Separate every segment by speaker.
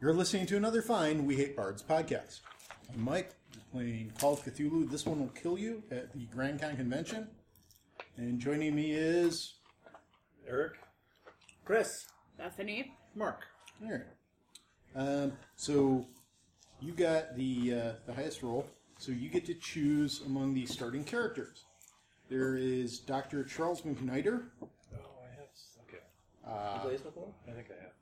Speaker 1: You're listening to another fine We Hate Bards podcast. I'm Mike, playing Call of Cthulhu. This one will kill you at the Grand Con Convention. And joining me is
Speaker 2: Eric. Chris.
Speaker 3: Bethany.
Speaker 2: Mark.
Speaker 1: all right. Um, so you got the uh, the highest roll, so you get to choose among the starting characters. There is Dr. Charles McNider.
Speaker 2: Oh, I have. Okay. Uh, I think I have.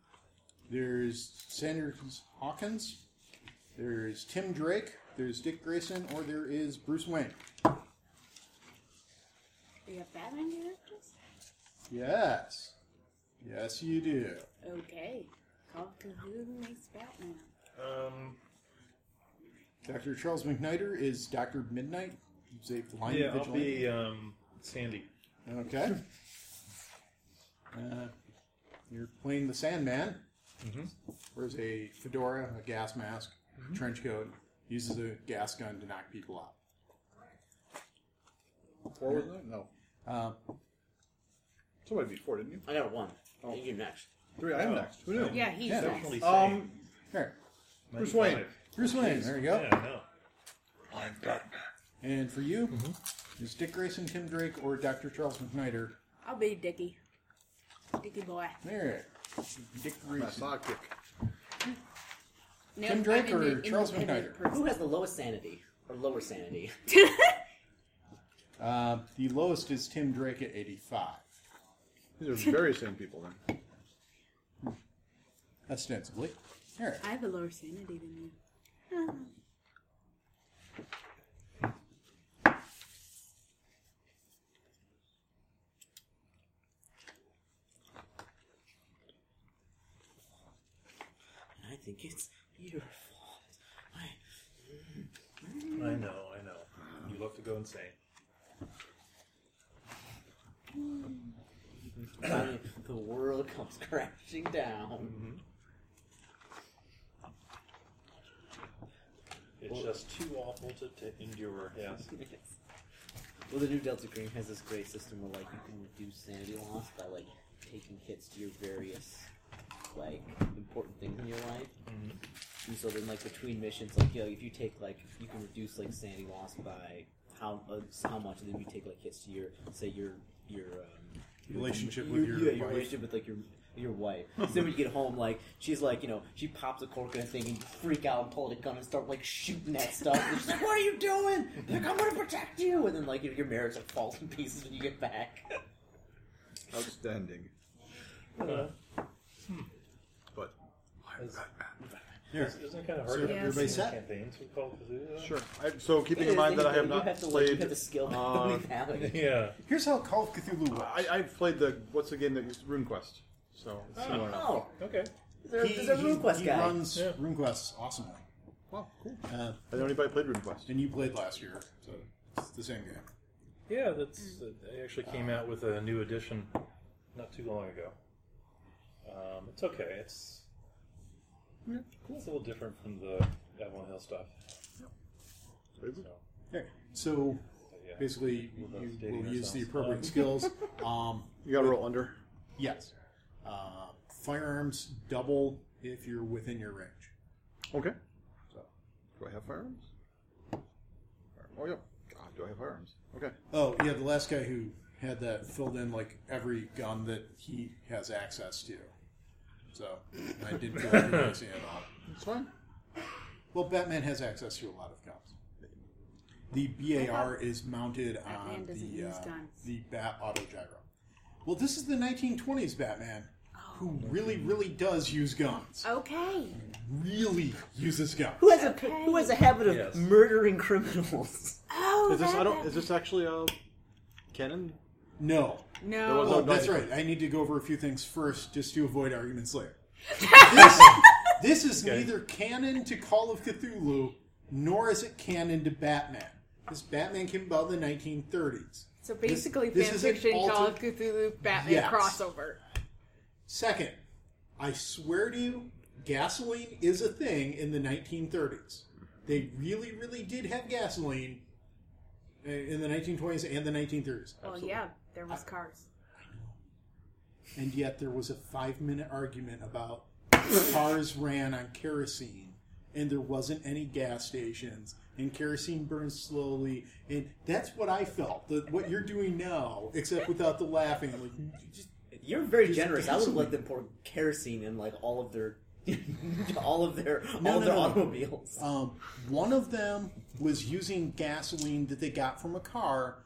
Speaker 1: There's Sanders Hawkins. There's Tim Drake. There's Dick Grayson, or there is Bruce Wayne.
Speaker 3: We have Batman characters?
Speaker 1: Yes. Yes, you do.
Speaker 3: Okay. Call of Cthulhu makes Batman.
Speaker 2: Um,
Speaker 1: Dr. Charles McNider is Dr. Midnight. He's a blind
Speaker 2: yeah, I'll
Speaker 1: vigilante.
Speaker 2: be um, Sandy.
Speaker 1: Okay. Uh, you're playing the Sandman.
Speaker 2: Mhm.
Speaker 1: Wears a fedora, a gas mask,
Speaker 2: Mm-hmm.
Speaker 1: trench coat, uses a gas gun to knock people out.
Speaker 4: Four was it? No.
Speaker 1: Uh,
Speaker 4: Somebody beat four, didn't you?
Speaker 5: I got one. You next.
Speaker 4: Three. I'm next. Who knew?
Speaker 3: Yeah, he's
Speaker 1: Yeah,
Speaker 3: next.
Speaker 2: Definitely Oh, Sandy.
Speaker 4: Um,
Speaker 1: here.
Speaker 4: Bruce
Speaker 2: 95.
Speaker 4: Wayne.
Speaker 1: Bruce Wayne, there you go.
Speaker 2: Yeah, I know.
Speaker 1: And for you,
Speaker 2: Mm-hmm.
Speaker 1: is Dick Grayson, Tim Drake, or Dr. Charles McNider?
Speaker 3: I'll be Dickie. Dickie boy.
Speaker 1: There. Dick
Speaker 4: My
Speaker 1: Grayson.
Speaker 4: sidekick.
Speaker 3: No,
Speaker 1: Tim
Speaker 3: I'm
Speaker 1: Drake
Speaker 3: an
Speaker 1: or
Speaker 3: independent
Speaker 1: Charles McNider?
Speaker 3: person.
Speaker 5: Who has the lowest sanity? Or lower sanity?
Speaker 1: Uh, the lowest is Tim Drake at 85.
Speaker 4: These are very same people then.
Speaker 1: Ostensibly. All right.
Speaker 3: I have a lower sanity than you.
Speaker 5: I think it's beautiful. I,
Speaker 2: I know, I know. You love to go insane.
Speaker 5: I- the world comes crashing down.
Speaker 2: It's just too awful to, to endure. Yes.
Speaker 5: Well, the new Delta Green has this great system where, like, you can reduce sanity loss by, like, taking hits to your various, like, important things in your life.
Speaker 1: Mm-hmm.
Speaker 5: And so then, like, between missions, like, you know, if you take, like, you can reduce, like, sanity loss by how uh, how much, and then you take, like, hits to your, say, your, your, um,
Speaker 1: Relationship
Speaker 5: your,
Speaker 1: with your
Speaker 5: yeah, your
Speaker 1: wife.
Speaker 5: relationship with, like, your your wife. so then when you get home, like, she's like, you know, she pops a cork in a thing and you freak out and pull out a gun and start, like, shooting at stuff. And she's like, what are you doing? Like, I'm gonna protect you! And then, like, your marriage, like, falls in pieces when you get back.
Speaker 4: Outstanding.
Speaker 2: Uh,
Speaker 4: But
Speaker 2: is-
Speaker 1: Here.
Speaker 2: isn't it kind of
Speaker 1: So
Speaker 2: hard to
Speaker 3: Yes.
Speaker 1: everybody
Speaker 2: have
Speaker 1: set?
Speaker 2: campaigns we call to do that?
Speaker 4: sure. I, so keeping
Speaker 5: It
Speaker 4: in
Speaker 5: is,
Speaker 4: mind that
Speaker 5: you
Speaker 4: I have
Speaker 5: you
Speaker 4: not
Speaker 5: have to, like, you
Speaker 4: played.
Speaker 5: have to skill
Speaker 4: uh,
Speaker 5: only have it.
Speaker 2: Yeah.
Speaker 1: Here's how Call of Cthulhu works.
Speaker 4: I, I've played the what's the game that used RuneQuest. So it's similar enough.
Speaker 5: Oh,
Speaker 2: Okay.
Speaker 5: there's
Speaker 1: He-
Speaker 5: there's a
Speaker 1: he-
Speaker 5: room quest
Speaker 1: he
Speaker 5: guy.
Speaker 1: runs
Speaker 2: Yeah.
Speaker 1: RuneQuest awesomely.
Speaker 4: Wow, cool.
Speaker 1: Uh,
Speaker 4: I know anybody played RuneQuest.
Speaker 1: and you played last year, so it's the same game.
Speaker 2: Yeah, that's. Uh, they actually came out with a new edition not too long ago. Um, it's okay. It's it's a little different from the Avalon Hill stuff. So,
Speaker 1: Okay. So
Speaker 2: but yeah.
Speaker 1: basically, you
Speaker 2: We're both dating
Speaker 1: will use the
Speaker 2: ourselves.
Speaker 1: appropriate skills. Um,
Speaker 4: You gotta roll under.
Speaker 1: yes. Uh, firearms double if you're within your range.
Speaker 4: Okay. So, do I have firearms? Oh yeah. God, do I have firearms? Okay.
Speaker 1: Oh, yeah, the last guy who had that filled in like every gun that he has access to. So I didn't feel like mixing it up.
Speaker 4: It's fine.
Speaker 1: Well, Batman has access to a lot of guns. The BAR is mounted on
Speaker 3: Batman doesn't
Speaker 1: the
Speaker 3: use
Speaker 1: uh,
Speaker 3: guns.
Speaker 1: the Bat Autogyro. Well, this is the 1920s Batman, who
Speaker 3: Oh.
Speaker 1: really, really does use guns.
Speaker 3: Okay.
Speaker 1: Really uses guns.
Speaker 5: Who has a
Speaker 3: Okay.
Speaker 5: who has a habit of
Speaker 2: Yes.
Speaker 5: murdering criminals?
Speaker 3: Oh,
Speaker 4: Is this?
Speaker 3: that
Speaker 4: I don't.
Speaker 3: Batman.
Speaker 4: Is this actually
Speaker 6: uh,
Speaker 4: a canon?
Speaker 1: No.
Speaker 4: There was
Speaker 3: No.
Speaker 1: Oh,
Speaker 4: no
Speaker 1: that's
Speaker 4: dice.
Speaker 1: right. I need to go over a few things first, just to avoid arguments later. this, this is
Speaker 2: Okay.
Speaker 1: neither canon to Call of Cthulhu, nor is it canon to Batman. This Batman came about in the 1930s.
Speaker 3: So basically,
Speaker 1: this
Speaker 3: fan
Speaker 1: is an
Speaker 3: fiction Call of
Speaker 1: alter-
Speaker 3: Cthulhu Batman
Speaker 1: Yes.
Speaker 3: crossover.
Speaker 1: Second, I swear to you, gasoline is a thing in the 1930s. They really, really did have gasoline uh, in the 1920s and the 1930s.
Speaker 3: Well, yeah, there was cars.
Speaker 1: And yet there was a five minute argument about cars ran on kerosene and there wasn't any gas stations and kerosene burns slowly and that's what I felt that what you're doing now except without the laughing like you just
Speaker 5: You're very
Speaker 1: Just
Speaker 5: generous. I would have
Speaker 1: gasoline.
Speaker 5: let them pour kerosene in like all of their, all of their, all
Speaker 1: No, no,
Speaker 5: of their
Speaker 1: no, no.
Speaker 5: automobiles.
Speaker 1: Um, one of them was using gasoline that they got from a car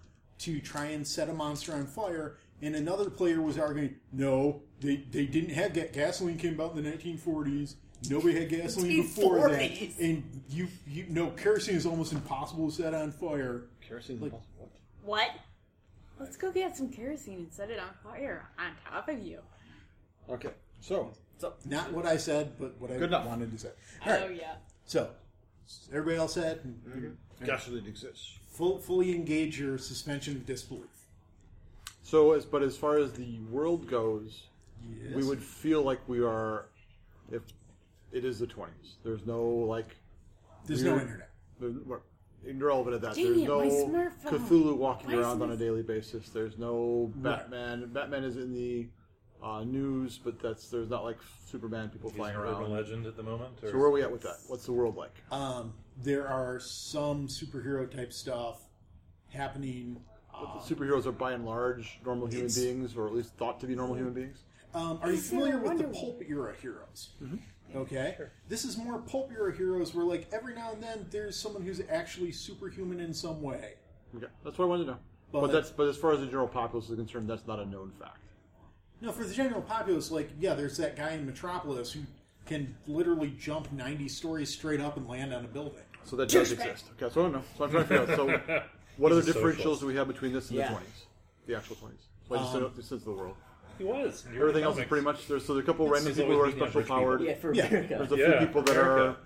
Speaker 1: to try and set a monster on fire, and another player was arguing, no, they, they didn't have ga- gasoline. Came out in the 1940s. Nobody had gasoline before that,
Speaker 5: 1940s.
Speaker 1: and you you know kerosene is almost impossible to set on fire.
Speaker 4: Kerosene.
Speaker 1: Like-
Speaker 4: what?
Speaker 3: What? Let's go get some kerosene and set it on fire on top of you.
Speaker 4: Okay. So
Speaker 5: So
Speaker 1: Not what I said, but what I
Speaker 4: Good enough.
Speaker 1: wanted to say. All right,
Speaker 3: Oh yeah.
Speaker 1: so everybody else said,
Speaker 4: Mm-hmm. gasoline exists.
Speaker 1: full, fully engage your suspension of disbelief.
Speaker 6: So, as but as far as the world goes,
Speaker 1: Yes.
Speaker 6: we would feel like we are, if it is the twenties. There's no like,
Speaker 1: There's no
Speaker 6: we're-
Speaker 1: internet.
Speaker 6: there- we're irrelevant at that.
Speaker 3: Dang
Speaker 6: There's
Speaker 3: it, my
Speaker 6: no
Speaker 3: Smurf phone.
Speaker 6: Cthulhu walking
Speaker 3: Why is
Speaker 6: around on
Speaker 3: my-
Speaker 6: a daily basis. There's no
Speaker 1: Right.
Speaker 6: Batman. Batman is in the uh, news, but that's there's not like Superman people
Speaker 2: He's an
Speaker 6: flying
Speaker 2: urban
Speaker 6: around.
Speaker 2: legend at the moment. Or
Speaker 6: So where are we at with that? What's the world like?
Speaker 1: Um, there are some superhero type stuff happening.
Speaker 6: Superheroes are by and large normal human
Speaker 1: It's-
Speaker 6: beings, or at least thought to be normal human beings.
Speaker 1: Um, are you
Speaker 3: Is there
Speaker 1: familiar
Speaker 3: a
Speaker 1: with the
Speaker 3: Wonder
Speaker 1: pulp era heroes? Okay, this is more pulp era heroes, where like every now and then there's someone who's actually superhuman in some way.
Speaker 6: Okay, that's what I wanted to know. But,
Speaker 1: But-
Speaker 6: that's but as far as the general populace is concerned, that's not a known fact.
Speaker 1: No, for the general populace, like yeah, there's that guy in Metropolis who can literally jump 90 stories straight up and land on a building.
Speaker 6: So that does exist. Okay, so I don't know. So I'm trying to figure out. So what other
Speaker 2: He's a
Speaker 6: differentials
Speaker 2: socialist.
Speaker 6: do we have between this and
Speaker 5: Yeah.
Speaker 6: the 20s? The actual 20s. Well, I just said this is the world.
Speaker 2: He was.
Speaker 6: Everything else is pretty much there's so there's a couple random
Speaker 2: has
Speaker 6: people who are
Speaker 2: always been the
Speaker 6: special
Speaker 2: average
Speaker 6: powered.
Speaker 5: yeah, for
Speaker 1: Yeah.
Speaker 5: America.
Speaker 6: There's a
Speaker 2: Yeah,
Speaker 6: few people that are
Speaker 2: America.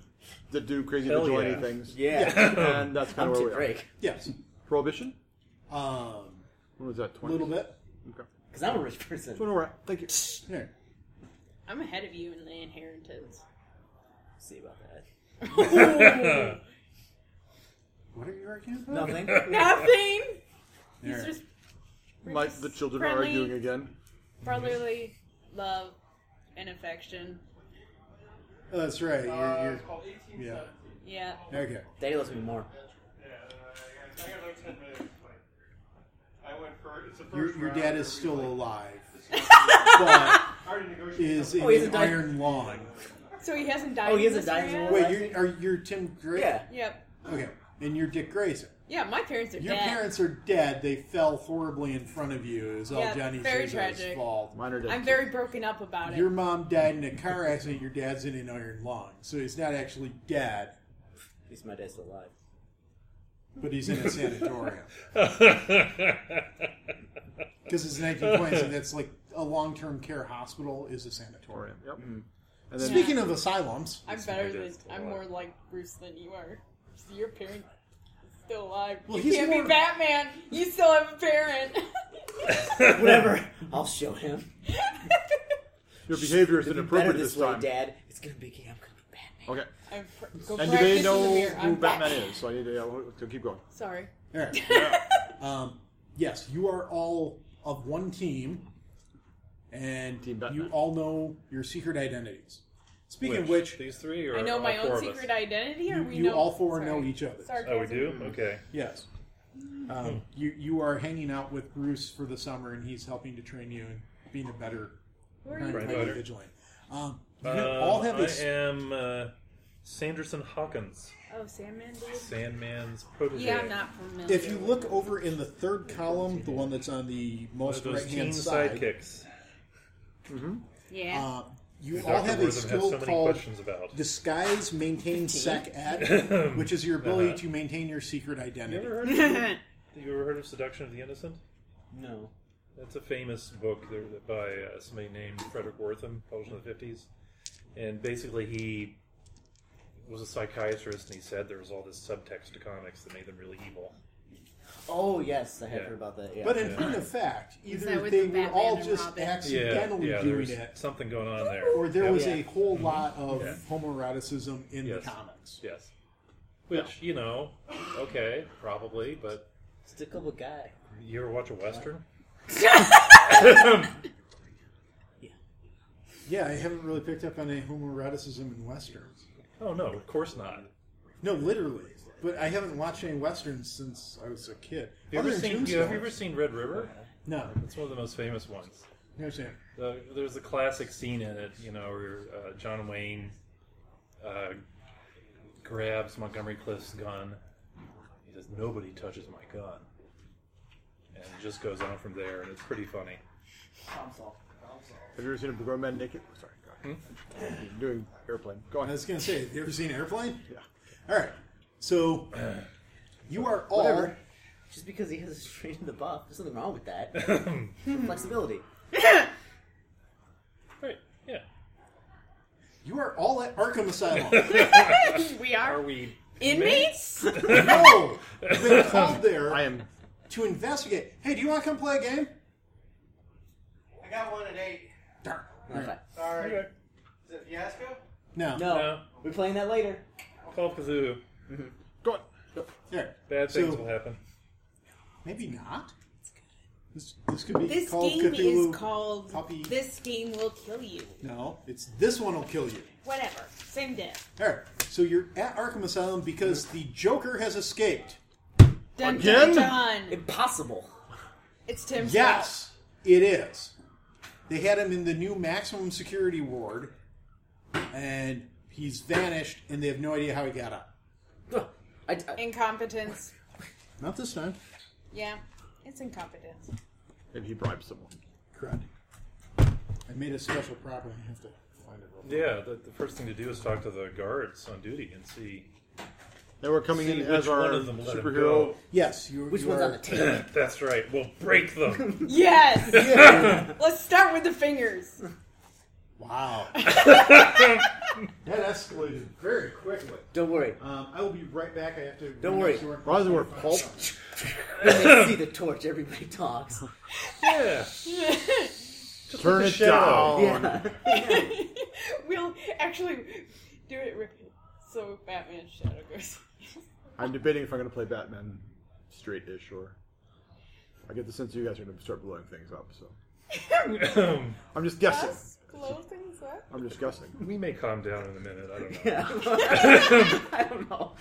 Speaker 6: that do crazy
Speaker 2: Hell
Speaker 6: vigilante
Speaker 2: yeah.
Speaker 6: things.
Speaker 5: Yeah,
Speaker 6: And that's kind
Speaker 5: I'm
Speaker 6: of
Speaker 5: to
Speaker 6: where we are.
Speaker 5: break
Speaker 1: Yes,
Speaker 6: Prohibition?
Speaker 1: um,
Speaker 6: When was that?
Speaker 1: a
Speaker 6: 20s?
Speaker 1: little bit.
Speaker 6: Okay.
Speaker 5: because I'm a rich person.
Speaker 6: So no, we're at. Thank you.
Speaker 1: Here.
Speaker 3: I'm ahead of you in the inheritance.
Speaker 5: see about that.
Speaker 1: What are you arguing about?
Speaker 5: Nothing.
Speaker 3: Nothing. He's
Speaker 1: There.
Speaker 3: just
Speaker 6: Mike, the children are
Speaker 3: Friendly.
Speaker 6: arguing again.
Speaker 3: brotherly love and affection.
Speaker 1: Oh, that's right.
Speaker 3: Uh,
Speaker 1: You're, you're, yeah.
Speaker 3: Yeah.
Speaker 1: Okay.
Speaker 5: Daddy loves me more.
Speaker 1: Your, your dad is still
Speaker 7: alive.
Speaker 1: alive, but is in
Speaker 5: Oh, he
Speaker 1: an
Speaker 5: hasn't died.
Speaker 1: iron lung.
Speaker 3: So he hasn't died.
Speaker 5: Oh, he
Speaker 3: in
Speaker 5: hasn't
Speaker 3: this
Speaker 5: died in
Speaker 3: area?
Speaker 5: the
Speaker 1: Wait, you're, are you're Tim Grayson?
Speaker 5: Yeah.
Speaker 3: Yep.
Speaker 1: Okay, and you're Dick Grayson.
Speaker 3: Yeah, my parents are
Speaker 1: Your
Speaker 3: dead.
Speaker 1: parents are dead. They fell horribly in front of you. Is all
Speaker 3: Yeah,
Speaker 1: Johnny
Speaker 3: very
Speaker 1: Cesaro's
Speaker 3: tragic.
Speaker 1: fault.
Speaker 6: Mine are dead.
Speaker 3: I'm very broken up about it.
Speaker 1: Your mom died in a car accident. Your dad's in an iron lung, so he's not actually dead,
Speaker 5: At least my dad's still alive.
Speaker 1: but he's in a sanatorium
Speaker 2: much.
Speaker 1: because it's 1920s, and that's like a long-term care hospital is a sanatorium.
Speaker 6: Yep.
Speaker 2: Hmm.
Speaker 6: And then
Speaker 1: Speaking of asylums,
Speaker 3: I'm better
Speaker 2: my
Speaker 3: than
Speaker 2: dad's still
Speaker 3: I'm
Speaker 2: alive.
Speaker 3: more like Bruce than you are. So your parent is still alive.
Speaker 1: Well,
Speaker 3: you
Speaker 1: he's
Speaker 3: can't
Speaker 1: more-
Speaker 3: be Batman. You still have a parent.
Speaker 5: Whatever. I'll show him.
Speaker 6: your behavior is
Speaker 5: It'd be better
Speaker 6: inappropriate
Speaker 5: this
Speaker 6: this
Speaker 5: way,
Speaker 6: time.
Speaker 5: Dad. It's gonna be. I'm gonna be Batman.
Speaker 6: Okay.
Speaker 3: I'm pr- go
Speaker 6: And do
Speaker 3: practice
Speaker 6: they
Speaker 3: in
Speaker 6: know
Speaker 3: the mirror.
Speaker 6: who
Speaker 3: I'm
Speaker 6: Batman
Speaker 3: Batman.
Speaker 6: is? So I need to, uh, to keep going.
Speaker 3: Sorry.
Speaker 1: all right. Um, yes, you are all of one team, and
Speaker 6: Team Batman.
Speaker 1: you all know your secret identities. Speaking of which,
Speaker 2: these three or
Speaker 3: I know my
Speaker 2: all four
Speaker 3: own
Speaker 2: of us?
Speaker 3: secret identity, or
Speaker 1: you,
Speaker 3: we
Speaker 1: you
Speaker 3: know
Speaker 1: all four
Speaker 3: Sorry.
Speaker 1: know each other.
Speaker 3: Sarcasm.
Speaker 2: Oh, we do.
Speaker 6: Mm-hmm.
Speaker 2: Okay.
Speaker 1: Yes.
Speaker 2: Hmm.
Speaker 1: Um, you you are hanging out with Bruce for the summer, and he's helping to train you and being a better
Speaker 3: Who are you?
Speaker 2: Right.
Speaker 1: kind of
Speaker 2: Better.
Speaker 1: vigilant. Um, you
Speaker 2: Um,
Speaker 1: all have
Speaker 2: I
Speaker 1: a s-
Speaker 2: am uh, Sanderson Hawkins,
Speaker 3: Oh, Sandman dude.
Speaker 2: Sandman's protege.
Speaker 3: Yeah, I'm not familiar.
Speaker 1: if you look over in the third column, the one that's on the
Speaker 2: One of
Speaker 1: most
Speaker 2: those
Speaker 1: right
Speaker 2: teen
Speaker 1: hand side,
Speaker 2: sidekicks.
Speaker 3: yeah,
Speaker 1: uh, you
Speaker 2: Dr.
Speaker 1: all have a
Speaker 2: Wortham has
Speaker 1: skill
Speaker 2: so many
Speaker 1: called
Speaker 2: questions about.
Speaker 1: Disguise Maintain Sec Ed, which is your
Speaker 2: Uh-huh.
Speaker 1: ability to maintain your secret
Speaker 2: You
Speaker 1: identity.
Speaker 2: ever heard? Of, you ever heard of Seduction of the Innocent?
Speaker 5: No.
Speaker 2: That's a famous book there that by uh, somebody named Frederick Wortham, published in the fifties. And basically, he was a psychiatrist, and he said there was all this subtext to comics that made them really evil.
Speaker 5: Oh yes, I have
Speaker 2: Yeah.
Speaker 5: heard about that. Yeah.
Speaker 1: But in point of fact,
Speaker 3: that
Speaker 1: either
Speaker 3: with
Speaker 1: they
Speaker 3: the
Speaker 1: were
Speaker 3: Batman
Speaker 1: all
Speaker 3: and
Speaker 1: just
Speaker 3: Robin?
Speaker 2: Yeah,
Speaker 1: accidentally
Speaker 2: yeah.
Speaker 1: doing
Speaker 2: There's
Speaker 1: it,
Speaker 2: something going on there.
Speaker 1: or there was
Speaker 5: Yeah.
Speaker 1: a whole lot of
Speaker 2: Yeah.
Speaker 1: homoeroticism in
Speaker 2: Yes.
Speaker 1: the comics.
Speaker 2: Yes. Which you know, okay, probably, but
Speaker 5: stick up a guy.
Speaker 2: you Oh, ever watch a western?
Speaker 1: Yeah, I haven't really picked up on any homoeroticism in westerns.
Speaker 2: Oh no, of course not.
Speaker 1: No, literally. But I haven't watched any westerns since I was a kid.
Speaker 2: You ever
Speaker 1: Other than
Speaker 2: seen, you, have you
Speaker 1: Tombstone.
Speaker 2: ever seen Red River?
Speaker 1: No,
Speaker 2: That's one of the most famous ones.
Speaker 1: never seen it.
Speaker 2: The, there's a classic scene in it, you know, where uh, John Wayne uh, grabs Montgomery Cliff's gun. He says, "Nobody touches my gun," and it just goes on from there, and it's pretty funny.
Speaker 6: Have you ever seen a grown man naked? Oh, Sorry, go ahead.
Speaker 2: Hmm.
Speaker 6: You're doing airplane. Go
Speaker 1: I
Speaker 6: ahead.
Speaker 1: was going to say, have you ever seen an airplane?
Speaker 6: Yeah.
Speaker 1: All right. So you are all.
Speaker 5: Whatever. Just because he has a strain in the buff, there's nothing wrong with that. Flexibility.
Speaker 2: Right? Yeah.
Speaker 1: You are all at Arkham Asylum.
Speaker 3: we are,
Speaker 2: Are we
Speaker 3: inmates.
Speaker 1: no, you've been called there
Speaker 6: I am.
Speaker 1: to investigate. Hey, do you want to come play a game?
Speaker 7: I got one at eight.
Speaker 1: Darn.
Speaker 5: Okay.
Speaker 7: Sorry.
Speaker 2: Okay.
Speaker 7: Is it Fiasco?
Speaker 1: No.
Speaker 5: No,
Speaker 2: No.
Speaker 5: we're playing that later.
Speaker 2: Call of Cthulhu.
Speaker 6: Go on.
Speaker 1: There.
Speaker 2: Bad things
Speaker 1: So-
Speaker 2: will happen.
Speaker 1: Maybe not. This, this could be
Speaker 3: This
Speaker 1: called
Speaker 3: game
Speaker 1: Cthulhu.
Speaker 3: is called
Speaker 1: Puppy.
Speaker 3: "This Game Will Kill You."
Speaker 1: no, it's this one will kill you.
Speaker 3: Whatever, same diff.
Speaker 1: All right. So you're at Arkham Asylum because the Joker has escaped.
Speaker 3: Dun, dun,
Speaker 6: Again?
Speaker 3: dun.
Speaker 5: Impossible.
Speaker 3: It's Tim's
Speaker 1: Yes, it is. They had him in the new maximum security ward, and he's vanished, and they have no idea how he got out.
Speaker 5: Ugh. I,
Speaker 3: fault.
Speaker 5: I,
Speaker 3: Incompetence.
Speaker 1: Not this time.
Speaker 3: Yeah, it's incompetence.
Speaker 6: And he bribed someone.
Speaker 1: Correct. I made a special prop, and I have to find it. Real quick.
Speaker 2: Yeah, the, the first thing to do is talk to the guards on duty and see.
Speaker 6: They were coming
Speaker 2: see
Speaker 6: in
Speaker 2: which
Speaker 6: as our
Speaker 2: one of them let him
Speaker 6: superhero.
Speaker 2: go.
Speaker 1: Yes, you.
Speaker 5: which
Speaker 1: you
Speaker 5: one's
Speaker 1: are,
Speaker 5: on the table?
Speaker 2: Yeah, That's right. We'll break them.
Speaker 3: Yes.
Speaker 1: Yeah.
Speaker 3: Let's start with the fingers.
Speaker 1: wow. that escalated very quickly.
Speaker 5: Don't worry.
Speaker 1: Um, I will be right back. I have to.
Speaker 5: Don't worry.
Speaker 6: Rather were pulp.
Speaker 5: When they see the torch, everybody talks.
Speaker 2: yeah. Just
Speaker 6: Turn
Speaker 2: like the
Speaker 6: it
Speaker 2: shadow.
Speaker 6: down.
Speaker 5: Yeah.
Speaker 2: Um.
Speaker 3: we'll actually do it. re- So Batman Shadow goes.
Speaker 6: I'm debating if I'm going to play Batman straight-ish or. I get the sense you guys are going to start blowing things up. So I'm just guessing.
Speaker 3: Us blow things up.
Speaker 6: I'm just guessing.
Speaker 2: we may calm down in a minute. I don't know.
Speaker 5: Yeah. I don't know.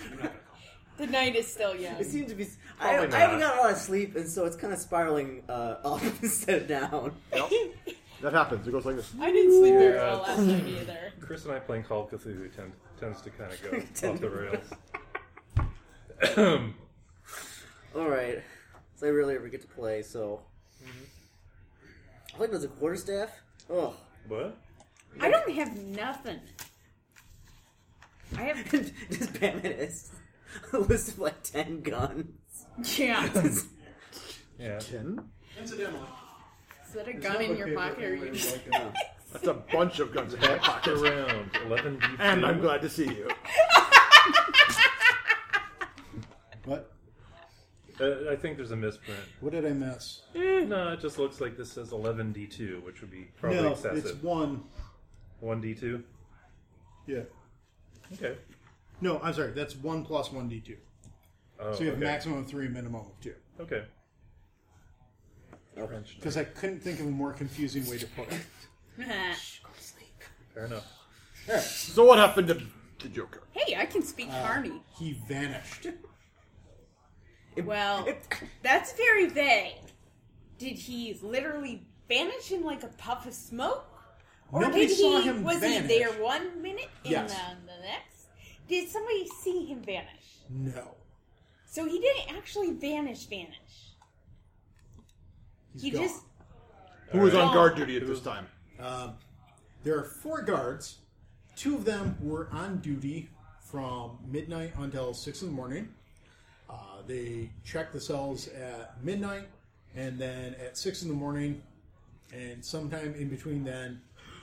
Speaker 3: The night is still young.
Speaker 5: It seems to be. I,
Speaker 2: Probably
Speaker 5: I haven't
Speaker 2: not.
Speaker 5: got a lot of sleep, and so it's kind of spiraling uh, up instead of down.
Speaker 6: That happens. It goes like this.
Speaker 3: I didn't sleep very
Speaker 2: Yeah.
Speaker 3: well last night either.
Speaker 2: Chris and I playing Call of Cthulhu tend, tends to kind of go
Speaker 5: Tend
Speaker 2: off the
Speaker 5: to-
Speaker 2: rails.
Speaker 5: All right. So I rarely ever get to play. So
Speaker 2: Mm-hmm.
Speaker 5: I played as a quarterstaff. Oh,
Speaker 2: what?
Speaker 3: I don't have nothing. I have
Speaker 5: just Batman is a list of like ten guns.
Speaker 3: yeah. Is
Speaker 2: Yeah.
Speaker 6: Ten?
Speaker 1: Incidentally,
Speaker 3: that a gun in your pocket? Or you just...
Speaker 1: uh,
Speaker 6: That's a bunch of guns in my pocket.
Speaker 2: Around eleven D two.
Speaker 6: And I'm glad to see you.
Speaker 1: What?
Speaker 2: Uh, I think there's a misprint.
Speaker 1: What did I miss?
Speaker 2: No, it just looks like this says eleven D two, which would be probably
Speaker 1: no, it's
Speaker 2: excessive.
Speaker 1: one.
Speaker 2: One D two.
Speaker 1: Yeah.
Speaker 2: Okay.
Speaker 1: No, I'm sorry. That's one plus one d two.
Speaker 2: Oh,
Speaker 1: So you have
Speaker 2: okay.
Speaker 1: maximum of three, minimum of two.
Speaker 2: Okay.
Speaker 5: Okay.
Speaker 1: Because I couldn't think of a more confusing way to put it.
Speaker 2: Fair enough.
Speaker 6: So what happened to the Joker?
Speaker 3: hey, I can speak
Speaker 1: Uh,
Speaker 3: Carney.
Speaker 1: He vanished.
Speaker 3: Well, that's very vague. Did he literally vanish in like a puff of smoke? Or
Speaker 1: Nobody
Speaker 3: did
Speaker 1: saw
Speaker 3: he,
Speaker 1: him
Speaker 3: was
Speaker 1: vanish.
Speaker 3: he there one minute and
Speaker 1: Yes.
Speaker 3: then the next? Did somebody see him vanish?
Speaker 1: No.
Speaker 3: So he didn't actually vanish, vanish.
Speaker 1: He's
Speaker 3: He
Speaker 1: gone.
Speaker 3: just
Speaker 6: Who was on
Speaker 3: Gone.
Speaker 6: guard duty at this time?
Speaker 1: Um, there are four guards. Two of them were on duty from midnight until six in the morning. Uh, they checked the cells at midnight and then at six in the morning, and sometime in between then,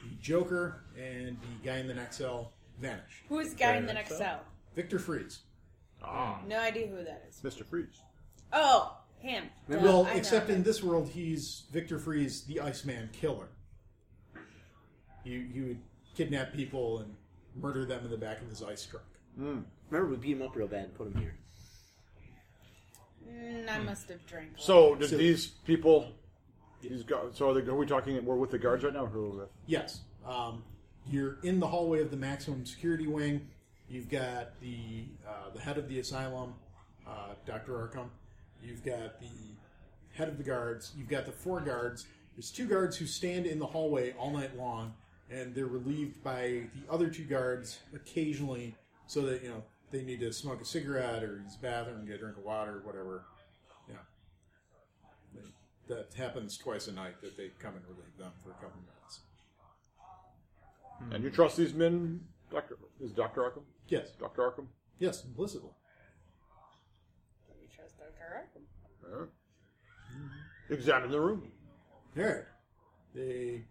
Speaker 1: the Joker and the guy in the next cell vanished.
Speaker 3: who is the guy in
Speaker 2: Fair
Speaker 3: the next
Speaker 2: enough.
Speaker 3: cell?
Speaker 1: Victor Freeze.
Speaker 6: Ah,
Speaker 3: No idea who that is.
Speaker 6: Mr. Freeze.
Speaker 3: Oh, him. Duh,
Speaker 1: Well,
Speaker 3: I know
Speaker 1: except in
Speaker 3: him.
Speaker 1: this world, he's Victor Freeze, the Iceman killer. You you would kidnap people and murder them in the back of his ice truck.
Speaker 5: Remember, we beat him up real bad and put him here.
Speaker 3: Mm, I must have drank. a lot.
Speaker 6: So did
Speaker 1: So-
Speaker 6: these people? These guards. So are, they, are we talking? We're with the guards right now. Who are we with?
Speaker 1: Yes. Um, you're in the hallway of the maximum security wing. You've got the uh, the head of the asylum, uh, Doctor Arkham. You've got the head of the guards. You've got the four guards. There's two guards who stand in the hallway all night long, and they're relieved by the other two guards occasionally, so that you know they need to smoke a cigarette or use the bathroom, get a drink of water, whatever. Yeah, that happens twice a night that they come and relieve them for a couple minutes.
Speaker 6: And you trust these men, Doctor? Is Doctor Arkham?
Speaker 1: Yes,
Speaker 6: Doctor Arkham?
Speaker 1: yes, implicitly.
Speaker 3: Let me trust Dr. Arkham.
Speaker 6: All right. Examine the room.
Speaker 1: All right. They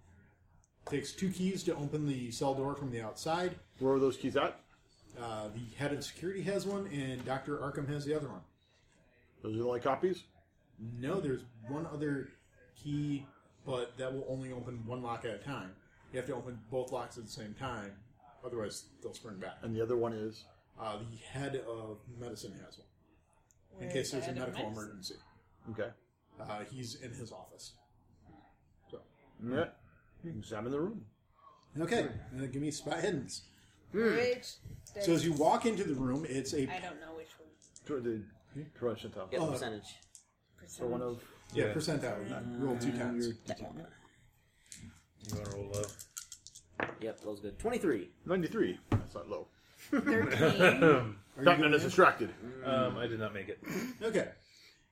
Speaker 1: takes two keys to open the cell door from the outside.
Speaker 6: Where are those keys at?
Speaker 1: Uh, the head of security has one, and Doctor Arkham has the other one.
Speaker 6: Those are the only copies.
Speaker 1: No, there's one other key, but that will only open one lock at a time. You have to open both locks at the same time, otherwise they'll spring back.
Speaker 6: And the other one is
Speaker 1: Uh, the head of medicine has one in case there's a medical emergency.
Speaker 6: okay.
Speaker 1: Uh, he's in his office.
Speaker 6: Yeah. Examine the room.
Speaker 1: Okay, uh, give me spot hiddens.
Speaker 3: Which
Speaker 1: So as you walk into the room, it's a
Speaker 3: I don't know which one.
Speaker 6: To the percentile.
Speaker 5: Get
Speaker 1: Oh.
Speaker 5: the percentage.
Speaker 6: So one of
Speaker 1: yeah,
Speaker 2: Yeah.
Speaker 1: percentile. You roll two times.
Speaker 2: You want to roll low?
Speaker 5: Yep, that was good. 23.
Speaker 6: ninety-three. That's not low.
Speaker 3: 13.
Speaker 1: Are you
Speaker 6: Batman
Speaker 1: going
Speaker 6: is
Speaker 1: in?
Speaker 6: distracted.
Speaker 2: Um, I did not make it.
Speaker 1: Okay.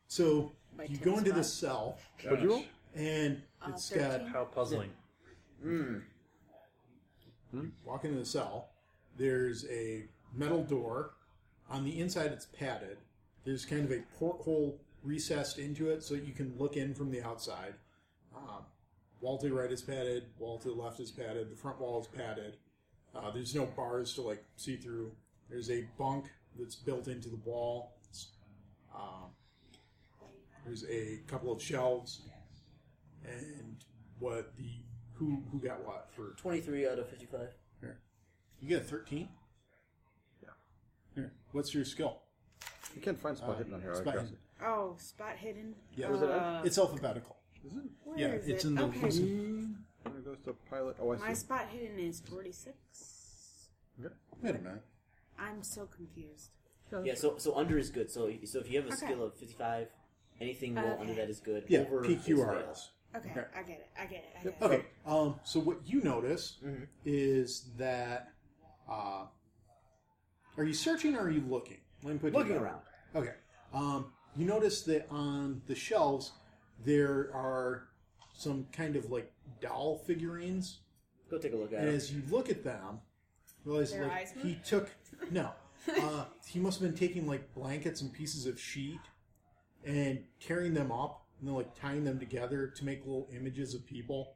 Speaker 1: So
Speaker 3: My
Speaker 1: you
Speaker 3: tennis
Speaker 1: go into
Speaker 3: ball.
Speaker 1: this cell,
Speaker 6: What'd you roll?
Speaker 1: and
Speaker 3: Uh,
Speaker 1: it's got
Speaker 3: 13.
Speaker 2: How puzzling.
Speaker 1: walk into the cell. There's a metal door. On the inside, it's padded. There's kind of a porthole recessed into it so that you can look in from the outside. Um, wall to the right is padded. Wall to the left is padded. The front wall is padded. Uh, there's no bars to like see through. There's a bunk that's built into the wall. It's, um, there's a couple of shelves, and what the who who got what for
Speaker 5: 23 out of 55.
Speaker 1: you get a 13?
Speaker 6: Yeah.
Speaker 1: Here, what's your skill?
Speaker 6: You can't find spot hidden on here. I
Speaker 1: Uh, spot
Speaker 6: guess.
Speaker 1: hidden.
Speaker 3: Oh, spot hidden.
Speaker 1: Yeah.
Speaker 6: Was it
Speaker 3: Uh,
Speaker 1: it's alphabetical.
Speaker 3: Where
Speaker 1: yeah,
Speaker 3: is
Speaker 1: it's
Speaker 3: it?
Speaker 1: in the
Speaker 3: okay.
Speaker 1: list.
Speaker 6: Mm, There goes to pilot. Oh, I see.
Speaker 3: My spot hidden is 46.
Speaker 1: Wait a minute.
Speaker 3: I'm so confused.
Speaker 5: Yeah, so so under is good. So so if you have a
Speaker 3: Okay.
Speaker 5: skill of 55, anything roll
Speaker 3: Okay.
Speaker 5: under that is good.
Speaker 1: Yeah,
Speaker 5: Over is fail.
Speaker 1: PQRLs.
Speaker 3: Okay,
Speaker 1: Okay.
Speaker 3: I get it. I get it. I get it.
Speaker 1: Okay, um, so what you notice is that. Uh, are you searching or are you looking? Let me put it
Speaker 5: Looking
Speaker 1: that way.
Speaker 5: around.
Speaker 1: Okay. Um, you notice that on the shelves there are some kind of like doll figurines
Speaker 5: Go take a look at
Speaker 1: And
Speaker 5: it.
Speaker 1: as you look at them, realize
Speaker 3: Their
Speaker 1: like
Speaker 3: eyes move?
Speaker 1: he took no, uh, he must have been taking like blankets and pieces of sheet and tearing them up and then like tying them together to make little images of people.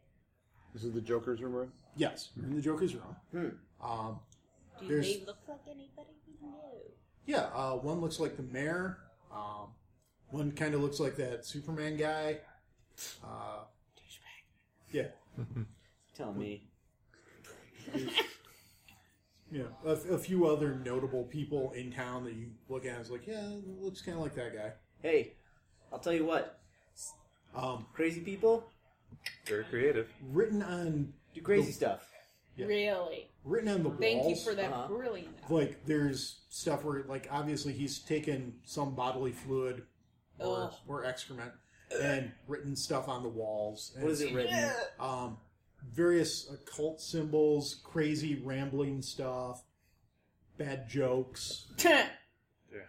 Speaker 6: This is the Joker's room. right?
Speaker 1: Yes, you're in the Joker's room. Um,
Speaker 3: Do
Speaker 1: There's-
Speaker 3: they look like anybody we know?
Speaker 1: yeah, uh, one looks like the mayor. Um, one kind of looks like that Superman guy. Uh, yeah,
Speaker 5: Tell me.
Speaker 1: Yeah, a, a few other notable people in town that you look at and it's like, yeah, it looks kind of like that guy.
Speaker 5: Hey, I'll tell you what.
Speaker 1: Um,
Speaker 5: Crazy people
Speaker 2: Very creative.
Speaker 1: written on
Speaker 5: do crazy stuff.
Speaker 1: Yeah.
Speaker 3: Really?
Speaker 1: written on the
Speaker 3: Thank you
Speaker 1: walls.
Speaker 3: for that
Speaker 5: Uh-huh.
Speaker 3: brilliant.
Speaker 1: Like there's stuff where like obviously he's taken some bodily fluid or,
Speaker 3: Ugh.
Speaker 1: or excrement and written stuff on the walls. And,
Speaker 5: What is it written?
Speaker 1: Um, various occult symbols, crazy rambling stuff, bad jokes.
Speaker 2: Yeah.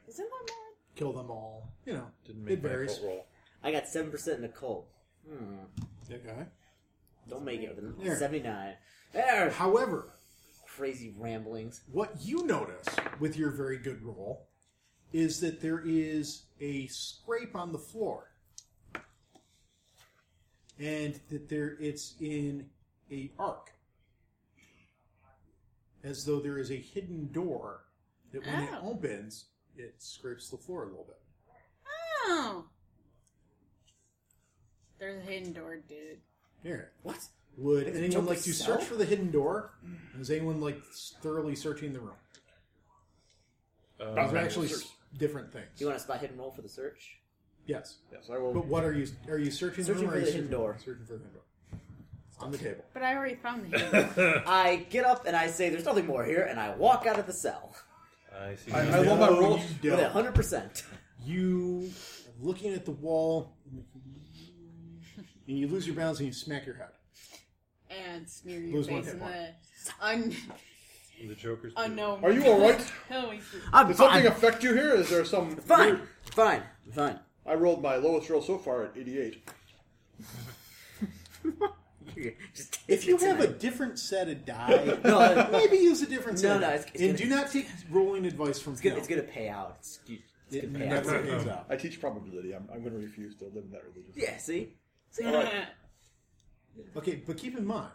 Speaker 3: Isn't that more?
Speaker 1: Kill them all. You know,
Speaker 2: Didn't make
Speaker 1: it
Speaker 2: my
Speaker 1: varies.
Speaker 2: fault roll.
Speaker 5: I got 7% in the cold. Hmm.
Speaker 1: Okay.
Speaker 5: Don't make it. with
Speaker 1: There.
Speaker 5: a 79. There!
Speaker 1: However,
Speaker 5: Crazy ramblings.
Speaker 1: What you notice with your very good roll is that there is a scrape on the floor, and that there it's in a arc, as though there is a hidden door that when it
Speaker 3: Oh.
Speaker 1: opens, it scrapes the floor a little bit.
Speaker 3: Oh. There's a hidden door, dude.
Speaker 1: Here,
Speaker 5: What?
Speaker 1: would
Speaker 5: Is it
Speaker 1: anyone like to
Speaker 5: Joker's
Speaker 1: search
Speaker 5: cell?
Speaker 1: for the hidden door? Is anyone like thoroughly searching the room?
Speaker 2: Um,
Speaker 1: Those are actually
Speaker 2: search.
Speaker 1: s- different things.
Speaker 5: Do you want to spot hidden roll for the search?
Speaker 1: yes.
Speaker 6: Yes, I will.
Speaker 1: But what are you? Are you searching,
Speaker 5: Searching
Speaker 1: room or
Speaker 5: for
Speaker 1: are you
Speaker 5: the hidden
Speaker 1: searching-
Speaker 5: door.
Speaker 1: Searching for the hidden door. on the table.
Speaker 3: But I already found the handle.
Speaker 5: I get up and I say, "There's nothing more here," and I walk out of the cell
Speaker 2: I see.
Speaker 4: I, I love my
Speaker 1: No,
Speaker 4: roll.
Speaker 1: you
Speaker 5: with
Speaker 1: don't.
Speaker 5: 100. percent
Speaker 1: you looking at the wall and you lose your balance and you smack your head
Speaker 3: and smear your
Speaker 1: Lose one
Speaker 3: face
Speaker 1: hit
Speaker 3: in
Speaker 1: point.
Speaker 3: the un-
Speaker 2: the Joker's.
Speaker 3: unknown. Oh,
Speaker 4: Are you all right?
Speaker 3: Holy shit.
Speaker 5: I'm
Speaker 4: Did something
Speaker 5: fine.
Speaker 4: affect you here? Is there some?
Speaker 5: Fine,
Speaker 4: weird-
Speaker 5: fine, fine.
Speaker 4: I rolled my lowest roll so far at 88.
Speaker 5: Just take
Speaker 1: if you
Speaker 5: it to
Speaker 1: have
Speaker 5: me.
Speaker 1: a different set of die
Speaker 5: No,
Speaker 1: maybe use a different
Speaker 5: No,
Speaker 1: set
Speaker 5: no,
Speaker 1: of
Speaker 5: it's- it's
Speaker 1: and do
Speaker 5: gonna-
Speaker 1: not take rolling advice from
Speaker 5: it's, gonna,
Speaker 1: Phil.
Speaker 5: it's gonna pay out. It's, it's
Speaker 1: it
Speaker 5: gonna pay out.
Speaker 1: never pays out
Speaker 4: I teach probability. I'm, I'm going to refuse to live in that religion.
Speaker 5: Yeah, see, see.
Speaker 1: okay but keep in mind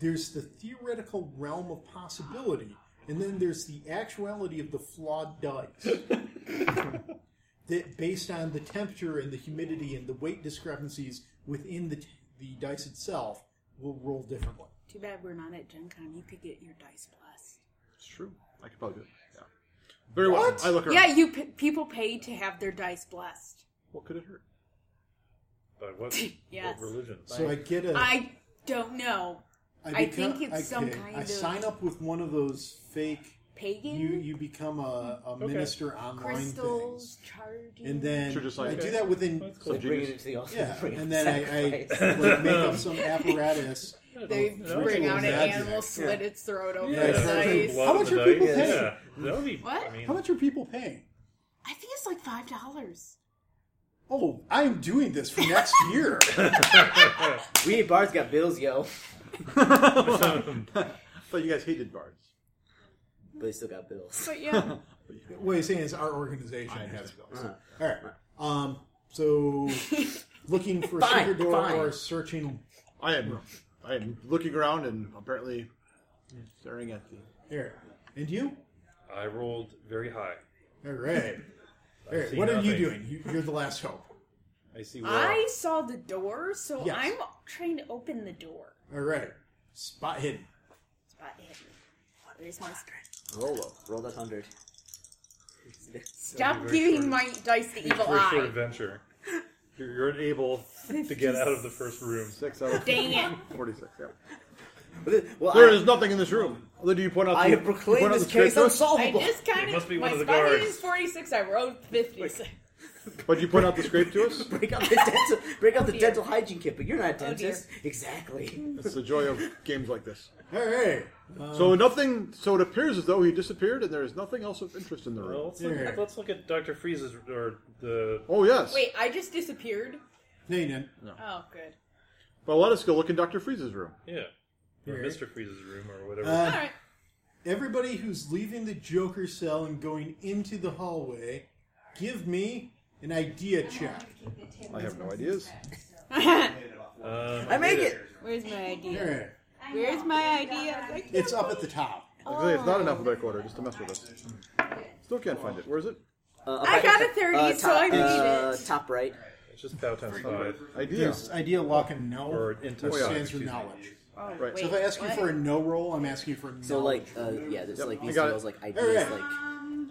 Speaker 1: there's the theoretical realm of possibility and then there's the actuality of the flawed dice that based on the temperature and the humidity and the weight discrepancies within the, t- the dice itself will roll differently
Speaker 3: Too bad we're not at Gen Con. You could get your dice plus.
Speaker 6: It's true. I could probably do it. Yeah. Very well. I look around.
Speaker 3: Yeah, you p- people pay to have their dice blessed.
Speaker 6: What could it hurt?
Speaker 2: By what,
Speaker 3: Yes.
Speaker 2: what religion?
Speaker 1: So I get a.
Speaker 3: I don't know. I think it's some
Speaker 1: okay,
Speaker 3: kind
Speaker 1: I
Speaker 3: of-
Speaker 1: sign up with one of those fake.
Speaker 3: Pagan
Speaker 1: You you become a, a minister online
Speaker 3: crystals,
Speaker 1: things,
Speaker 3: charging.
Speaker 1: and then
Speaker 6: Should just,
Speaker 1: I
Speaker 6: like-
Speaker 1: do that within
Speaker 2: That's
Speaker 5: So
Speaker 2: cool.
Speaker 5: bring it into the altar.
Speaker 1: yeah,
Speaker 5: bring it
Speaker 1: and
Speaker 5: to
Speaker 1: then I,
Speaker 5: sacrifice.
Speaker 1: I like make up some apparatus.
Speaker 3: they
Speaker 2: No,
Speaker 3: bring out an
Speaker 1: that's-
Speaker 3: animal, slit its throat open.
Speaker 2: Yeah,
Speaker 1: Yeah.
Speaker 2: that's
Speaker 3: Nice.
Speaker 2: a lot
Speaker 1: How
Speaker 2: of
Speaker 1: much
Speaker 2: the
Speaker 1: are people
Speaker 2: dice.
Speaker 1: paying?
Speaker 2: Yeah, that would be.
Speaker 3: What?
Speaker 2: I mean,
Speaker 1: How much are people paying?
Speaker 3: I think it's like five dollars.
Speaker 1: Oh, I'm doing this for next year.
Speaker 5: we ain't bards got bills, yo,
Speaker 6: I thought you guys hated bards.
Speaker 5: but they still got bills.
Speaker 3: But yeah,
Speaker 1: what you're saying is our organization
Speaker 6: I
Speaker 1: has
Speaker 6: understand.
Speaker 1: those. All right. Um. So, looking for a
Speaker 5: Fine,
Speaker 1: secret door
Speaker 5: fine.
Speaker 1: or searching
Speaker 6: I am. I am looking around and apparently staring at the.
Speaker 1: area. And you?
Speaker 2: I rolled very high.
Speaker 1: All right. All right.
Speaker 2: see
Speaker 1: What are you
Speaker 2: nothing.
Speaker 1: doing? You, you're the last hope.
Speaker 2: I see. Well,
Speaker 3: I saw the door, so
Speaker 1: Yes.
Speaker 3: I'm trying to open the door.
Speaker 1: All right. Spot hidden.
Speaker 3: Spot hidden. Where's my
Speaker 5: Roll up, roll that hundred.
Speaker 3: Stop
Speaker 2: very
Speaker 3: giving
Speaker 2: short.
Speaker 3: my dice the evil
Speaker 2: First short
Speaker 3: eye.
Speaker 2: adventure. You're, you're unable to get out of the first room.
Speaker 6: Six out of
Speaker 3: Dang it.
Speaker 6: 46. Yeah.
Speaker 5: Well,
Speaker 6: There
Speaker 5: I-
Speaker 6: is nothing in this room. Although, do you point out
Speaker 5: I
Speaker 6: the,
Speaker 5: have
Speaker 6: you point
Speaker 5: proclaimed
Speaker 6: out
Speaker 5: this
Speaker 6: the
Speaker 5: case
Speaker 6: scarecrow?
Speaker 3: I
Speaker 5: unsolvable.
Speaker 3: just kind
Speaker 2: It must be
Speaker 3: of
Speaker 2: one
Speaker 3: my
Speaker 2: of the
Speaker 3: spot
Speaker 2: guards.
Speaker 3: is 46. I rolled 56.
Speaker 6: But you point out the scrape to us?
Speaker 5: Break out the dental, break out the
Speaker 3: Oh, dear.
Speaker 5: dental hygiene kit, but you're not a
Speaker 3: Oh, dear.
Speaker 5: dentist.
Speaker 1: Oh,
Speaker 5: exactly.
Speaker 6: It's the joy of games like this.
Speaker 1: All right.
Speaker 5: Um,
Speaker 6: so nothing. So it appears as though he disappeared, and there is nothing else of interest in the room.
Speaker 2: Well, let's, look,
Speaker 1: Yeah.
Speaker 2: let's look at Doctor Freeze's or the.
Speaker 6: oh yes.
Speaker 3: Wait, I just disappeared.
Speaker 1: No, you didn't.
Speaker 3: Oh, good.
Speaker 6: Well, let us go look in Doctor Freeze's room.
Speaker 2: Yeah. Or
Speaker 1: Here.
Speaker 2: Mr. Freeze's room or whatever.
Speaker 1: Uh,
Speaker 3: All right.
Speaker 1: Everybody who's leaving the Joker cell and going into the hallway, give me an idea check.
Speaker 6: I have no ideas.
Speaker 2: Um,
Speaker 5: I make it.
Speaker 3: Where's my
Speaker 1: All
Speaker 3: idea?
Speaker 1: right.
Speaker 3: Where's my idea? I can't
Speaker 1: It's up at the top.
Speaker 6: Actually, it's not an alphabetic order, just to mess with us. Still can't find it. Where is it?
Speaker 5: Uh,
Speaker 3: I
Speaker 5: about-
Speaker 3: got a 30,
Speaker 5: uh,
Speaker 3: so
Speaker 5: top,
Speaker 3: I need
Speaker 5: uh,
Speaker 3: it.
Speaker 5: Top right.
Speaker 2: It's just pow times five.
Speaker 6: Idea.
Speaker 1: There's idea lock and no,
Speaker 2: Or
Speaker 1: which
Speaker 2: intel.
Speaker 1: stands for knowledge.
Speaker 3: Oh,
Speaker 6: Right.
Speaker 3: wait,
Speaker 1: So if I ask you
Speaker 3: what?
Speaker 1: for a no roll, I'm asking you for knowledge.
Speaker 5: So like, uh, yeah, there's
Speaker 6: Yep,
Speaker 5: like
Speaker 6: I
Speaker 5: these
Speaker 6: got
Speaker 5: skills
Speaker 6: it.
Speaker 5: like
Speaker 1: Alright.
Speaker 5: ideas like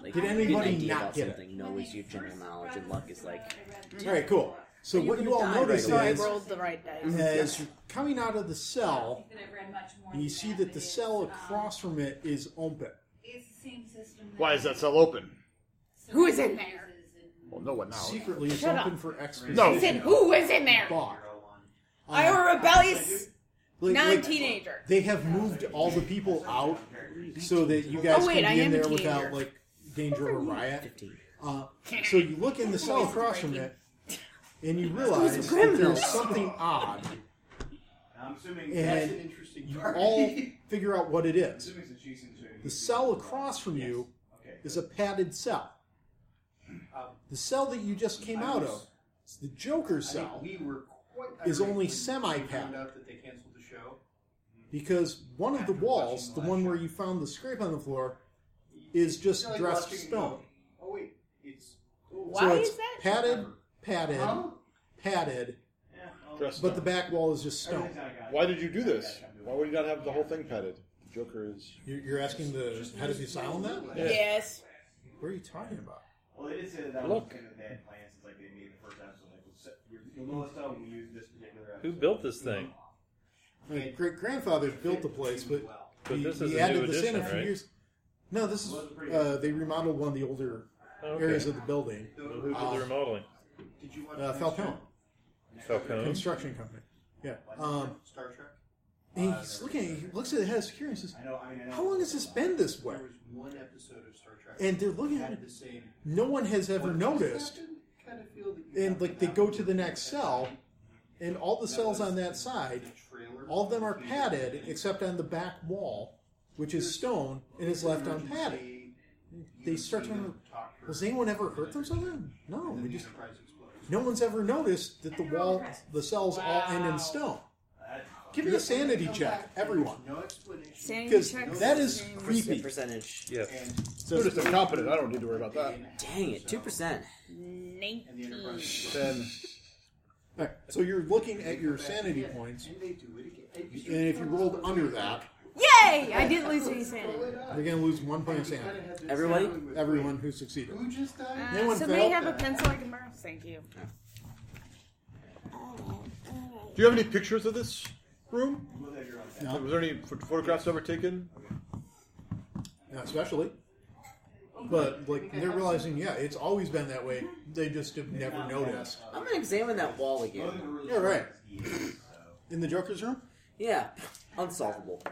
Speaker 5: like
Speaker 1: Did
Speaker 5: an
Speaker 1: anybody
Speaker 5: idea
Speaker 1: not
Speaker 5: about
Speaker 1: get it?
Speaker 5: something. No is your general knowledge, and luck is like
Speaker 1: all right, cool. So what you all
Speaker 5: die right
Speaker 1: notice
Speaker 3: So I
Speaker 1: is,
Speaker 3: rolled the right dice.
Speaker 1: as you're coming out of the cell,
Speaker 8: that I've read much more
Speaker 1: and you
Speaker 8: than
Speaker 1: see
Speaker 8: but
Speaker 1: that the
Speaker 8: it's,
Speaker 1: cell
Speaker 8: um,
Speaker 1: across from it is open.
Speaker 8: It's the same system.
Speaker 6: Why is that cell open?
Speaker 3: Who is in there?
Speaker 6: Well, no one now.
Speaker 1: Secretly, it's
Speaker 3: Shut
Speaker 1: open
Speaker 3: up.
Speaker 1: for exposition. Uh,
Speaker 6: No.
Speaker 3: I said, who was in there?
Speaker 1: Bar.
Speaker 3: I
Speaker 2: uh,
Speaker 3: am a rebellious
Speaker 1: Like- like-
Speaker 3: non-teenager.
Speaker 1: they have moved all the people out so that you guys
Speaker 3: Oh, wait,
Speaker 1: can
Speaker 3: I
Speaker 1: be in
Speaker 3: am
Speaker 1: there
Speaker 3: a
Speaker 1: without
Speaker 3: teenager.
Speaker 1: like danger of a riot.
Speaker 5: fifteen.
Speaker 1: Uh, so you look in the cell across from it, and you realize that
Speaker 5: criminals.
Speaker 1: there's something odd.
Speaker 7: I'm assuming
Speaker 1: that's an
Speaker 7: interesting
Speaker 1: You all figure out what it is.
Speaker 7: it's a cheese and
Speaker 1: The cell across from you
Speaker 7: Okay.
Speaker 1: is a padded cell.
Speaker 7: Um,
Speaker 1: The cell that you just came out of, it's the Joker cell,
Speaker 7: we were quite
Speaker 1: is
Speaker 7: irate
Speaker 1: only
Speaker 7: when we
Speaker 1: semi-packed.
Speaker 7: found out that they canceled the show.
Speaker 1: because one of the walls, the one where you found the scrape on the floor, is just
Speaker 7: It's like
Speaker 1: dressed
Speaker 7: watching-
Speaker 1: stone.
Speaker 7: Oh wait, it's
Speaker 3: Why
Speaker 1: So it's
Speaker 3: is that?
Speaker 1: padded, padded,
Speaker 7: Huh?
Speaker 1: padded,
Speaker 7: Yeah, well,
Speaker 6: Dressed
Speaker 1: but
Speaker 6: up.
Speaker 1: the back wall is just stone.
Speaker 7: everything's not got it.
Speaker 6: Why did you do this? Why would you not have the whole thing padded? Joker is.
Speaker 1: You're, you're asking the head of the asylum that?
Speaker 3: Yes.
Speaker 1: What are you talking about?
Speaker 7: Well, they did say that that
Speaker 2: Look.
Speaker 7: was kind of bad plan since like they made the first episode. Like, we'll set- you'll know us out when we use this particular
Speaker 2: Who
Speaker 7: episode.
Speaker 2: built this thing?
Speaker 1: My great grandfather built the place, but
Speaker 7: Well,
Speaker 2: But
Speaker 1: he,
Speaker 2: this is
Speaker 1: he
Speaker 2: a
Speaker 1: added
Speaker 2: new
Speaker 1: this
Speaker 2: addition,
Speaker 1: in a few
Speaker 2: right?
Speaker 1: years. No, this is uh, they remodeled one of the older
Speaker 2: Okay.
Speaker 1: areas of the building.
Speaker 2: Well, Who did
Speaker 1: Ah.
Speaker 2: the remodeling?
Speaker 7: did you watch
Speaker 1: Uh,
Speaker 7: the
Speaker 1: Falcone
Speaker 2: Falcone.
Speaker 1: Construction Company. Yeah. Um,
Speaker 7: Star Trek?
Speaker 1: and he's looking. He looks at it, has security, and says,
Speaker 7: I know. I mean, I know.
Speaker 1: "How long has this been this way?"
Speaker 7: There was one episode of Star Trek.
Speaker 1: And they're looking at
Speaker 7: had
Speaker 1: it.
Speaker 7: the same.
Speaker 1: No one has ever
Speaker 7: What
Speaker 1: noticed.
Speaker 7: happened? Kinda feel that you
Speaker 1: And
Speaker 7: have
Speaker 1: like they
Speaker 7: that
Speaker 1: go
Speaker 7: one.
Speaker 1: to the next cell, and all the cells on that side,
Speaker 7: The trailer.
Speaker 1: all of them are padded except on the back wall, which is stone and is left unpadded.
Speaker 7: Emergency,
Speaker 1: They start to remember,
Speaker 7: talk for-
Speaker 1: has anyone ever hurt themselves? No,
Speaker 7: and then
Speaker 1: we
Speaker 7: the
Speaker 1: just
Speaker 7: Enterprise explodes.
Speaker 1: no one's ever noticed that the wall, the cells all end in stone.
Speaker 7: That-
Speaker 1: Give me a sanity check, everyone,
Speaker 7: No explanation.
Speaker 1: because that is
Speaker 5: Percent-
Speaker 1: creepy.
Speaker 5: percentage.
Speaker 2: Yes.
Speaker 7: And
Speaker 6: They're just incompetent. I don't need to worry about that.
Speaker 5: Dang it, two percent.
Speaker 7: and the Enterprise
Speaker 3: Nineteen.
Speaker 7: explodes.
Speaker 6: Then
Speaker 1: All right, so you're looking at your sanity points,
Speaker 7: And they do it again. And
Speaker 1: and if you rolled under that,
Speaker 3: Yay! I didn't lose any sanity.
Speaker 1: you're going to lose one point of
Speaker 7: You kinda
Speaker 1: sanity.
Speaker 7: have this
Speaker 5: Everybody?
Speaker 7: sound with-
Speaker 1: Everyone who succeeded.
Speaker 7: Who just died?
Speaker 1: No one
Speaker 3: Uh, so may I
Speaker 1: failed
Speaker 3: have a
Speaker 7: that.
Speaker 3: pencil I can borrow? Thank you.
Speaker 6: Do you have any pictures of this room?
Speaker 7: We'll have your own back.
Speaker 1: No,
Speaker 6: Was there any ph- photographs ever taken?
Speaker 1: not especially. But like they're realizing, yeah, it's always been that way. They just have never noticed.
Speaker 5: I'm gonna examine that wall
Speaker 3: Uh,
Speaker 7: Well, they
Speaker 5: again.
Speaker 7: were really
Speaker 1: Yeah, right.
Speaker 7: smart as kids, so.
Speaker 1: In the Joker's room,
Speaker 5: Yeah, unsolvable.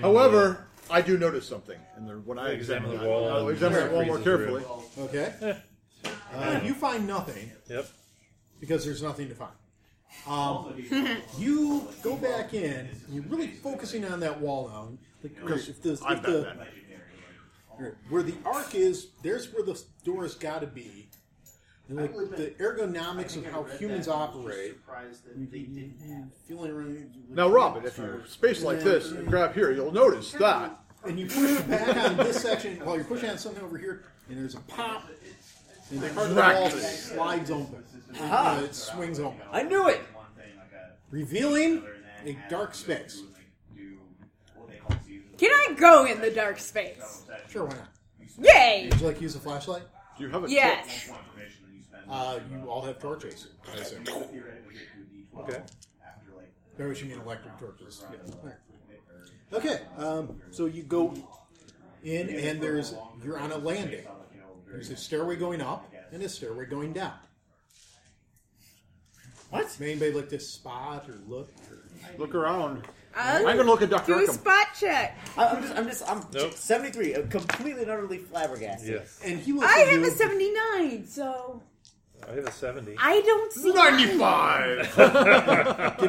Speaker 6: However, I do notice something. And there, when I
Speaker 2: Examine the
Speaker 6: that-
Speaker 2: wall
Speaker 6: I'll
Speaker 2: and
Speaker 6: examine the wall more
Speaker 2: freezes the
Speaker 6: carefully.
Speaker 7: Well,
Speaker 1: okay, uh, you find nothing
Speaker 2: Yep.
Speaker 1: because there's nothing to find. Um,
Speaker 7: also need-
Speaker 1: you go back in. and You're really focusing on that wall now. Like, if the,
Speaker 6: I'm
Speaker 1: if the,
Speaker 6: Batman.
Speaker 1: where the arc is, there's where the door's got to be. And like the ergonomics of how humans operate, Mm-hmm.
Speaker 7: Surprised that they didn't have
Speaker 1: feeling around.
Speaker 6: Now, Robin, if you space like this and grab here, you'll notice that.
Speaker 1: and you push back on this section while you're pushing on something over here, and there's a pop, and the part of the wall
Speaker 6: Exactly.
Speaker 1: slides open.
Speaker 5: Aha.
Speaker 1: Uh, it swings open,
Speaker 5: I knew it.
Speaker 7: one thing like a
Speaker 1: revealing
Speaker 7: other than
Speaker 1: a
Speaker 7: have
Speaker 1: dark
Speaker 7: to go through
Speaker 1: space.
Speaker 7: and, like, do what they call seasons.
Speaker 3: Can I go in the dark space?
Speaker 7: So that-
Speaker 1: Sure, why not?
Speaker 3: Yay!
Speaker 1: Would you like to use a flashlight?
Speaker 6: Do you have a
Speaker 3: Yes.
Speaker 7: More information than you spend.
Speaker 1: Uh, you all have torches. I
Speaker 7: You
Speaker 1: assume.
Speaker 7: could theoretically get to a D12
Speaker 2: Okay.
Speaker 7: after, like,
Speaker 1: Or what you mean electric torches.
Speaker 7: round
Speaker 1: Yeah.
Speaker 7: of, like, or-
Speaker 1: Okay, um, so you go in, and there's you're on a landing.
Speaker 7: you know, very
Speaker 1: There's a stairway going up and a stairway going down. What? May anybody like to spot or look? Or...
Speaker 6: check? Look around.
Speaker 3: I'm
Speaker 6: I'm going to look at Dr.
Speaker 3: do a
Speaker 6: Arkham.
Speaker 3: spot check.
Speaker 5: I- I'm just, I'm just, I'm
Speaker 2: Nope.
Speaker 5: 73. I'm completely and utterly flabbergasted.
Speaker 2: Yes.
Speaker 1: And he looks.
Speaker 3: I
Speaker 1: at
Speaker 3: have
Speaker 1: you,
Speaker 3: a 79, so
Speaker 2: I have a 70.
Speaker 3: I don't see.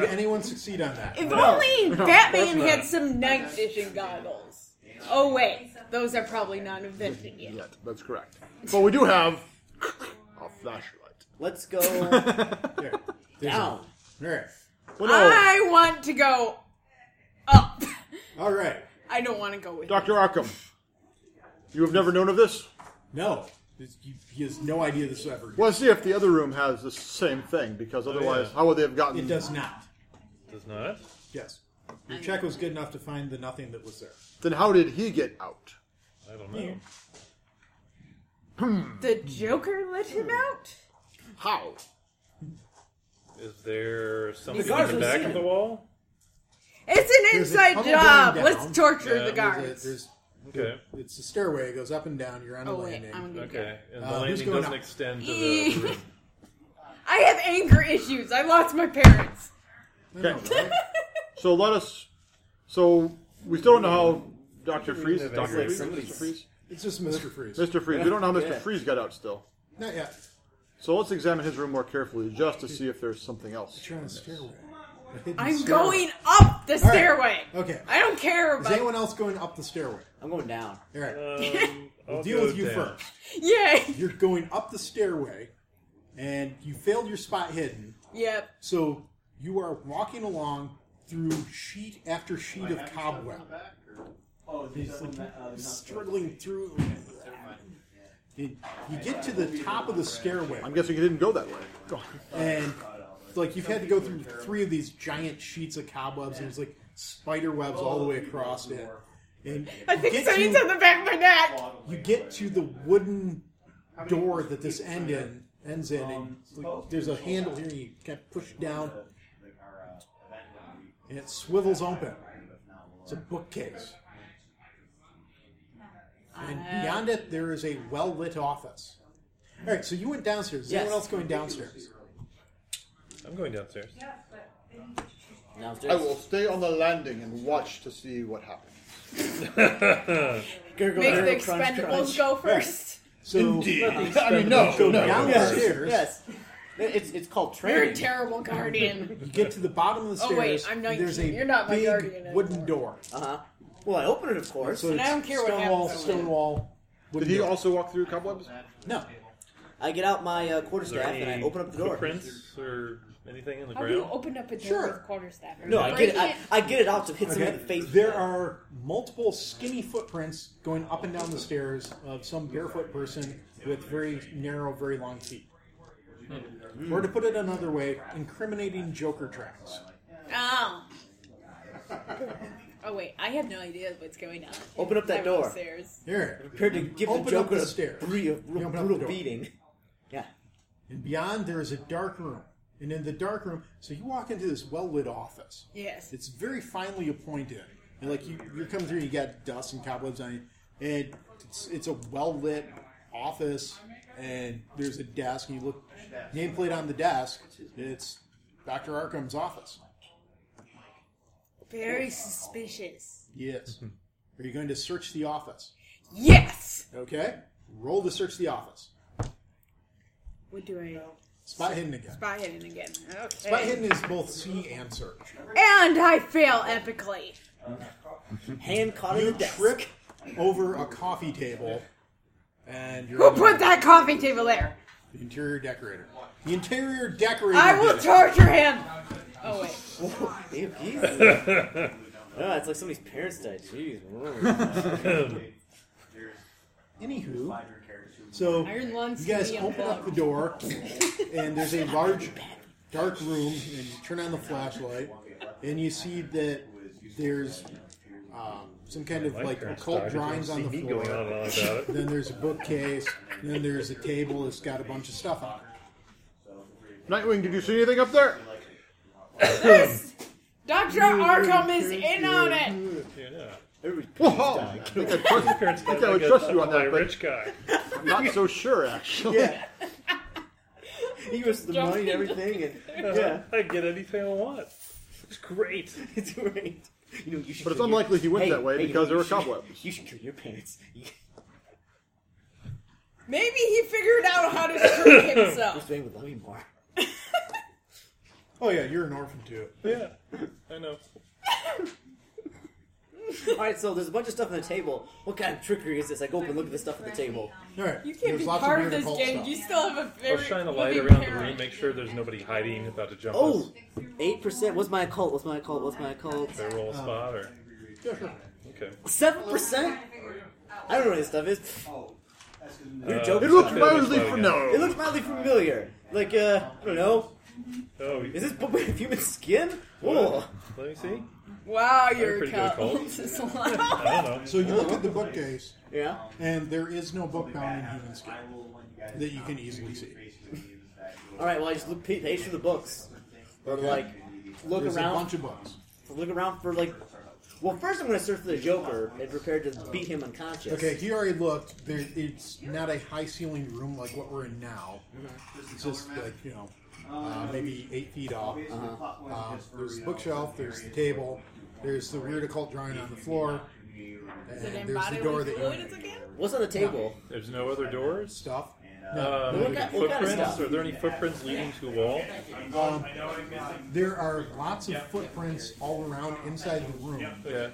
Speaker 1: Did anyone succeed on that?
Speaker 3: If only Batman
Speaker 6: not.
Speaker 3: had some night vision goggles. Oh wait, those are probably not invented yet.
Speaker 6: Yet, that's correct. But we do have a flashlight.
Speaker 5: Let's go down.
Speaker 1: There. There's a- All right.
Speaker 6: Well, no,
Speaker 3: I want to go up.
Speaker 1: All right.
Speaker 3: I don't want to go with
Speaker 6: Dr. Arkham, you have never known of this?
Speaker 1: No, This- he- he has no idea this ever.
Speaker 6: Well, let's see if the other room has the same thing, because otherwise,
Speaker 2: yeah.
Speaker 6: how would they have gotten
Speaker 1: It does not.
Speaker 2: Does not.
Speaker 1: Yes. Your check was good enough to find the nothing that was there.
Speaker 6: Then how did he get out?
Speaker 2: I don't know.
Speaker 3: The Joker let him out.
Speaker 6: How?
Speaker 2: Is there something
Speaker 5: The guards
Speaker 2: in the
Speaker 5: were
Speaker 2: back
Speaker 5: seen
Speaker 2: of the
Speaker 5: it.
Speaker 2: wall?
Speaker 3: It's an
Speaker 1: There's a
Speaker 3: inside
Speaker 1: tunnel
Speaker 3: job.
Speaker 1: going down.
Speaker 3: Let's torture
Speaker 2: Yeah,
Speaker 3: the
Speaker 1: There's
Speaker 2: there's
Speaker 3: guards.
Speaker 1: a- there's-
Speaker 2: Okay.
Speaker 1: it's a stairway. It goes up and down. You're on a
Speaker 3: Oh wait,
Speaker 1: landing.
Speaker 3: I'm gonna
Speaker 2: Okay. And the
Speaker 1: Uh, who's
Speaker 2: landing
Speaker 1: going
Speaker 2: doesn't
Speaker 1: up?
Speaker 2: extend to
Speaker 3: Eee.
Speaker 2: the room.
Speaker 3: go. I have anger issues. I lost my parents.
Speaker 1: I know, right?
Speaker 6: So let us. So we still don't know how Doctor Freeze.
Speaker 2: have
Speaker 6: Doctor
Speaker 2: angry
Speaker 6: Freeze.
Speaker 5: issues.
Speaker 6: Mr. Freeze.
Speaker 1: It's just Mr. Freeze.
Speaker 6: Mr. Freeze. We don't know how Mr.
Speaker 5: Yeah.
Speaker 6: Freeze got out still.
Speaker 1: Not yet.
Speaker 6: So let's examine his room more carefully, just to see if there's something else.
Speaker 1: You're on a stairway. A hidden
Speaker 3: I'm
Speaker 1: stairway.
Speaker 3: going up the
Speaker 1: All right.
Speaker 3: stairway.
Speaker 1: Okay.
Speaker 3: I don't care
Speaker 1: Is
Speaker 3: about.
Speaker 1: anyone else going up the stairway?
Speaker 5: I'm going down.
Speaker 1: All right.
Speaker 2: Um, I'll
Speaker 1: deal
Speaker 2: go
Speaker 1: with you
Speaker 2: down.
Speaker 1: first.
Speaker 3: Yay.
Speaker 1: You're going up the stairway, and you failed your spot hidden.
Speaker 3: Yep.
Speaker 1: So you are walking along through sheet after sheet of
Speaker 7: Have you stepped on
Speaker 1: cobweb,
Speaker 7: the back, or- Oh, is this one that, uh, there's not-
Speaker 1: struggling through.
Speaker 7: Never mind.
Speaker 1: You you get to the top of the stairway,
Speaker 6: I'm guessing he didn't go that way.
Speaker 1: and like you've had to go through three of these giant sheets of cobwebs, and it's like spider webs all the way across it. And
Speaker 3: I
Speaker 1: you
Speaker 3: think
Speaker 1: get
Speaker 3: something's on
Speaker 1: to,
Speaker 3: the back of my neck.
Speaker 1: you get to the wooden door that this end in ends in, and like, there's a handle here. and You kind of push down,
Speaker 7: Like our uh, event when
Speaker 1: and it swivels open.
Speaker 7: if not more.
Speaker 1: It's a bookcase. And
Speaker 3: Uh,
Speaker 1: beyond it, there is a well lit office. All right, so you went downstairs. Is
Speaker 5: Yes.
Speaker 1: anyone else going downstairs?
Speaker 2: I'm going downstairs.
Speaker 8: Yes, but they need to choose.
Speaker 5: Downstairs.
Speaker 4: I will stay on the landing and watch to see what happens.
Speaker 5: Gurgle,
Speaker 3: Make the
Speaker 5: gurgle, crunch,
Speaker 3: expendables
Speaker 5: crunch.
Speaker 3: go first.
Speaker 1: So
Speaker 4: I mean, no, no.
Speaker 1: downstairs,
Speaker 5: Yes. It's, it's called
Speaker 3: You're a
Speaker 5: training.
Speaker 3: terrible guardian.
Speaker 1: you get to the bottom of the
Speaker 3: Oh,
Speaker 1: stairs.
Speaker 3: wait, I'm 19.
Speaker 1: There's a
Speaker 3: You're not my
Speaker 1: big
Speaker 3: guardian anymore.
Speaker 1: wooden door.
Speaker 5: Uh huh. Well, I open it, of course.
Speaker 1: So
Speaker 3: And I
Speaker 1: it's
Speaker 3: don't care what
Speaker 1: stone wall,
Speaker 3: happens.
Speaker 1: stone wall.
Speaker 4: Did
Speaker 1: wooden
Speaker 4: he
Speaker 1: door.
Speaker 4: also walk through cobwebs?
Speaker 1: No.
Speaker 5: I get out my uh,
Speaker 2: Is
Speaker 5: quarterstaff
Speaker 2: there
Speaker 5: and I
Speaker 2: any
Speaker 5: open up the door.
Speaker 2: Footprints or anything in the
Speaker 3: How do you
Speaker 2: ground?
Speaker 3: open up a door
Speaker 1: Sure.
Speaker 3: with quarterstaff?
Speaker 5: No, I get it. I, I get it out to hit someone
Speaker 1: Okay.
Speaker 5: in the face.
Speaker 1: There are multiple skinny footprints going up and down the stairs of some barefoot person with very narrow, very long feet.
Speaker 5: Hmm.
Speaker 1: Or to put it another way, incriminating Joker tracks.
Speaker 3: Oh. Oh wait, I have no idea what's going on.
Speaker 5: Open up that
Speaker 3: I went
Speaker 5: door.
Speaker 3: upstairs.
Speaker 1: Here.
Speaker 5: prepared to give
Speaker 1: Open
Speaker 5: the
Speaker 1: up
Speaker 5: Joker
Speaker 1: the
Speaker 5: a
Speaker 1: stairs.
Speaker 5: bre- a
Speaker 1: open
Speaker 5: real
Speaker 1: up the
Speaker 5: brutal
Speaker 1: door.
Speaker 5: beating. Yeah.
Speaker 1: And beyond, there is a dark room. And in the dark room, so you walk into this well lit office.
Speaker 3: Yes.
Speaker 1: It's very finely appointed. And like you, you're coming through, you got dust and cobwebs on you, and it's, it's a well lit office. And there's a desk. And you look nameplate on the desk. and It's Doctor Arkham's office.
Speaker 3: Very suspicious.
Speaker 1: Yes. Are you going to search the office?
Speaker 3: Yes.
Speaker 1: Okay. Roll to search the office.
Speaker 3: What do I
Speaker 1: Spot hidden again.
Speaker 3: spy hidden again? Okay.
Speaker 1: Spot hidden is both see and search.
Speaker 3: And I fail epically.
Speaker 5: Hand caught in
Speaker 1: You
Speaker 5: the desk.
Speaker 1: trip over a coffee table, and you're
Speaker 3: Who
Speaker 1: on the-
Speaker 3: put that coffee table there?
Speaker 1: The interior decorator. The interior decorator.
Speaker 3: I will
Speaker 1: did it.
Speaker 3: torture him. Oh wait.
Speaker 5: Oh, ew, Jesus. oh, it's like somebody's parents died. Jeez. Whoa.
Speaker 1: Anywho,
Speaker 7: Five hundred carries to-
Speaker 1: so
Speaker 3: Iron lungs.
Speaker 1: you guys
Speaker 3: medium
Speaker 1: open up the
Speaker 3: blood.
Speaker 1: door, and there's a large, dark room, and you turn on the flashlight, and you see that there's um, some kind of
Speaker 2: My
Speaker 1: like
Speaker 2: parents died.
Speaker 1: occult
Speaker 2: If you
Speaker 1: drawings
Speaker 2: see
Speaker 1: on the
Speaker 2: me going on
Speaker 1: floor.
Speaker 2: and on about it.
Speaker 1: Then there's a bookcase. Then there's a table that's got a bunch of stuff on it.
Speaker 6: Nightwing, did you see anything up there?
Speaker 3: Yes. Dr. Arkham is in on it.
Speaker 2: Yeah, yeah.
Speaker 5: Everybody's parents
Speaker 6: Whoa! I
Speaker 5: died.
Speaker 6: think I trust,
Speaker 2: Parents
Speaker 6: I think
Speaker 2: died
Speaker 6: I
Speaker 2: like
Speaker 6: would
Speaker 2: a-
Speaker 6: trust you
Speaker 2: like
Speaker 6: on
Speaker 2: a
Speaker 6: that, but
Speaker 2: rich guy.
Speaker 6: I'm not so sure actually.
Speaker 5: Yeah. he gives the money and everything, and yeah,
Speaker 2: I get anything I want. It's great.
Speaker 5: it's great. You know, you should.
Speaker 6: But it's
Speaker 5: kill your-
Speaker 6: unlikely he went
Speaker 5: Hey,
Speaker 6: that way
Speaker 5: hey, you
Speaker 6: because
Speaker 5: know,
Speaker 6: there were
Speaker 5: you should-
Speaker 6: cobwebs.
Speaker 5: You should kill your parents. You-
Speaker 3: Maybe he figured out how to trick
Speaker 5: This
Speaker 3: himself.
Speaker 5: man would love you more.
Speaker 1: Oh yeah, you're an orphan too.
Speaker 2: Yeah, I know.
Speaker 5: All right, so there's a bunch of stuff on the table. What kind of trickery is this? I go up and look at the stuff on the table.
Speaker 1: All right,
Speaker 3: You can't
Speaker 1: there's
Speaker 3: be
Speaker 1: lots
Speaker 3: part
Speaker 1: weird
Speaker 3: of this
Speaker 1: occult
Speaker 3: game.
Speaker 1: stuff.
Speaker 3: You still have a very.
Speaker 2: I'll shine a light
Speaker 3: living
Speaker 2: around the
Speaker 3: parent.
Speaker 2: room, make sure there's nobody hiding about to jump
Speaker 5: Oh,
Speaker 2: us.
Speaker 8: um,
Speaker 5: eight percent. What's my occult? What's my occult? What's my occult?
Speaker 2: Should I roll a spot or
Speaker 1: Yeah, sure.
Speaker 2: okay?
Speaker 5: Seven percent. I don't know what this stuff is.
Speaker 7: Oh, that's 'cause we-
Speaker 5: Your
Speaker 2: Uh,
Speaker 5: Joker
Speaker 6: It looked
Speaker 5: stuff.
Speaker 2: my-
Speaker 6: mildly
Speaker 2: It
Speaker 5: It
Speaker 6: familiar.
Speaker 5: looks mildly familiar. Like uh, I don't know.
Speaker 2: Oh,
Speaker 5: Is this book made of human skin? Whoa.
Speaker 2: Let me see.
Speaker 3: Wow,
Speaker 2: I'm
Speaker 3: your
Speaker 2: pretty good at
Speaker 3: occult
Speaker 2: cults.
Speaker 3: is loud.
Speaker 2: I don't know.
Speaker 1: So you look at the bookcase,
Speaker 5: Yeah.
Speaker 7: Um,
Speaker 1: and there is no book bound in
Speaker 7: I
Speaker 1: human skin.
Speaker 7: will let you guys
Speaker 1: That you
Speaker 7: know.
Speaker 1: can easily see.
Speaker 7: Basically, it was that you-
Speaker 5: All right. Well, I just look pa- page through the books, or like look
Speaker 1: There's a
Speaker 5: around,
Speaker 1: bunch of books.
Speaker 5: look around for like. Well, first I'm going to search for the Joker and prepare to beat him unconscious.
Speaker 1: Okay, he already looked. There, it's not a high ceiling room like what we're in now. It's just like you know, uh, maybe eight feet off. Um, there's the bookshelf. There's the table. There's the weird occult drawing on the floor,
Speaker 3: Is it
Speaker 1: and there's the
Speaker 3: embodied
Speaker 1: door
Speaker 3: with
Speaker 1: that you
Speaker 3: fluids again?
Speaker 5: What's on the table?
Speaker 2: There's no other doors.
Speaker 1: stuff.
Speaker 2: Um,
Speaker 5: What kind- what kind of
Speaker 2: footprints?
Speaker 5: stuff?
Speaker 2: Are there any footprints leading to a wall?
Speaker 1: Um, there are lots of footprints all around inside the room. Um,
Speaker 2: Yeah,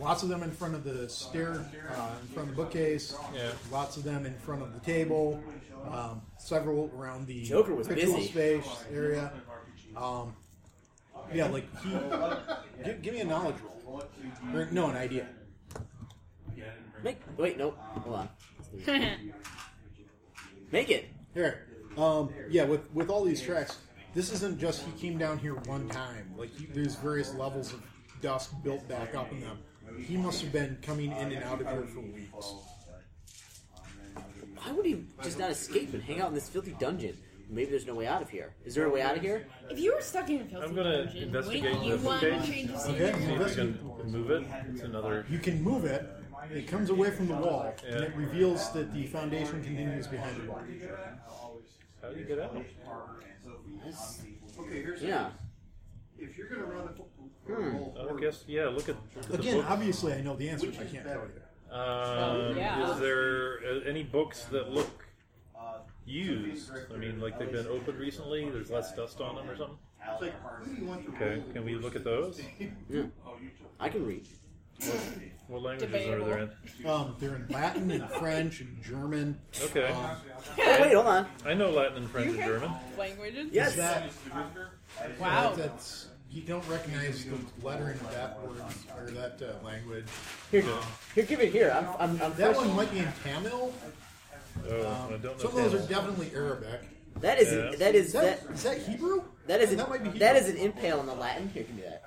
Speaker 1: Lots of them in front of the stair, uh, in front of the bookcase.
Speaker 2: yeah.
Speaker 1: Lots of them in front of the table. Um, several around the
Speaker 5: Joker was
Speaker 1: picture
Speaker 5: busy.
Speaker 1: space area. Um, yeah, like he, give, give me a knowledge roll. Or, no, an idea.
Speaker 5: Make wait, no, hold on. Make it.
Speaker 1: Here, um, yeah, with with all these tracks, this isn't just he came down here one time. Like you, there's various levels of dust built back up in them. He must have been coming in and out of here for weeks.
Speaker 5: Why would he just not escape and hang out in this filthy dungeon? Maybe there's no way out of here. Is there a way out of here?
Speaker 3: If you were stuck in a filthy
Speaker 2: I'm gonna
Speaker 3: dungeon,
Speaker 2: investigate
Speaker 3: wouldn't you
Speaker 2: the
Speaker 3: want
Speaker 2: cage.
Speaker 3: to change the
Speaker 1: Okay.
Speaker 2: See
Speaker 3: scenery?
Speaker 2: if we can move it. It's another.
Speaker 1: You can move it. It comes away from the wall,
Speaker 2: Yeah.
Speaker 1: and it reveals that the foundation continues behind the wall.
Speaker 2: How do you get out?
Speaker 7: Okay, here's
Speaker 5: Yeah.
Speaker 7: If you're gonna run the
Speaker 5: Hmm.
Speaker 2: Oh, I guess yeah. Look at the
Speaker 1: Again,
Speaker 2: book.
Speaker 1: obviously, I know the answer, but I can't tell you.
Speaker 5: Oh,
Speaker 2: Um,
Speaker 3: yeah.
Speaker 2: Is there uh, any books that look
Speaker 7: Uh,
Speaker 2: used? I mean, like they've been opened recently. There's less dust on them or something.
Speaker 7: It's like, who do you want to
Speaker 2: Okay, can we look at those?
Speaker 5: Hmm.
Speaker 7: Oh,
Speaker 5: I can read.
Speaker 2: What languages are there in?
Speaker 1: Um, they're in Latin and French and German.
Speaker 2: Okay,
Speaker 1: Um,
Speaker 5: Oh, wait, hold on.
Speaker 2: I know Latin and French
Speaker 3: You
Speaker 2: and
Speaker 3: have
Speaker 2: German.
Speaker 3: Languages?
Speaker 1: is
Speaker 5: Yes.
Speaker 1: that
Speaker 3: Wow.
Speaker 1: That's you don't recognize the lettering of that word or that uh, language.
Speaker 5: Here, here, give it here. I'm, I'm, I'm
Speaker 1: That
Speaker 5: fresh.
Speaker 1: one might be in Tamil.
Speaker 2: Oh, I
Speaker 1: Um,
Speaker 2: don't know.
Speaker 1: some of those are
Speaker 2: Tamil.
Speaker 1: definitely Arabic.
Speaker 5: That is,
Speaker 2: Yeah.
Speaker 5: that is,
Speaker 1: Is
Speaker 5: that,
Speaker 1: that is that Hebrew?
Speaker 5: that is, an,
Speaker 1: That might be
Speaker 5: that is
Speaker 1: Hebrew.
Speaker 5: an impale in the Latin. Here, give me that.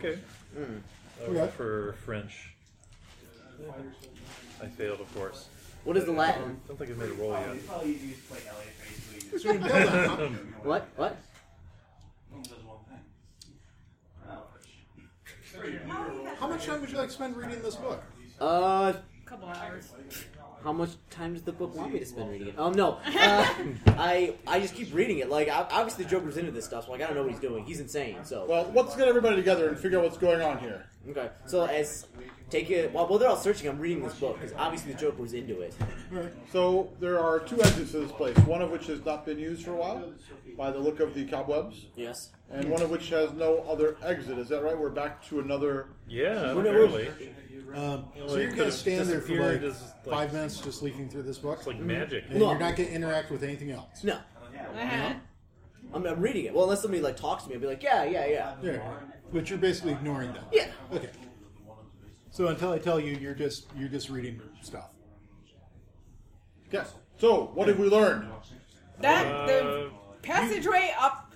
Speaker 2: Okay. I
Speaker 5: Mm.
Speaker 6: Oh,
Speaker 1: Okay.
Speaker 2: went for French. I failed, of course.
Speaker 5: What is the Latin?
Speaker 2: I don't think I made a roll yet.
Speaker 7: It's probably easy to play Elliot basically.
Speaker 1: So we build on top.
Speaker 5: What? What?
Speaker 1: How much time would you like to spend reading this book?
Speaker 5: Uh,
Speaker 3: couple hours.
Speaker 5: how much time does the book want me to spend reading it? Um, no. Uh, I, I just keep reading it. Like, ob- obviously, Joker's into this stuff, so I gotta know what he's doing. He's insane. So,
Speaker 6: Well, let's get everybody together and figure out what's going on here.
Speaker 5: okay. So as take it while, while they're all searching, I'm reading this book because obviously the Joker's into it.
Speaker 6: So there are two exits to this place. One of which has not been used for a while, by the look of the cobwebs,
Speaker 5: Yes.
Speaker 6: and one of which has no other exit. Is that right? We're back to another.
Speaker 2: Yeah,
Speaker 5: What- what-
Speaker 2: apparently.
Speaker 1: Um, so
Speaker 2: it
Speaker 1: you're
Speaker 2: could've
Speaker 1: gonna stand there for
Speaker 2: disappeared
Speaker 1: like,
Speaker 2: as, like-
Speaker 1: five minutes, just leafing through this book,
Speaker 2: It's like magic.
Speaker 1: and
Speaker 5: No.
Speaker 1: you're not gonna interact with anything else.
Speaker 5: No.
Speaker 3: Uh-huh.
Speaker 5: I'm, I'm reading it. Well, unless somebody like talks to me, I'd be like, yeah, yeah, yeah,
Speaker 1: There. But you're basically ignoring them.
Speaker 5: yeah.
Speaker 1: Okay. So until I tell you, you're just you're just reading stuff.
Speaker 6: Yes. So what have we learned?
Speaker 3: That the
Speaker 2: Uh,
Speaker 3: passageway up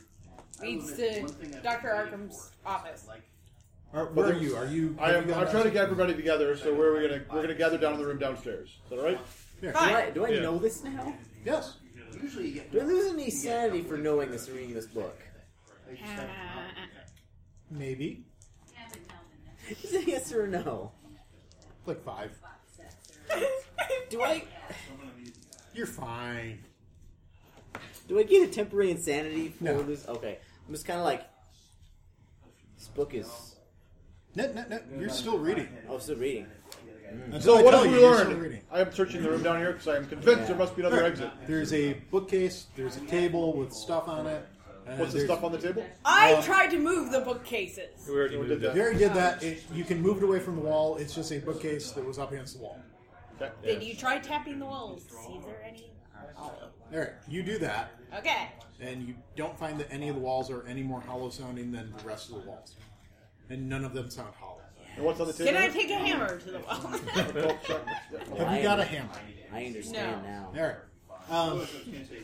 Speaker 3: leads to Dr. Arkham's office.
Speaker 1: Are, where
Speaker 6: there-
Speaker 1: are you? Are you?
Speaker 6: I
Speaker 1: have you
Speaker 6: am,
Speaker 1: gone
Speaker 6: I'm trying to
Speaker 1: down-
Speaker 6: get everybody together. So where are we gonna? We're gonna gather down in the room downstairs. Is that all right?
Speaker 5: Do I, do I
Speaker 2: Yeah.
Speaker 5: know this now?
Speaker 1: Yes.
Speaker 7: Usually you get
Speaker 5: Do I lose any sanity for knowing this, and reading this book?
Speaker 1: Maybe.
Speaker 5: Is it a yes or a no?
Speaker 1: Like five.
Speaker 5: Do I
Speaker 1: You're fine.
Speaker 5: do I get a temporary insanity for
Speaker 1: No.
Speaker 5: this? Okay, I'm just kind of like this book is.
Speaker 1: No, no, no. You're still reading.
Speaker 5: Oh, still reading.
Speaker 1: Until
Speaker 6: So
Speaker 1: I
Speaker 6: what
Speaker 1: tell
Speaker 6: have we
Speaker 1: you, you're still
Speaker 6: learned?
Speaker 1: reading.
Speaker 6: I am searching the room down here because I am convinced there must be another exit.
Speaker 1: There's a bookcase. There's a table with stuff on it. and
Speaker 6: What's the
Speaker 1: there's-
Speaker 6: stuff on the table?
Speaker 3: I
Speaker 5: uh,
Speaker 1: Um,
Speaker 3: tried to move the bookcases.
Speaker 2: we already
Speaker 6: We
Speaker 2: moved
Speaker 6: did
Speaker 2: that.
Speaker 1: You already did that. It, you can move it away from the wall. It's just a bookcase that was up against the wall.
Speaker 3: Did you try tapping the walls? to See if there are any?
Speaker 1: All right. You do that,
Speaker 3: Okay.
Speaker 1: and you don't find that any of the walls are any more hollow sounding than the rest of the walls, and none of them sound hollow.
Speaker 6: And what's on the table?
Speaker 3: Can I take a hammer to the wall?
Speaker 1: Have you got a hammer?
Speaker 5: I understand now.
Speaker 1: All right. Um,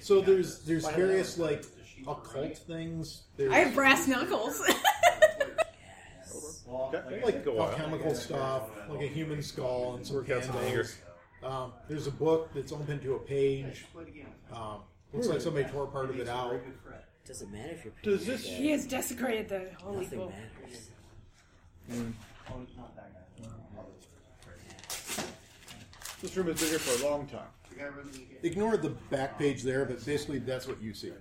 Speaker 1: so there's there's various like occult things. There's
Speaker 3: I have brass knuckles.
Speaker 6: Okay.
Speaker 1: like
Speaker 2: Go on.
Speaker 1: alchemical stuff, like a human skull and some
Speaker 2: Work out some anger.
Speaker 1: candles. Um, there's a book that's open to a page. Um, looks like somebody tore part of it out.
Speaker 5: Does it matter if you're?
Speaker 6: Does this-
Speaker 5: Yeah.
Speaker 3: he has desecrated the holy
Speaker 5: Nothing
Speaker 3: book.
Speaker 5: matters.
Speaker 7: Oh,
Speaker 6: This room has been here for a long time.
Speaker 1: Ignore the back page there, but basically that's what you see.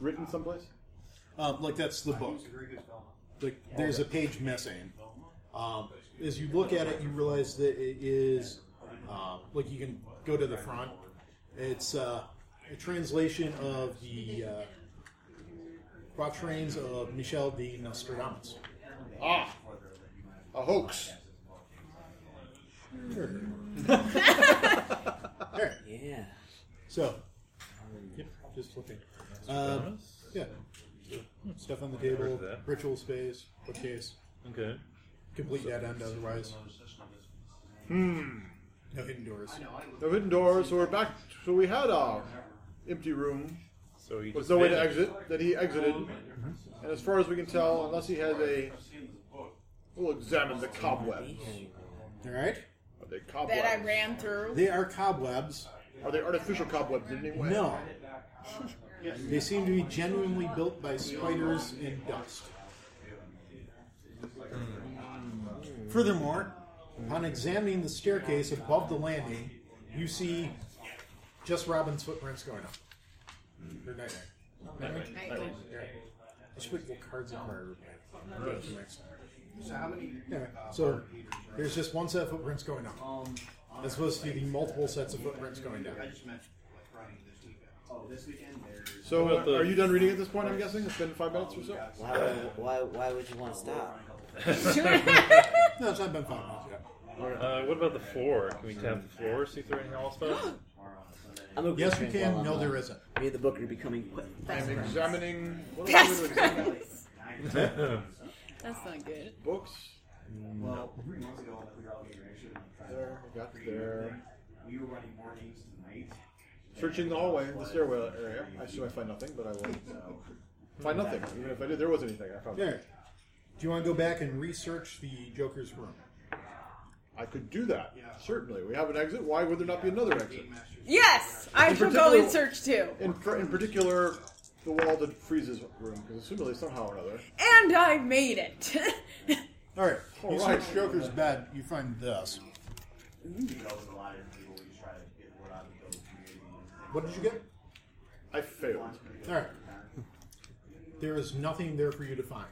Speaker 6: Written someplace?
Speaker 1: Um, like that's the book. Like there's a page missing. Um, as you look at it, you realize that it is um, like you can go to the front. It's uh, a translation of the uh, quatrains of Michel de Nostradamus.
Speaker 6: Ah, a hoax.
Speaker 1: Sure. All right.
Speaker 5: Yeah.
Speaker 1: So, yep, just looking. Um, yeah, stuff on the table, ritual space, bookcase,
Speaker 2: Okay.
Speaker 1: complete dead end otherwise.
Speaker 6: Hmm.
Speaker 1: No hidden doors.
Speaker 6: No hidden doors, so we're back. So we had a empty room
Speaker 2: So you
Speaker 6: with
Speaker 2: just
Speaker 6: no way to
Speaker 2: vanished.
Speaker 6: exit that he exited.
Speaker 2: Mm-hmm.
Speaker 6: And as far as we can tell, unless he has a, we'll examine the cobwebs.
Speaker 5: Behind.
Speaker 1: All right.
Speaker 6: Are they
Speaker 3: That I
Speaker 6: cobwebs?
Speaker 3: ran through.
Speaker 1: They are cobwebs.
Speaker 6: Are they artificial cobwebs in any way?
Speaker 1: No. They seem to be genuinely built by spiders and dust. Furthermore, upon examining the staircase above the landing, you see just Robin's footprints going up. Or night I should put the cards in my room.
Speaker 7: So how many?
Speaker 1: Anyway, so there's just one set of footprints going up. As opposed to the multiple sets of footprints going down.
Speaker 7: I just meant like running this weekend. Oh, this weekend there's.
Speaker 6: So,
Speaker 2: What about
Speaker 6: uh,
Speaker 2: the-
Speaker 6: are you done reading at this point? I'm guessing it's been five minutes or so.
Speaker 5: Why, why, why would you want to stop?
Speaker 1: No, it's not been five minutes yet.
Speaker 2: Uh, what about the floor? Can we tap
Speaker 6: Hmm.
Speaker 2: the floor, see if there are anything else about it?
Speaker 5: I'm a
Speaker 1: Yes, you can. No, there isn't.
Speaker 5: Me and the book are becoming qu-
Speaker 6: I'm examining. What am I
Speaker 3: Best
Speaker 6: doing? Examining
Speaker 3: friends. That's not good.
Speaker 6: books.
Speaker 7: Well, three months ago, we were all getting ready to try to-
Speaker 6: There, got there.
Speaker 7: We were running more games tonight.
Speaker 6: Searching the hallway, the stairwell area. I assume I find nothing, but I will uh,
Speaker 7: So,
Speaker 6: find nothing. Even if I did, there was anything. I found.
Speaker 1: There. Do you want to go back and research the Joker's room?
Speaker 6: I could do that.
Speaker 7: Yeah.
Speaker 6: Certainly, we have an exit. Why would there not be another exit?
Speaker 7: Game Masters.
Speaker 3: Yes, I
Speaker 6: In
Speaker 3: shall go in
Speaker 6: particular-
Speaker 3: search too.
Speaker 6: In, pr- in particular, the wall that freezes room, because assumably somehow or another.
Speaker 3: And I made it.
Speaker 1: All right.
Speaker 6: All
Speaker 1: you
Speaker 6: right.
Speaker 1: search Joker's bed. You find this.
Speaker 7: We go with a lot of people. We just try to get word out of the community.
Speaker 1: What did you get?
Speaker 6: I failed.
Speaker 1: All right. There is nothing there for you to find.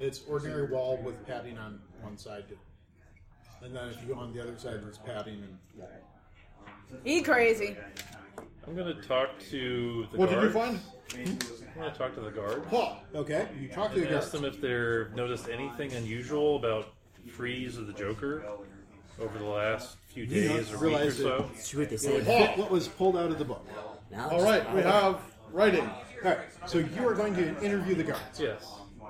Speaker 1: It's ordinary wall with padding on one side, to- and then if you go on the other side, there's padding. And
Speaker 3: he crazy.
Speaker 2: I'm gonna talk to the
Speaker 6: What did
Speaker 2: guards.
Speaker 6: you find?
Speaker 2: I'm gonna talk to the guard.
Speaker 6: Huh.
Speaker 1: okay, you talk to
Speaker 2: And
Speaker 1: the guards.
Speaker 2: ask them if they're noticed anything unusual about Freeze or the Joker over the last few
Speaker 1: You
Speaker 2: days or week or
Speaker 1: realize
Speaker 2: so.
Speaker 1: that
Speaker 5: See what they
Speaker 1: it
Speaker 5: say.
Speaker 1: fit what was pulled out of the book.
Speaker 5: Now
Speaker 6: All right, we have writing.
Speaker 1: All right. So you are going to interview the guards.
Speaker 2: Yes.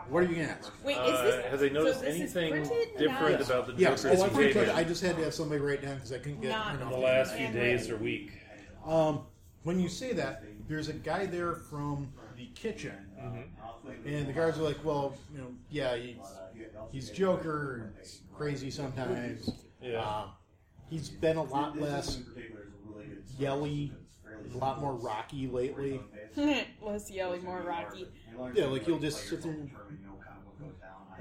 Speaker 1: What are you going to ask?
Speaker 3: Wait, is
Speaker 2: Uh,
Speaker 3: this?
Speaker 2: have they noticed
Speaker 3: so this is
Speaker 2: anything
Speaker 3: printed?
Speaker 2: different
Speaker 3: Not-
Speaker 2: about the
Speaker 1: Yeah,
Speaker 2: Joker's
Speaker 1: it's printed.
Speaker 2: behavior
Speaker 1: I just had to have somebody write down because I couldn't get
Speaker 3: Not-
Speaker 1: you know,
Speaker 2: in the last few days or week?
Speaker 1: Um, when you say that, there's a guy there from the kitchen,
Speaker 2: Mm-hmm.
Speaker 6: Oh.
Speaker 1: and the guards are like, "Well, you know, yeah, he's he's Joker, and he's crazy sometimes.
Speaker 2: Yeah.
Speaker 3: Uh-huh.
Speaker 1: Um, he's been a lot less yelly, a lot more rocky lately.
Speaker 3: Less yelling, more rocky.
Speaker 1: Yeah, like he'll just sit there. and-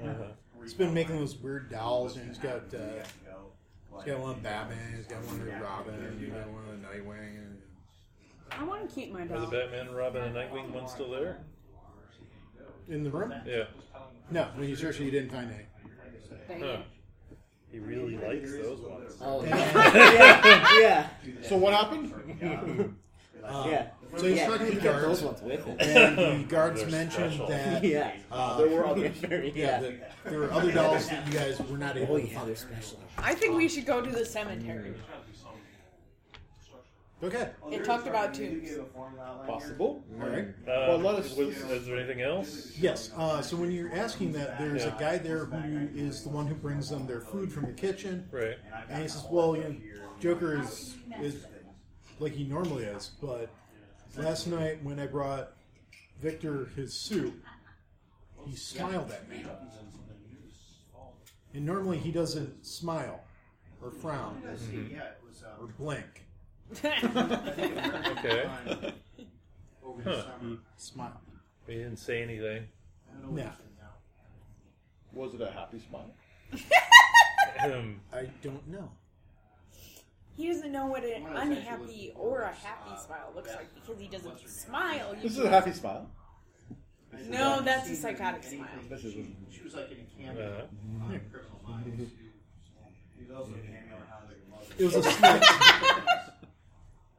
Speaker 2: Uh-huh.
Speaker 1: He's been making those weird dolls, and he's got uh, he's got one of Batman, he's got one of Robin, he's got one of Nightwing. And,
Speaker 3: I want to keep my
Speaker 2: Are the
Speaker 3: dog.
Speaker 2: Batman, Robin, and Nightwing one still there?
Speaker 1: in the room?
Speaker 2: Yeah.
Speaker 1: No, when you search, it, you didn't find any.
Speaker 3: Thank
Speaker 2: Huh.
Speaker 3: you.
Speaker 2: He really likes those ones.
Speaker 5: Oh, yeah. yeah.
Speaker 6: So what happened?
Speaker 1: Um,
Speaker 5: Yeah.
Speaker 1: So he's
Speaker 5: yeah.
Speaker 1: talking to
Speaker 5: he
Speaker 1: the
Speaker 5: kept those
Speaker 1: guards,
Speaker 5: ones with him.
Speaker 1: and the guards
Speaker 2: They're
Speaker 1: mentioned
Speaker 2: special.
Speaker 1: that
Speaker 5: yeah.
Speaker 1: uh,
Speaker 6: There were others.
Speaker 5: yeah.
Speaker 1: Yeah,
Speaker 5: yeah.
Speaker 1: that there were other dolls that you guys were not able
Speaker 5: Oh,
Speaker 1: to
Speaker 5: yeah,
Speaker 1: find.
Speaker 5: they're special.
Speaker 3: I think we should go to the cemetery.
Speaker 1: Okay,
Speaker 3: It talked about tombs.
Speaker 6: Possible.
Speaker 1: all right.
Speaker 2: Uh,
Speaker 6: Well, let us-
Speaker 2: was, is there anything else?
Speaker 1: Yes, uh, so when you're asking that, there's
Speaker 2: Yeah.
Speaker 1: a guy there who is the one who brings them their food from the kitchen,
Speaker 2: Right.
Speaker 1: and he says, "Well, you know, Joker is is like he normally is, but last night when I brought Victor his soup, he smiled at me, and normally he doesn't smile or frown
Speaker 7: Yeah, it was um,
Speaker 1: or blink,
Speaker 2: Okay.
Speaker 7: over the
Speaker 2: Huh.
Speaker 1: Mm-hmm.
Speaker 7: summer.
Speaker 1: smile.
Speaker 2: He didn't say anything.
Speaker 1: Now,
Speaker 6: Was it a happy smile?
Speaker 2: Ahem.
Speaker 1: I don't know.
Speaker 3: He doesn't know what an unhappy or a happy smile looks like because he doesn't smile. You-
Speaker 6: This is a happy smile.
Speaker 3: No, that's a psychotic smile.
Speaker 6: This is
Speaker 7: She was like in a cameo
Speaker 2: Uh,
Speaker 7: on Criminal Minds. She was also a cameo on How to Get Your Mother.
Speaker 1: It was a slight.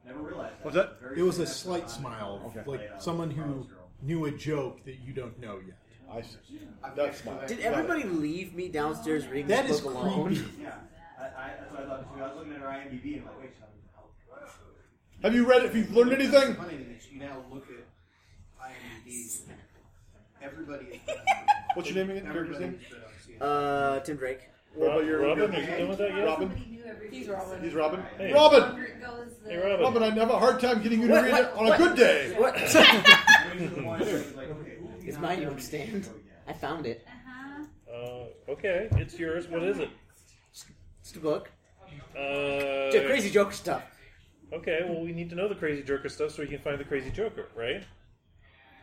Speaker 7: Never realized
Speaker 6: What's that?
Speaker 7: that. Very
Speaker 1: It was a
Speaker 7: soon
Speaker 1: slight
Speaker 7: after
Speaker 1: smile,
Speaker 6: Okay.
Speaker 1: like someone who knew a joke that you don't know yet.
Speaker 6: I see.
Speaker 7: I-
Speaker 6: That smile.
Speaker 5: Did everybody leave me downstairs reading
Speaker 1: That
Speaker 5: this
Speaker 1: is
Speaker 5: book alone?
Speaker 1: creepy.
Speaker 7: Yeah, I, I, that's what I thought too. I was looking at her IMDb and I'm like, wait, she's not
Speaker 6: Have you read? it? Have you learned anything?
Speaker 7: Funny thing is, you now look at IMDb. Everybody. is-
Speaker 6: What's your name again? Character's
Speaker 7: Everybody.
Speaker 6: name?
Speaker 7: is good on seeing it.
Speaker 5: Uh, Tim Drake.
Speaker 6: What about your
Speaker 2: Robin,
Speaker 6: your-
Speaker 2: are you done with that yet?
Speaker 6: Robin?
Speaker 3: He's Robin.
Speaker 6: He's Robin.
Speaker 2: Hey.
Speaker 6: Robin.
Speaker 2: Hey, Robin.
Speaker 6: Robin, I have a hard time getting you to
Speaker 5: What-
Speaker 6: read
Speaker 5: what-
Speaker 6: it on a
Speaker 5: what-
Speaker 6: good day.
Speaker 5: What?
Speaker 7: And these are the ones that was like, okay, who have you
Speaker 5: it's
Speaker 7: not
Speaker 5: mine. You
Speaker 7: done
Speaker 5: understand?
Speaker 7: this show yet?
Speaker 5: I found it.
Speaker 2: Uh, okay, it's yours. What is it?
Speaker 5: It's the book.
Speaker 2: Uh,
Speaker 5: Jo- crazy Joker stuff.
Speaker 2: Okay, well, we need to know the crazy Joker stuff so we can find the crazy Joker, right?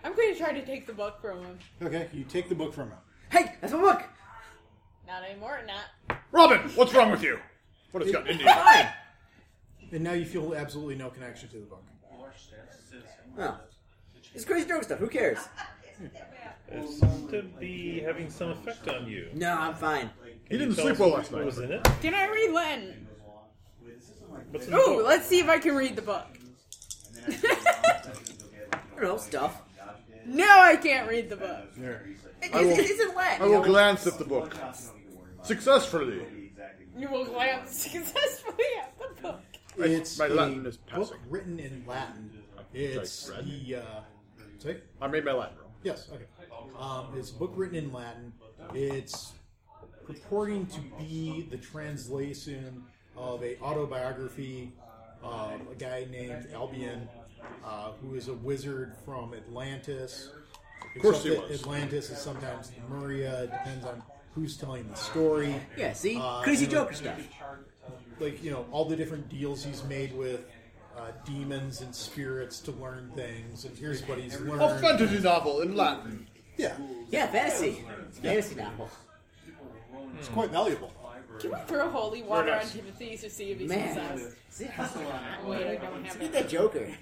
Speaker 3: I'm going to try to take the book from him.
Speaker 1: Okay, you take the book from him.
Speaker 5: Hey, that's my book.
Speaker 3: Not anymore, not.
Speaker 6: Robin, what's wrong with you? What has gotten into you?
Speaker 1: And now you feel absolutely no connection to the book.
Speaker 5: Oh. It's crazy joke stuff. Who cares?
Speaker 2: It seems to be having some effect on you.
Speaker 5: No, I'm fine.
Speaker 6: He
Speaker 2: Can
Speaker 6: didn't
Speaker 2: tell
Speaker 6: sleep
Speaker 2: us
Speaker 6: well
Speaker 2: what
Speaker 6: last night.
Speaker 2: was in it?
Speaker 3: Can I read Len?
Speaker 2: What's in the
Speaker 3: Ooh,
Speaker 2: book?
Speaker 3: let's see if I can read the book.
Speaker 5: I don't know stuff.
Speaker 3: No, I can't read the book.
Speaker 1: There.
Speaker 5: It,
Speaker 6: I
Speaker 5: it's,
Speaker 6: will-
Speaker 5: it's in Latin.
Speaker 6: I will glance at the book. Successfully.
Speaker 3: You will glance successfully at the book.
Speaker 1: It's
Speaker 6: my
Speaker 1: a
Speaker 6: Latin is
Speaker 1: book
Speaker 6: passing.
Speaker 1: written in Latin. It's
Speaker 6: Like red?
Speaker 1: the. Uh, sorry?
Speaker 6: I made my Latin roll.
Speaker 1: Yes, okay. Um, it's a book written in Latin. It's purporting to be the translation of a autobiography of a guy named Albion, uh, who is a wizard from Atlantis. Of
Speaker 6: course he was.
Speaker 1: Atlantis is sometimes Lemuria. It depends on who's telling the story.
Speaker 5: Yeah, see?
Speaker 1: Uh,
Speaker 5: Crazy
Speaker 1: and-
Speaker 5: Joker stuff.
Speaker 1: Like, you know, all the different deals he's made with uh, demons and spirits to learn things. And here's what he's learned.
Speaker 2: Oh,
Speaker 6: A fantasy novel in Latin.
Speaker 1: Yeah,
Speaker 5: Yeah, fantasy. It's a fantasy novel.
Speaker 1: it's quite valuable.
Speaker 3: Can we throw holy water
Speaker 2: Very
Speaker 3: on
Speaker 2: nice.
Speaker 3: Timothy to see if he
Speaker 5: Man.
Speaker 3: sees us?
Speaker 5: See, how's that?
Speaker 3: Wait, I don't have
Speaker 5: Beat
Speaker 3: it.
Speaker 5: that Joker.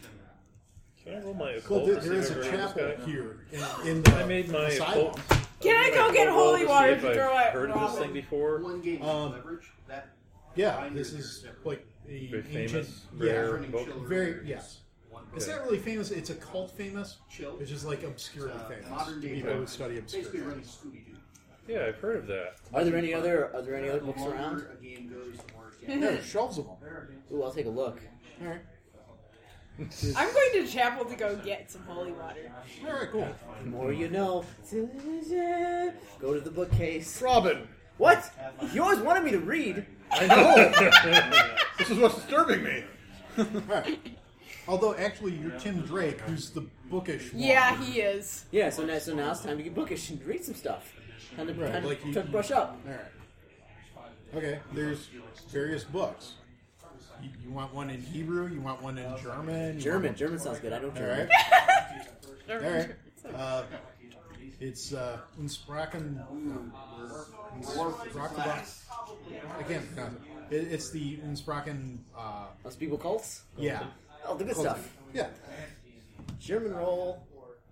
Speaker 2: Can I roll my occult?
Speaker 1: Well, there,
Speaker 2: to
Speaker 1: there is
Speaker 2: see if
Speaker 1: a
Speaker 2: I remember
Speaker 1: chapel
Speaker 2: this guy?
Speaker 1: here in, in the,
Speaker 2: I made my
Speaker 1: the
Speaker 2: occult.
Speaker 1: sidewalk.
Speaker 3: Can I go get
Speaker 2: roll
Speaker 3: holy
Speaker 2: see
Speaker 3: water
Speaker 2: if
Speaker 3: to
Speaker 2: I've
Speaker 3: throw at
Speaker 2: Heard of this
Speaker 3: Robin?
Speaker 2: thing before?
Speaker 7: One game
Speaker 1: Um,
Speaker 7: leverage that
Speaker 1: Yeah, this is like a
Speaker 2: Very
Speaker 1: ancient,
Speaker 2: famous,
Speaker 1: yeah,
Speaker 2: rare book.
Speaker 1: very yes. It's
Speaker 2: Okay.
Speaker 1: not really famous. It's occult famous.
Speaker 7: Chill.
Speaker 1: It's just like obscurely
Speaker 7: Uh,
Speaker 1: famous.
Speaker 7: modern
Speaker 1: to
Speaker 7: day
Speaker 1: People who
Speaker 2: folk.
Speaker 1: study
Speaker 7: basically
Speaker 1: obscurity.
Speaker 7: running Scooby Doo.
Speaker 2: Yeah, I've heard of that.
Speaker 5: Are there any other are there any other books around?
Speaker 1: There are shelves of them.
Speaker 5: Ooh, I'll take a look.
Speaker 1: All right.
Speaker 3: I'm going to chapel to go get some holy water.
Speaker 1: All right. Cool.
Speaker 5: The more you know. Go to the bookcase.
Speaker 6: Robin,
Speaker 5: What? You always wanted me to read.
Speaker 6: I know. this is what's disturbing me.
Speaker 1: All right. Although actually, you're Tim Drake, who's the bookish one.
Speaker 3: Yeah, he is.
Speaker 5: Yeah, so now so now it's time to get bookish and read some stuff. Time to,
Speaker 1: Right,
Speaker 5: time
Speaker 1: like
Speaker 5: to,
Speaker 1: you-
Speaker 5: to brush up.
Speaker 1: All right. Okay. There's various books. You, you want one in Hebrew? You want one in German? You
Speaker 5: German,
Speaker 1: want
Speaker 5: German sounds good. I know
Speaker 1: one- All right.
Speaker 5: German.
Speaker 1: All right. Uh, it's uh, Unsprachen. Unsprachen. I can't pronounce it. it. It's the Unsprachen. Uh,
Speaker 5: Unspeakable cults.
Speaker 1: yeah.
Speaker 5: Oh, the good stuff.
Speaker 1: Yeah.
Speaker 5: German roll.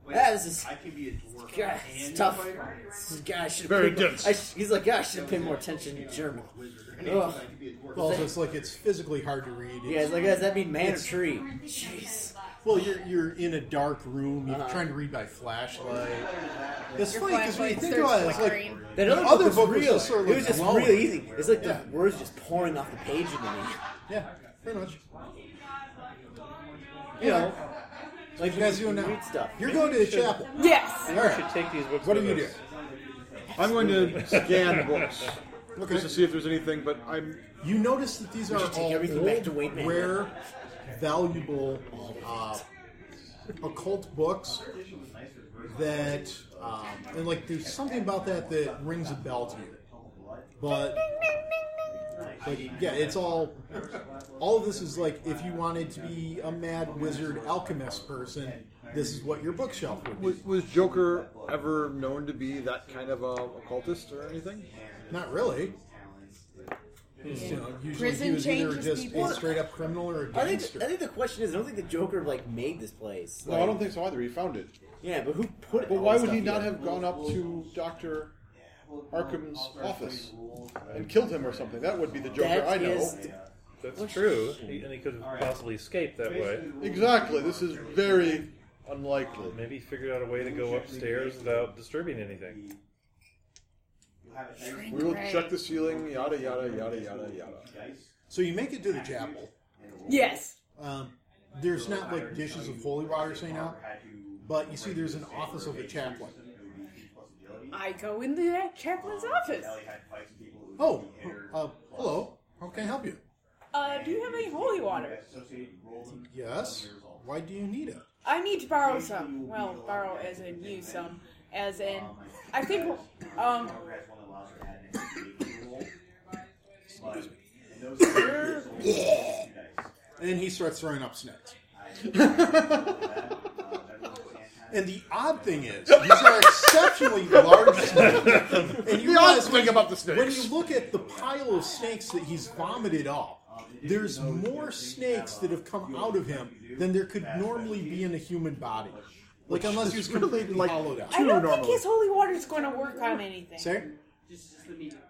Speaker 5: Ah, this is
Speaker 7: I can be a dwarf.
Speaker 5: God, it's
Speaker 7: and
Speaker 5: tough.
Speaker 7: a
Speaker 5: This guy should
Speaker 6: Very
Speaker 5: paid more,
Speaker 6: dense.
Speaker 5: I sh- he's like, "Ah, I should have paid more attention to German.
Speaker 7: wizard.
Speaker 5: Ugh.
Speaker 7: I can be a dwarf.
Speaker 1: Well, also, it's like it's physically hard to read.
Speaker 5: Yeah,
Speaker 1: It's,
Speaker 5: he's like, does that mean man or tree? Jeez.
Speaker 1: well, you're you're in a dark room. You're
Speaker 5: Uh-huh.
Speaker 1: trying to read by flashlight. It's
Speaker 3: Your
Speaker 1: funny because when you
Speaker 3: flashlight's
Speaker 1: think
Speaker 3: so
Speaker 1: about it, it's like
Speaker 3: flickering.
Speaker 5: That other,
Speaker 1: The other
Speaker 5: book,
Speaker 1: book was
Speaker 5: was real.
Speaker 1: just sort of
Speaker 5: it was
Speaker 1: like
Speaker 5: just
Speaker 1: glowing.
Speaker 5: real easy. It's like
Speaker 1: Yeah.
Speaker 5: the words just pouring off the page into me.
Speaker 1: yeah, pretty much.
Speaker 5: You know, like
Speaker 1: You guys
Speaker 5: when
Speaker 1: doing now?
Speaker 5: read stuff.
Speaker 1: You're going to the chapel.
Speaker 3: Yes.
Speaker 1: All
Speaker 2: We should
Speaker 1: right.
Speaker 2: take these books.
Speaker 1: What do
Speaker 2: with
Speaker 1: you do?
Speaker 2: us.
Speaker 6: I'm going to scan the books just
Speaker 1: Okay.
Speaker 6: to see if there's anything, but I'm
Speaker 1: You notice that these are
Speaker 5: should take
Speaker 1: all
Speaker 5: everything
Speaker 1: old,
Speaker 5: back to Wayne Manor.
Speaker 1: rare, valuable, uh, occult books that, um, and like there's something about that that rings a bell to you. But like, yeah, it's all. All of this is like if you wanted to be a mad wizard alchemist person, this is what your bookshelf would be.
Speaker 6: Was, was Joker ever known to be that kind of a occultist or anything?
Speaker 1: Not really. You know, usually he
Speaker 3: Prison
Speaker 1: was either
Speaker 3: changes
Speaker 1: just
Speaker 3: people.
Speaker 1: a straight up criminal or a
Speaker 5: I think, I
Speaker 1: gangster.
Speaker 5: think the question is, I don't think the Joker like made this place.
Speaker 4: No, I don't think so either. He found it.
Speaker 5: Yeah, but who put?
Speaker 4: But
Speaker 5: all
Speaker 4: why
Speaker 5: this
Speaker 4: would he
Speaker 5: stuff
Speaker 4: not
Speaker 5: here?
Speaker 4: have gone up to Doctor Arkham's office and killed him or something? That would be the Joker
Speaker 5: That
Speaker 4: I know.
Speaker 5: is-
Speaker 2: That's true. He- And he could have possibly escaped that way.
Speaker 6: Exactly. This is very unlikely.
Speaker 2: Maybe he figured out a way to go upstairs without disturbing anything.
Speaker 6: We will
Speaker 3: Right.
Speaker 6: check the ceiling. Yada yada yada yada yada.
Speaker 1: So you make it to the chapel.
Speaker 3: Yes.
Speaker 1: Um, there's not like dishes of holy water sitting out, but you see there's an office of a chaplain.
Speaker 3: I go in the chaplain's office.
Speaker 1: Oh, uh, hello. How can I help you?
Speaker 3: Uh, do you have any holy water?
Speaker 1: Yes. Why do you need it?
Speaker 3: I need to borrow some. Well, borrow as in use some. As in, I think, um,
Speaker 1: And then he starts throwing up snakes.
Speaker 7: and
Speaker 1: And the odd thing is, these are exceptionally large snakes. And you realize when,
Speaker 6: about the
Speaker 1: when you look at the pile of snakes that he's vomited up, there's more snakes that have come out of him than there could normally be in a human body. Like unless he was completely
Speaker 6: like-
Speaker 1: hollowed out.
Speaker 3: I don't think
Speaker 6: normally.
Speaker 3: his holy water is going to work on anything.
Speaker 1: Say?
Speaker 9: This is the meeting.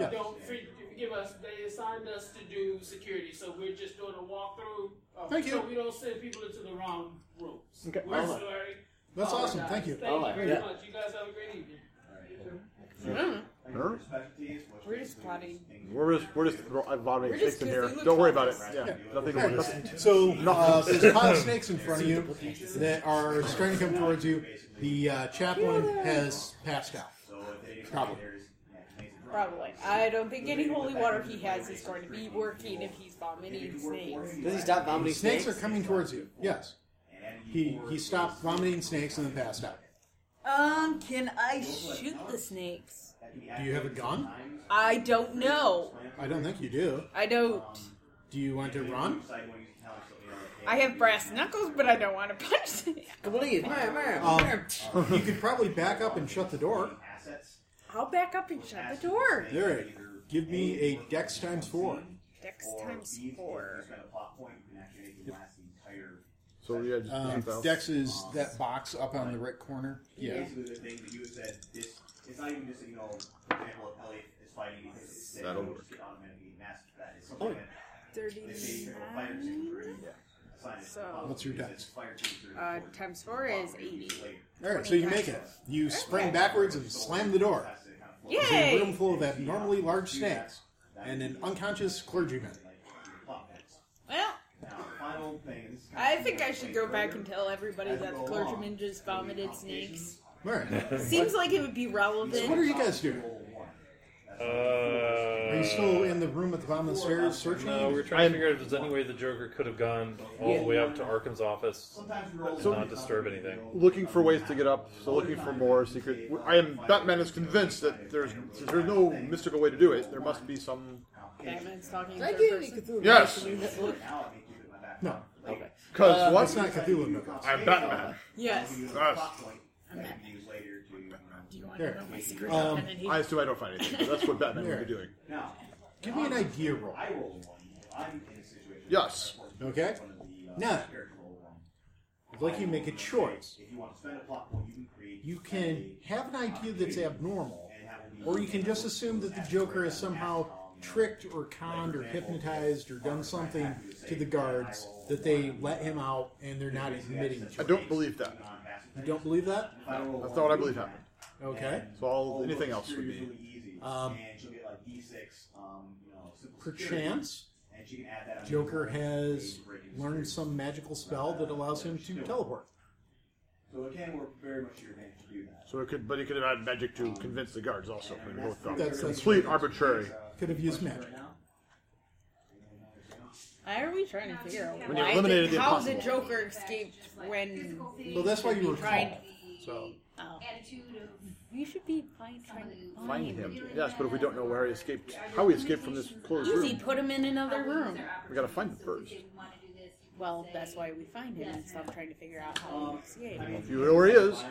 Speaker 1: Yeah.
Speaker 9: Don't for- forgive us. They assigned us to do security, so we're just doing a walkthrough. Uh,
Speaker 1: Thank
Speaker 9: so
Speaker 1: you.
Speaker 9: we don't send people into the wrong rooms.
Speaker 6: Okay.
Speaker 9: We're
Speaker 5: All right.
Speaker 9: sorry.
Speaker 1: That's
Speaker 9: Apologize.
Speaker 1: awesome. Thank you.
Speaker 9: Thank
Speaker 5: All right.
Speaker 9: you very
Speaker 5: Yeah.
Speaker 9: much. You guys have a great evening.
Speaker 3: Hmm,
Speaker 6: Huh?
Speaker 3: We're just plotting.
Speaker 6: We're just we're just throw, I'm vomiting
Speaker 3: We're just
Speaker 6: snakes in here.
Speaker 3: goofy. Look
Speaker 6: Don't worry about
Speaker 3: how
Speaker 6: it. Yeah, nothing.
Speaker 1: Okay,
Speaker 6: nothing-
Speaker 1: So uh, there's a pile of snakes in front of you that are starting to come towards you. The uh, chaplain has passed out. Probably.
Speaker 3: Probably. I don't think any holy water he has is going to be working if he's vomiting snakes.
Speaker 5: Does he stop vomiting
Speaker 1: Snakes,
Speaker 5: snakes?
Speaker 1: are coming towards you. Yes. He he stopped vomiting snakes and then passed out.
Speaker 3: Um, can I shoot the snakes?
Speaker 1: Do you have a gun?
Speaker 3: I don't know.
Speaker 1: I don't think you do.
Speaker 3: I don't.
Speaker 1: Do you want to run?
Speaker 3: I have brass knuckles, but I don't want to punch snakes.
Speaker 5: Come on, in. Meh, meh, meh.
Speaker 1: Um, you could probably back up and shut the door.
Speaker 3: I'll back up and shut the door.
Speaker 1: There. it- Give me a dex times four.
Speaker 3: Dex times four.
Speaker 6: So yeah, just
Speaker 1: Um,
Speaker 6: just-
Speaker 1: dex is that box up on the right corner. Yeah.
Speaker 7: Basically, the thing that you said, this, it's not even just that, you know, for example, if Elliot is fighting because it's sick,
Speaker 4: That'll
Speaker 7: you
Speaker 4: work.
Speaker 7: just get automatically masked for that. It's
Speaker 1: Oh,
Speaker 7: something that they say if you're a fighter,
Speaker 3: Thirty-nine.
Speaker 7: you can assign it.
Speaker 3: So-
Speaker 1: What's your dex?
Speaker 7: Fire teams are
Speaker 3: Uh,
Speaker 7: important.
Speaker 3: times four is
Speaker 7: Um,
Speaker 3: eighty.
Speaker 7: later.
Speaker 1: All right, so you make it. You spring backwards and slam the door.
Speaker 7: That's the kind of flow.
Speaker 3: Yeah.
Speaker 1: There's a room full of abnormally large snakes and an unconscious clergyman.
Speaker 7: Like, your plot hits.
Speaker 3: Well,
Speaker 7: Now, the final thing is kind
Speaker 3: I
Speaker 7: of-
Speaker 3: think I should go back and tell everybody
Speaker 7: As we
Speaker 3: that the
Speaker 7: go
Speaker 3: clergyman
Speaker 7: along,
Speaker 3: just
Speaker 7: there'll be
Speaker 3: vomited
Speaker 7: complications.
Speaker 3: snakes.
Speaker 1: All right.
Speaker 3: Seems like it would be
Speaker 1: So what are
Speaker 3: relevant.
Speaker 1: you guys doing?
Speaker 7: Roll one. That's
Speaker 2: Uh,
Speaker 1: Are you still in the room at the bottom of the stairs searching?
Speaker 2: no, we were trying to figure out if there's any way the Joker could have gone all the way up to Arkham's office.
Speaker 7: Sometimes we roll
Speaker 2: Did
Speaker 7: so,
Speaker 2: not disturb anything.
Speaker 6: looking for ways to get up. So looking for more secret. I am Batman is convinced that there's there's no mystical way to do it. There must be some
Speaker 3: Batman's talking to
Speaker 5: I
Speaker 3: a
Speaker 5: can't make
Speaker 3: person.
Speaker 5: it through.
Speaker 6: Yes.
Speaker 7: Now I make you do my back.
Speaker 1: No,
Speaker 5: Okay.
Speaker 6: because
Speaker 5: Uh,
Speaker 1: that's
Speaker 6: what?
Speaker 1: not Cthulhu mythos.
Speaker 6: I'm Batman.
Speaker 3: Yes.
Speaker 7: You use the
Speaker 6: Yes.
Speaker 7: plot point that you can use later to, um, you know,
Speaker 3: Do you want
Speaker 1: There.
Speaker 3: to know my secret?
Speaker 1: Um,
Speaker 3: and then he
Speaker 6: I assume I don't find anything. That's what Batman would be doing.
Speaker 7: Now,
Speaker 1: Give me an idea roll.
Speaker 7: I roll a one. I'm in a situation.
Speaker 6: Yes.
Speaker 1: Okay.
Speaker 7: One of the, uh,
Speaker 1: Now.
Speaker 7: character roll a one.
Speaker 1: I'd like you to make a choice.
Speaker 7: If you want to spend a plot point, you can create.
Speaker 1: You can have an idea that's abnormal,
Speaker 7: and have it be-
Speaker 1: or you can just assume that the Joker has somehow tricked or conned or hypnotized or done something to the guards that they let him out and they're not admitting
Speaker 6: I
Speaker 1: to it.
Speaker 6: don't believe that.
Speaker 1: You don't believe that?
Speaker 7: If I roll
Speaker 6: That's
Speaker 7: a one,
Speaker 6: not what I
Speaker 7: you
Speaker 6: believe
Speaker 7: can
Speaker 6: happened.
Speaker 1: Okay.
Speaker 6: So all
Speaker 7: Oh,
Speaker 6: anything
Speaker 7: look,
Speaker 6: else would
Speaker 7: security
Speaker 6: be.
Speaker 7: is really easy.
Speaker 1: Um,
Speaker 7: and she'll get like E6, um, you know, simple security,
Speaker 1: Perchance,
Speaker 7: and she can add that on
Speaker 1: Joker
Speaker 7: the-
Speaker 1: has
Speaker 7: breaking
Speaker 1: learned
Speaker 7: security.
Speaker 1: some magical spell that allows him to teleport.
Speaker 7: So it can work very much to your advantage to do that.
Speaker 6: So it could, but it could have added magic to convince the guards also. and both of them.
Speaker 1: That's- that's-
Speaker 6: complete arbitrary.
Speaker 7: uh,
Speaker 1: Could have used magic.
Speaker 3: Why are we trying to figure out
Speaker 8: When
Speaker 6: you
Speaker 3: why
Speaker 6: eliminated
Speaker 3: the,
Speaker 6: the
Speaker 3: how the
Speaker 6: impossible.
Speaker 3: Joker escaped when we
Speaker 8: Well,
Speaker 1: that's why
Speaker 3: should
Speaker 1: you
Speaker 3: be
Speaker 1: were
Speaker 3: trying.
Speaker 1: called. So-
Speaker 3: Oh.
Speaker 8: Attitude of
Speaker 3: We should be fine trying to find,
Speaker 6: Find him. Yes, but if we don't know where he escaped, how he escaped from this closed
Speaker 3: Easy,
Speaker 6: room,
Speaker 3: put him in another room.
Speaker 6: We gotta find him first.
Speaker 3: Well, that's why we find him and stop trying to figure out
Speaker 6: Um,
Speaker 3: how he escaped.
Speaker 6: if you know where he is,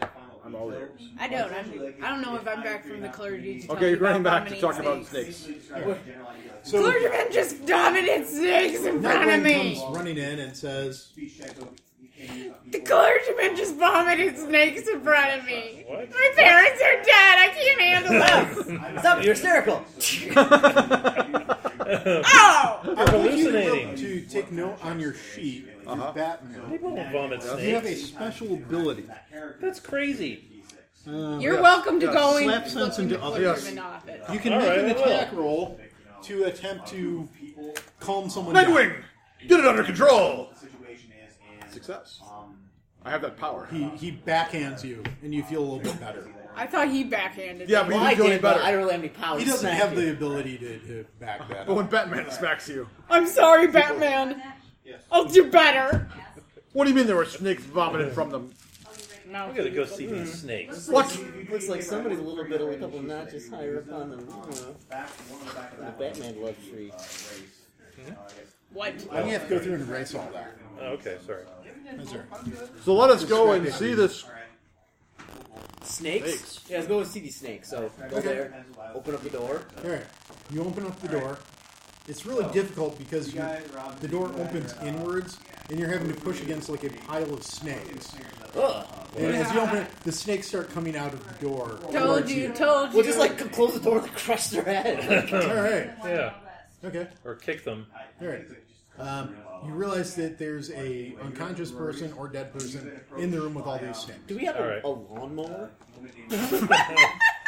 Speaker 6: I'm all there.
Speaker 3: I don't. I'm, I don't know if I'm back from the clergy. To
Speaker 6: Okay, you're
Speaker 3: talk
Speaker 6: going
Speaker 3: about
Speaker 6: back to talk about
Speaker 3: vomiting
Speaker 6: snakes.
Speaker 1: So
Speaker 3: Clergyman just dominated snakes in front of
Speaker 1: Nightwing
Speaker 3: me.
Speaker 1: comes running in and says,
Speaker 3: The clergyman just vomited snakes in front of me.
Speaker 2: What?
Speaker 3: My parents are dead. I can't handle this.
Speaker 5: Stop! You're hysterical.
Speaker 3: Oh,
Speaker 1: I want you
Speaker 2: hallucinating.
Speaker 1: to take note on your sheet of
Speaker 6: Uh-huh.
Speaker 1: Batman.
Speaker 2: People don't vomit
Speaker 1: You have
Speaker 2: snakes.
Speaker 1: a special ability.
Speaker 2: That's crazy.
Speaker 3: you're welcome to
Speaker 6: yeah,
Speaker 3: go in.
Speaker 1: slap sense into others.
Speaker 3: clergyman office.
Speaker 1: You can
Speaker 2: All
Speaker 1: make
Speaker 2: right,
Speaker 1: an
Speaker 2: I will.
Speaker 1: attack roll to attempt to calm someone down.
Speaker 6: Nightwing, get it under control.
Speaker 7: Situation is, and
Speaker 6: Success.
Speaker 7: um,
Speaker 6: I have that power.
Speaker 1: He, he backhands you, and you feel a little bit better.
Speaker 3: I thought he backhanded. me.
Speaker 6: Yeah, but
Speaker 5: Well,
Speaker 6: you
Speaker 5: I
Speaker 6: didn't do any
Speaker 5: did, but
Speaker 6: better.
Speaker 5: I don't really have any power.
Speaker 1: He
Speaker 5: to
Speaker 1: doesn't
Speaker 5: smack
Speaker 1: have
Speaker 5: you.
Speaker 1: the ability to, to back that
Speaker 6: But
Speaker 1: up.
Speaker 6: when Batman smacks you,
Speaker 3: I'm sorry,
Speaker 8: oh,
Speaker 3: Batman. I'll do better.
Speaker 6: what do you mean there were snakes vomiting from them?
Speaker 3: No,
Speaker 2: I'm gonna go see these snakes.
Speaker 8: Oh,
Speaker 6: What?
Speaker 5: Looks like somebody's a little bit of a couple notches higher up on the, uh,
Speaker 7: back one of the back of
Speaker 5: the
Speaker 7: that
Speaker 5: Batman love tree.
Speaker 1: Hmm?
Speaker 7: race. Uh, I guess
Speaker 3: What?
Speaker 1: I'm gonna have to go through and erase
Speaker 5: Uh,
Speaker 1: all that.
Speaker 2: Oh, okay, sorry.
Speaker 1: That's all right.
Speaker 6: So let us go and see this.
Speaker 5: Snakes?
Speaker 6: Snakes.
Speaker 5: Yeah, let's go see these snakes. So go there, open up the door.
Speaker 1: All right. You open up the door. It's really difficult because you, the door opens
Speaker 7: uh,
Speaker 1: inwards, and you're having to push against like a pile of snakes.
Speaker 5: Ugh.
Speaker 1: And as you open it, the snakes start coming out of the door.
Speaker 3: Told
Speaker 1: towards
Speaker 3: you, told you.
Speaker 5: We'll just like close the door and like, crush their head.
Speaker 1: All right.
Speaker 2: Yeah.
Speaker 1: Okay.
Speaker 2: Or kick them.
Speaker 1: All right. Um,
Speaker 7: Uh,
Speaker 1: you realize that there's a unconscious person or dead person in the room with all these snakes.
Speaker 5: Do we have a,
Speaker 2: All right.
Speaker 5: a lawnmower?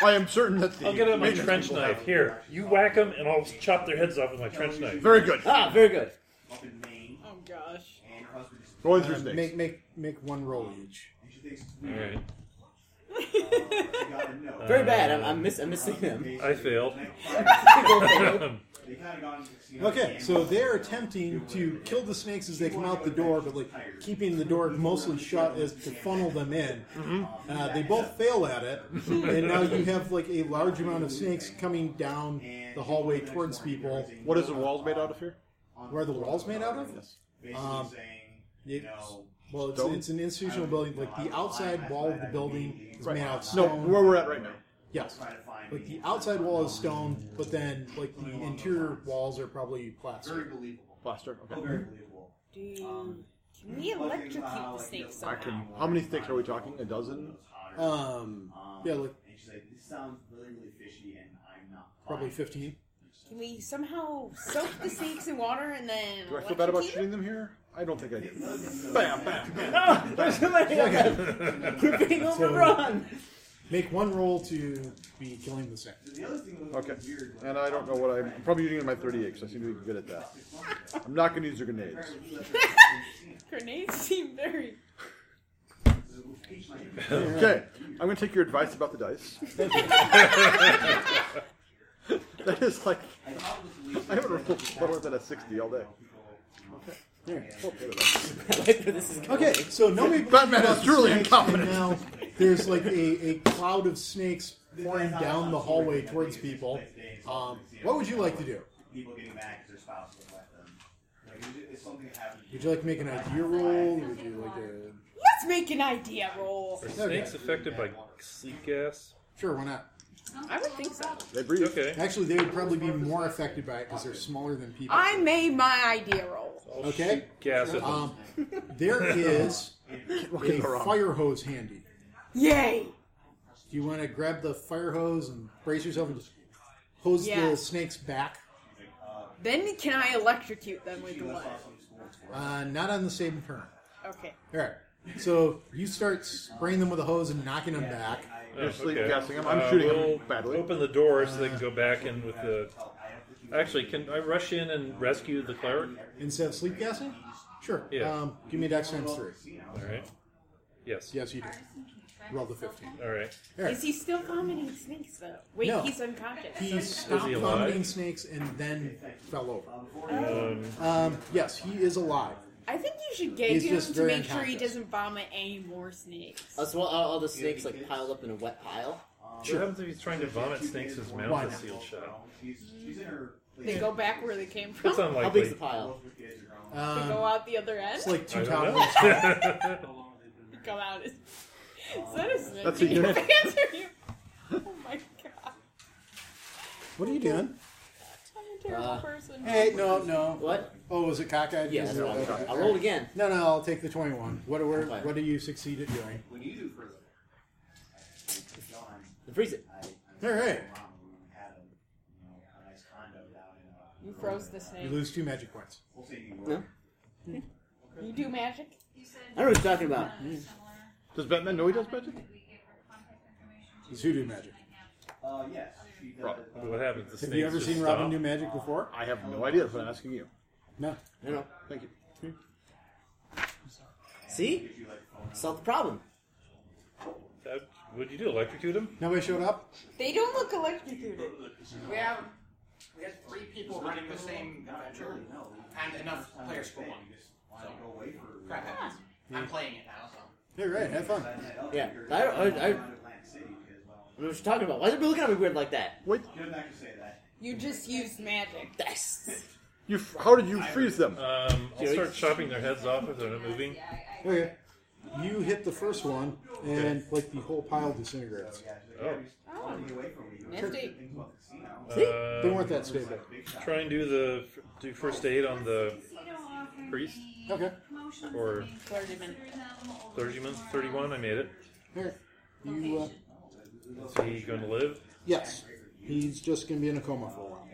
Speaker 6: I am certain that the.
Speaker 2: I'll get out my
Speaker 6: maintenance
Speaker 2: trench
Speaker 6: people
Speaker 2: knife.
Speaker 6: have-
Speaker 2: Here, you whack them, and I'll chop their heads off with my trench knife.
Speaker 6: Very good.
Speaker 5: Ah, very good.
Speaker 7: Up in Maine,
Speaker 3: Oh gosh.
Speaker 7: and her husband is.
Speaker 6: Going through
Speaker 1: Uh,
Speaker 6: snakes.
Speaker 1: make make make one roll each.
Speaker 7: And she thinks it's
Speaker 2: All
Speaker 7: weird.
Speaker 2: right.
Speaker 7: She got a note.
Speaker 5: Uh, Very bad. I'm, I'm, miss, I'm missing them.
Speaker 2: I failed.
Speaker 7: They kind of gone to the casino
Speaker 1: Okay,
Speaker 7: and-
Speaker 1: so they're attempting to kill the snakes as they come out the door, but like keeping the door mostly shut as to funnel them in.
Speaker 6: Hmm?
Speaker 1: Uh, they both fail at it, and now you have like a large amount of snakes coming down the hallway towards people.
Speaker 6: What is the walls made out of here?
Speaker 1: Where are the walls made out of?
Speaker 7: Basically
Speaker 1: Um,
Speaker 7: saying, you
Speaker 1: It's,
Speaker 7: know,
Speaker 1: well, it's, it's an
Speaker 6: uh,
Speaker 1: institutional building. Like the outside wall of the building is made out of
Speaker 6: No,
Speaker 1: stone.
Speaker 6: where we're at right now.
Speaker 1: Yes.
Speaker 7: try to find
Speaker 1: Like
Speaker 7: me.
Speaker 1: the outside wall is stone, but then like the interior walls are probably
Speaker 7: Very
Speaker 1: plaster.
Speaker 7: believable.
Speaker 6: Plaster.
Speaker 7: Oh,
Speaker 6: Okay.
Speaker 7: very believable.
Speaker 3: Do
Speaker 6: Um,
Speaker 7: Um,
Speaker 3: you, can we electrocute
Speaker 7: uh,
Speaker 3: the snakes
Speaker 6: I
Speaker 3: somehow?
Speaker 6: can. How many snakes are we talking? A dozen?
Speaker 1: Um, yeah, like
Speaker 7: And she's like, this sounds really, really fishy, and I'm not.
Speaker 1: probably
Speaker 7: fifty.
Speaker 1: fifteen.
Speaker 3: Can we somehow soak the snakes in water and then?
Speaker 6: Do I feel bad about
Speaker 3: electrocute
Speaker 6: shooting them here? I don't think I did. Bam, bam, bam.
Speaker 5: Ah, there's somebody else. We're being overrun.
Speaker 1: Make one roll to be killing the snake.
Speaker 7: The other thing that was
Speaker 6: Okay.
Speaker 7: weird was
Speaker 6: And I don't know what I'm, I'm probably using my 38 because I seem to be good at that. I'm not going to use the grenades.
Speaker 7: apparently he left her in the casino.
Speaker 3: them? Grenades seem very.
Speaker 7: So it was peach my
Speaker 6: Okay, I'm going to take your advice about the dice. that is like,
Speaker 7: I thought it was
Speaker 6: I haven't rolled lower than a 60 all day.
Speaker 5: I like where this is going.
Speaker 1: Okay, so nobody. believes
Speaker 6: Batman
Speaker 1: about
Speaker 6: is
Speaker 1: the
Speaker 6: truly
Speaker 1: snakes,
Speaker 6: incompetent.
Speaker 1: and Now there's like a, a cloud of snakes pouring down the hallway towards people. Um, what would you like to do?
Speaker 7: people getting mad because their spouse would let them. Like, it was- it's something that happened.
Speaker 1: Would you like to make an idea roll? Would you like to?
Speaker 3: Let's make an idea roll.
Speaker 2: Are snakes affected by sleep gas?
Speaker 1: Sure, why not?
Speaker 3: I would think so.
Speaker 6: They breathe.
Speaker 2: Okay.
Speaker 1: Actually, they would probably be more affected by it because they're smaller than people.
Speaker 3: I made my idea roll.
Speaker 2: I'll
Speaker 1: Okay.
Speaker 2: shoot Gas oh, at them.
Speaker 1: Um, there is a fire hose handy.
Speaker 3: Yay!
Speaker 1: Do you want to grab the fire hose and brace yourself and just hose
Speaker 3: Yeah.
Speaker 1: the snake's back?
Speaker 3: Then can I electrocute them with the what?
Speaker 1: Uh, not on the same turn.
Speaker 3: Okay.
Speaker 1: All right. So you start spraying them with a hose and knocking them back.
Speaker 6: You're sleep
Speaker 2: Okay.
Speaker 6: gassing them. I'm
Speaker 2: Uh,
Speaker 6: shooting
Speaker 2: we'll
Speaker 6: them badly.
Speaker 2: Open the door so they can go back in with the. Actually, can I rush in and rescue the cleric?
Speaker 1: Instead of sleep gassing? Sure.
Speaker 2: Yeah.
Speaker 1: Um, give me a dex times three.
Speaker 2: All right. Yes.
Speaker 1: Yes, you do. Roll the 15.
Speaker 2: All right.
Speaker 3: Is he still vomiting snakes though? Wait,
Speaker 1: No.
Speaker 3: he's unconscious.
Speaker 1: He stopped
Speaker 2: alive?
Speaker 1: vomiting snakes and then fell over.
Speaker 2: Um,
Speaker 1: Um, yes, he is alive.
Speaker 3: I think you should gauge
Speaker 1: He's just
Speaker 3: him to
Speaker 1: very
Speaker 3: make sure he
Speaker 1: unconscious.
Speaker 3: doesn't vomit any more snakes.
Speaker 5: Uh, so all, all the snakes like piled up in a wet pile.
Speaker 2: What happens if he's trying to vomit snakes his
Speaker 1: Why
Speaker 2: mouth is
Speaker 1: not?
Speaker 2: sealed shut?
Speaker 7: She's, she's in her.
Speaker 3: They go back where they came from.
Speaker 2: That's
Speaker 3: They
Speaker 5: How
Speaker 2: unlikely.
Speaker 5: big's the pile?
Speaker 7: Both her kids are grown.
Speaker 1: Um,
Speaker 3: go out the other end.
Speaker 1: it's like
Speaker 2: I
Speaker 1: two
Speaker 2: don't
Speaker 1: towers.
Speaker 2: know.
Speaker 3: Come out. Is that a snake?
Speaker 6: That's a unit.
Speaker 3: Answer you. Oh my god!
Speaker 1: What are you doing?
Speaker 3: I'm a terrible
Speaker 5: Uh,
Speaker 3: person.
Speaker 1: Hey, no, no.
Speaker 5: What?
Speaker 1: Oh, was it cockeyed?
Speaker 5: Yeah,
Speaker 1: Is
Speaker 5: that's
Speaker 1: it-
Speaker 5: what I'm
Speaker 1: okay.
Speaker 5: trying. I'll roll again.
Speaker 1: No, no, I'll take the 21. What, were, what do you succeed at doing?
Speaker 7: What do you do for a living?
Speaker 5: Freeze it.
Speaker 1: All right.
Speaker 3: You froze the
Speaker 1: You
Speaker 3: snake.
Speaker 1: lose two magic points.
Speaker 5: No?
Speaker 3: You do magic?
Speaker 5: I don't know what you're talking about.
Speaker 6: Does Batman know he does magic?
Speaker 1: It's hoodoo magic.
Speaker 7: Uh, yes. She does.
Speaker 6: Right.
Speaker 7: uh,
Speaker 2: what happens? The
Speaker 1: Have
Speaker 2: snakes
Speaker 1: you ever
Speaker 2: just
Speaker 1: seen
Speaker 2: stop?
Speaker 1: Robin do magic before?
Speaker 6: I have no idea. That's what I'm asking you.
Speaker 1: No.
Speaker 5: No, no.
Speaker 6: Thank you.
Speaker 5: See? Solve the problem.
Speaker 2: That- Uh, What'd you do? Electrocute him? Um,
Speaker 1: Nobody showed up?
Speaker 3: They don't look electrocuted.
Speaker 10: We have we have three people running the same adventure, and enough players for one. So crap happens. I'm playing it now, so
Speaker 1: You're right. Have fun.
Speaker 7: uh,
Speaker 5: Yeah. I don't, I, I, I don't know what you're talking about. Why is everybody looking at me weird like that?
Speaker 6: Wait,
Speaker 7: You're not gonna say that.
Speaker 3: You just used magic.
Speaker 5: Yes.
Speaker 6: You f- how did you freeze them?
Speaker 2: Um, I'll start chopping their heads off if they're not moving.
Speaker 1: Okay. You hit the first one, and like the whole pile disintegrates.
Speaker 2: Oh.
Speaker 3: Oh.
Speaker 1: Nifty.
Speaker 2: Uh,
Speaker 1: They weren't that stable.
Speaker 2: Try and do the do first aid on the priest
Speaker 1: Okay.
Speaker 2: or
Speaker 3: Clergyman.
Speaker 2: clergyman. Thirty-one. I made it.
Speaker 1: Here. You, uh,
Speaker 2: Is he going to live?
Speaker 1: yes. He's just going to be in a coma for a while.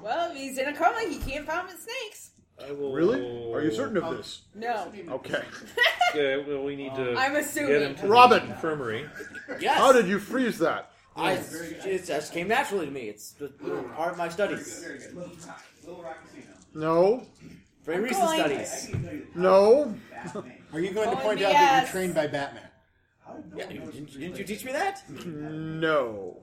Speaker 3: Well, if he's in a coma, he can't vomit snakes.
Speaker 2: I will.
Speaker 6: Really? Are you certain of this?
Speaker 3: No.
Speaker 6: Okay.
Speaker 2: Yeah, well, we need to
Speaker 3: I'm
Speaker 2: get
Speaker 3: assuming.
Speaker 2: him to
Speaker 6: Robin!
Speaker 2: the infirmary.
Speaker 5: Yes.
Speaker 6: How did you freeze that?
Speaker 5: I, it just came naturally to me. It's the- the part of my studies.
Speaker 6: No.
Speaker 5: Brain
Speaker 3: I'm
Speaker 5: reason
Speaker 3: going-
Speaker 5: studies.
Speaker 6: No.
Speaker 1: Are you going to
Speaker 3: Oh,
Speaker 1: point out that
Speaker 3: yes.
Speaker 1: you're trained by Batman?
Speaker 5: Yeah, didn't, didn't you teach me that?
Speaker 6: No.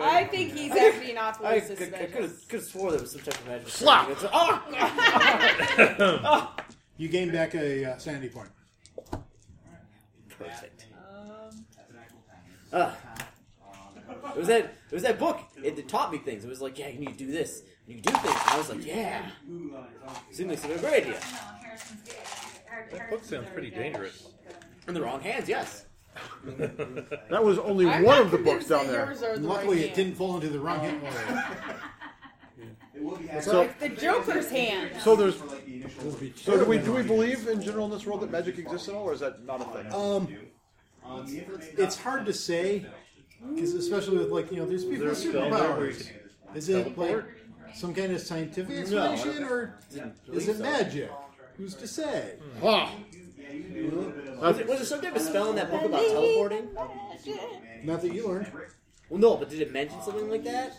Speaker 3: I think he's actually an
Speaker 5: I
Speaker 3: authorized
Speaker 5: could
Speaker 3: suspicious.
Speaker 5: have swore there was some type of magic.
Speaker 6: Slap!
Speaker 5: training. It's- Oh!
Speaker 1: You gain back a uh, sanity point.
Speaker 5: Perfect.
Speaker 3: Um,
Speaker 5: Uh, it was that. It was that book. It, that taught me things. It was like, yeah, you need to do this. You can do things. And I was like, yeah.
Speaker 7: uh,
Speaker 5: Seemed like such a great idea.
Speaker 2: That book sounds pretty dangerous.
Speaker 5: In the wrong hands, yes.
Speaker 7: uh,
Speaker 6: That was only
Speaker 3: I'm
Speaker 6: one
Speaker 3: not
Speaker 6: of the books
Speaker 3: convinced
Speaker 6: down
Speaker 3: that
Speaker 6: there.
Speaker 3: yours are the
Speaker 1: Luckily,
Speaker 3: right
Speaker 1: it
Speaker 3: hand.
Speaker 1: didn't fall into the wrong hand.
Speaker 6: So,
Speaker 3: The Joker's hand.
Speaker 6: so there's.
Speaker 1: It'll be
Speaker 6: So do we
Speaker 1: terrible.
Speaker 6: do we believe in general in this world that magic exists at all, or is that not a thing?
Speaker 5: Uh,
Speaker 1: Um,
Speaker 5: Um,
Speaker 1: it's hard to say, because especially with like you know, there's people with
Speaker 2: There's
Speaker 1: superpowers.
Speaker 2: spellbreakers.
Speaker 1: Is it like some kind of scientific explanation, or is it magic? Who's to say?
Speaker 6: Huh.
Speaker 5: Was, it, was there some type of spell in that book about teleporting?
Speaker 1: Not that you learned.
Speaker 5: Well, no, but did it mention something like that?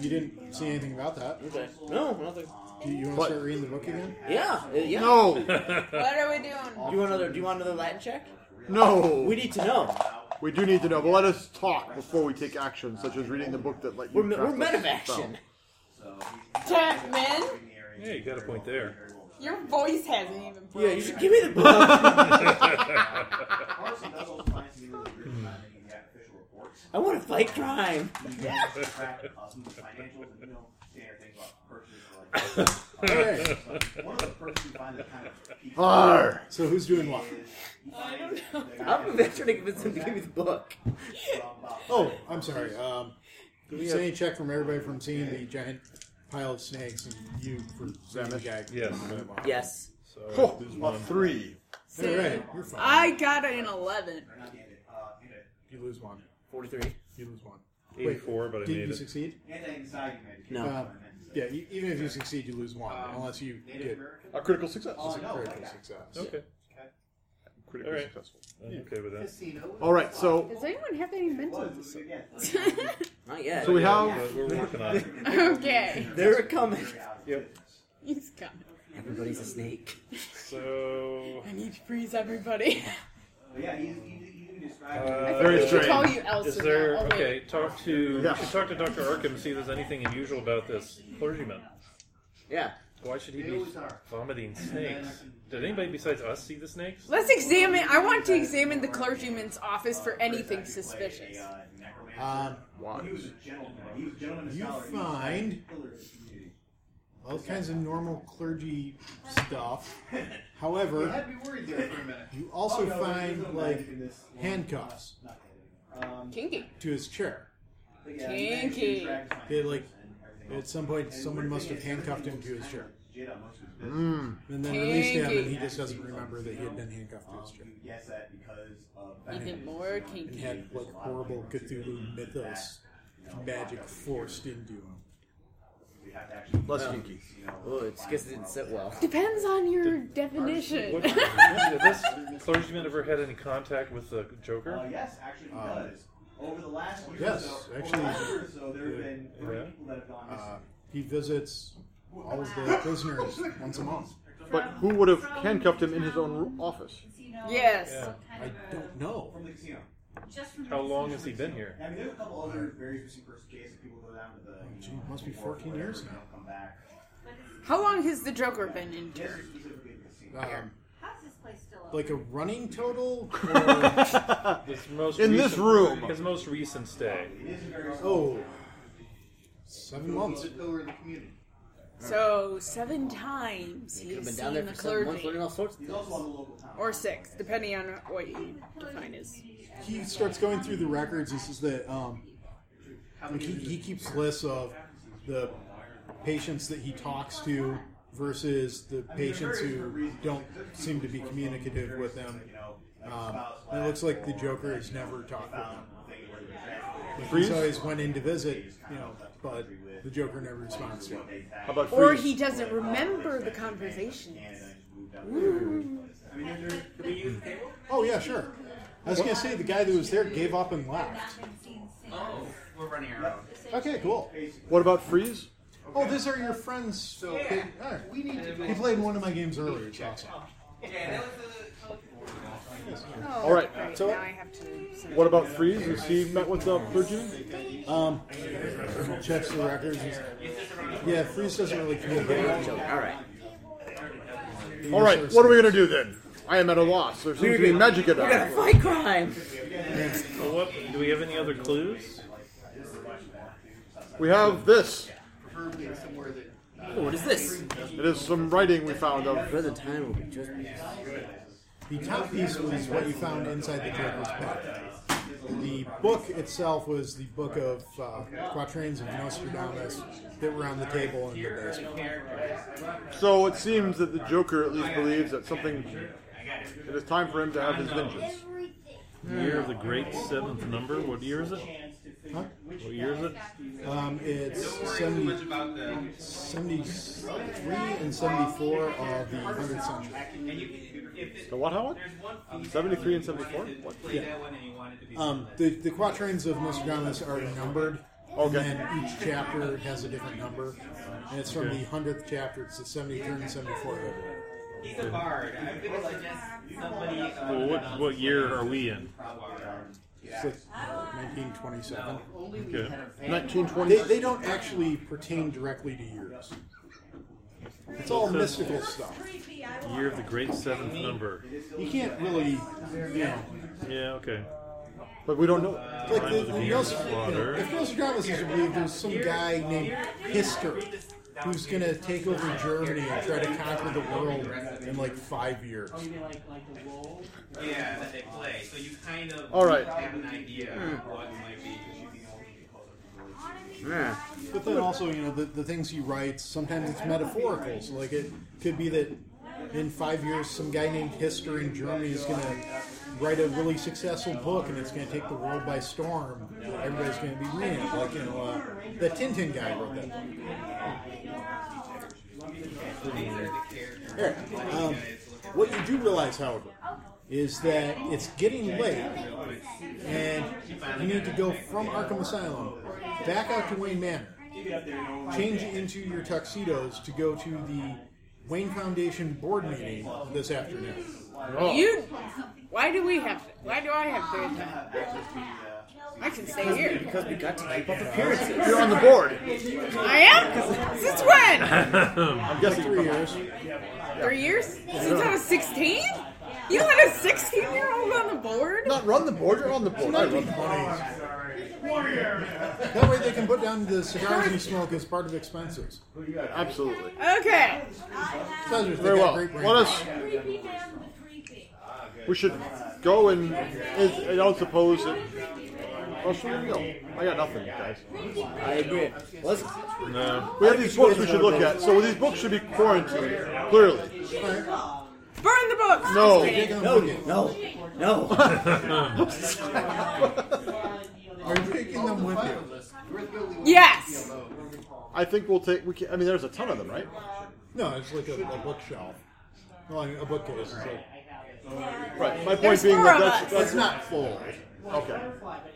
Speaker 1: You didn't see anything about that.
Speaker 5: Okay. No, nothing.
Speaker 1: You, you want to
Speaker 6: But-
Speaker 1: start reading the book again?
Speaker 5: Um, Yeah, uh, yeah.
Speaker 6: No.
Speaker 3: What are we doing?
Speaker 5: Do you want another? Do you want another Latin check?
Speaker 6: No.
Speaker 5: We need to know.
Speaker 6: We do need to know, but let us talk before we take action, such as reading the book that let you.
Speaker 5: We're, we're men of action.
Speaker 3: Chapman,
Speaker 2: Yeah, you got a point there.
Speaker 3: your voice hasn't even broken.
Speaker 5: Yeah, you should give me the book. I want to fight crime.
Speaker 1: Alright.
Speaker 6: Arr.
Speaker 1: So who's doing what?
Speaker 3: I don't know.
Speaker 5: I'm eventually to convince him to give me the book.
Speaker 1: Oh, I'm sorry. Um, did we
Speaker 6: we
Speaker 1: say check from everybody from seeing the giant pile of snakes and you for seeing the guy?
Speaker 2: Yes.
Speaker 5: Yes.
Speaker 2: So
Speaker 6: Oh,
Speaker 2: there's
Speaker 6: a
Speaker 2: one.
Speaker 6: three.
Speaker 1: All right, you're fine.
Speaker 3: I got an 11.
Speaker 1: You lose one.
Speaker 5: 43.
Speaker 1: You lose one.
Speaker 2: Eighty-four, but I
Speaker 1: Did
Speaker 2: made
Speaker 1: you
Speaker 2: it.
Speaker 1: succeed?
Speaker 5: No.
Speaker 1: Uh, yeah, you, even if you succeed, you lose one, unless you get
Speaker 6: A critical success.
Speaker 1: a critical success.
Speaker 2: Okay.
Speaker 6: Critically
Speaker 2: All right.
Speaker 6: successful.
Speaker 2: I'm okay with that.
Speaker 6: All right. So
Speaker 3: Does anyone have any mental
Speaker 5: Not yet.
Speaker 6: so we have.
Speaker 2: But we're working on it.
Speaker 3: Okay.
Speaker 5: They're coming.
Speaker 3: He's coming.
Speaker 5: Everybody's a snake.
Speaker 2: So
Speaker 3: I need to freeze everybody.
Speaker 2: Uh,
Speaker 6: Very
Speaker 3: we should
Speaker 6: strange.
Speaker 3: call you Elsa.
Speaker 2: is there
Speaker 3: now. Oh, wait.
Speaker 2: okay? Talk to
Speaker 6: Yeah.
Speaker 2: we should talk to Doctor Arkham and see if there's anything unusual about this clergyman.
Speaker 5: Yeah.
Speaker 2: Why should he be vomiting snakes? Did anybody besides us see the snakes?
Speaker 3: Let's examine. I want to examine the clergyman's office for anything suspicious.
Speaker 1: Um,
Speaker 6: Why?
Speaker 1: you find all kinds of normal clergy stuff. However, you
Speaker 7: Oh,
Speaker 1: also find like handcuffs
Speaker 3: Kinky.
Speaker 1: to his chair.
Speaker 3: Kinky.
Speaker 1: They like at some point someone must have handcuffed him to his Um, chair
Speaker 6: Mm.
Speaker 1: and then released him, and
Speaker 3: Kinky.
Speaker 1: he just doesn't remember that he had been handcuffed to his chair
Speaker 3: Even more
Speaker 1: and
Speaker 3: kinky.
Speaker 1: had like horrible Cthulhu mythos magic forced into him.
Speaker 6: Less kinky.
Speaker 5: Oh, it's because it didn't sit well.
Speaker 3: Depends on your definition.
Speaker 2: What, did this clergyman ever had any contact with the Joker?
Speaker 7: Uh, Yes, actually he
Speaker 1: Um,
Speaker 7: does. Over the last year
Speaker 1: yes,
Speaker 7: or so,
Speaker 1: actually,
Speaker 7: over the last year or so, there have been three
Speaker 2: yeah.
Speaker 7: people that have gone missing.
Speaker 1: Uh, he visits all of the prisoners once a month.
Speaker 6: But who would have handcuffed him in his own ro- office?
Speaker 3: Yes.
Speaker 2: Yeah.
Speaker 1: I don't know.
Speaker 7: from the casino.
Speaker 2: How long has he been here?
Speaker 7: I mean, there's a couple other very interesting person cases. People go down to the. you
Speaker 1: Oh, Gee,
Speaker 7: know,
Speaker 1: must be
Speaker 7: the wharf or
Speaker 1: 14
Speaker 7: whatever,
Speaker 1: years
Speaker 7: and
Speaker 1: now.
Speaker 7: don't Come back.
Speaker 3: How long has the Joker been in
Speaker 7: This
Speaker 3: jail?
Speaker 7: is specifically the casino.
Speaker 1: Um,
Speaker 8: How's this place still open?
Speaker 1: like a running total? Or,
Speaker 2: This most
Speaker 6: In
Speaker 2: recent,
Speaker 6: this room.
Speaker 2: His most recent stay.
Speaker 7: It is a very.
Speaker 1: oh, Seven oh, months.
Speaker 7: The pillar of the community.
Speaker 3: So seven times
Speaker 5: He could
Speaker 3: he's
Speaker 5: have been
Speaker 3: seen
Speaker 5: down there
Speaker 3: the
Speaker 5: for seven months
Speaker 3: clergy,
Speaker 5: learning all sorts of
Speaker 7: He's also on the
Speaker 5: things.
Speaker 7: local town.
Speaker 3: or six, depending on what you define as.
Speaker 1: He starts going through the records and says that um, like, he, he keeps lists of the patients that he talks to versus the patients who don't seem to be communicative with him. Um, and it looks like the Joker has never talked with him. Like, he's always went in to visit, you know, but the Joker never responds to him.
Speaker 6: How about
Speaker 3: Or
Speaker 6: freeze?
Speaker 3: he doesn't remember the conversations.
Speaker 1: Oh yeah, sure. I was gonna say the guy that was there gave up and left.
Speaker 10: Oh, we're running our own.
Speaker 1: Okay, cool.
Speaker 6: What about freeze?
Speaker 1: Oh, these are your friends. So
Speaker 10: Yeah.
Speaker 1: all right. we need. To he played one of my games earlier. It's awesome.
Speaker 10: Yeah, that was
Speaker 3: Oh,
Speaker 6: All right, so-
Speaker 3: now I have to. send
Speaker 6: What about freeze? Has he met with the clergyman?
Speaker 1: Um, checks the records. Yeah, Freeze doesn't really communicate.
Speaker 5: So, all right.
Speaker 6: All right, what are we gonna do then? I am at a loss. There seems to be magic at
Speaker 5: We're gonna
Speaker 6: that.
Speaker 5: fight crime.
Speaker 2: Well, what, do we have any other clues?
Speaker 6: We have this.
Speaker 5: Oh, what is this?
Speaker 6: It is some writing we found of.
Speaker 5: Another time will be just
Speaker 1: The top piece was what you found inside the Joker's bed. The book itself was the book of uh, quatrains of Nostradamus that were on the table in the basement.
Speaker 6: So it seems that the Joker at least believes that something. It is time for him to have his vengeance. Hmm.
Speaker 2: Year of the Great Seventh Number. What year is it?
Speaker 1: Huh?
Speaker 2: What year is it?
Speaker 1: Um, it's
Speaker 10: the. Too much
Speaker 1: 70,
Speaker 10: about the.
Speaker 1: 73 and 74 of the 100th century.
Speaker 10: And you, can- if it,
Speaker 6: The what, Howard?
Speaker 10: there's one piece
Speaker 6: 73 and
Speaker 10: that you wanted
Speaker 6: 74?
Speaker 10: to play
Speaker 1: Yeah.
Speaker 10: that one and you wanted to be
Speaker 1: Um, the, the quatrains of Nostradamus are numbered,
Speaker 6: Okay.
Speaker 1: and then each chapter has a different number. And it's from the 100th chapter, it's the 73rd and 74th.
Speaker 10: He's a bard. I'm gonna suggest somebody. Uh,
Speaker 2: Well, what, what year are we in?
Speaker 1: It's like 1927.
Speaker 2: Okay.
Speaker 6: 1920.
Speaker 1: They, they don't actually pertain directly to years. It's all mystical stuff.
Speaker 2: Year of the Great Seventh Number.
Speaker 1: You can't really, you know,
Speaker 2: Yeah, okay.
Speaker 6: But we don't know.
Speaker 1: like the, the Nos- you know, if Nostradamus is believed, there's some guy named Hister who's gonna take over Germany and try to conquer the world in like five years.
Speaker 10: Yeah, that they play. So you kind of
Speaker 6: All right.
Speaker 10: have an idea of what it might be.
Speaker 5: Yeah.
Speaker 1: But then also, you know, the, the things he writes, sometimes it's metaphorical. So, like, it could be that in five years, some guy named Hister in Germany is going to write a really successful book and it's going to take the world by storm. Everybody's going to be reading it. Like, you know, uh, the Tintin guy wrote that book. Eric, um, what you do realize, however, is that it's getting late, and you need to go from Arkham Asylum back out to Wayne Manor, change into your tuxedos to go to the Wayne Foundation board meeting this afternoon.
Speaker 3: You. Why do we have? Why do I have third time? I can stay here.
Speaker 5: Because we got to keep up appearances.
Speaker 6: You're on the board.
Speaker 3: I am. Since when?
Speaker 6: I'm guessing
Speaker 1: Three years.
Speaker 3: Three years? Since I was sixteen? You let a sixteen-year-old on the board?
Speaker 6: Not run the board. You're on the board. I run the board.
Speaker 1: That way they can put down the cigars you smoke as part of expenses.
Speaker 6: Absolutely.
Speaker 3: Okay.
Speaker 1: Very
Speaker 6: Very well. Let us. We should go and. Is, I don't suppose. It, well, should we go? I got nothing, guys.
Speaker 5: I agree. Let's
Speaker 2: No.
Speaker 6: We have these books we should look at. So these books should be quarantined, clearly.
Speaker 3: Burn the books.
Speaker 6: No.
Speaker 5: no, no, no.
Speaker 1: Are you taking them with you?
Speaker 3: Yes.
Speaker 6: I think we'll take. We can, I mean, there's a ton of them, right?
Speaker 1: No, it's like a, a bookshelf. Well, a bookcase. It's, like,
Speaker 6: Right. My point
Speaker 3: There's
Speaker 6: being
Speaker 3: four
Speaker 6: that
Speaker 3: of
Speaker 6: that's,
Speaker 3: us.
Speaker 1: it's
Speaker 6: that's
Speaker 1: not full.
Speaker 6: okay.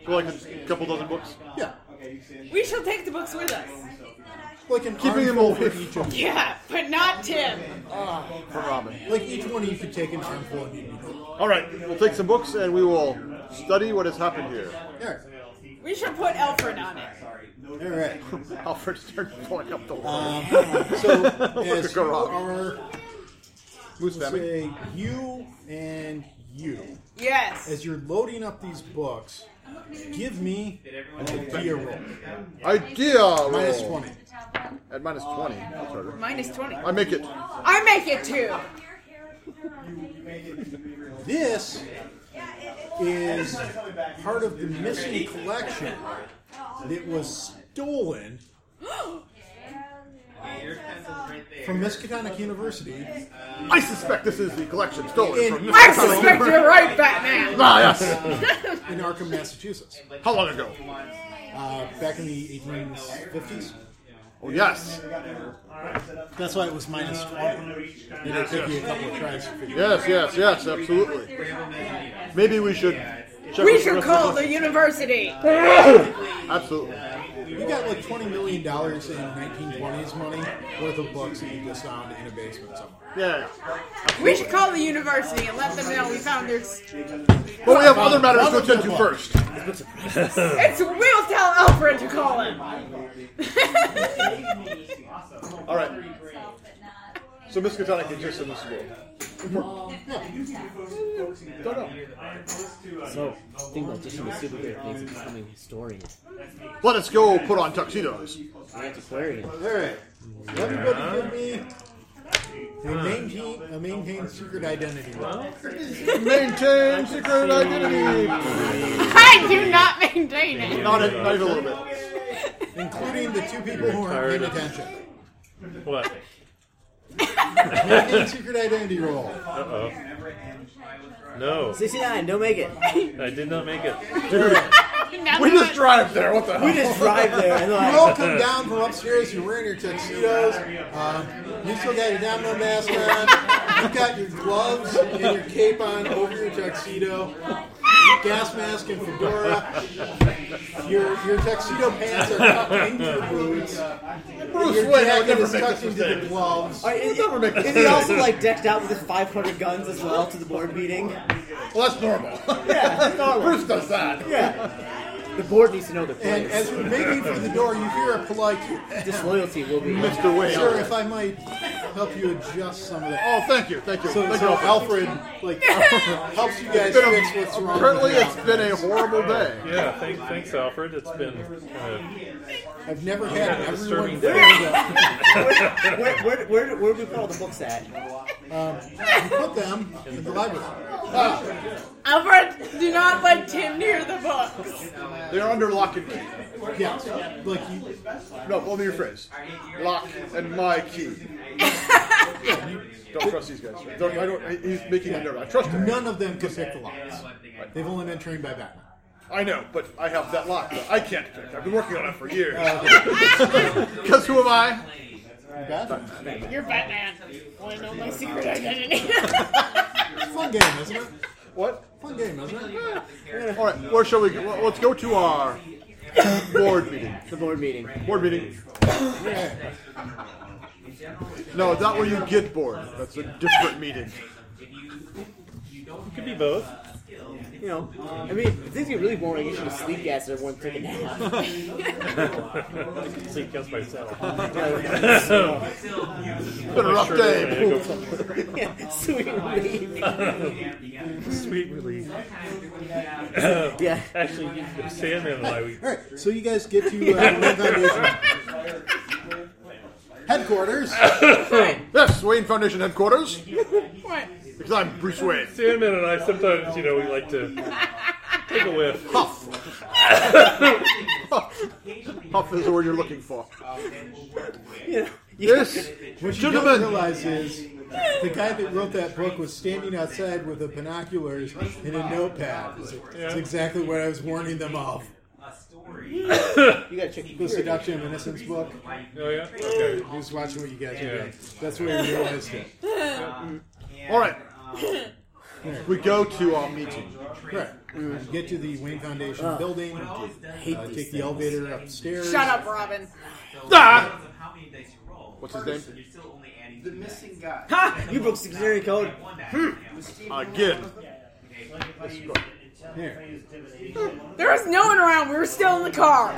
Speaker 6: So like a couple dozen books.
Speaker 1: Yeah.
Speaker 3: We shall take the books with us.
Speaker 1: Like an
Speaker 6: Keeping them
Speaker 1: armful
Speaker 6: all
Speaker 1: for each of you.
Speaker 3: Yeah, but not Tim.
Speaker 6: For Robin.
Speaker 1: Like each one of you could take an armful and you need
Speaker 6: All right. We'll take some books and we will study what has happened here.
Speaker 1: it.
Speaker 3: We should put Alfred on it.
Speaker 1: All right.
Speaker 6: Alfred starts pulling up the wall.
Speaker 1: Um, so
Speaker 6: could
Speaker 1: as
Speaker 6: go
Speaker 1: you
Speaker 6: wrong?
Speaker 1: are,
Speaker 6: Moose
Speaker 1: let's
Speaker 6: family.
Speaker 1: say you and you,
Speaker 3: Yes.
Speaker 1: as you're loading up these books, Give me an idea roll.
Speaker 6: Idea roll.
Speaker 1: Minus 20.
Speaker 6: At minus 20. that's harder.
Speaker 3: Minus 20.
Speaker 6: I make it.
Speaker 3: I make it too.
Speaker 1: This is part of the missing collection that was stolen from Miskatonic University.
Speaker 6: I suspect this is the collection stolen
Speaker 1: In-
Speaker 6: from Mr.
Speaker 1: I
Speaker 6: Thomas.
Speaker 1: suspect
Speaker 3: you're right, Batman.
Speaker 6: Ah, yes.
Speaker 1: uh, in Arkham, Massachusetts.
Speaker 6: How long ago?
Speaker 1: Uh, back in the 1850s.
Speaker 6: Oh, yes.
Speaker 1: That's why it was minus 20. It'll take you a couple of tries to figure it out.
Speaker 6: Yes, yes, yes, absolutely. Maybe we should check
Speaker 3: We
Speaker 6: with the
Speaker 3: should
Speaker 6: rest of
Speaker 3: call the university.
Speaker 6: Absolutely.
Speaker 1: You got like $20 million in 1920s money worth of books that you just found in a basement somewhere.
Speaker 6: Yeah.
Speaker 3: We should call the university and let them know we found their. s-
Speaker 6: But we have other matters to attend to first. Uh.
Speaker 3: It's we'll tell Alfred to call him.
Speaker 6: All right. So Miskatonic exists in this world.
Speaker 5: So, think about just the superhero things and becoming a historian.
Speaker 6: Let us go put on tuxedos.
Speaker 5: Antiquarian.
Speaker 1: Alright. Everybody give me a maintain, a maintain secret identity roll.
Speaker 6: Maintain secret identity.
Speaker 3: I do not maintain it.
Speaker 6: Not, a, not even a little bit.
Speaker 1: Including the two people who aren't paying attention.
Speaker 2: What?
Speaker 1: Maintain secret identity roll.
Speaker 2: Uh oh. No,
Speaker 5: 69, don't make it.
Speaker 2: I did not make it.
Speaker 3: Not
Speaker 6: We just
Speaker 3: much.
Speaker 6: drive there. What the hell?
Speaker 5: We just drive there and
Speaker 1: You
Speaker 5: like,
Speaker 1: all come down from upstairs. You're wearing your tuxedos. Um, you still got your domino mask on. You've got your gloves and your cape on over your tuxedo. Gas mask and fedora. Your your tuxedo pants are tucked into your boots.
Speaker 6: Bruce
Speaker 1: Your
Speaker 6: Wayne would
Speaker 1: jacket
Speaker 6: never
Speaker 1: is
Speaker 6: make this
Speaker 1: tucked into the
Speaker 6: mistake.
Speaker 1: gloves.
Speaker 5: All right, and-
Speaker 6: never make
Speaker 5: and
Speaker 6: this
Speaker 5: he
Speaker 6: mistake.
Speaker 5: also like decked out with his 500 guns as well to the board meeting.
Speaker 6: Well, that's normal.
Speaker 5: Yeah, that's normal.
Speaker 6: Bruce does that.
Speaker 5: Yeah. The board needs to know their
Speaker 1: And
Speaker 5: place.
Speaker 1: as you're making for the door, you hear a polite,
Speaker 5: Disloyalty will be.
Speaker 6: Mr. Wayne.
Speaker 1: "Sir, if I might help you adjust some of that."
Speaker 6: Oh, thank you, thank you.
Speaker 1: So,
Speaker 6: thank
Speaker 1: so
Speaker 6: you.
Speaker 1: Alfred like helps you guys
Speaker 6: It's been a-
Speaker 1: fix what's wrong.
Speaker 6: apparently,
Speaker 1: with the
Speaker 6: it's been a horrible day.
Speaker 2: Yeah, thanks, thanks Alfred. It's been kind
Speaker 1: I've never had everyone
Speaker 2: disturbing
Speaker 1: fail
Speaker 5: Where, where, where, where, where do we put all the books at?
Speaker 1: that. You put them in the library.
Speaker 3: Alfred, do not let Tim near the books.
Speaker 6: They're under lock and key.
Speaker 1: Yeah, like you,
Speaker 6: No, only your phrase. Lock and my key. don't trust these guys. Don't, I don't. He's making me nervous. I trust him.
Speaker 1: none of them could pick the locks. They've only been trained by Batman.
Speaker 6: I know, but I have that lock. That I can't pick. I've been working on it for years. Because who am I?
Speaker 1: Batman.
Speaker 3: You're Batman. Want to know my secret identity?
Speaker 1: Fun game, isn't it?
Speaker 6: What?
Speaker 1: Fun game, isn't it?
Speaker 6: All right. Where shall we go? Well, Let's go to our board meeting.
Speaker 5: The board meeting.
Speaker 6: Board meeting.
Speaker 1: Yeah.
Speaker 6: No, it's not where you get bored. That's a different meeting.
Speaker 2: of. Could be both.
Speaker 5: You know, I mean, if things get really boring. You should just sleep gas and everyone take a nap.
Speaker 2: I can sleep just myself.
Speaker 6: It's been a rough day.
Speaker 5: yeah, so we can leave.
Speaker 2: Sweet relief.
Speaker 5: Yeah.
Speaker 2: Actually, you- Sandman and I, we
Speaker 1: All right, so you guys get to uh, Wayne Foundation headquarters.
Speaker 6: Yes, Wayne Foundation headquarters.
Speaker 3: What?
Speaker 6: Because I'm Bruce Wayne.
Speaker 2: Sandman and I sometimes, you know, we like to take a
Speaker 6: Oh,
Speaker 2: whiff.
Speaker 6: Huff. Huff is the word you're looking for.
Speaker 5: Yeah.
Speaker 6: Yes.
Speaker 1: What you don't
Speaker 6: Gentlemen.
Speaker 1: realize is the guy that wrote that book was standing outside with a binoculars and a notepad. It's
Speaker 2: Yeah.
Speaker 1: exactly what I was warning them of.
Speaker 5: You gotta check your
Speaker 1: The
Speaker 5: computer.
Speaker 1: Seduction of Innocence book.
Speaker 2: Oh, yeah? Okay.
Speaker 1: He was watching what you guys were
Speaker 2: Yeah.
Speaker 1: doing. That's where he realized it.
Speaker 2: Um,
Speaker 6: All right. We go to our meeting.
Speaker 1: Right. We would get to the Wayne Foundation building, uh,
Speaker 5: Oh. hate
Speaker 1: take
Speaker 5: these
Speaker 1: the
Speaker 5: things.
Speaker 1: elevator upstairs.
Speaker 3: Shut up, Robin.
Speaker 6: Ah!
Speaker 7: What's
Speaker 6: What's his name?
Speaker 10: The missing guy. Hmm.
Speaker 5: Ha! You broke security code.
Speaker 6: Again.
Speaker 1: Here.
Speaker 3: There was no one around. We were still in the car.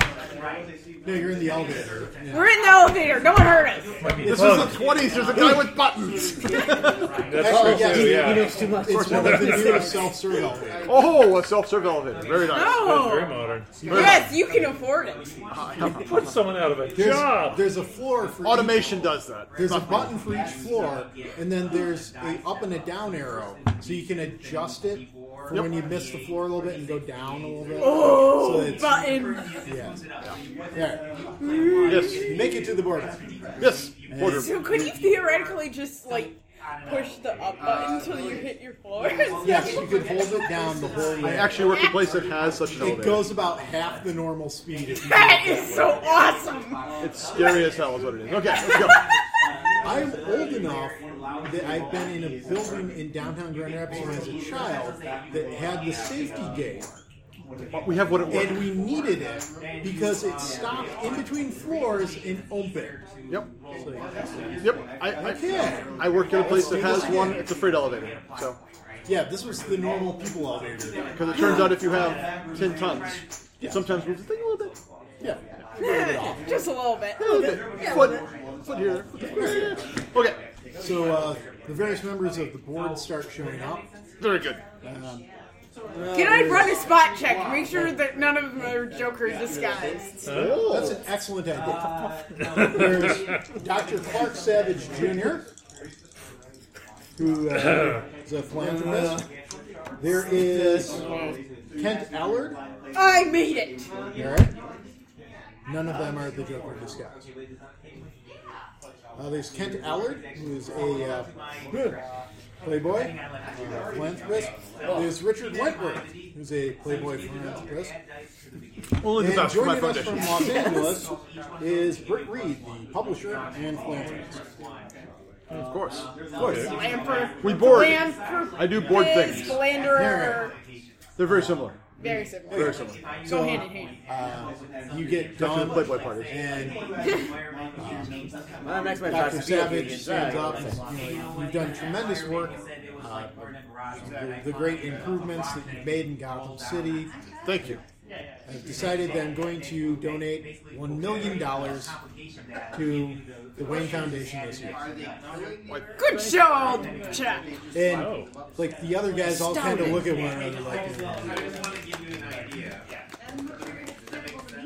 Speaker 1: No, you're in the elevator. Yeah.
Speaker 3: We're in the elevator. Don't hurt us.
Speaker 6: This was the 20s. There's a guy with buttons.
Speaker 2: That's
Speaker 1: Actually,
Speaker 2: true,
Speaker 1: yes,
Speaker 2: too,
Speaker 1: he-
Speaker 2: yeah.
Speaker 5: He knows too much.
Speaker 1: It's one of the newer self-serve elevators.
Speaker 6: Oh, a self-serve elevator. Very nice.
Speaker 2: That's very
Speaker 3: No.
Speaker 2: modern.
Speaker 3: Yes, you can afford it.
Speaker 2: Put someone out of a
Speaker 1: There's,
Speaker 2: job.
Speaker 1: there's a floor for
Speaker 6: Automation does that.
Speaker 1: Each, there's a button for each floor, and then there's a up and a down arrow, so you can adjust it for when you miss the floor a little bit and go down a little bit. so
Speaker 3: Oh,
Speaker 1: it's,
Speaker 3: button.
Speaker 1: Yeah. There.
Speaker 6: Yes.
Speaker 1: Make it to the border.
Speaker 6: Yes. Order.
Speaker 3: So could you theoretically just like push the up button until you hit your floor?
Speaker 1: Yes, you can hold it down the whole
Speaker 6: I
Speaker 1: way.
Speaker 6: actually work at a place that has such
Speaker 1: it
Speaker 6: an elevator.
Speaker 1: goes about half the normal speed. If you do it
Speaker 3: That
Speaker 1: that
Speaker 3: is
Speaker 1: way.
Speaker 3: so awesome.
Speaker 6: It's scary as hell is what it is. Okay, let's go.
Speaker 1: I'm old enough that I've been in a building in downtown Grand Rapids when I was a child that had the safety gate,
Speaker 6: We have what it
Speaker 1: and
Speaker 6: works.
Speaker 1: we needed it because it stopped in between floors and opened.
Speaker 6: Yep. Yep. I, I,
Speaker 1: Okay.
Speaker 6: I work at a place that has one. It's a freight elevator. So,
Speaker 1: Yeah, this was the normal people elevator.
Speaker 6: because it turns out if you have 10 tons, it sometimes moves the thing a little bit.
Speaker 1: Yeah,
Speaker 3: just a little bit.
Speaker 6: A little bit. Foot, foot here. foot there. Okay.
Speaker 1: so uh, the various members of the board start showing up.
Speaker 6: Very good.
Speaker 1: Um,
Speaker 3: Can I run a spot check to make sure that none of them are Joker's disguised?
Speaker 2: Huh?
Speaker 5: Oh.
Speaker 1: That's an excellent idea. There's Dr. Clark Savage Jr., who uh, is a philanthropist. There is Kent Allard.
Speaker 3: I made it.
Speaker 1: All right. None of them are the Joker disguise. Uh, there's Kent Allard, who is a uh, playboy, uh, philanthropist. There's Richard Wentworth, who's a playboy philanthropist.
Speaker 6: Only the
Speaker 1: And
Speaker 6: best for my
Speaker 1: joining us from
Speaker 6: foundation.
Speaker 1: Los Angeles is Britt Reed, the publisher and philanthropist.
Speaker 6: Of course.
Speaker 3: Lamper.
Speaker 6: We board.
Speaker 3: Lamper.
Speaker 6: I do board
Speaker 3: is
Speaker 6: things.
Speaker 3: Philanderer.
Speaker 6: They're very similar.
Speaker 3: Very similar.
Speaker 6: Very similar.
Speaker 3: Go hand in hand.
Speaker 1: Uh, you get
Speaker 6: That's
Speaker 1: done
Speaker 6: the Playboy party.
Speaker 1: and uh,
Speaker 5: I'm maximizing
Speaker 1: Dr. Savage stands
Speaker 5: Sorry.
Speaker 1: up. and, You know, you've done tremendous work. Uh, the, the great improvements that you've made in Gotham City.
Speaker 6: Thank you.
Speaker 1: I've decided that I'm going to donate one million dollars to the Wayne Foundation this year.
Speaker 3: Good show, Chuck.
Speaker 1: And
Speaker 2: Oh.
Speaker 1: like the other guys all kind of look at one another like.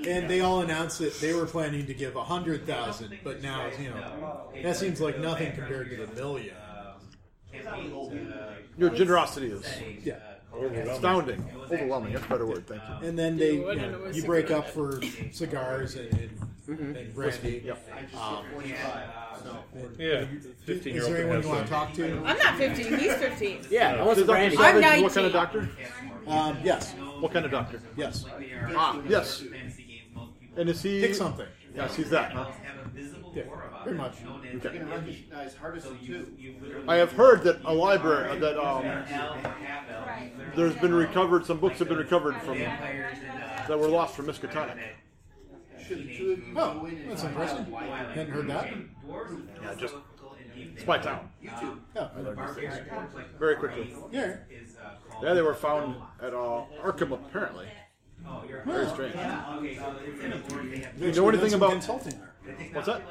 Speaker 1: And they all announced that they were planning to give a hundred thousand, but now you know that seems like nothing compared to the million.
Speaker 6: Your generosity is
Speaker 1: Yeah,
Speaker 6: astounding. Overwhelming. That's a better word. Thank you.
Speaker 1: and then they you,
Speaker 3: Yeah,
Speaker 1: know,
Speaker 3: what
Speaker 1: you
Speaker 3: is
Speaker 1: break up for cigars and, and, and brandy.
Speaker 6: Yep.
Speaker 1: Um, and
Speaker 2: Yeah,
Speaker 1: is
Speaker 2: 15 year
Speaker 1: there
Speaker 2: old.
Speaker 1: anyone you want to talk to?
Speaker 3: I'm not 15. He's 15.
Speaker 5: Yeah, I want
Speaker 6: Does
Speaker 5: some
Speaker 6: Dr.
Speaker 5: brandy.
Speaker 3: I'm
Speaker 6: Savage, what kind
Speaker 3: 19.
Speaker 6: of doctor?
Speaker 1: Um, yes,
Speaker 6: What kind of doctor?
Speaker 1: yes.
Speaker 6: Ah, yes. And is he?
Speaker 1: Pick something.
Speaker 6: Yes, he's that. Huh?
Speaker 1: Yeah, pretty much.
Speaker 6: I have heard that a library that um, there's been recovered. Some books have been recovered from that
Speaker 7: uh,
Speaker 6: were lost from Miskatonic.
Speaker 1: Oh, that's impressive. Hadn't heard that.
Speaker 6: Yeah, just it's my town.
Speaker 7: Um,
Speaker 1: Yeah, I learned these things.
Speaker 6: Very quickly.
Speaker 1: yeah.
Speaker 7: uh,
Speaker 6: Yeah, they were found at uh, Arkham apparently.
Speaker 7: Oh,
Speaker 6: Very
Speaker 1: Huh.
Speaker 6: strange.
Speaker 1: I've
Speaker 6: You know
Speaker 1: actually done
Speaker 6: anything
Speaker 1: some
Speaker 6: about-
Speaker 1: consulting? there.
Speaker 6: What's that?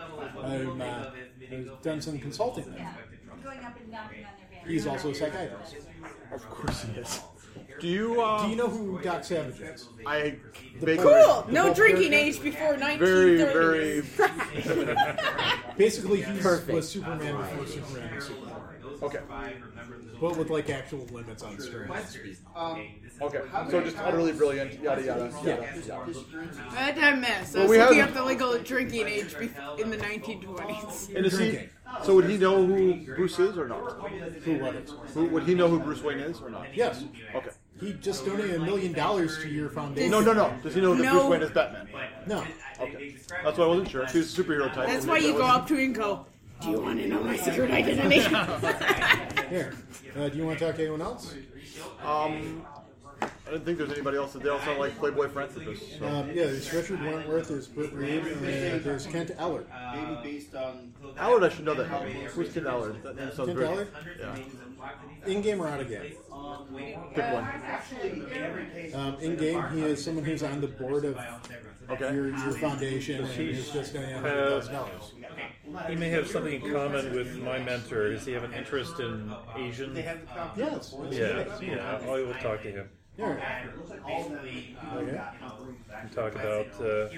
Speaker 1: I've, uh, I've done some consulting. There.
Speaker 8: Going up and knocking on their
Speaker 1: He's also a psychiatrist.
Speaker 6: Of course he is. Do you? Uh,
Speaker 1: Do you know who Doc Savage is?
Speaker 6: I vaguely-
Speaker 3: Cool.
Speaker 1: The
Speaker 3: No
Speaker 1: book
Speaker 3: drinking
Speaker 1: character.
Speaker 3: age before 1930.
Speaker 6: Very, very.
Speaker 1: Basically, he
Speaker 5: Perfect.
Speaker 1: was Superman before Superman was Superman,
Speaker 6: Okay.
Speaker 1: but with like actual limits on strength.
Speaker 6: Okay. So just utterly brilliant. Yada yada. yada.
Speaker 3: That time mess. I
Speaker 6: Well,
Speaker 3: was
Speaker 6: we
Speaker 3: looking
Speaker 6: have-
Speaker 3: up the legal drinking age bef- in the 1920s.
Speaker 6: And is he?
Speaker 1: Drinking.
Speaker 6: So would he know who Bruce is or not?
Speaker 1: Who was it?
Speaker 6: Who, would he know who Bruce Wayne is or not?
Speaker 1: Yes,
Speaker 6: Okay.
Speaker 1: he just donated a million dollars to your foundation.
Speaker 6: No, no, no. Does he know that
Speaker 3: No.
Speaker 6: Bruce Wayne is Batman?
Speaker 1: no.
Speaker 6: Okay. That's why I wasn't sure. If he's a superhero type.
Speaker 3: That's why you go up to him and go, Do you want to know my secret identity?
Speaker 6: Uh,
Speaker 1: Here, uh, do you want to talk to anyone else?
Speaker 6: Um, I didn't think there's anybody else. They all sound like Playboy Francis. So.
Speaker 1: Um, yeah, there's Richard Wentworth, there's Bert Reed, and uh, there's Kent Ellard.
Speaker 7: Maybe based on.
Speaker 6: Allard, I should know that name. Who's Ken Allard? That name sounds
Speaker 1: Kent
Speaker 6: very.
Speaker 1: Allard?
Speaker 6: Yeah.
Speaker 1: In game or out of game?
Speaker 6: Pick one.
Speaker 1: Um, in game, he is someone who's on the board of
Speaker 6: Okay.
Speaker 1: your, your foundation, and he's just going to have $100,000.
Speaker 2: He may have something in common with my mentor. Does he have an interest in Asian? Yeah,
Speaker 1: Yes.
Speaker 2: yeah. I will talk to him
Speaker 1: Yeah. Okay.
Speaker 2: and talk about uh,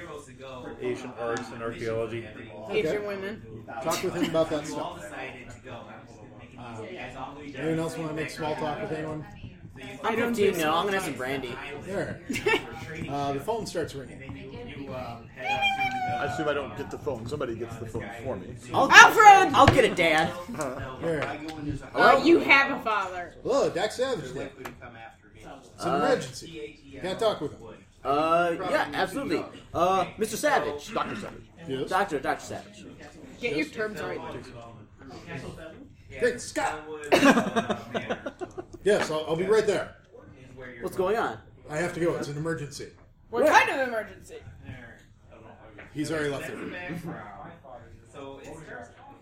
Speaker 2: Asian arts and archaeology.
Speaker 3: Asian women.
Speaker 1: Talk with him about that stuff. Uh, anyone else want to make small talk with anyone?
Speaker 5: I don't do know. I'm gonna have some brandy.
Speaker 1: There. Uh, the phone starts ringing.
Speaker 6: I assume I don't get the phone. Somebody gets the phone for me.
Speaker 5: I'll,
Speaker 3: Alfred!
Speaker 5: I'll get it, Dad. Uh,
Speaker 1: There.
Speaker 3: Oh, you have a father.
Speaker 1: Hello, Dax Savage. There. It's an
Speaker 5: Uh,
Speaker 1: emergency. Can't talk with him.
Speaker 5: Uh, yeah, absolutely. Uh, Mr. Savage,
Speaker 6: Doctor Savage.
Speaker 1: Yes.
Speaker 5: Doctor, Doctor Savage.
Speaker 3: Get your terms right.
Speaker 1: Great Scott. yes, I'll, I'll be right there.
Speaker 5: What's going on?
Speaker 1: I have to go. It's an emergency.
Speaker 3: What kind of emergency?
Speaker 1: He's already left the room.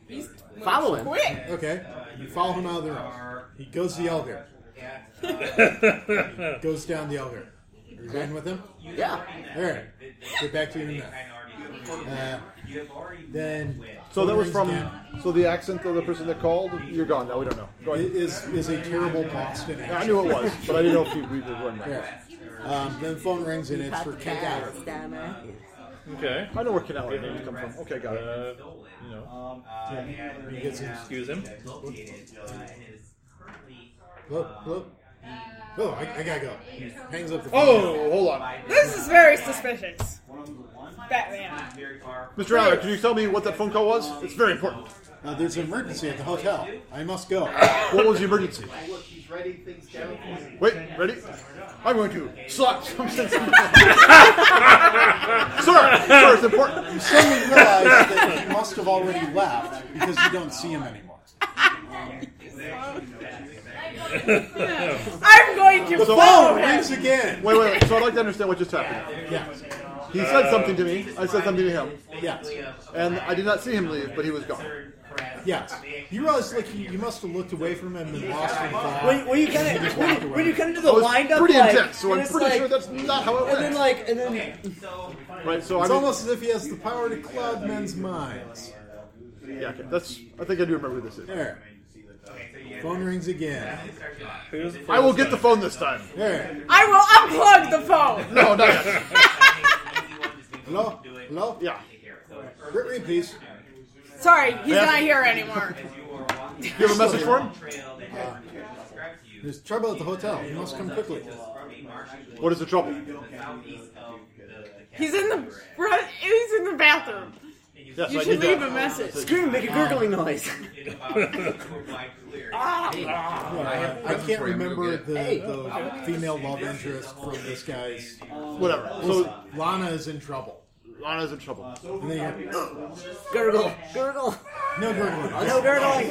Speaker 3: He's
Speaker 5: Follow him.
Speaker 3: quick.
Speaker 1: Okay. You follow him out of the room. He goes to the elevator.
Speaker 2: uh,
Speaker 1: Goes down the elevator. Are you going with him?
Speaker 5: Yeah.
Speaker 1: There. Get back to you in a minute. Uh, then
Speaker 6: So that was from. So the accent of the person that called. You're gone. No, we don't know. Go ahead.
Speaker 1: is is a terrible Boston
Speaker 6: Yeah, I
Speaker 1: accent.
Speaker 6: knew it was, but I didn't know if you we were going back.
Speaker 1: Yeah. Um, then the phone rings and it's for Kent Allard.
Speaker 2: Okay.
Speaker 6: I know where Canal names come from. Okay, got it.
Speaker 2: Uh, you know,
Speaker 1: He gets his
Speaker 2: excuse him.
Speaker 1: hello, hello. Oh, I, I gotta go. Hangs up the phone.
Speaker 6: Oh, hold on,
Speaker 3: This is very suspicious. Batman.
Speaker 6: Mr. Allard. Can you tell me what that phone call was? It's very important.
Speaker 1: Uh, there's an emergency at the hotel. I must go.
Speaker 6: What was the emergency? Wait, ready? I'm going to slap something. sir, sir, it's important.
Speaker 1: You suddenly realize that he must have already left because you don't see him anymore.
Speaker 3: I'm going to
Speaker 6: So-
Speaker 3: follow
Speaker 1: Phone
Speaker 3: him.
Speaker 1: rings again.
Speaker 6: Wait, wait, wait. So I'd like to understand what just happened.
Speaker 1: Yeah,
Speaker 6: He said something to me. I said something to him,
Speaker 1: yes,
Speaker 6: and I did not see him leave, but he was gone.
Speaker 1: yes. You realize like you, you must have looked away from him and lost him. thought.
Speaker 5: When, when you kind of when, you- when you kind of do
Speaker 6: It
Speaker 5: the
Speaker 6: was
Speaker 5: wind up,
Speaker 6: pretty
Speaker 5: like,
Speaker 6: intense. So
Speaker 5: and
Speaker 6: I'm
Speaker 5: it's
Speaker 6: pretty
Speaker 5: like-
Speaker 6: sure that's not how it
Speaker 5: And then
Speaker 6: went.
Speaker 5: like, and then
Speaker 6: Right. So
Speaker 1: It's
Speaker 6: I'm
Speaker 1: almost as if he has the power to cloud men's minds.
Speaker 6: Yeah, okay. That's. I think I do remember who this is.
Speaker 1: There. Phone rings again.
Speaker 2: Who's the
Speaker 6: I will get
Speaker 2: first
Speaker 6: the phone this time.
Speaker 1: There.
Speaker 3: I will unplug the phone.
Speaker 6: No, not yet.
Speaker 1: Hello? Hello?
Speaker 6: Yeah.
Speaker 1: Brit Reed, please.
Speaker 3: Sorry, he's
Speaker 6: Yeah.
Speaker 3: not here anymore.
Speaker 6: You have a message for him?
Speaker 1: There's trouble at the hotel. You must come quickly.
Speaker 6: What is the trouble?
Speaker 3: He's in the front- he's in the bathroom.
Speaker 6: Yes,
Speaker 3: You
Speaker 6: I
Speaker 3: should
Speaker 6: did
Speaker 3: leave
Speaker 6: that.
Speaker 3: a message.
Speaker 5: scream, make a gurgling noise.
Speaker 6: Ah.
Speaker 5: Ah!
Speaker 2: Ah.
Speaker 1: Uh, I
Speaker 4: presents
Speaker 1: can't
Speaker 4: for you. I'm gonna
Speaker 1: remember
Speaker 4: go
Speaker 1: the, the female love interest from this guy's.
Speaker 6: Whatever. So
Speaker 1: Lana is in trouble.
Speaker 6: Lana's in trouble.
Speaker 1: And then you
Speaker 5: gurgle, gurgle. Oh,
Speaker 1: no gurgling.
Speaker 5: No gurgling.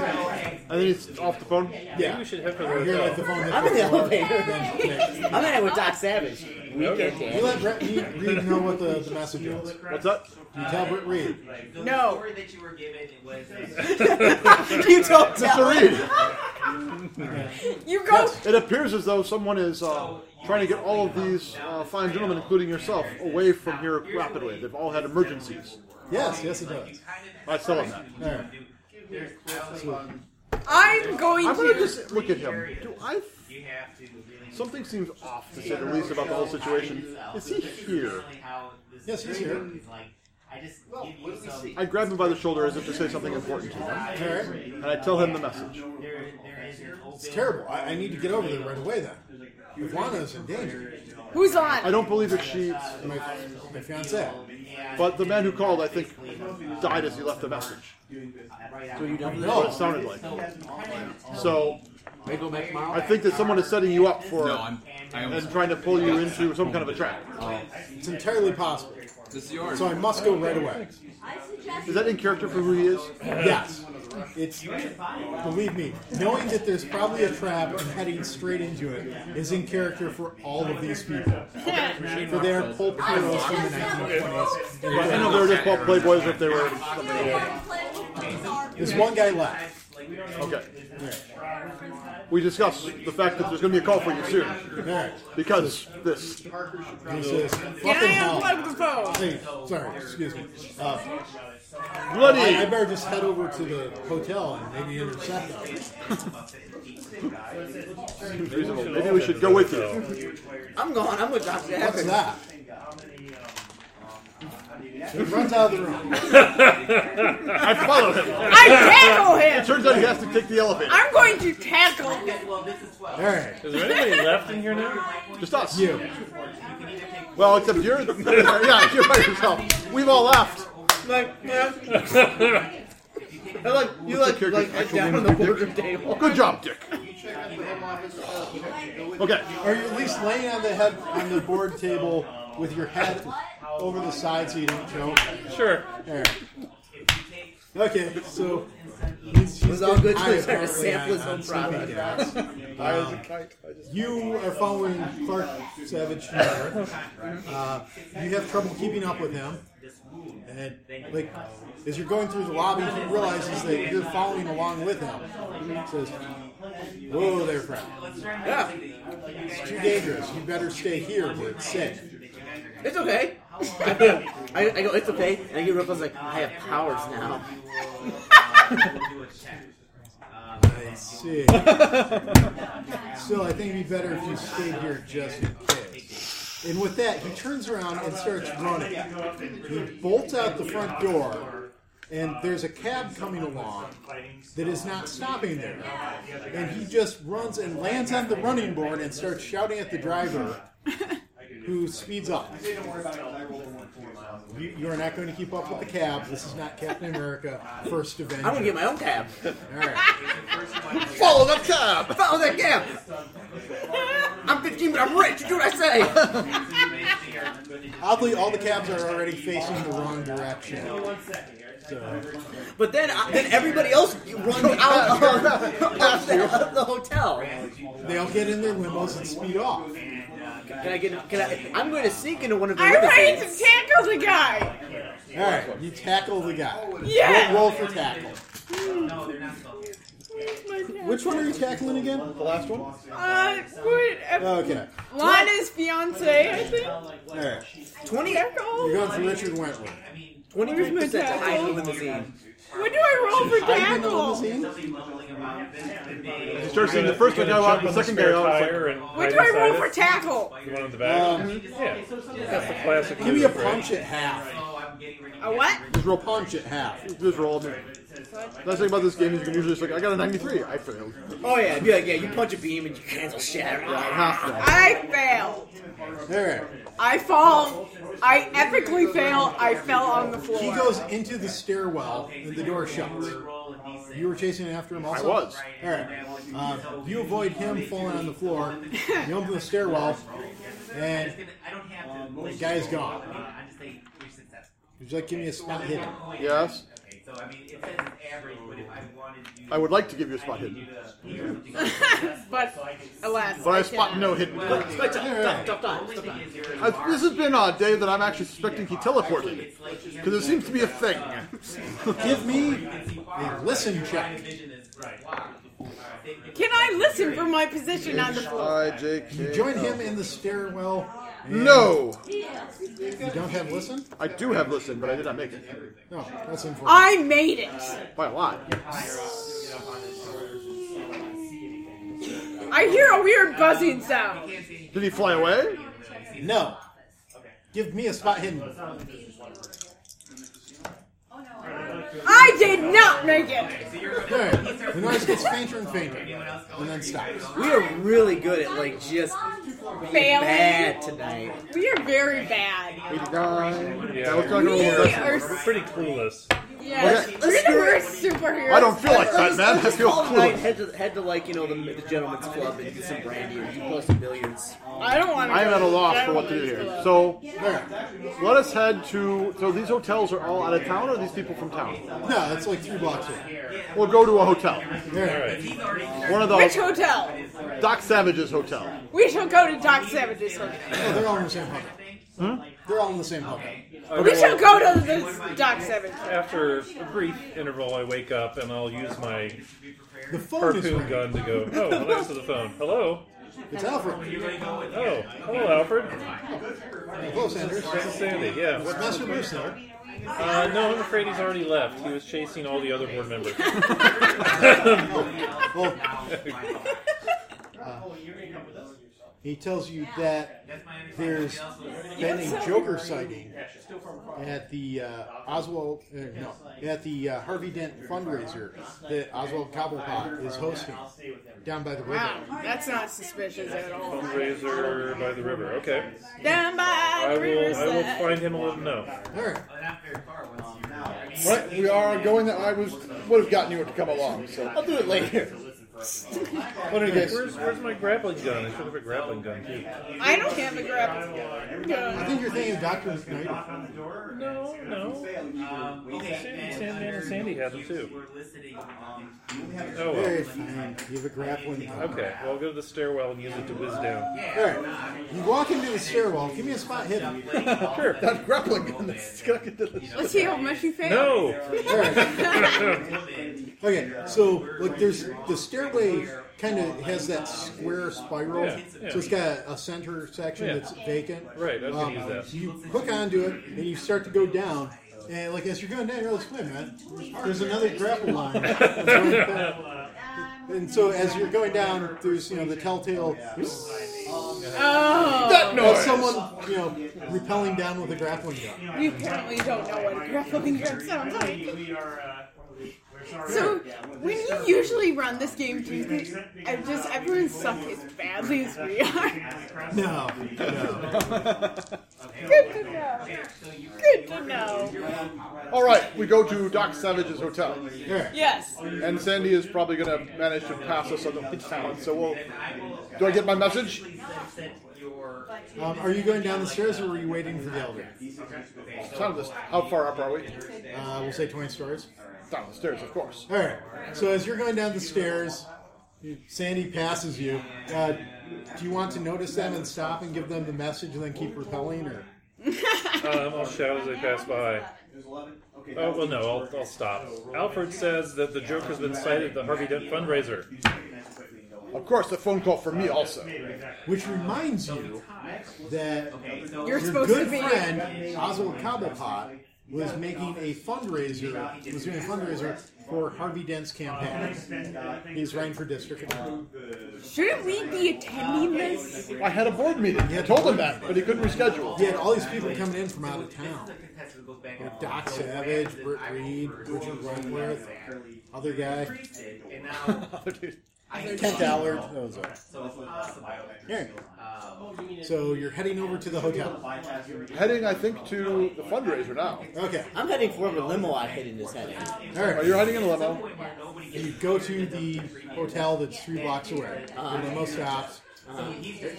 Speaker 6: And then he's off the phone.
Speaker 2: Maybe we
Speaker 1: Yeah.
Speaker 2: should head for the
Speaker 1: You hear like the
Speaker 2: hotel.
Speaker 1: phone hit
Speaker 5: I'm in the
Speaker 1: floor,
Speaker 5: elevator.
Speaker 1: then click.
Speaker 5: I'm in it with Doc Savage. We
Speaker 2: Okay.
Speaker 5: get
Speaker 1: You
Speaker 5: that.
Speaker 1: let Brett Reed Reed know what the, the message is.
Speaker 6: What's that?
Speaker 1: You tell Brett Reed.
Speaker 3: No.
Speaker 5: you don't tell.
Speaker 6: Mr. Reed.
Speaker 3: You go
Speaker 6: Yes. It appears as though someone is uh, trying to get all of these uh, fine gentlemen, including yourself, away from here rapidly. They've all had emergencies.
Speaker 1: Yes, yes, it does.
Speaker 6: I still have that.
Speaker 1: There.
Speaker 3: I'm going
Speaker 6: I'm
Speaker 3: to
Speaker 6: gonna just look at him. Do I? Something seems off to say the least about the whole situation. Is he here?
Speaker 1: Yes, he's here.
Speaker 6: I grab him by the shoulder as if to say something important to him,
Speaker 1: Alright.
Speaker 6: and I tell him the message.
Speaker 1: It's terrible. I, I need to get over there right away then. If Lana is in danger,
Speaker 3: Who's
Speaker 6: I
Speaker 3: on?
Speaker 6: don't believe it's she,
Speaker 1: my, my fiance.
Speaker 6: but the man who called, I think, died as he left the message.
Speaker 5: So you don't
Speaker 6: That's what it sounded like. So
Speaker 5: Wiggle back, mom.
Speaker 6: I think that someone is setting you up for
Speaker 4: No, I'm. I
Speaker 6: and
Speaker 4: almost.
Speaker 6: trying to pull you into some kind of a trap.
Speaker 1: It's entirely possible.
Speaker 4: This is yours.
Speaker 1: So I must go right away.
Speaker 8: I suggest
Speaker 6: Is that in character for who he is?
Speaker 1: Yes. It's
Speaker 7: You can find it.
Speaker 1: believe me, knowing that there's probably a trap and heading straight into it is in character for all of these people. For they are pulp heroes from the 1920s.
Speaker 6: Well, I know they were just called Playboys if they were somebody
Speaker 1: There's one guy left.
Speaker 6: Okay. We discussed the fact that there's going to be a call for you soon. Because this.
Speaker 1: He says, "Fucking hell." Hey, sorry, excuse me. Uh,
Speaker 6: Bloody-
Speaker 1: I, I better just head over to the hotel and maybe intercept them.
Speaker 6: Reasonable. Maybe we should go with you.
Speaker 5: I'm gone. I'm with Dr.
Speaker 1: What's
Speaker 5: Evans.
Speaker 1: that? He runs out of the room.
Speaker 6: I follow him.
Speaker 3: I tackle him.
Speaker 6: It turns out he has to take the elevator.
Speaker 3: I'm going to tackle him.
Speaker 1: All right.
Speaker 2: Is there anybody left in here now?
Speaker 6: Just us.
Speaker 1: You.
Speaker 6: Well, except you're. yeah, you're by yourself. We've all left.
Speaker 5: Like, yeah. I like you
Speaker 6: What's
Speaker 5: like
Speaker 6: the character's
Speaker 5: like
Speaker 6: actual
Speaker 5: down
Speaker 6: name
Speaker 5: on the
Speaker 6: of the
Speaker 5: boardroom table.
Speaker 6: Good job, Dick. Okay.
Speaker 1: Are you at least laying on the head on the board table with your head over the side so you don't choke?
Speaker 2: Sure.
Speaker 1: All right. Okay, so he's, he's
Speaker 5: It's all good
Speaker 1: getting
Speaker 5: to
Speaker 1: eye
Speaker 5: start a sampless
Speaker 1: apparently
Speaker 5: own
Speaker 1: on- on
Speaker 5: product.
Speaker 1: sleeping gas. Um, You are following Clark Savage north. Uh, you have trouble keeping up with him, and like as you're going through the lobby, he realizes that you're following along with him. He says, "Whoa there, friend!
Speaker 5: Yeah,
Speaker 1: It's too dangerous. You better stay here where it's safe."
Speaker 5: it's okay. I, I go, it's okay. And I get real close, like, I have powers now.
Speaker 1: I see. so I think it'd be better if you stayed here just in case. And with that, he turns around and starts running. He bolts out the front door, and there's a cab coming along that is not stopping there. And he just runs and lands on the running board and starts shouting at the driver, who speeds up. You, you are not going to keep up with the cab. This is not Captain America: First Avenger.
Speaker 5: I'm gonna get my own cab.
Speaker 1: All right.
Speaker 6: Follow the cab.
Speaker 5: Follow that cab. I'm 15, but I'm rich. Do what I say.
Speaker 1: Oddly, all the cabs are already facing the wrong direction.
Speaker 5: But then, I, then everybody else runs out of,
Speaker 6: Oh,
Speaker 5: of the, of the hotel.
Speaker 1: They all get in their limos and speed off.
Speaker 5: Can I get? Can I? I'm going to sneak into one of the
Speaker 3: I'm ready
Speaker 5: limousines.
Speaker 3: to tackle the guy.
Speaker 1: All right, you tackle the guy.
Speaker 3: Yeah.
Speaker 1: Roll, roll for tackle.
Speaker 3: Which
Speaker 1: Which one are you tackling again?
Speaker 6: The last one?
Speaker 3: uh, what, uh,
Speaker 1: Okay.
Speaker 3: Lana's fiance, I think.
Speaker 1: All right.
Speaker 5: 20,
Speaker 1: You're
Speaker 3: Tackle.
Speaker 1: going for Richard Wentworth.
Speaker 5: 23
Speaker 3: Where's my
Speaker 5: percent to hide in the
Speaker 3: tackle?
Speaker 5: limousine.
Speaker 3: What do I roll for
Speaker 1: Hiding in the
Speaker 3: tackle?
Speaker 1: limousine?
Speaker 6: He starts seeing the first guy out, the second guy out. It's like,
Speaker 3: What do I roll for tackle?
Speaker 2: You want in the back?
Speaker 1: Um,
Speaker 2: yeah. That's the classic.
Speaker 1: Give me a
Speaker 2: loser, right?
Speaker 1: punch at half.
Speaker 3: A what?
Speaker 1: Just roll punch at half.
Speaker 6: just roll me. Nice thing about this game is you can usually just like, I got a 93. I failed.
Speaker 5: Oh yeah, be like, yeah, you punch a beam and your hands will shatter.
Speaker 6: I have
Speaker 3: I failed.
Speaker 1: All right.
Speaker 3: I fall. I epically fail. I fell on the floor.
Speaker 1: He goes into the stairwell and the door shuts. You were chasing after him also?
Speaker 6: I was.
Speaker 1: All right. Uh, you avoid him falling on the floor. You open the stairwell, and um, the guy's gone. Would you like to give me a spot hidden?
Speaker 6: to. Yes. I would like to give you a spot hidden.
Speaker 3: but alas,
Speaker 6: But I
Speaker 3: I
Speaker 6: spot
Speaker 3: cannot.
Speaker 6: no hidden.
Speaker 5: Stop, stop, stop, stop, stop.
Speaker 6: I, this has been a day that I'm actually suspecting he teleported. Because it seems to be a thing.
Speaker 1: Give me a listen check.
Speaker 3: Can I listen from my position on the floor?
Speaker 6: H-I-J-K.
Speaker 1: Join him in the stairwell. and
Speaker 6: uh, No!
Speaker 1: You don't have listen?
Speaker 6: I do have listened, but I did not make it.
Speaker 1: No, that's unfortunate.
Speaker 3: I made it.
Speaker 6: By a lot.
Speaker 3: I hear a weird buzzing sound.
Speaker 6: Did he fly away?
Speaker 1: No. Give me a spot hidden.
Speaker 3: I did not make it.
Speaker 1: All right. The noise gets fainter and fainter, and then stops.
Speaker 5: We are really good at like just
Speaker 3: Failing.
Speaker 5: bad tonight.
Speaker 3: We are very bad.
Speaker 2: Yeah,
Speaker 6: That was
Speaker 2: we're,
Speaker 6: like a
Speaker 3: We
Speaker 6: little
Speaker 3: are
Speaker 6: aggressive.
Speaker 2: we're pretty clueless.
Speaker 3: Yeah,
Speaker 5: Let's-
Speaker 3: you're
Speaker 5: let's
Speaker 3: the
Speaker 5: do it.
Speaker 3: worst superhero.
Speaker 5: I don't feel
Speaker 6: like that, man. I
Speaker 5: Let's
Speaker 6: feel
Speaker 5: call
Speaker 6: cool.
Speaker 5: tonight, head to, head to like, you know, the, the gentleman's club and get some brandy or you play some billiards.
Speaker 3: I don't want to.
Speaker 6: I'm at a loss for what to do here. So let us head to. So these hotels are all out of town, or are these people from town?
Speaker 1: No, that's like three blocks away.
Speaker 6: We'll go to a hotel. One of those.
Speaker 3: Which hotel?
Speaker 6: Doc Savage's hotel.
Speaker 3: We shall go to Doc Savage's hotel.
Speaker 1: No, they're all in the same hotel.
Speaker 6: Hmm?
Speaker 1: They're all in the same hotel.
Speaker 3: We shall go to the Doc Savage.
Speaker 2: After a brief interval, I wake up and I'll use my
Speaker 1: The phone is
Speaker 2: harpoon
Speaker 1: ringing.
Speaker 2: gun to go. Oh, well, answer the phone. Hello.
Speaker 1: It's Alfred.
Speaker 2: Oh, hello, Alfred.
Speaker 1: Hello, Sanders.
Speaker 2: This is Sandy. Yeah.
Speaker 1: Is
Speaker 2: What's
Speaker 1: Master Bruce there?
Speaker 2: Uh, no, I'm afraid he's already left. He was chasing all the other board members.
Speaker 1: Well, uh, he tells you that there's been a Joker sighting at the uh, Oswald, uh, no, at the uh, Harvey Dent fundraiser that Oswald Cobblepot is hosting down by the river.
Speaker 3: Wow, that's not suspicious at all.
Speaker 2: Fundraiser by the river. Okay.
Speaker 3: Down by
Speaker 2: I will. I will
Speaker 3: Riverside.
Speaker 2: find him and let him know.
Speaker 1: All right.
Speaker 4: Right, we are going. That I was would have gotten you to come along. So
Speaker 5: I'll do it later.
Speaker 4: what are you guys?
Speaker 2: Where's, where's my grappling gun? I should have a grappling gun too.
Speaker 3: I don't have a grappling
Speaker 1: I
Speaker 3: gun.
Speaker 1: think you're thinking of Dr. McKnight.
Speaker 2: No, no. Um, Sandy, Sandman and Sandy had them too. Oh well.
Speaker 1: Very fine. You have a grappling gun.
Speaker 2: Okay. Well, I'll go to the stairwell and use it to whiz down.
Speaker 1: All right. You walk into the stairwell. Give me a spot hidden.
Speaker 2: Sure.
Speaker 4: That grappling gun that's gonna get to this.
Speaker 3: Let's see how much you fail.
Speaker 2: No.
Speaker 1: All right. Okay, so like there's the stairway kind of has that square spiral,
Speaker 2: Yeah, yeah.
Speaker 1: so it's got a, a center section
Speaker 2: Yeah.
Speaker 1: that's vacant.
Speaker 2: Right. I was
Speaker 1: Um,
Speaker 2: gonna use that.
Speaker 1: You hook onto it and you start to go down, and like as you're going down, you're like, "Wait, man, there's another grapple line." that's going back. and so as you're going down, there's you know the telltale.
Speaker 3: Oh,
Speaker 1: No, someone you know repelling down with a grappling gun.
Speaker 3: you apparently don't know what a grappling gun sounds like.
Speaker 11: We are, uh, we're uh, sorry.
Speaker 3: So when you usually run this game, do you think
Speaker 11: uh,
Speaker 3: I just everyone suck as badly as we are?
Speaker 1: No, no.
Speaker 3: Good to know. Good to know.
Speaker 4: All right, we go to Doc Savage's hotel,
Speaker 1: There.
Speaker 3: Yes.
Speaker 4: and Sandy is probably gonna manage to pass us on the way down. So we'll. Do I get my message?
Speaker 1: Um, are you going down the stairs or are you waiting for the elevator?
Speaker 4: Down the, how far up are we?
Speaker 1: Uh, we'll say 20 stories.
Speaker 4: Down the stairs, of course.
Speaker 1: All right. So as you're going down the stairs, Sandy passes you. Uh, do you want to notice them and stop and give them the message and then keep repelling, or
Speaker 2: Um, I'll shout as I pass by. Oh well, no. I'll, I'll stop. Alfred says that the Joker's been sighted at the Harvey Dent fundraiser.
Speaker 4: Of course, the phone call for me also.
Speaker 1: which reminds you that
Speaker 3: You're
Speaker 1: your
Speaker 3: supposed
Speaker 1: good
Speaker 3: to be.
Speaker 1: friend Oswald Cobblepot was making a fundraiser. Was doing a fundraiser for Harvey Dent's campaign. He's running for district.
Speaker 3: Shouldn't we be attending this?
Speaker 4: I had a board meeting. I told him that, but he couldn't reschedule.
Speaker 1: He had all these people coming in from out of town. You know, Doc Savage, Britt Reed, Richard Runworth, other guy, Kent Allard. Those are. Yeah. So you're heading over to the hotel.
Speaker 4: Heading, I think, to the fundraiser now.
Speaker 1: Okay.
Speaker 5: I'm heading for a limo I hid in this head.
Speaker 1: All
Speaker 4: Are
Speaker 1: right.
Speaker 4: you riding in a limo?
Speaker 1: And you go to the hotel that's three blocks away. The limo stops.
Speaker 5: Uh-huh.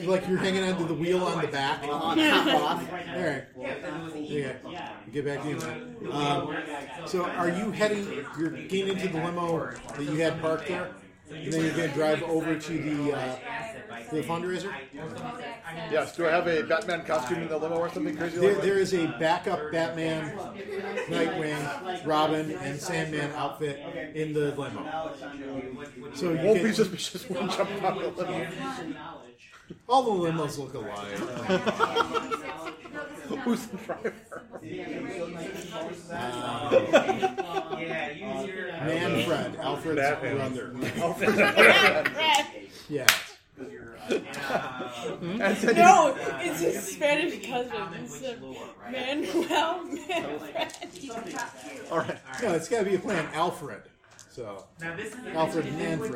Speaker 1: Like you're hanging onto the wheel on the back.
Speaker 5: I'm
Speaker 1: All
Speaker 5: on top off.
Speaker 1: right. Yeah. Get back in. there. Um, so are you heading? You're getting into the limo that you had parked there, and then you're going to drive over to the uh, the fundraiser.
Speaker 4: Yes. Do I have a Batman costume in the limo or something crazy
Speaker 1: There,
Speaker 4: like that?
Speaker 1: there is a backup Batman, Nightwing, Robin, and Sandman outfit in the limo. So you
Speaker 4: Won't be
Speaker 1: can,
Speaker 4: suspicious when jump out of the limo.
Speaker 1: all the limos look alike.
Speaker 4: Who's the driver?
Speaker 1: Manfred, Alfred's
Speaker 2: Batman.
Speaker 1: brother. Yeah.
Speaker 7: uh,
Speaker 5: uh-huh.
Speaker 4: And Sandy,
Speaker 3: No, it's his Spanish cousin, so Manuel Manfred.
Speaker 4: All right.
Speaker 1: No, it's got to be a plan. Alfred. So Alfred Manfred.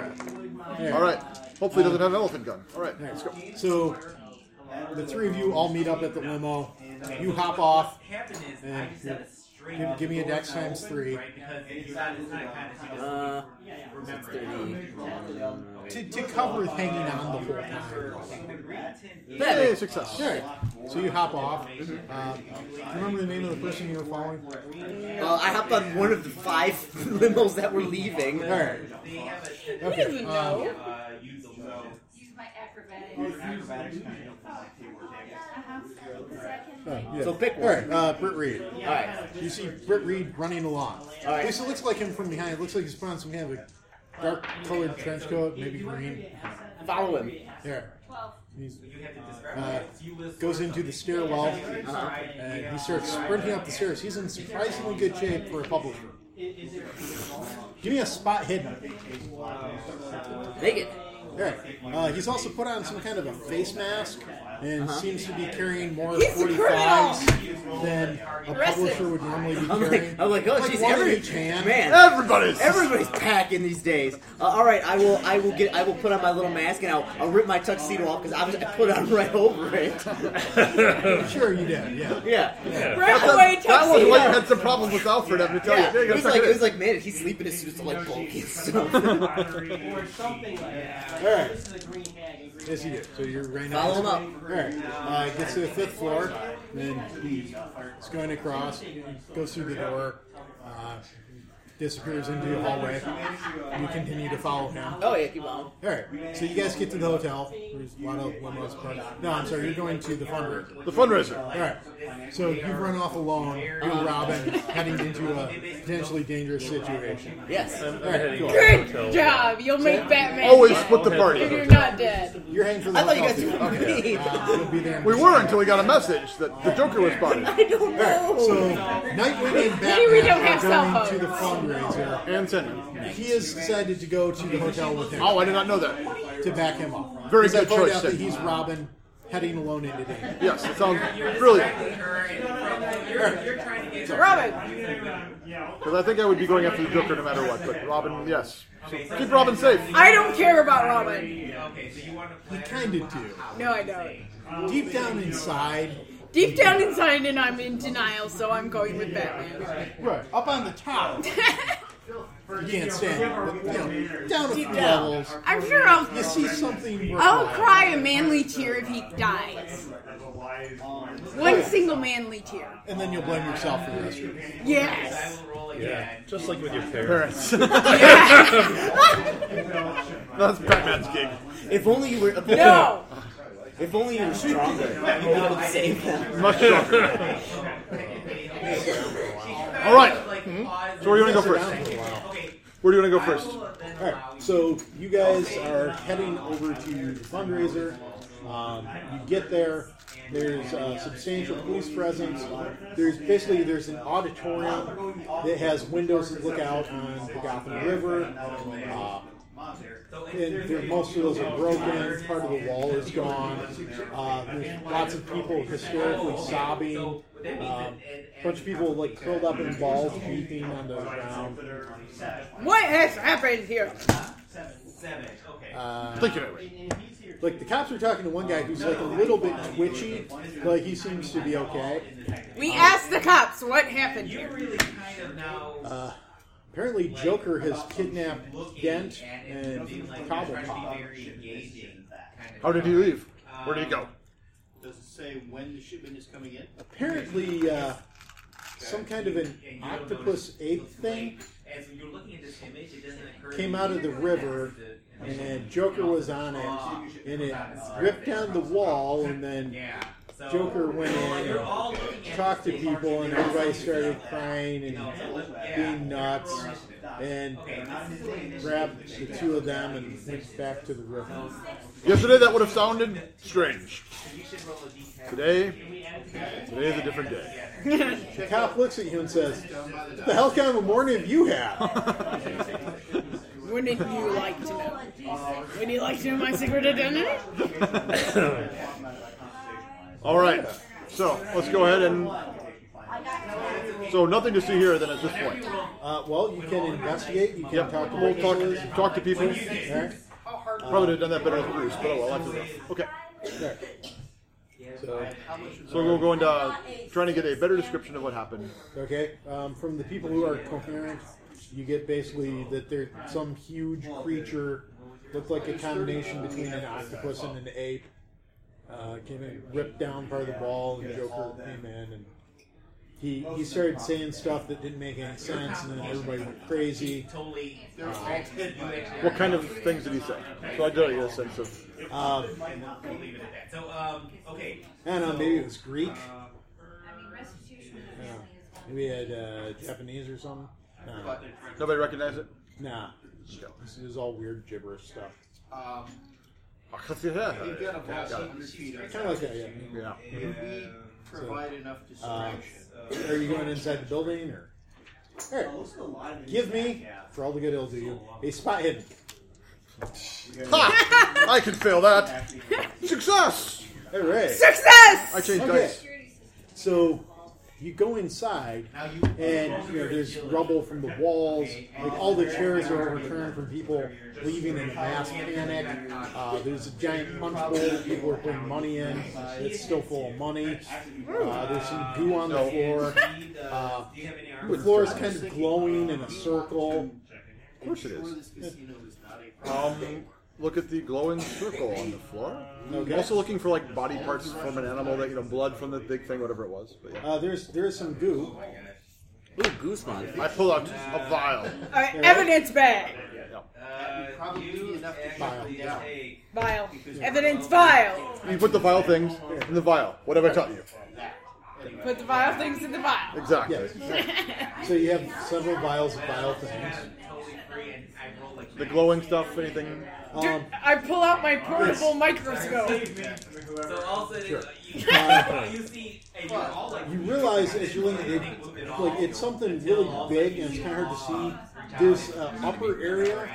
Speaker 1: There.
Speaker 4: All
Speaker 7: uh,
Speaker 4: right. Hopefully, it doesn't have an elephant gun. All right.
Speaker 1: There, let's go. So Oh,
Speaker 7: uh,
Speaker 1: the three of you all meet up at the limo. You hop off, and
Speaker 7: bring
Speaker 1: Give-
Speaker 7: up
Speaker 1: give me a
Speaker 7: the door
Speaker 1: dex
Speaker 7: now,
Speaker 1: times
Speaker 7: open,
Speaker 1: three.
Speaker 7: Right, because
Speaker 10: Yeah.
Speaker 7: it's not it's not a kind of thing.
Speaker 5: Uh,
Speaker 7: remember
Speaker 5: it's 30,
Speaker 7: it.
Speaker 1: To, to cover hanging on the whole time.
Speaker 7: Yeah,
Speaker 1: Hey,
Speaker 7: yeah,
Speaker 1: success. Alright. So you hop off. Uh, do you remember the name of the person you were following?
Speaker 5: Well, I hopped on one of the five limos that were leaving.
Speaker 1: All right. Okay, um,
Speaker 7: uh,
Speaker 8: Use my acrobatics.
Speaker 1: oh, Yeah.
Speaker 5: So pick
Speaker 1: All right,
Speaker 5: one.
Speaker 1: uh, Britt Reed.
Speaker 5: All right.
Speaker 1: You see Britt Reed running along.
Speaker 5: All right.
Speaker 1: At least it looks like him from behind. It looks like he's put on some kind of a dark colored trench coat, maybe green.
Speaker 5: Follow him.
Speaker 1: There.
Speaker 8: Twelve.
Speaker 1: He's, uh,
Speaker 7: Uh,
Speaker 1: goes into the stairwell
Speaker 7: Uh-huh.
Speaker 1: and he starts sprinting up the stairs. He's in surprisingly good shape for a publisher. Give me a spot hidden.
Speaker 5: Take it.
Speaker 1: All right. Uh, he's also put on some kind of a face mask and
Speaker 5: Uh-huh.
Speaker 1: seems to be carrying more
Speaker 3: He's a
Speaker 1: 45s than a publisher would normally be
Speaker 5: I'm
Speaker 1: carrying.
Speaker 5: like, I'm like, oh,
Speaker 1: Like
Speaker 5: she's
Speaker 1: one in
Speaker 5: every
Speaker 1: each hand.
Speaker 5: man.
Speaker 6: Everybody's-
Speaker 5: everybody's packing these days. Uh, all right, I will, I will get, I will put on my little mask and I'll, I'll rip my tuxedo off because I, was- I put it on right over it.
Speaker 2: Oh,
Speaker 1: Sure, you did. Yeah.
Speaker 5: yeah.
Speaker 3: Breakaway
Speaker 6: That was
Speaker 3: tuxedo.
Speaker 6: what that's the problem with Alfred. I'm gonna tell
Speaker 5: Yeah,
Speaker 6: you.
Speaker 5: it was like it was like man, he's sleeping his suits are like bulky and stuff.
Speaker 11: or something like that.
Speaker 1: All right.
Speaker 11: This is a green hag. A green
Speaker 1: Yes, you
Speaker 11: hag.
Speaker 1: do. So you're right now.
Speaker 5: Follow him up.
Speaker 1: All right. Uh, gets to the fifth floor, then he's going across, goes through the door, uh, disappears into the hallway. You continue to follow him. All
Speaker 5: Oh yeah, keep on.
Speaker 1: right. So you guys get to the hotel. There's a lot of limos. parked. No, I'm sorry. You're going to the fundraiser.
Speaker 6: the fundraiser.
Speaker 1: All right. So you run off alone. You're Robin, heading into a potentially dangerous situation.
Speaker 5: Yes.
Speaker 2: I'm, I'm
Speaker 1: All right,
Speaker 2: heading
Speaker 1: cool.
Speaker 2: to the hotel.
Speaker 3: Good job. You'll make Batman.
Speaker 6: Always split the
Speaker 3: if you're
Speaker 6: party.
Speaker 3: not dead.
Speaker 1: You're heading for the
Speaker 5: I thought you
Speaker 1: hotel.
Speaker 5: guys were
Speaker 1: too.
Speaker 5: gonna leave.
Speaker 1: Uh, you'll be there. in
Speaker 6: We
Speaker 1: just a
Speaker 6: were
Speaker 1: minute.
Speaker 6: until we got a message that the Joker was spotted.
Speaker 5: I don't know.
Speaker 1: So Nightwing and Batman
Speaker 3: Oh. Maybe we don't have
Speaker 1: are
Speaker 3: cell
Speaker 1: going to
Speaker 3: phones.
Speaker 1: the fundraiser.
Speaker 6: And Sending.
Speaker 1: He has decided to go to the hotel with him
Speaker 6: Oh, I did not know that.
Speaker 1: to back him up.
Speaker 6: Very
Speaker 1: Because I
Speaker 6: good
Speaker 1: found
Speaker 6: choice,
Speaker 1: out that
Speaker 6: Sydney.
Speaker 1: he's Robin heading alone into danger.
Speaker 6: Yes, it sounds brilliant.
Speaker 3: Robin.
Speaker 7: um,
Speaker 6: Because I think I would be going after the Joker no matter what. But Robin, yes. So keep Robin safe.
Speaker 3: I don't care about Robin.
Speaker 1: He kind of do.
Speaker 3: No, I don't.
Speaker 1: Deep down inside,
Speaker 3: Deep down inside, and I'm in denial, so I'm going with Batman.
Speaker 1: right up on the top, you can't stand it. But, you know, down a few
Speaker 3: Deep down.
Speaker 1: levels,
Speaker 3: I'm sure I'll.
Speaker 1: you see something.
Speaker 3: I'll
Speaker 1: worthwhile.
Speaker 3: cry a manly tear if he dies. One single manly tear.
Speaker 1: and then you'll blame yourself for the rest of your life.
Speaker 3: Yes.
Speaker 2: Yeah, just like with your parents.
Speaker 6: Parents. That's Batman's gig.
Speaker 5: If only you were.
Speaker 3: No.
Speaker 5: If only you were stronger. You would have saved them.
Speaker 6: Much stronger. All right. So where do you want to go first? Where do you want to go first?
Speaker 1: All right, so you guys are heading over to the fundraiser. Um, you get there. There's a substantial police presence. There's basically there's an auditorium that has windows that look out on the Gotham River. Uh, and there, most of those are broken. Part of the wall is gone. Uh, there's lots of people hysterically sobbing. Um, a bunch of people like curled up in balls, weeping on the ground.
Speaker 3: What has happened here?
Speaker 1: Uh,
Speaker 6: Thinking it way.
Speaker 1: Like the cops are talking to one guy who's like a little bit twitchy, but he seems to be okay.
Speaker 3: We asked the cops what happened here.
Speaker 1: Uh, apparently, Joker has kidnapped Dent and Cobblepot.
Speaker 6: How did he leave? Where did he go?
Speaker 12: Does it say when the shipment is coming in?
Speaker 1: Apparently, uh, some kind of an octopus ape thing came out of the river, and then Joker was on it, and it ripped down the wall, and then Joker went in and talked to people, and everybody started crying and being nuts, and grabbed the two of them and went back to the river.
Speaker 6: Yesterday that would have sounded strange. Today, today is a different day.
Speaker 1: The cop looks at you and says, "What the hell kind of a morning have you had?"
Speaker 3: Wouldn't you like to know? Would you like to know my secret identity?
Speaker 6: All right. So let's go ahead and. So nothing to see here then at this point.
Speaker 1: Uh, well, you can investigate. You can
Speaker 6: Yep.
Speaker 1: talk to
Speaker 6: We'll talk
Speaker 1: witnesses.
Speaker 6: talk to people.
Speaker 1: All right. Um,
Speaker 6: Probably would have done that better with Bruce, but oh well. I have to know. Okay.
Speaker 1: So
Speaker 6: So,
Speaker 12: How much of
Speaker 6: so we'll go into uh, trying to get a better description of what happened.
Speaker 1: Okay, um, from the people who are coherent, you get basically that they're some huge creature, looked like a combination between an octopus and an ape. Uh, came in, ripped down part of the ball, and Joker came in, and he he started saying stuff that didn't make any sense, and then everybody went crazy.
Speaker 10: Totally.
Speaker 1: Uh,
Speaker 6: What kind of things did he say? So I did get a sense of.
Speaker 1: uh,
Speaker 10: We'll leave it at that. So, um, okay. Uh,
Speaker 1: I don't know, maybe it was Greek.
Speaker 8: I mean, restitution
Speaker 1: I don't know. Maybe it had uh, Japanese or something. No.
Speaker 6: Nobody recognized it.
Speaker 1: Nah. This is all weird gibberish stuff.
Speaker 10: Um,
Speaker 12: You've got about
Speaker 6: Got it.
Speaker 12: 800 feet of
Speaker 1: Kinda like that, yeah.
Speaker 6: Yeah.
Speaker 12: If we provide enough
Speaker 1: Uh,
Speaker 12: distraction,
Speaker 1: are you going inside the building or? All right. Give me, for all the good it'll do you, a spot hidden.
Speaker 6: Ha! I can fail that. Success.
Speaker 1: All right.
Speaker 3: Success!
Speaker 6: I changed
Speaker 1: Okay.
Speaker 6: dice.
Speaker 1: So you go inside, and you know there's rubble from the walls. Like all the chairs are overturned from people leaving in a mass panic. Uh, there's a giant punch bowl that people are putting money in. It's still full of money. Uh, there's some goo on the floor. Uh, the floor is kind of glowing in a circle.
Speaker 6: Of course it is.
Speaker 12: casino is not a
Speaker 6: Um, look at the glowing circle on the floor.
Speaker 1: Okay.
Speaker 6: Also looking for like body parts from an animal that you know, blood from the big thing, whatever it was. But yeah.
Speaker 1: Uh, there's there's some goo.
Speaker 5: Ooh, goose mod.
Speaker 6: I pull out a vial.
Speaker 3: Alright, evidence bag.
Speaker 12: probably be enough to shut them down.
Speaker 3: Vial. Evidence vial.
Speaker 6: You put the vial things in the vial. What have I taught you?
Speaker 3: Put the vial things in the vial.
Speaker 6: Exactly.
Speaker 1: So you have several vials of vile things.
Speaker 6: The glowing stuff, anything?
Speaker 1: Um,
Speaker 3: I pull out my portable microscope.
Speaker 10: So also, you,
Speaker 1: Uh,
Speaker 10: you see, and you all like. um,
Speaker 1: you realize as you're looking, it, like it's something really big and it's kind of hard to see. This uh, upper area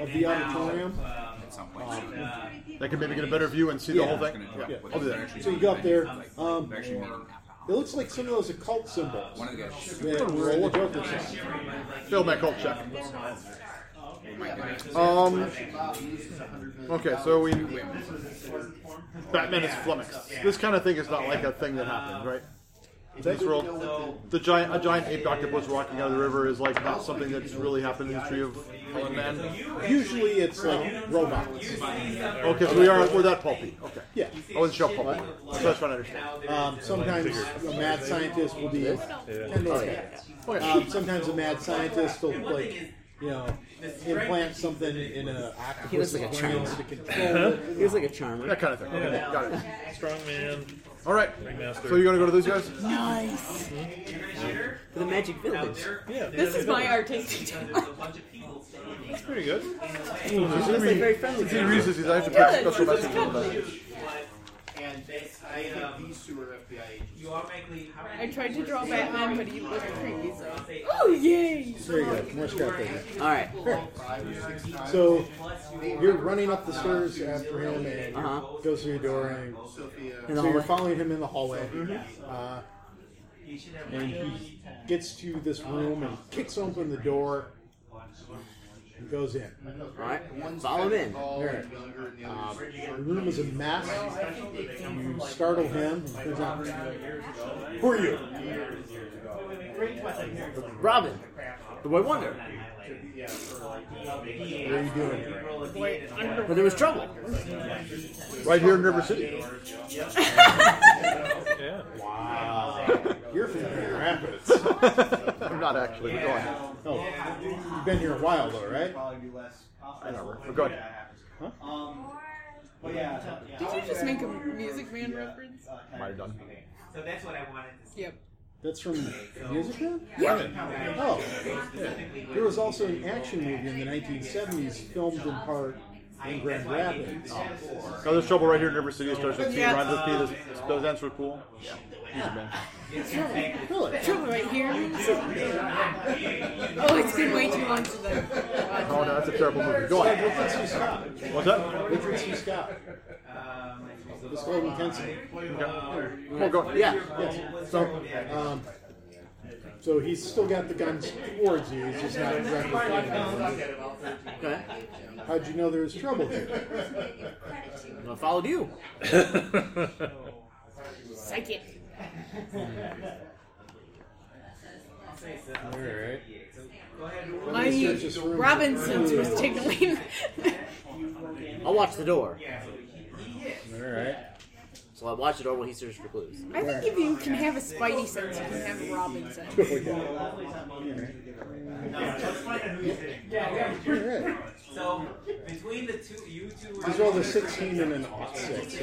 Speaker 1: of the
Speaker 10: um,
Speaker 1: auditorium. Um,
Speaker 10: uh,
Speaker 6: That could maybe get a better view and see the whole thing. Yeah, I'll do that.
Speaker 1: So you go up there. Um, it looks like some of those occult symbols that were in the Joker song.
Speaker 6: Fail my cult check.
Speaker 10: oh
Speaker 6: Um. Okay, so we. Batman is flummoxed. This kind of thing is not like a thing that happens, right? In this world, the giant a giant ape octopus walking out of the river is like not something that's really happened in the history of Holland man.
Speaker 1: Usually it's uh, robots.
Speaker 6: Oh,
Speaker 1: Oh,
Speaker 6: Okay, so we are we're that pulpy. Okay.
Speaker 1: Yeah.
Speaker 6: I wasn't sure how pulpy. So that's what I understand.
Speaker 1: Um, sometimes a mad scientist will be kind
Speaker 5: Oh,
Speaker 1: of like
Speaker 6: Okay.
Speaker 1: Um, sometimes a mad scientist will like you know implant something in an
Speaker 5: He
Speaker 1: octopus
Speaker 5: looks like a
Speaker 1: brain
Speaker 5: charmer.
Speaker 1: to control it.
Speaker 5: He was like a charmer.
Speaker 6: That kind of thing. Okay, got it.
Speaker 2: Strong man.
Speaker 6: All right.
Speaker 2: Ringmaster.
Speaker 6: So you're gonna go to those guys?
Speaker 5: Nice. For the magic village.
Speaker 2: Yeah.
Speaker 3: This is my artistic
Speaker 2: That's pretty good.
Speaker 5: She looks like very friendly.
Speaker 6: He reasons he's- I have to put
Speaker 3: Good.
Speaker 6: special
Speaker 3: This is
Speaker 6: message on that.
Speaker 3: good.
Speaker 12: And I think these two are FBI agents.
Speaker 10: You automatically. How
Speaker 3: I tried to draw Batman, but he looked creepy. So. Oh yay!
Speaker 1: There you go. More scrap paper.
Speaker 5: All right.
Speaker 12: Five or six times.
Speaker 1: So you're running up the stairs after him and
Speaker 5: Uh-huh.
Speaker 1: goes through the door and
Speaker 12: Sophia,
Speaker 5: In the
Speaker 1: so you're
Speaker 5: hallway.
Speaker 1: following him in the hallway.
Speaker 5: Mm-hmm.
Speaker 1: Uh, and he gets to this room and kicks open the door and goes in.
Speaker 12: All
Speaker 5: right.
Speaker 12: One's
Speaker 5: Follow him in.
Speaker 12: tall
Speaker 1: There.
Speaker 12: and younger, and the
Speaker 1: Um,
Speaker 12: other's
Speaker 1: the
Speaker 12: short.
Speaker 1: room is a mess. You startle him. He turns out, Who are you?
Speaker 5: Robin. The boy wonder.
Speaker 1: What are you doing?
Speaker 5: But there was trouble.
Speaker 6: Right here in River City.
Speaker 2: Yeah.
Speaker 1: Wow. You're from Grand Rapids.
Speaker 6: I'm not actually. We're going.
Speaker 1: Oh, you've been here a while though, right?
Speaker 7: Probably be less possible.
Speaker 6: I don't know. We're going.
Speaker 7: Um, but yeah.
Speaker 3: Did you just make a Music Man reference?
Speaker 7: uh,
Speaker 6: Might have done.
Speaker 10: So that's what I wanted to
Speaker 3: Yep.
Speaker 1: That's from Music Man?
Speaker 6: Yeah.
Speaker 1: Oh. There was also an action movie in the 1970s filmed in part in Grand Rapids.
Speaker 6: No, Oh, there's trouble right here in River City. It starts with P.
Speaker 3: Yeah.
Speaker 6: Rhymes with P. Those, those ends with pool. Yeah.
Speaker 1: Really?
Speaker 3: Trouble right here. Oh, it's been way too long since I
Speaker 6: Oh no, that's a terrible movie. Go
Speaker 1: Like
Speaker 6: on.
Speaker 1: Richard C. Scott.
Speaker 6: What's that?
Speaker 1: Richard C. Scott.
Speaker 7: Uh,
Speaker 1: This whole intensity.
Speaker 6: Oh, go on.
Speaker 5: Yeah.
Speaker 1: Yes. So, um, so he's still got the guns towards you. He's just not exactly pointing at you.
Speaker 5: Okay.
Speaker 1: How'd you know there was trouble here?
Speaker 8: credit to
Speaker 5: I followed you.
Speaker 3: Psychic.
Speaker 2: All right.
Speaker 3: My Robinson's was tickling.
Speaker 5: I'll watch the door.
Speaker 2: All right.
Speaker 5: So I watch the door while he searches for clues.
Speaker 3: I think if you can have a Spidey sense, you can have a Robinson.
Speaker 13: So between the two, you two
Speaker 1: These are all the 16 and an odd 6. So.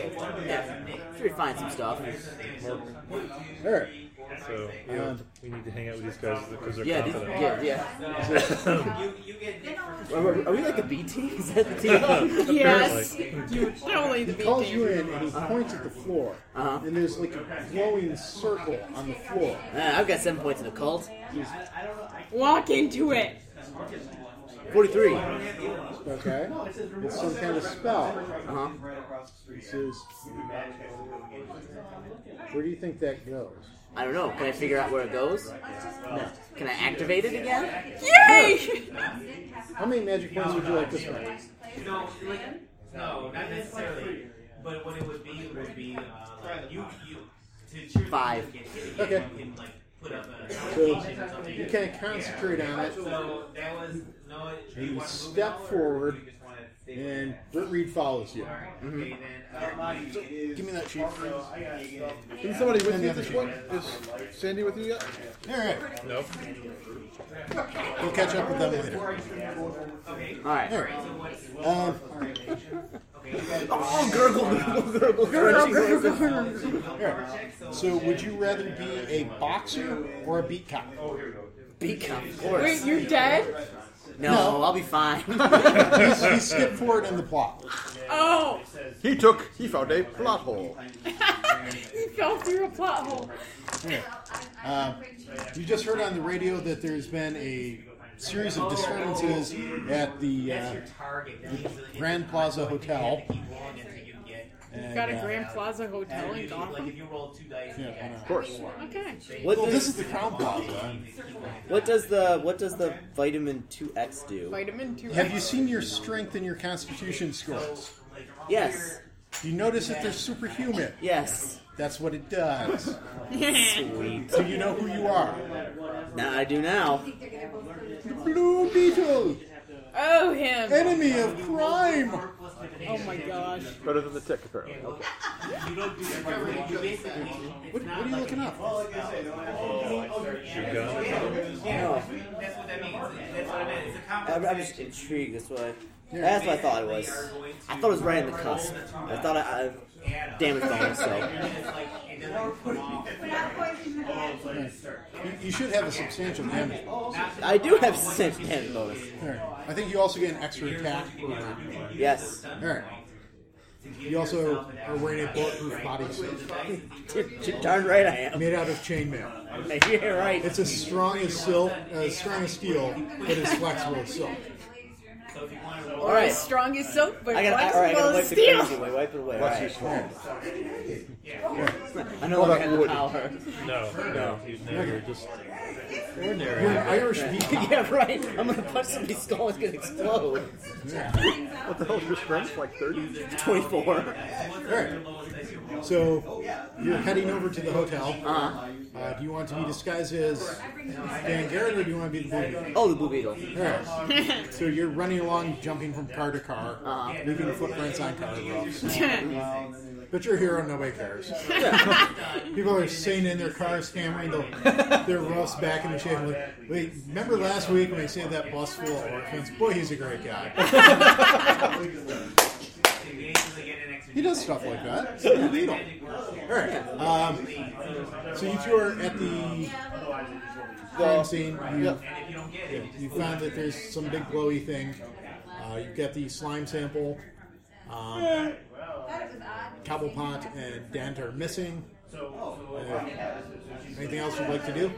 Speaker 5: Should we find some stuff?
Speaker 1: All right.
Speaker 2: So yeah, we need to hang out with these guys because they're
Speaker 5: Yeah, these-
Speaker 2: confident.
Speaker 5: yeah, yeah.
Speaker 13: You, you get
Speaker 5: Are, are we like a B team? Is that the
Speaker 1: Apparently.
Speaker 5: team?
Speaker 1: He calls you in and he points at the floor,
Speaker 5: Uh-huh.
Speaker 1: and there's like a glowing circle on the floor.
Speaker 5: Ah, I've got seven points in occult.
Speaker 3: Walk into it.
Speaker 5: 43.
Speaker 1: Okay. It's some kind of spell.
Speaker 5: Uh-huh.
Speaker 1: This is. Where do you think that goes?
Speaker 5: I don't know. Can I figure out where it goes? No. Can I activate it again?
Speaker 3: Yay!
Speaker 1: How many magic points would you like to spend?
Speaker 13: no, like, no, not necessarily. But what it would be would be uh, like you, you to cheer
Speaker 5: Five.
Speaker 13: Get hit again,
Speaker 1: Okay.
Speaker 13: You can like put up a
Speaker 1: So
Speaker 13: notification or something.
Speaker 1: you can concentrate on it.
Speaker 13: So that was no. Do you want to
Speaker 1: You
Speaker 13: move it
Speaker 1: step
Speaker 13: all, or
Speaker 1: forward,
Speaker 13: do you just wanna stay with
Speaker 1: and
Speaker 13: that?
Speaker 1: Britt Reed follows you. Mm-hmm.
Speaker 13: Okay, then, um,
Speaker 1: Give me that sheet.
Speaker 6: Isn't somebody with you at this point? Is Sandy with you yet?
Speaker 2: Nope.
Speaker 1: We'll catch up with them later.
Speaker 5: Alright.
Speaker 1: All right. Um, oh,
Speaker 5: gurgle, gurgle, gurgle,
Speaker 1: gurgle,
Speaker 5: gurgle,
Speaker 1: gurgle, Here. So, would you rather be a boxer or a beat cop?
Speaker 5: Beat cop, of course.
Speaker 3: Wait, you're dead?
Speaker 5: No,
Speaker 1: No.
Speaker 5: I'll be fine.
Speaker 1: he, he skipped forward in the plot.
Speaker 3: Oh,
Speaker 6: He took. He found a plot hole.
Speaker 3: he fell through a plot hole.
Speaker 1: Here. Um, you just heard on the radio that there's been a series of disturbances at the, uh, the Grand Plaza Hotel.
Speaker 3: You've
Speaker 1: And,
Speaker 3: got a
Speaker 1: uh,
Speaker 3: Grand Plaza Hotel
Speaker 13: like
Speaker 3: in
Speaker 13: if
Speaker 3: Gotham?
Speaker 13: you roll two dice,
Speaker 1: Yeah, I know.
Speaker 13: of
Speaker 1: course.
Speaker 3: Okay.
Speaker 5: What
Speaker 1: well,
Speaker 5: does-
Speaker 1: this is the Crown Plaza.
Speaker 5: What does the what does the vitamin two X do?
Speaker 3: Vitamin 2.
Speaker 1: uh, Have you seen your strength and your constitution scores?
Speaker 5: Yes.
Speaker 1: You notice that they're superhuman.
Speaker 5: Yes.
Speaker 1: That's what it does.
Speaker 5: Sweet.
Speaker 1: So you know who you are.
Speaker 5: Now I do now.
Speaker 1: Blue Beetle,
Speaker 3: Oh, him.
Speaker 1: enemy of crime.
Speaker 3: Oh my gosh.
Speaker 6: Better than the tick, apparently.
Speaker 1: What,
Speaker 6: Okay.
Speaker 1: what are you looking up?
Speaker 5: No.
Speaker 13: Oh, That's what that means. That's what I meant. It's a
Speaker 5: I'm, I'm
Speaker 13: compensation.
Speaker 5: just intrigued. That's what. I, That's what I thought it was. I thought it was right on the cusp. I thought I, I damaged by myself.
Speaker 1: You, you should have a substantial damage. bonus.
Speaker 5: I do have substantial damage bonus.
Speaker 1: Alright. I think you also get an extra attack. per-
Speaker 5: Yes.
Speaker 1: Alright. You also are wearing a bulletproof bodysuit
Speaker 5: You're darn right I am.
Speaker 1: made out of chainmail.
Speaker 5: Yeah, right.
Speaker 1: It's as strong as silk, as strong as steel, but as flexible as silk.
Speaker 5: All right.
Speaker 3: Strongest soap, but
Speaker 5: I gotta, all right, I
Speaker 3: flexible
Speaker 5: gotta
Speaker 3: as
Speaker 5: wipe the crazy
Speaker 3: steel.
Speaker 5: away. Wipe it away.
Speaker 6: What's
Speaker 5: all
Speaker 6: your
Speaker 5: right.
Speaker 6: strength?
Speaker 5: I no longer
Speaker 6: that
Speaker 5: have the
Speaker 6: wood.
Speaker 5: power.
Speaker 2: No. No. You, no you're just ordinary.
Speaker 1: You're an Irish beacon.
Speaker 5: yeah, right. I'm gonna punch somebody's skull. It's gonna explode.
Speaker 6: What the hell is your strength? Like 30?
Speaker 5: 24.
Speaker 1: Alright. So you're heading over to the hotel.
Speaker 5: Uh-huh.
Speaker 1: Uh, do you want to be disguised as Dan Garrett or do you want to be the Blue Beetle?
Speaker 5: Oh, the blue beetle.
Speaker 1: Alright. So you're running along, jumping from car to car,
Speaker 5: Uh-huh.
Speaker 1: leaving footprints on car roofs. But you're a hero, nobody cares. People are sitting in their cars, hammering the, their roofs back in the shape. Like, Wait, remember last week when I saved that bus full of orphans? Boy, he's a great guy. He does stuff like that. So you beat him. All right. Um, so you two are at the crime scene. You, yeah, you found that there's some big glowy thing. Uh, you've got the slime sample. Um, Cobblepot and Dent are missing. Uh, anything else you'd like to do?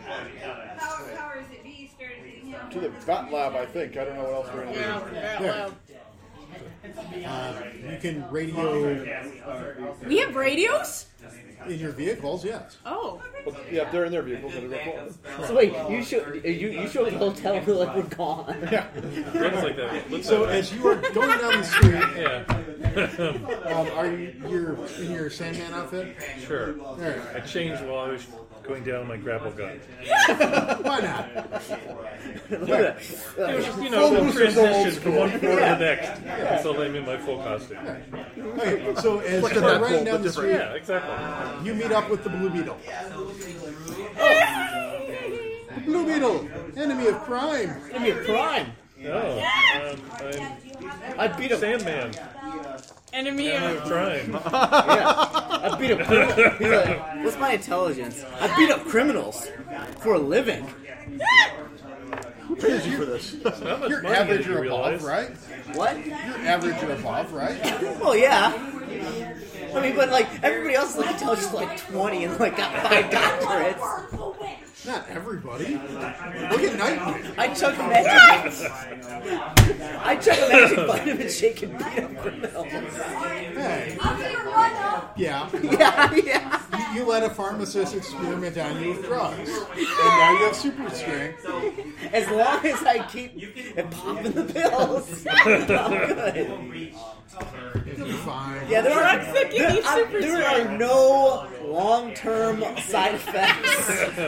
Speaker 6: To the bat lab, I think. I don't know what else we're going to do.
Speaker 3: Yeah, yeah,
Speaker 1: There.
Speaker 3: well,
Speaker 1: Uh, you can radio
Speaker 3: we have radios?
Speaker 1: in your vehicles, yes.
Speaker 3: Oh.
Speaker 6: Well, yeah, they're in their vehicles. They're recording.
Speaker 5: So wait, you show you you show the hotel and they're like we're gone.
Speaker 2: Looks like that. Looks
Speaker 1: So
Speaker 2: like
Speaker 1: as you are going down the street,
Speaker 2: that. Yeah.
Speaker 1: um, are you you're in your Sandman outfit?
Speaker 2: Sure.
Speaker 1: All right.
Speaker 2: I changed while I was going down my grapple gun.
Speaker 1: Why
Speaker 2: not?
Speaker 1: Look
Speaker 2: Look
Speaker 1: at
Speaker 2: at
Speaker 1: that.
Speaker 2: It was just, you
Speaker 1: Full
Speaker 2: know, the
Speaker 1: Bruce is old
Speaker 2: transition
Speaker 1: school.
Speaker 2: from one floor to
Speaker 1: Yeah.
Speaker 2: the next
Speaker 1: Yeah.
Speaker 2: until I'm in my full costume.
Speaker 1: Okay, so as
Speaker 2: Look
Speaker 1: you're
Speaker 2: at that
Speaker 1: running
Speaker 2: pole,
Speaker 1: down
Speaker 2: the
Speaker 1: the street,
Speaker 2: difference. Yeah, exactly.
Speaker 1: you meet up with the Blue Beetle. The Blue Beetle, enemy of crime.
Speaker 5: Enemy of crime.
Speaker 2: No, um, I'm I beat him. Sandman.
Speaker 3: Enemy
Speaker 2: Yeah,
Speaker 3: of
Speaker 2: I'm trying.
Speaker 5: yeah. I beat up criminals. He's like, what's my intelligence? I beat up criminals for a living. Who
Speaker 6: pays you for this?
Speaker 1: You're average or above, right?
Speaker 5: What?
Speaker 1: You're average or above, right?
Speaker 5: Well, yeah. I mean, but like everybody else, like intelligence like twenty and like got five doctorates.
Speaker 1: Not everybody. Look at Nightwing.
Speaker 5: I took magic. I took a magic vitamin shake and beat up criminals.
Speaker 1: Yeah.
Speaker 5: Yeah, yeah.
Speaker 1: You, you let a pharmacist experiment on you with drugs, and now you have super strength.
Speaker 5: As long as I keep popping the pills, I'm good.
Speaker 1: Fine.
Speaker 5: Yeah, there are,
Speaker 3: Drugs that give
Speaker 5: there,
Speaker 3: you
Speaker 5: I-
Speaker 3: super
Speaker 5: there
Speaker 3: strength.
Speaker 5: are no long-term side effects.
Speaker 2: Um,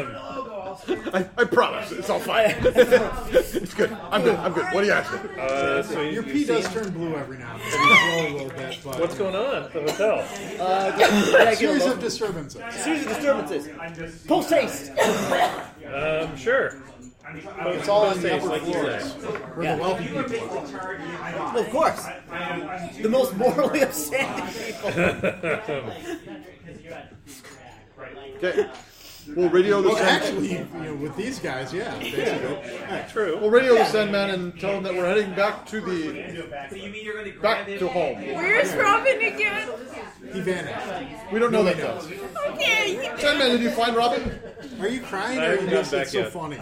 Speaker 6: I, I promise, it's all fine. it's good. I'm good. I'm good. What do you ask me?
Speaker 2: Uh, so you-
Speaker 1: Your
Speaker 2: you
Speaker 1: pee does
Speaker 2: see-
Speaker 1: turn blue every now and then. You glow a little bit, but-
Speaker 2: What's going on at the hotel?
Speaker 5: Uh, yeah, yeah,
Speaker 1: series
Speaker 5: get a
Speaker 1: of disturbances.
Speaker 5: Series of disturbances. Post haste.
Speaker 2: Um, sure.
Speaker 1: It's all on the
Speaker 2: Post-haste,
Speaker 1: upper
Speaker 2: like you
Speaker 1: floors,
Speaker 2: said.
Speaker 1: where the wealthy people are.
Speaker 5: Well, of course. The most morally upstanding people.
Speaker 6: Okay. We'll radio the
Speaker 1: Well,
Speaker 6: Sandman.
Speaker 1: actually, you know, with these guys, yeah. basically.
Speaker 2: True.
Speaker 6: We'll radio the Sandman and tell him that we're heading back to the
Speaker 13: So you mean you're going to grab
Speaker 6: back
Speaker 13: it?
Speaker 6: to home.
Speaker 3: Where's Robin again?
Speaker 1: He vanished.
Speaker 6: We don't know that
Speaker 1: Nobody
Speaker 6: though.
Speaker 1: knows.
Speaker 3: Okay, he
Speaker 6: Sandman, did you find Robin?
Speaker 1: Are you crying
Speaker 2: I
Speaker 1: or are
Speaker 2: haven't
Speaker 1: you
Speaker 2: gotten
Speaker 1: just it's
Speaker 2: back
Speaker 1: so
Speaker 2: yet.
Speaker 1: funny?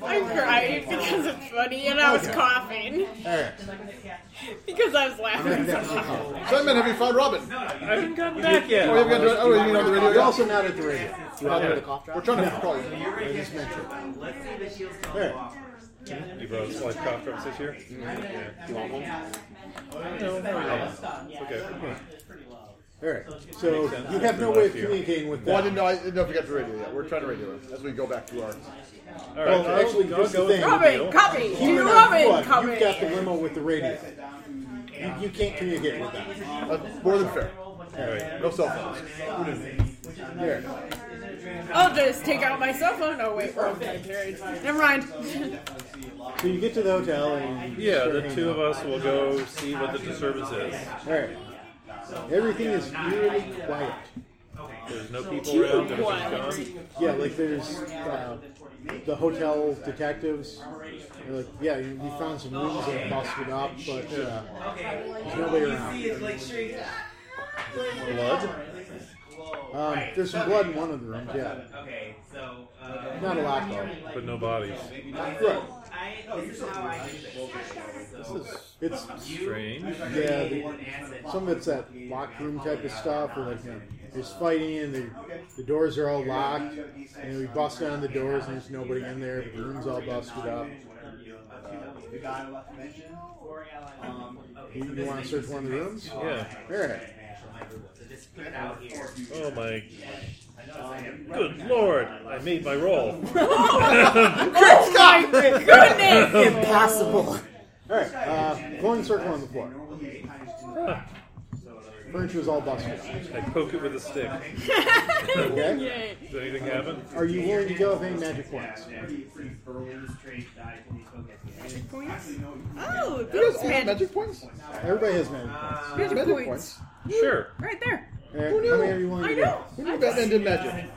Speaker 3: I cried because it's funny, and I was
Speaker 1: Okay.
Speaker 3: coughing
Speaker 1: Alright.
Speaker 3: because I was laughing. so hard.
Speaker 6: Sandman, have you found Robin?
Speaker 2: I haven't gotten back yet.
Speaker 6: Oh, you haven't gotten to it. Oh, you mean on the radio?
Speaker 1: You're also not at the radio.
Speaker 6: We're trying to call you.
Speaker 1: There.
Speaker 2: You've uh, slight cough drops this year?
Speaker 5: You want one?
Speaker 2: No, no, no. It's okay.
Speaker 1: Alright. So
Speaker 2: Makes sense.
Speaker 1: you have no way of communicating with
Speaker 6: Well, I didn't
Speaker 1: them.
Speaker 6: know. I didn't know if we got to radio yet. We're trying to radio it as we go back to our.
Speaker 2: All right.
Speaker 1: Well,
Speaker 2: I'll-
Speaker 1: actually,
Speaker 2: I'll
Speaker 1: here's
Speaker 2: go
Speaker 1: the
Speaker 2: with
Speaker 1: thing.
Speaker 2: the
Speaker 3: Robin,
Speaker 2: deal.
Speaker 3: copy.
Speaker 1: Here
Speaker 3: You
Speaker 1: in
Speaker 3: Robin,
Speaker 1: Oakwood, You've got the
Speaker 3: copy.
Speaker 1: limo with the radio. You, you can't communicate with them.
Speaker 6: That's uh, more than fair.
Speaker 2: All right.
Speaker 6: No cell phones.
Speaker 1: There.
Speaker 3: I'll just take out my cell phone. Oh wait, Robin's in carriage. Never mind.
Speaker 1: So you get to the hotel and you
Speaker 2: Yeah,
Speaker 1: start
Speaker 2: the
Speaker 1: hanging
Speaker 2: two
Speaker 1: out.
Speaker 2: of us will go see what the disturbance is.
Speaker 1: All right. Everything is really quiet.
Speaker 2: There's no people around. Everything's gone.
Speaker 1: Yeah, like there's uh, the hotel detectives. They're like, yeah, you- we found some rooms that are busted up, but uh, there's nobody around.
Speaker 2: Blood?
Speaker 1: Um, there's some blood in one of the rooms. Yeah,
Speaker 13: Okay, so. Uh,
Speaker 1: not a lot though.
Speaker 2: But no bodies.
Speaker 1: Right.
Speaker 13: I, this is how I do this. So,
Speaker 1: It's
Speaker 2: Strange.
Speaker 1: yeah, the, some of it's that locked room type of stuff, where like you know, there's fighting and the, the doors are all locked, and we bust down the doors and there's nobody in there, but the room's all busted up. You, you want to search one of the rooms?
Speaker 2: Yeah.
Speaker 1: All right.
Speaker 13: just put it out here.
Speaker 2: Oh my. Good lord! I made my roll.
Speaker 3: Oh my goodness!
Speaker 5: Impossible.
Speaker 1: All right, uh, go and circle on the floor. Furniture is all busted.
Speaker 2: I poke it with a stick.
Speaker 1: Okay.
Speaker 3: Yay.
Speaker 2: Does anything happen?
Speaker 1: Are you willing to go with any magic points?
Speaker 3: Magic points. Oh,
Speaker 6: You
Speaker 3: those
Speaker 6: guys all have
Speaker 3: magic.
Speaker 6: magic points?
Speaker 1: Everybody has magic points.
Speaker 3: Magic
Speaker 6: Magic
Speaker 3: points.
Speaker 6: points.
Speaker 2: Sure.
Speaker 3: Right there.
Speaker 1: All right,
Speaker 6: Who knew?
Speaker 1: How many are you willing
Speaker 3: I
Speaker 1: to go?
Speaker 3: know.
Speaker 6: Who knew Batman did magic? Batman did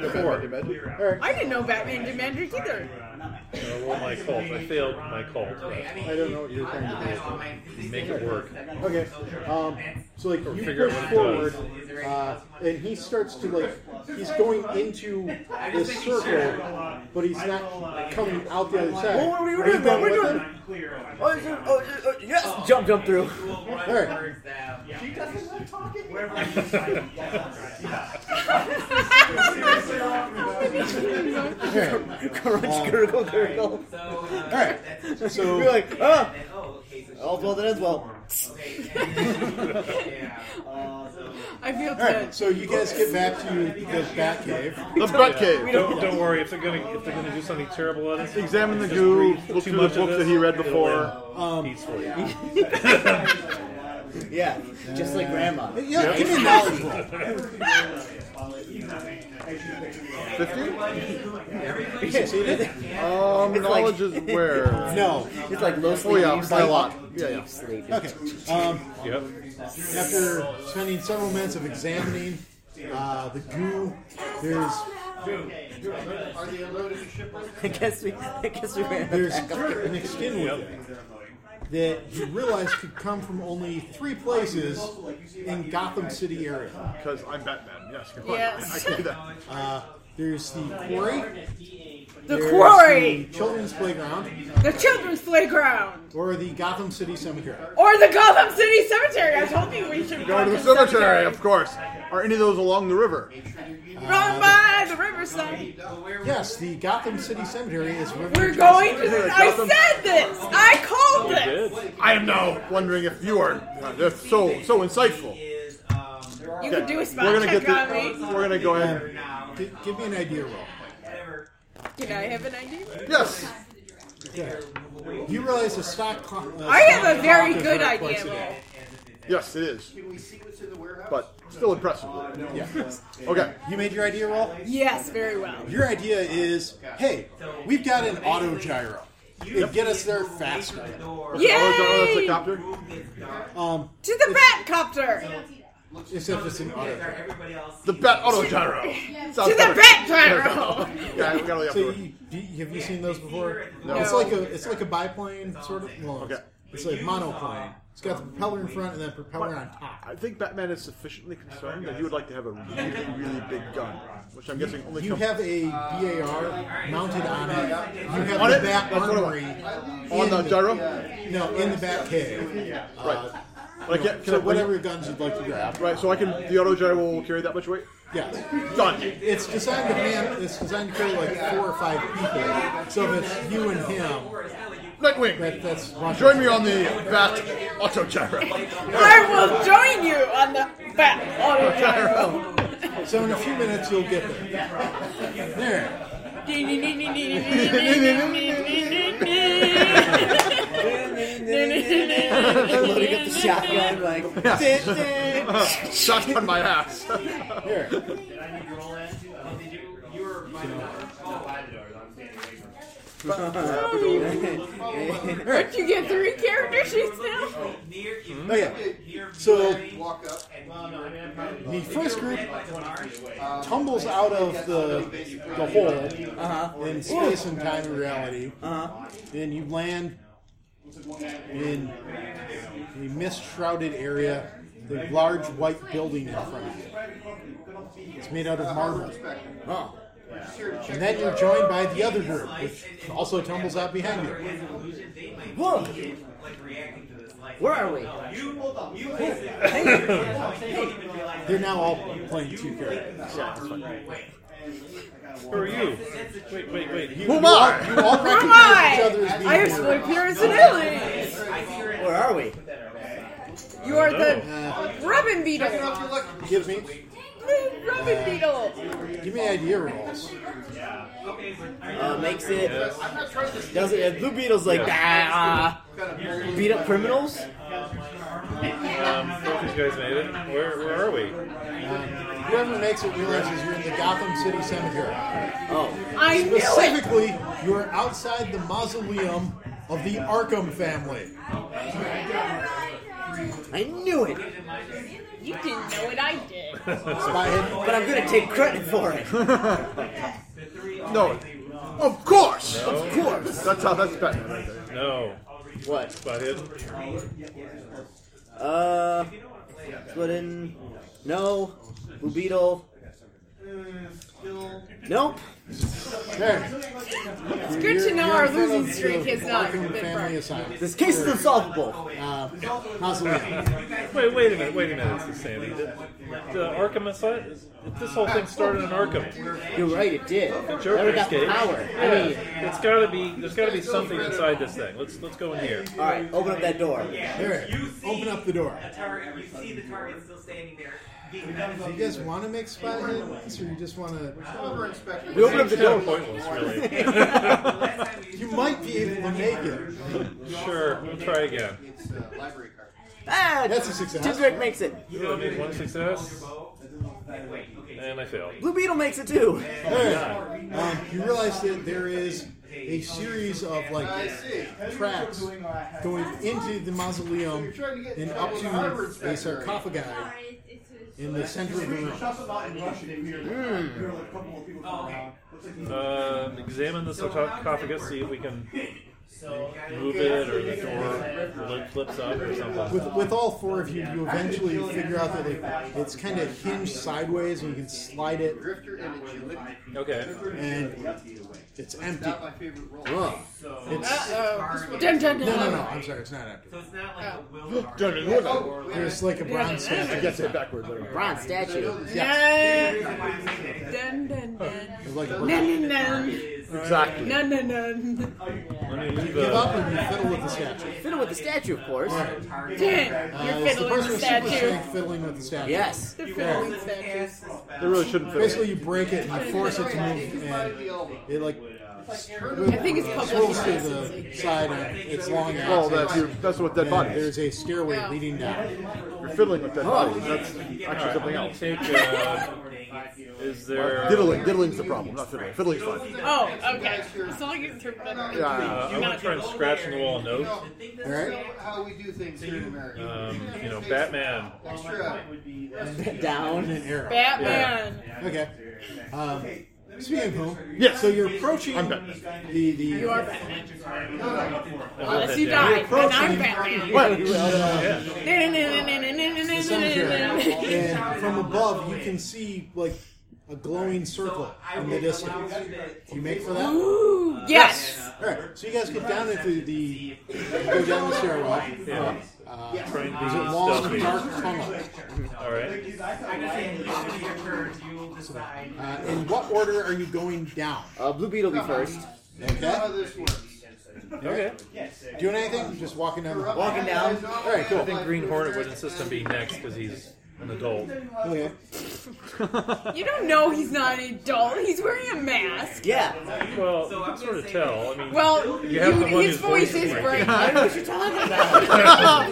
Speaker 6: Batman did magic.
Speaker 1: All right.
Speaker 3: I didn't know Batman did magic either.
Speaker 2: I roll my cult. I failed my cult. but
Speaker 1: I don't know what you're trying to do.
Speaker 2: Make it work.
Speaker 1: Okay. Um, so like you
Speaker 2: figure
Speaker 1: push
Speaker 2: out what it
Speaker 1: forward, uh, and he starts to like he's going into this circle, but he's not coming out the other side.
Speaker 5: Well, what are we
Speaker 1: Are you
Speaker 5: doing?
Speaker 1: going
Speaker 5: What are we
Speaker 1: with him?
Speaker 5: doing? Oh, it's- oh, it's- oh, yes. Jump, jump through.
Speaker 1: All right. Okay.
Speaker 5: Crunch, gurgle, gurgle.
Speaker 1: All right. So
Speaker 5: You're like, ah.
Speaker 13: Oh, okay, so
Speaker 5: All's well that ends well.
Speaker 13: Okay,
Speaker 10: yeah.
Speaker 3: I feel
Speaker 1: All right, so you guys get back to the bat cave.
Speaker 6: The bat cave.
Speaker 2: Don't, don't worry. If they're gonna if they're gonna do something terrible at us,
Speaker 6: Examine the
Speaker 2: just
Speaker 6: goo,
Speaker 2: read
Speaker 6: look
Speaker 2: too
Speaker 6: through the
Speaker 2: much of
Speaker 6: book that
Speaker 2: this,
Speaker 6: he read
Speaker 2: it'll
Speaker 6: before.
Speaker 2: end
Speaker 1: Um,
Speaker 2: peacefully.
Speaker 5: Yeah, just like grandma.
Speaker 1: Yeah,
Speaker 5: Yep.
Speaker 1: give me a knowledge roll.
Speaker 5: Fifty.
Speaker 6: Um, knowledge is where?
Speaker 1: No.
Speaker 5: It's like low
Speaker 6: Oh
Speaker 5: sleep.
Speaker 6: yeah,
Speaker 5: deep
Speaker 6: by a
Speaker 5: sleep,
Speaker 6: lot.
Speaker 5: Deep
Speaker 6: Yeah, yeah.
Speaker 5: sleep.
Speaker 1: Okay. Um,
Speaker 2: Yep.
Speaker 1: After spending several minutes of examining uh, the goo, there's
Speaker 12: Are they unloading the ship?
Speaker 5: I guess we. I guess we ran out of
Speaker 1: there's
Speaker 5: backup.
Speaker 1: an extended that you realize could come from only three places in Gotham City area.
Speaker 6: Because I'm Batman. Yes. you're right.
Speaker 3: Yes.
Speaker 6: I can do that.
Speaker 1: Uh, there's the quarry.
Speaker 3: The
Speaker 1: There's
Speaker 3: quarry.
Speaker 1: the children's playground,
Speaker 3: The children's playground.
Speaker 1: or the Gotham City cemetery.
Speaker 3: Or the Gotham City Cemetery. I told you we should
Speaker 6: Go to the cemetery, of course. Are any of those along the river?
Speaker 3: Run by the riverside.
Speaker 1: Yes, the Gotham City cemetery is. where
Speaker 3: We're going to. The, I said this. I called this.
Speaker 6: I am now wondering if you are. Yeah, that's so so insightful.
Speaker 3: You can do a spot
Speaker 6: We're gonna
Speaker 3: check
Speaker 6: get
Speaker 3: on
Speaker 6: the,
Speaker 3: me.
Speaker 6: We're gonna go ahead.
Speaker 1: Gi- give me an idea roll.
Speaker 3: Can I have an idea?
Speaker 6: Yes.
Speaker 1: Okay. You realize the stock. Cl- uh,
Speaker 3: I have a
Speaker 1: stock
Speaker 3: very
Speaker 1: clock is
Speaker 3: good
Speaker 1: right twice
Speaker 3: idea
Speaker 1: a day.
Speaker 3: roll.
Speaker 6: Yes, it is.
Speaker 12: Can we see what's in the warehouse?
Speaker 6: But still impressive.
Speaker 1: Yeah.
Speaker 6: Okay.
Speaker 1: You made your idea roll?
Speaker 3: Yes, very well.
Speaker 1: Your idea is hey, we've got an auto gyro. It'd get us there faster.
Speaker 6: Oh, that's
Speaker 3: Yay!
Speaker 6: a copter.
Speaker 1: Um,
Speaker 3: To the bat copter.
Speaker 1: except it's an auto gyro.
Speaker 6: The bat auto gyro.
Speaker 3: To the bat gyro.
Speaker 6: Yeah, we gotta leave
Speaker 1: So
Speaker 6: afterward.
Speaker 1: you, do you- have you seen those before?
Speaker 6: No.
Speaker 1: It's like a it's like a biplane sort of. Well, it's-
Speaker 6: Okay.
Speaker 1: it's like a monoplane. It's got the propeller in front and then propeller on top.
Speaker 6: I think Batman is sufficiently concerned that he would like to have a really, really big gun, which I'm guessing only
Speaker 1: You
Speaker 6: comes
Speaker 1: have a BAR mounted on it. You have
Speaker 6: On
Speaker 1: the
Speaker 6: it?
Speaker 1: bat
Speaker 6: That's what I want.
Speaker 1: armory
Speaker 6: on
Speaker 1: in
Speaker 6: the gyro.
Speaker 1: No, in the bat cave.
Speaker 6: Right. But I
Speaker 1: Okay,
Speaker 6: can't, can I
Speaker 1: uh, so
Speaker 6: bring-
Speaker 1: whatever guns you'd like to grab.
Speaker 6: Right, so I can the auto gyro will carry that much weight.
Speaker 1: Yes.
Speaker 6: Done.
Speaker 1: It's designed to man. It's designed to kill like four or five people. So if it's you and him,
Speaker 6: Nightwing,
Speaker 1: that, that's Russian.
Speaker 6: join me on the bat auto gyro.
Speaker 3: I will join you on the bat auto gyro.
Speaker 1: So in a few minutes you'll get there. There.
Speaker 5: Loading up the shotgun, like.
Speaker 6: Shot on my ass.
Speaker 1: Here.
Speaker 3: Aren't you get three character sheets now?
Speaker 1: Oh yeah. So
Speaker 12: Walk up. Well, no, I mean, I'm probably.
Speaker 1: the first group Uh, tumbles out of the the hole in space and time and reality,
Speaker 5: Uh-huh.
Speaker 1: and you land in a mist shrouded area. The large white building in front of you. It's made out of marble.
Speaker 5: Oh.
Speaker 1: And then you're joined by the other group, which also tumbles out behind you.
Speaker 5: Whoa. Where are we?
Speaker 1: They're now all playing two characters.
Speaker 2: Who are you? Wait, wait, wait. You,
Speaker 6: Who am I?
Speaker 1: You all
Speaker 3: Where am
Speaker 1: recognize each other as
Speaker 3: I?
Speaker 1: being
Speaker 3: I have
Speaker 1: here.
Speaker 3: split personalities.
Speaker 5: Where are we?
Speaker 3: You are the
Speaker 1: Uh,
Speaker 3: Robin Beetle.
Speaker 1: give me,
Speaker 3: Robin Beetle.
Speaker 1: give me idea rolls.
Speaker 5: Uh, makes it. Does it? Blue Beetle's like ah, beat up criminals.
Speaker 2: um, both these guys made it. Where, where are we?
Speaker 1: Whoever makes it realizes you're in the Gotham City Cemetery.
Speaker 5: Oh,
Speaker 3: I knew it.
Speaker 1: Specifically, you are outside the mausoleum of the Arkham family.
Speaker 5: I knew it.
Speaker 3: You didn't know what I did.
Speaker 1: Spy-
Speaker 5: But I'm gonna take credit for it.
Speaker 6: No. Of course. Of course. That's how that's Batman right there.
Speaker 2: No.
Speaker 5: What?
Speaker 2: But it.
Speaker 5: Uh, split in. No. Blue Beetle. Nope.
Speaker 1: There. It's
Speaker 3: good to know our losing streak has not
Speaker 1: Arkham
Speaker 3: been
Speaker 1: family
Speaker 3: burned.
Speaker 1: asylum.
Speaker 5: This case is unsolvable.
Speaker 1: Uh, mausoleum.
Speaker 2: Wait, wait a minute. Wait a minute. It's Sandy. The, the Arkham aside. This whole thing started in Arkham.
Speaker 5: You're right. It did.
Speaker 2: The
Speaker 5: Never
Speaker 2: Joker
Speaker 5: got the
Speaker 2: escaped.
Speaker 5: power. I
Speaker 2: Yeah.
Speaker 5: mean,
Speaker 2: It's gotta be. There's gotta be something inside this thing. Let's let's go in here.
Speaker 5: all right. Open up that door.
Speaker 1: There. open up the door.
Speaker 13: A target. You see the target still standing there. being
Speaker 1: Do you guys want to make spot hits, or you just want to?
Speaker 13: However, Inspector-
Speaker 6: We opened up the door. Pointless,
Speaker 13: really.
Speaker 1: you might be able to make it.
Speaker 2: Sure, we'll try again.
Speaker 12: It's uh, library card.
Speaker 5: Ah,
Speaker 1: that's a success.
Speaker 5: Dudrick makes it.
Speaker 2: You know, I made one success, and I failed.
Speaker 5: Blue Beetle makes it too.
Speaker 1: Hey, um, you realize that there is a series of like
Speaker 12: I see.
Speaker 1: tracks going into the mausoleum and up to a sarcophagi in the center of the room. Oh,
Speaker 2: Uh, examine the sarcophagus, see if we can move it or the door lid flips up or something.
Speaker 1: With, with all four of you, you eventually figure out that like it's kind of hinged sideways, and you can slide it,
Speaker 2: Okay.
Speaker 1: and it's empty. Ugh. It's
Speaker 13: Uh-oh.
Speaker 1: no, no, no. I'm sorry, it's not empty.
Speaker 13: So it's not like a will card.
Speaker 1: There's like a bronze statue.
Speaker 6: I guess it backwards. I don't know.
Speaker 5: Bronze statue.
Speaker 1: Yes.
Speaker 3: Dun, dun, dun.
Speaker 1: It's like a
Speaker 3: Dun, dun, dun.
Speaker 6: Exactly.
Speaker 3: Dun, dun, dun.
Speaker 2: Let me leave
Speaker 1: Give up
Speaker 2: a.
Speaker 1: and you fiddle with the statue.
Speaker 5: Fiddle with the statue, of course.
Speaker 3: Dang,
Speaker 1: Uh,
Speaker 3: You're
Speaker 1: it's the person
Speaker 3: fiddling the
Speaker 1: with super
Speaker 3: statue.
Speaker 1: strength fiddling with the statue.
Speaker 5: Yes.
Speaker 3: The fiddling statue.
Speaker 6: They really shouldn't fit.
Speaker 1: Basically, you break it and you force it to move, and it like.
Speaker 3: I think it's public
Speaker 1: swirls to the
Speaker 3: indecency.
Speaker 1: side on its long axis.
Speaker 6: Well, that's your, that's what dead
Speaker 1: And
Speaker 6: body is.
Speaker 1: There's a stairway leading down.
Speaker 6: You're fiddling with dead bodies. That's actually something
Speaker 2: I'll
Speaker 6: else.
Speaker 2: take. Uh, is there?
Speaker 6: Diddling, diddling's the problem, not fiddling. Fiddling's fine.
Speaker 3: Oh, okay. So I get through better.
Speaker 6: Yeah,
Speaker 2: Uh, I want to try and scratch on the wall a note.
Speaker 1: All right.
Speaker 12: How we do things here in America.
Speaker 2: Um, you know, Batman.
Speaker 12: Extra.
Speaker 5: Down.
Speaker 1: And an arrow.
Speaker 3: Batman.
Speaker 1: Okay. Um, speaking of whom,
Speaker 6: Yes.
Speaker 1: so you're approaching
Speaker 6: I'm
Speaker 1: the uh, the.
Speaker 3: You are Batman.
Speaker 2: that
Speaker 3: Unless you
Speaker 2: down.
Speaker 3: die, then I'm Batman.
Speaker 6: What?
Speaker 2: Yeah.
Speaker 1: uh, the cemetery,
Speaker 3: Na-na-na-na-na-na-na-na-na.
Speaker 1: and from above you can see like a glowing circle in the distance. Do you make for that?
Speaker 3: Ooh, Yes.
Speaker 2: uh,
Speaker 1: All right, so you guys get down into the go down the stairwell.
Speaker 2: Yeah.
Speaker 1: Uh,
Speaker 2: Try and
Speaker 1: there's a
Speaker 2: be
Speaker 1: long
Speaker 2: stealthy.
Speaker 1: dark tunnel.
Speaker 2: All right.
Speaker 13: I'm just saying, it's your turn. You decide.
Speaker 1: Uh, in what order are you going down?
Speaker 5: Uh, Blue Beetle be first.
Speaker 1: Okay.
Speaker 12: this works.
Speaker 2: Okay.
Speaker 1: Doing anything? Just walking down the hall.
Speaker 5: Walking down.
Speaker 1: All right,
Speaker 2: I
Speaker 1: cool.
Speaker 2: think Green Hornet would insist on being next because he's an adult.
Speaker 1: Okay.
Speaker 3: You don't know he's not an adult. He's wearing a mask.
Speaker 5: Yeah.
Speaker 2: Well, you can sort of tell. I mean,
Speaker 3: Well,
Speaker 2: You have
Speaker 3: you-
Speaker 2: the one
Speaker 3: his
Speaker 2: whose
Speaker 3: voice
Speaker 2: voice is
Speaker 3: is
Speaker 2: breaking.
Speaker 3: breaking.
Speaker 5: I don't know what you're talking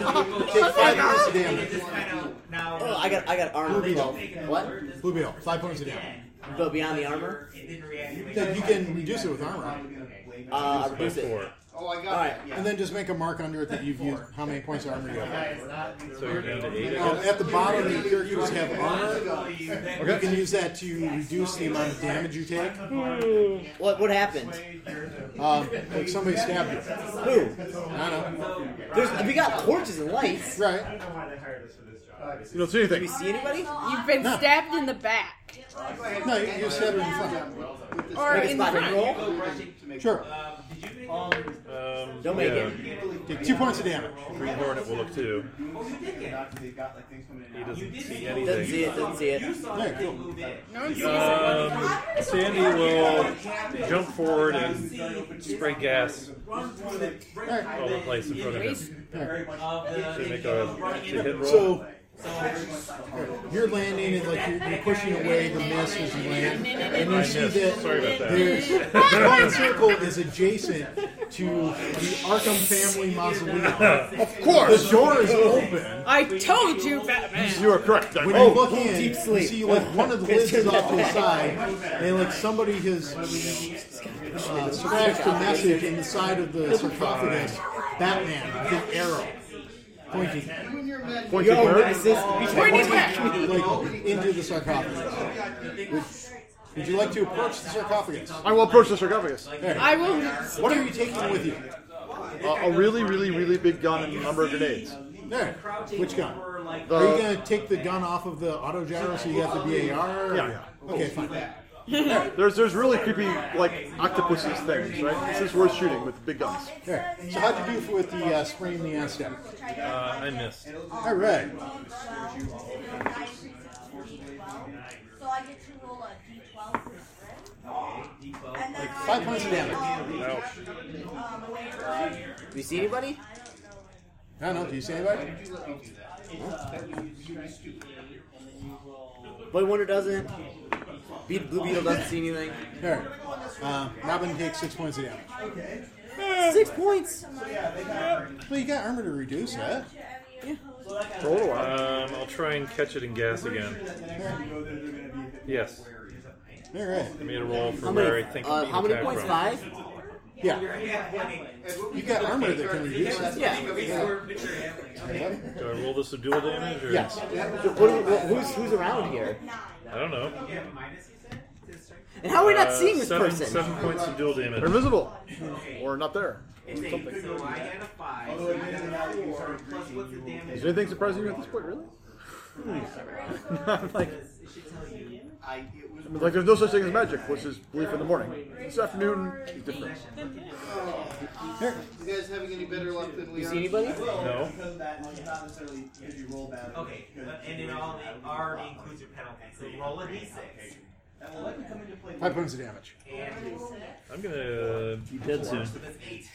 Speaker 5: about.
Speaker 1: Take five points of damage.
Speaker 13: Just kind of now.
Speaker 5: Oh, I got I got armor.
Speaker 1: Blue Beetle.
Speaker 5: Twelve. What?
Speaker 1: Blue Beetle, five points of damage.
Speaker 5: Go beyond the armor.
Speaker 13: It didn't react. to
Speaker 1: Then you can reduce it with armor,
Speaker 5: Uh, I
Speaker 2: by
Speaker 5: reduce it.
Speaker 2: four.
Speaker 12: Oh, I got
Speaker 5: All right.
Speaker 12: that.
Speaker 1: and then just make a mark under it that you've used how many points of armor you have.
Speaker 2: So you're down to eight. I
Speaker 1: Um,
Speaker 2: guess.
Speaker 1: at the bottom, the characters have armor. You can use that to reduce the amount of damage you take.
Speaker 5: What what happened?
Speaker 1: Um, like somebody stabbed you.
Speaker 5: Who?
Speaker 1: I don't know.
Speaker 5: There's we got torches and lights.
Speaker 1: Right.
Speaker 7: Uh,
Speaker 6: You don't see anything.
Speaker 5: See anybody?
Speaker 3: You've been stabbed in the back.
Speaker 1: No, you, you stabbed her in the
Speaker 3: Or
Speaker 5: Make a
Speaker 3: in the
Speaker 5: spot and
Speaker 3: front.
Speaker 5: roll.
Speaker 1: front. Sure.
Speaker 2: Um,
Speaker 5: Don't make
Speaker 2: yeah,
Speaker 5: it.
Speaker 1: Take two points of damage.
Speaker 2: Green Hornet will look too. He doesn't see
Speaker 5: Doesn't see
Speaker 2: anything.
Speaker 5: it. Doesn't see it.
Speaker 1: Yeah, cool.
Speaker 3: No one sees it.
Speaker 2: Um, Sandy will jump forward and spray gas all the place in front of him. To make a to hit roll.
Speaker 1: So you're landing and like you're, you're pushing away the mist as you land, and you
Speaker 2: I
Speaker 1: see
Speaker 2: missed. Sorry about
Speaker 1: that
Speaker 2: that.
Speaker 1: there's the Grand Circle is adjacent to the Arkham family mausoleum. Of course, the door is
Speaker 6: Oh.
Speaker 1: open.
Speaker 3: I told you, Batman.
Speaker 6: You are correct. Doug.
Speaker 1: When you
Speaker 6: Oh,
Speaker 1: look in, you see like one of the lids is off to the side, and like somebody has uh, scratched a message in the side of the sarcophagus. Batman, with an arrow pointing
Speaker 6: pointing
Speaker 5: Yo,
Speaker 6: where?
Speaker 5: this is
Speaker 3: Where did that?
Speaker 1: like into the sarcophagus. Would, would you like to approach the sarcophagus?
Speaker 6: I will approach the sarcophagus.
Speaker 3: I will.
Speaker 1: What are you taking with you?
Speaker 6: A,
Speaker 7: "Oh,
Speaker 6: a really, really, really big gun and a number of grenades.
Speaker 1: There. Which gun?
Speaker 6: The-
Speaker 1: Are you going to take the gun off of the auto gyro so you have the BAR?
Speaker 6: Yeah, yeah.
Speaker 1: Okay, fine.
Speaker 6: there's there's really creepy like octopuses things, right? This is worth shooting with big guns.
Speaker 1: There. So how'd you do with the uh, spring in the ass step?
Speaker 2: Uh, I missed.
Speaker 1: All right. Five points of damage.
Speaker 2: Ouch.
Speaker 5: Do you see anybody?
Speaker 1: I don't know. Do you see anybody?
Speaker 12: Why did you let me do that? That was you you stupid.
Speaker 5: Boy Wonder doesn't. Be- Blue Beetle doesn't see anything.
Speaker 1: Here. Uh, Robin takes six points of damage.
Speaker 12: Okay.
Speaker 5: Six points.
Speaker 12: So yeah, they got
Speaker 1: Well, you got armor to reduce that.
Speaker 2: Um, I'll try and catch it and gas again. Yes.
Speaker 1: All right.
Speaker 2: I made a roll for
Speaker 5: How
Speaker 2: where
Speaker 5: many-
Speaker 2: I think.
Speaker 5: uh,
Speaker 2: it
Speaker 5: how many
Speaker 2: attacked
Speaker 5: points?
Speaker 2: from.
Speaker 5: Five?
Speaker 1: You got armor that can reduce it.
Speaker 2: Do I roll this with dual damage? Or?
Speaker 5: Yes. So what do we- wh- who's who's around here?
Speaker 2: I don't know.
Speaker 5: And how are we not
Speaker 2: Uh,
Speaker 5: seeing this
Speaker 2: seven-
Speaker 5: person?
Speaker 2: Seven points of dual damage.
Speaker 6: They're invisible. Or not there. Something.
Speaker 13: So I had a five.
Speaker 12: Although it didn't matter, you
Speaker 13: Four,
Speaker 12: started
Speaker 13: plus what's the damage?
Speaker 6: Is there anything surprising you at this point, really? I'm like,
Speaker 13: It should tell you.
Speaker 12: I, it was
Speaker 6: I'm like, there's no such thing as magic, which is belief in the morning. This afternoon is different.
Speaker 13: Oh.
Speaker 12: Here. You guys having any better luck than we
Speaker 5: You
Speaker 12: are?
Speaker 5: see anybody?
Speaker 2: No.
Speaker 7: Because that, like, not necessarily if you roll bad.
Speaker 13: Okay, but- and it all it already includes your penalty. So roll a d6.
Speaker 7: That will likely come into play.
Speaker 1: Five points of damage.
Speaker 13: And
Speaker 2: I'm gonna uh, be dead soon.
Speaker 13: that's eight.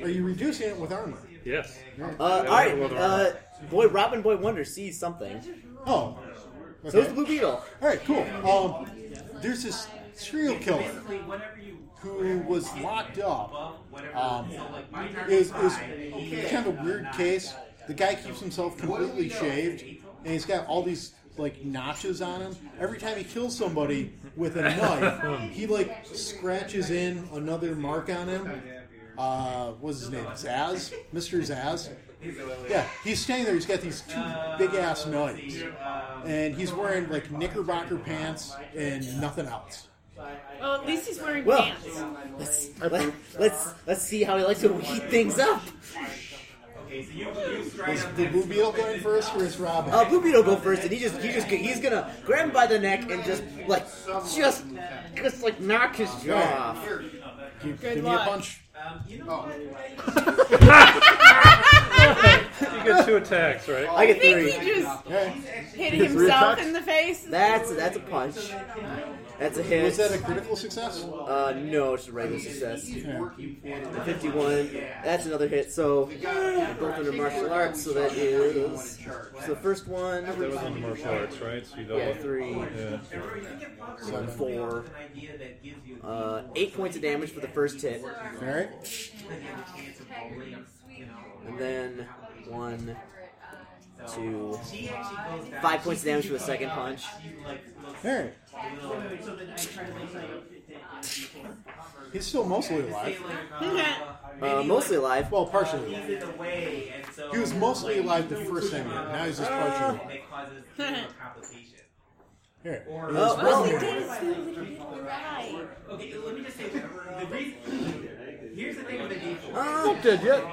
Speaker 1: Are you reducing it with armor?
Speaker 2: Yes.
Speaker 5: Uh, all right. Uh, boy, Robin Boy Wonder sees something.
Speaker 1: Oh.
Speaker 5: So it's Blue Beetle.
Speaker 1: All right, cool. Um, there's this serial killer who was locked up. Um, is is kind of a weird case. The guy keeps himself completely shaved, and he's got all these like notches on him. Every time he kills somebody with a knife, he like scratches in another mark on him. Uh, what's his name? Zaz, Mister Zaz. Yeah, he's standing there. He's got these two big
Speaker 7: Uh,
Speaker 1: ass knives
Speaker 7: um,
Speaker 1: and he's wearing like knickerbocker pants and nothing else.
Speaker 3: Well, at least he's wearing
Speaker 5: Well,
Speaker 3: pants.
Speaker 5: Let's let, let's let's see how he likes to heat things up.
Speaker 13: Okay, so you you strike
Speaker 1: Is
Speaker 13: up
Speaker 1: the Blue Beetle going first, or is Robin?
Speaker 5: Uh, Blue Beetle go first, and he just he just he's gonna grab him by the neck and just like just just like knock his jaw off.
Speaker 1: Give,
Speaker 3: Good
Speaker 1: give me a
Speaker 3: luck.
Speaker 1: punch.
Speaker 13: Um, you know
Speaker 5: Oh.
Speaker 13: what?
Speaker 2: You get two attacks, right?
Speaker 5: I
Speaker 3: I
Speaker 5: get
Speaker 3: think
Speaker 5: three.
Speaker 3: he just
Speaker 1: Okay.
Speaker 3: hit
Speaker 6: Three
Speaker 3: himself
Speaker 6: attacks?
Speaker 3: in the face.
Speaker 5: That's that's a punch. That's a hit.
Speaker 1: Was that a critical success?
Speaker 5: Uh, no, it's a regular success. The 51. That's another hit. So both under martial arts. So that is so the first one.
Speaker 2: That was in the martial arts, right? So you don't
Speaker 5: Yeah, three.
Speaker 2: Yeah.
Speaker 5: Seven. Four.
Speaker 13: An idea that gives you
Speaker 5: Uh, eight points of damage for the first hit,
Speaker 1: All right.
Speaker 13: a chance of rolling. You know,
Speaker 5: and then one, two,
Speaker 13: she actually goes down.
Speaker 5: five points of damage for the second punch.
Speaker 13: She like looks.
Speaker 1: All right.
Speaker 13: So then I try to make
Speaker 1: He's still mostly alive.
Speaker 5: Uh, mostly Uh, alive.
Speaker 1: Well, partially. alive.
Speaker 13: in the way, and so
Speaker 1: He was mostly alive the first time. he hit. Now he's just partially. alive.
Speaker 13: it causes you know, complications.
Speaker 1: Here.
Speaker 13: Or
Speaker 1: He
Speaker 5: Oh,
Speaker 1: was
Speaker 3: Well,
Speaker 5: well,
Speaker 3: he
Speaker 1: running
Speaker 3: did
Speaker 1: away.
Speaker 3: it so that he didn't die.
Speaker 13: okay, let me just say the reason. Here's the thing with the D4.
Speaker 1: Oh,
Speaker 5: Uh,
Speaker 6: Not dead yet.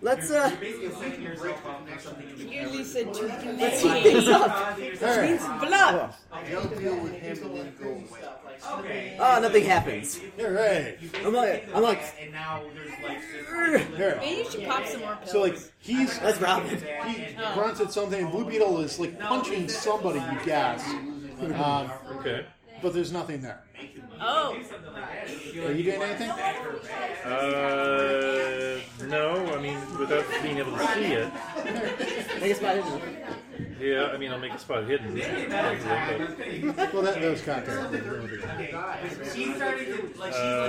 Speaker 5: let's uh,
Speaker 13: You're basically setting yourself up for something in the
Speaker 3: You usually said two can
Speaker 5: let's
Speaker 3: make
Speaker 5: heat
Speaker 3: it.
Speaker 5: things up.
Speaker 1: All
Speaker 3: Means
Speaker 1: right.
Speaker 3: blood.
Speaker 12: They'll deal with him and then go away.
Speaker 13: Okay.
Speaker 5: Oh, nothing happens.
Speaker 1: All right.
Speaker 13: You
Speaker 5: I'm like- I'm like-
Speaker 13: and now there's like
Speaker 1: Here.
Speaker 3: Maybe you should pop some more pills.
Speaker 1: So like he's
Speaker 5: That's Robin.
Speaker 1: he grunts at something. and Blue Beetle is like punching somebody. You guess. Um,
Speaker 2: Okay.
Speaker 1: but there's nothing there.
Speaker 3: oh,
Speaker 1: Are you doing anything?
Speaker 2: Uh, no, I mean, without being able to see it.
Speaker 5: Make a spot hidden.
Speaker 2: Yeah, I mean, I'll make a spot hidden.
Speaker 1: Well, that, that was cocktail.
Speaker 13: She started to like she's
Speaker 2: Uh,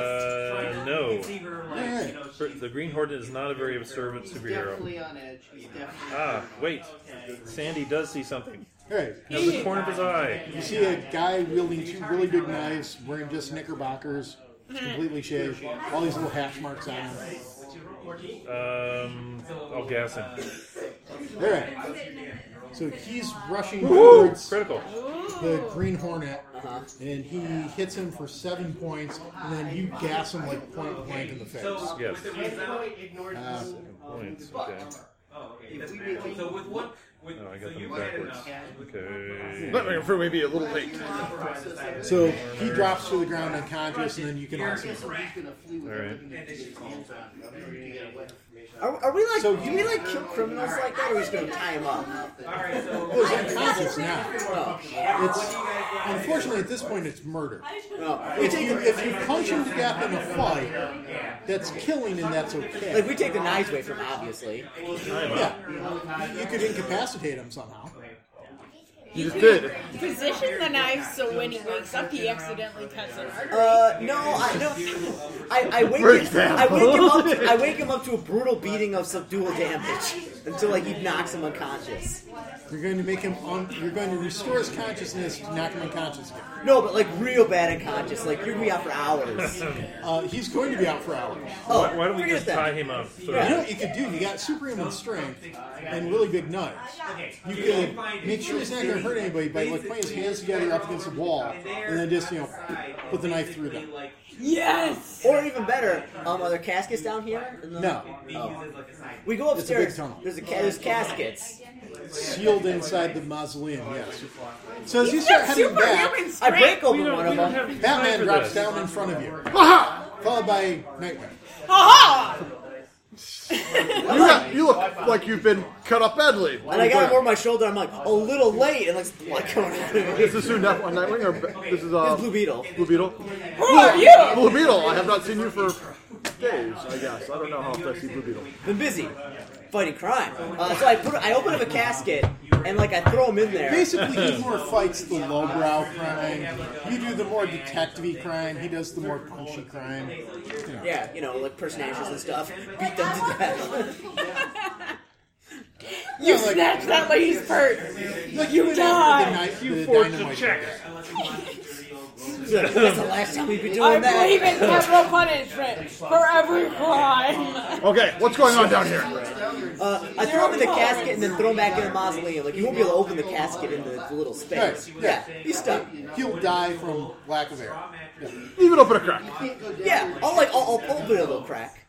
Speaker 13: like trying to
Speaker 2: no.
Speaker 13: you can see her like you know
Speaker 2: For- The Green Hornet is not a very observant superhero.
Speaker 12: Definitely on edge. He's definitely.
Speaker 2: Ah, wait. Sandy does see something.
Speaker 1: All right.
Speaker 2: Out of the corner of his eye.
Speaker 1: You see a guy wielding two really big knives, wearing just knickerbockers, completely shaved, all these little hash marks on him.
Speaker 2: Um, I'll gas him.
Speaker 1: All right. So he's rushing towards
Speaker 2: Critical.
Speaker 1: the Green Hornet,
Speaker 5: Uh-huh.
Speaker 1: and he hits him for seven points, and then you gas him like point blank in the face.
Speaker 2: Yes.
Speaker 1: Uh,
Speaker 2: Points. Okay.
Speaker 13: Oh, okay. That's so with what With,
Speaker 2: No, I got
Speaker 13: so
Speaker 2: them
Speaker 13: you had
Speaker 2: backwards.
Speaker 13: enough.
Speaker 2: Okay.
Speaker 6: That may- for maybe a little late.
Speaker 1: So he drops to the ground unconscious, and then you can also.
Speaker 5: Are, are we like? do we like kill criminals like that, or are we just gonna tie them up?
Speaker 1: Well, he's unconscious now.
Speaker 5: Oh.
Speaker 1: It's unfortunately at this point it's murder.
Speaker 5: No.
Speaker 1: If you if you punch him to death in a fight, that's killing and that's okay.
Speaker 5: Like we take the knives away from, him, obviously.
Speaker 1: Yeah, you could incapacitate him somehow.
Speaker 5: You
Speaker 1: just
Speaker 5: did.
Speaker 3: Position the knife so when he wakes up, he accidentally cuts an artery.
Speaker 5: Uh, no, I no. I, I
Speaker 3: For
Speaker 5: wake him. I
Speaker 3: example.
Speaker 5: wake him up. To, I wake him up to a brutal beating of subdual damage until like he knocks him unconscious.
Speaker 1: You're going to make him. Un- you're going to restore his consciousness to knock him unconscious again.
Speaker 5: No, but like real bad unconscious. Like you're gonna be out for hours.
Speaker 1: Uh, he's going to be out for hours.
Speaker 5: Oh, Why- why don't we forget
Speaker 2: just that. tie him up so-
Speaker 1: You know what you could do? You got superhuman strength and really big knives. You could make sure he's not going to hurt anybody by like putting his hands together up against the wall and then just you know put the knife through them.
Speaker 5: Yes. Or even better, um, are there caskets down here? In the-
Speaker 1: No.
Speaker 5: Oh. We go
Speaker 1: It's a big
Speaker 5: upstairs.
Speaker 1: tunnel.
Speaker 5: There's a ca- there's caskets.
Speaker 1: Sealed inside the mausoleum. Yes.
Speaker 3: Oh,
Speaker 1: So as you
Speaker 5: He's
Speaker 1: start
Speaker 5: got
Speaker 1: heading back,
Speaker 5: superhuman I break strength. open We don't- one of we don't them. have time
Speaker 1: Batman
Speaker 5: for
Speaker 1: drops
Speaker 5: this.
Speaker 1: down in front of you,
Speaker 6: Aha!
Speaker 1: followed by Nightwing.
Speaker 6: You, got, you look like you've been cut up badly.
Speaker 5: And I got him over my shoulder. I'm like a little late, and like some blood coming out of me.
Speaker 6: Is this new Nef- Nightwing or Ba- this is uh,
Speaker 5: Blue Beetle?
Speaker 6: Blue Beetle.
Speaker 5: Who are you?
Speaker 6: Blue Beetle. I have not seen you for days. I guess I don't know how often I see Blue Beetle.
Speaker 5: Been busy fighting crime. Uh, so I put I open up a casket and like I throw him in there.
Speaker 1: Basically, he more fights the lowbrow crime. You do the more detective crime. He does the more punchy crime. You know.
Speaker 5: Yeah, you know, like personations and stuff. Beat them to death.
Speaker 3: You snatch that lady's purse.
Speaker 1: Like
Speaker 3: You
Speaker 1: went
Speaker 3: die.
Speaker 1: after the ni-
Speaker 3: You
Speaker 1: the
Speaker 3: forged a
Speaker 1: dynamite.
Speaker 3: check.
Speaker 5: That's the last time we've been doing
Speaker 3: I
Speaker 5: that.
Speaker 3: believe in capital punishment for every crime.
Speaker 6: Okay, what's going on down here?
Speaker 5: Uh, I throw him in the casket and then throw him back in the mausoleum. Like you won't be able to open the casket in the little space.
Speaker 1: Right,
Speaker 5: Yeah, he's stuck.
Speaker 1: He'll die from lack of air.
Speaker 6: Even open a crack.
Speaker 5: Yeah, I'll like I'll, I'll open it a little crack.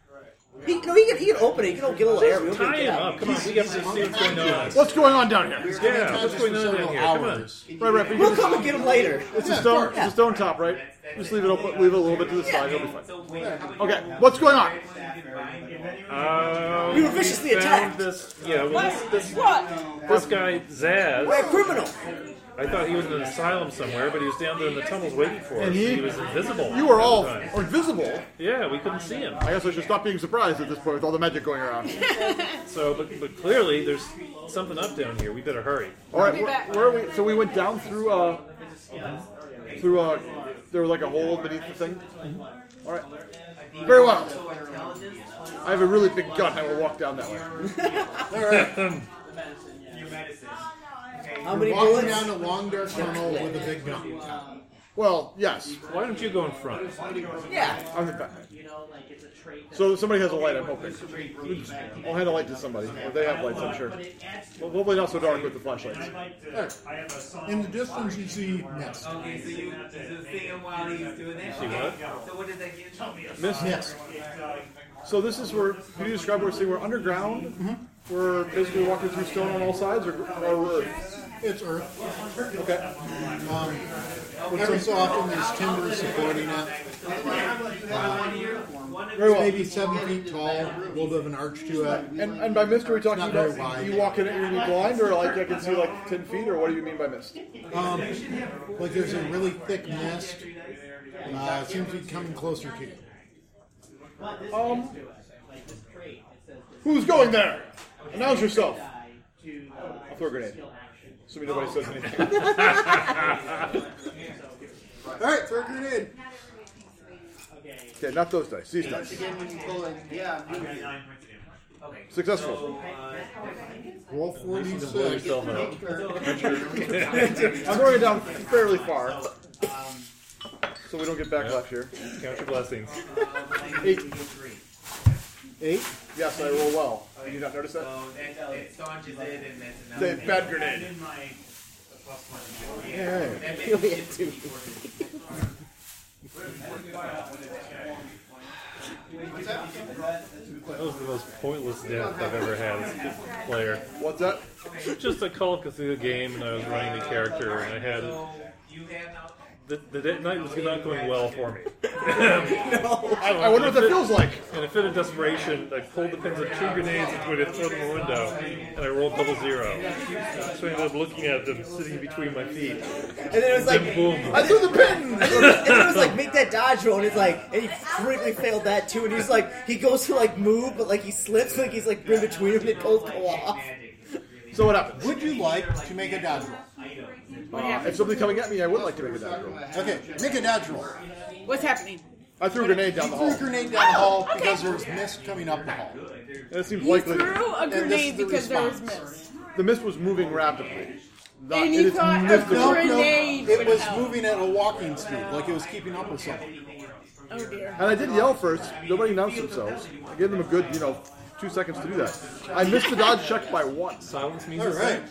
Speaker 5: He, no, he can, he can open it. He can get a little air. He'll
Speaker 2: Tie
Speaker 5: get it
Speaker 2: him
Speaker 5: out.
Speaker 2: up. Come on, we got to see what's going on.
Speaker 6: What's going on down here?
Speaker 2: Yeah, what's going on down here? Come on.
Speaker 6: Right, right. but you
Speaker 5: We'll
Speaker 6: just-
Speaker 5: come and get him later.
Speaker 6: It's
Speaker 5: Yeah,
Speaker 6: a
Speaker 5: of
Speaker 6: stone.
Speaker 5: course.
Speaker 6: It's a stone top, right? Just leave it open. Leave it a little bit to the side. It'll be fine.
Speaker 1: Yeah.
Speaker 6: Okay, what's going on?
Speaker 2: Um,
Speaker 5: We were viciously
Speaker 2: found
Speaker 5: attacked.
Speaker 2: This, yeah, well, this, this,
Speaker 3: What?
Speaker 2: this guy, Zaz.
Speaker 5: We're a criminal.
Speaker 2: I thought he was in an asylum somewhere, but he was down there in the tunnels waiting for us.
Speaker 6: And
Speaker 2: He,
Speaker 6: he-
Speaker 2: was invisible.
Speaker 6: You are
Speaker 2: all
Speaker 6: all
Speaker 2: the time.
Speaker 6: are invisible.
Speaker 2: Yeah, we couldn't see him.
Speaker 6: I guess I should stop being surprised at this point with all the magic going around.
Speaker 2: So, but, but clearly there's something up down here. We better hurry.
Speaker 6: All right, where, where are we? So we went down through uh through uh there was like a hole beneath the thing. All right, very well. I have a really big gun. I will walk down that way.
Speaker 1: All right.
Speaker 5: How
Speaker 1: You're
Speaker 5: many
Speaker 1: walking
Speaker 5: bullets?
Speaker 1: down a long dark tunnel with a big gun.
Speaker 6: Well, yes.
Speaker 2: Why don't you go in front?
Speaker 5: Yeah.
Speaker 6: I'm in back. So somebody has a light. I'm hoping. I'll hand a light to somebody. Or they have lights, I'm sure. Well, hopefully not so dark with the flashlights.
Speaker 1: In the distance, you see Nest.
Speaker 13: Okay, so you so see him while he's doing that.
Speaker 2: See
Speaker 13: Okay,
Speaker 2: what?
Speaker 13: So what does that give? Tell me.
Speaker 6: Miss
Speaker 1: Nest.
Speaker 6: So this is where can you describe where we're seeing? We're underground.
Speaker 1: Mm-hmm.
Speaker 6: We're basically walking through stone on all sides, or, or earth.
Speaker 1: It's Earth.
Speaker 6: Okay.
Speaker 1: Um, every so often, there's timber supporting it.
Speaker 6: Very well.
Speaker 1: Maybe seven feet tall, a little bit of an arch to it.
Speaker 6: And, and by mist, are we talking
Speaker 1: Not very
Speaker 6: about
Speaker 1: wide.
Speaker 6: you walk in it, you're gonna be blind, or like I can see like ten feet, or what do you mean by mist?
Speaker 1: Um, like there's a really thick mist. Uh, it seems to be coming closer to you.
Speaker 6: Um, who's going there? Announce yourself. I'll throw a grenade. Assuming nobody says anything.
Speaker 1: All right, throw a grenade.
Speaker 6: okay, not those dice. These dice. Successful.
Speaker 7: uh,
Speaker 1: Roll 46.
Speaker 5: uh,
Speaker 6: I'm throwing it down fairly far,
Speaker 7: um,
Speaker 6: so we don't get backlash here.
Speaker 2: Count your blessings.
Speaker 6: Eight.
Speaker 1: Eight?
Speaker 6: Yes, I roll well. Did you not notice
Speaker 3: Uh,
Speaker 6: that? Say, bad grenade.
Speaker 5: Yeah. He'll be at two.
Speaker 2: That was the most pointless death I've ever had as a player.
Speaker 6: What's that?
Speaker 7: okay.
Speaker 2: just a Call of Cthulhu game, and I was running the character, and I had
Speaker 7: So you had an out-
Speaker 2: the, the date night was not going well for me.
Speaker 6: I wonder what
Speaker 2: in
Speaker 6: that
Speaker 2: a fit-
Speaker 6: feels like.
Speaker 2: In a fit of desperation, I pulled the pins of two grenades and tried to throw them in the window, and I rolled double zero. So I ended up looking at them sitting between my feet.
Speaker 5: And then it was like,
Speaker 2: boom.
Speaker 5: I threw the pin. and then it was like, make that dodge roll, and it's like, and he critically failed that too. And he's like, he goes to like move, but like he slips, like he's like in between him, and it goes go off.
Speaker 6: So what happens?
Speaker 1: Would you like to make a dodge roll?
Speaker 3: What
Speaker 6: Uh, if
Speaker 3: happened?
Speaker 6: something's coming at me, I would like to make a dodge roll.
Speaker 1: Okay, make a dodge roll.
Speaker 3: What's happening?
Speaker 6: I threw a grenade down the
Speaker 1: Threw a
Speaker 6: hall.
Speaker 1: grenade down the hall
Speaker 3: okay.
Speaker 1: because there was mist coming up the hall.
Speaker 6: That seems likely.
Speaker 3: Threw a
Speaker 1: And this is
Speaker 3: grenade
Speaker 1: the
Speaker 3: because there was
Speaker 1: response.
Speaker 3: mist.
Speaker 6: The mist was moving rapidly. Not-
Speaker 3: And
Speaker 6: it
Speaker 3: you
Speaker 6: is
Speaker 3: thought a
Speaker 6: mystical.
Speaker 1: No, no,
Speaker 3: Grenade
Speaker 1: it
Speaker 3: would
Speaker 1: was
Speaker 3: help.
Speaker 1: moving at a walking speed, like it was keeping up with something.
Speaker 3: Oh dear.
Speaker 6: And I did yell first. Nobody announced themselves. I gave them a good, you know, two seconds to do that. I missed the dodge check by one.
Speaker 2: Silence means
Speaker 6: All
Speaker 2: right.
Speaker 6: right.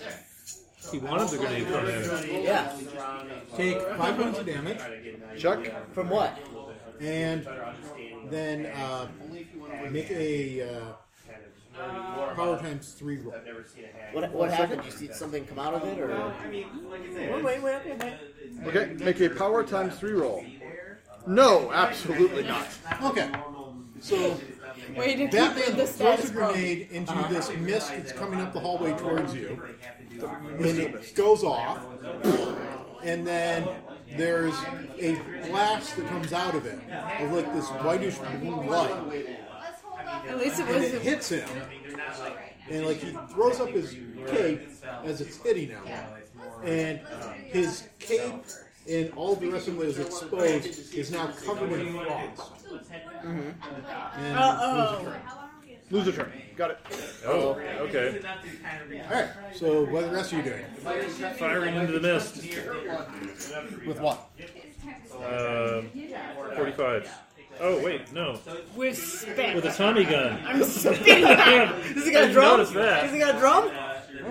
Speaker 2: He wanted the grenade thrown at him.
Speaker 5: Yeah.
Speaker 1: Take five points of damage.
Speaker 6: Chuck?
Speaker 5: From what?
Speaker 1: And then uh, make a uh, power times three roll.
Speaker 5: What what happened? You see something come out of it, or? Wait, wait, wait, wait, wait.
Speaker 6: Okay, make a power times three roll. No, absolutely not.
Speaker 1: Okay. So
Speaker 3: Way to keep
Speaker 1: Batman
Speaker 3: the
Speaker 1: throws
Speaker 3: status
Speaker 1: a
Speaker 3: quo.
Speaker 1: grenade into
Speaker 3: Uh-huh.
Speaker 1: this mist that's coming up the hallway towards you, and it goes off. And then there's a flash that comes out of it of like this whitish blue light,
Speaker 3: At least it
Speaker 1: and
Speaker 3: was.
Speaker 1: it hits him, and like he throws up his cape as it's hitting him, and his cape and all the rest of it is exposed is now covered in frost. And
Speaker 3: Uh-oh.
Speaker 6: Lose a turn. Got it.
Speaker 2: Oh, okay.
Speaker 1: Alright, so what the rest are you doing?
Speaker 2: Firing into the mist.
Speaker 1: With what?
Speaker 2: Um, 45. Oh, wait, no.
Speaker 3: With spit.
Speaker 2: With a Tommy gun.
Speaker 3: I'm spitting back.
Speaker 5: Does he got
Speaker 2: I
Speaker 5: a
Speaker 2: didn't
Speaker 5: drum?
Speaker 2: notice that.
Speaker 5: Does he got a drum?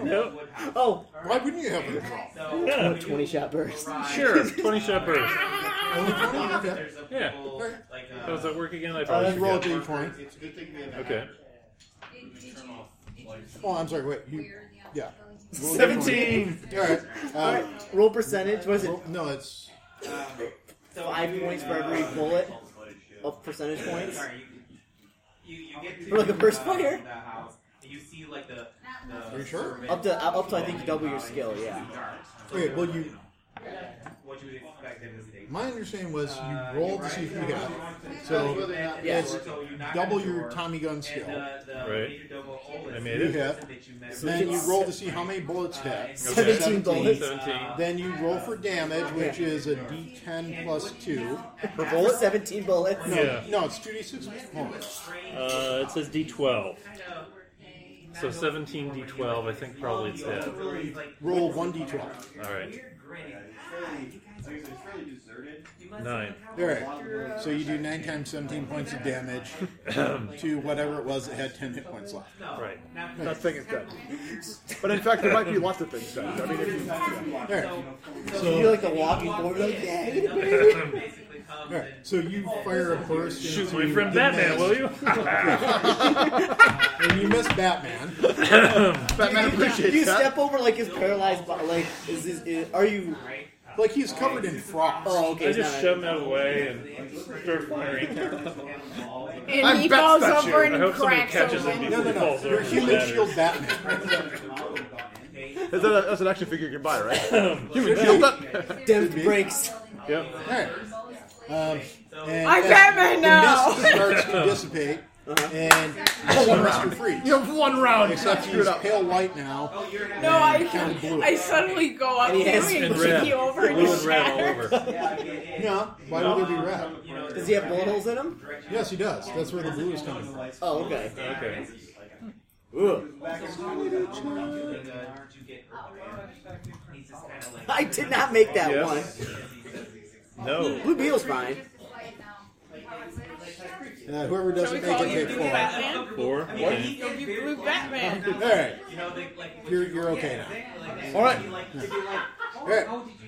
Speaker 2: Nope.
Speaker 5: Oh,
Speaker 1: why wouldn't you have a drum?
Speaker 2: Yeah.
Speaker 5: 20 shot burst.
Speaker 2: Sure, 20 shot burst.
Speaker 1: Okay.
Speaker 2: Yeah. How does that work
Speaker 6: Oh,
Speaker 2: again? I
Speaker 1: Uh,
Speaker 2: probably
Speaker 1: then roll a
Speaker 2: forget.
Speaker 1: d20.
Speaker 2: Okay.
Speaker 1: Oh, I'm sorry, wait. You, yeah. Roll a
Speaker 5: 17.
Speaker 1: d20. Alright. Uh,
Speaker 5: Roll percentage. Was it
Speaker 1: roll- no, it's.
Speaker 5: five points for every bullet of Oh, percentage points?
Speaker 7: You, you get to
Speaker 5: For like the first
Speaker 7: uh,
Speaker 5: player?
Speaker 7: The house, and you see like the. the
Speaker 1: Are you sure?
Speaker 7: servant-
Speaker 5: Up to up to I think you double your skill. Yeah.
Speaker 1: Okay, well, you.
Speaker 7: What you would expect in this Uh, day.
Speaker 1: My understanding was you roll to see if you got it. So it's double your Tommy gun skill.
Speaker 2: Right. I made
Speaker 1: You
Speaker 2: it.
Speaker 1: hit. Then you roll to see how many bullets hit.
Speaker 2: Okay.
Speaker 5: 17 bullets.
Speaker 2: 17.
Speaker 1: Then you roll for damage, which is a d10 plus 2.
Speaker 5: Per bullet, seventeen bullets.
Speaker 1: No,
Speaker 2: Yeah.
Speaker 1: no it's 2d6 plus points.
Speaker 2: Uh, it says D12. So 17 D12, I think probably it's that.
Speaker 1: Roll 1d12.
Speaker 2: Alright. Nine.
Speaker 7: Nine.
Speaker 1: All right. So you do nine times seventeen points of damage to whatever it was that had ten hit points left.
Speaker 2: Right.
Speaker 6: That thing is dead. But in fact, there might be lots of things dead. I mean, if you,
Speaker 1: All right.
Speaker 5: So you're
Speaker 1: So,
Speaker 5: like a walking board. Like, yeah.
Speaker 7: Basically
Speaker 1: all
Speaker 7: comes
Speaker 1: right.
Speaker 7: and
Speaker 1: So you fire a burst.
Speaker 2: Shoot
Speaker 1: into
Speaker 2: my friend
Speaker 1: the
Speaker 2: Batman,
Speaker 1: mist.
Speaker 2: will you?
Speaker 1: And you miss Batman.
Speaker 6: Batman appreciates
Speaker 5: you
Speaker 6: that.
Speaker 5: step over like his paralyzed body. Like, is, is, is are you?
Speaker 1: Like he's covered in frost.
Speaker 5: Oh, okay.
Speaker 2: I
Speaker 5: it's
Speaker 2: just
Speaker 5: not
Speaker 2: shove him out of the way and start firing.
Speaker 3: And
Speaker 6: I'm
Speaker 3: he
Speaker 6: Bat
Speaker 3: falls
Speaker 6: Statue.
Speaker 3: over
Speaker 2: I
Speaker 3: and
Speaker 2: hope somebody
Speaker 3: cracks
Speaker 2: catches
Speaker 3: over.
Speaker 2: him
Speaker 1: No,
Speaker 2: before
Speaker 1: no,
Speaker 2: he
Speaker 1: no.
Speaker 2: falls
Speaker 1: You're
Speaker 2: over.
Speaker 1: human shield Batman.
Speaker 6: Is that a, that's an action figure you can buy, right? Human shield up.
Speaker 5: a- Dent breaks.
Speaker 2: Yep.
Speaker 1: All right. Um, and
Speaker 3: I'm
Speaker 1: as
Speaker 3: Batman now.
Speaker 1: The mist starts to dissipate, and the rest are free.
Speaker 6: You have one round.
Speaker 1: Except
Speaker 6: Screw it
Speaker 1: he's
Speaker 6: up.
Speaker 1: pale white now.
Speaker 3: No,
Speaker 1: Kind
Speaker 3: I,
Speaker 1: of blue.
Speaker 3: I suddenly go up to
Speaker 5: And he has
Speaker 3: him and
Speaker 2: And
Speaker 3: kick
Speaker 2: red.
Speaker 3: you over and
Speaker 2: Blue and
Speaker 3: you
Speaker 2: red all
Speaker 3: shatter.
Speaker 2: over.
Speaker 1: No, why would there be red?
Speaker 5: Does he have bullet holes in him?
Speaker 1: Yes, he does. That's where the blue is coming from.
Speaker 5: Oh, okay.
Speaker 2: Okay.
Speaker 5: Ugh. I did not make that
Speaker 2: Yeah.
Speaker 5: one.
Speaker 2: No.
Speaker 5: Blue Beetle's fine.
Speaker 1: Uh, whoever
Speaker 3: Shall we
Speaker 1: doesn't make
Speaker 3: call you
Speaker 1: it,
Speaker 3: Blue
Speaker 1: take four.
Speaker 3: Batman?
Speaker 2: Four?
Speaker 1: mean,
Speaker 2: Okay.
Speaker 1: he-
Speaker 3: You'll be Blue Batman.
Speaker 1: All right. You're, you're okay now. All right. All right.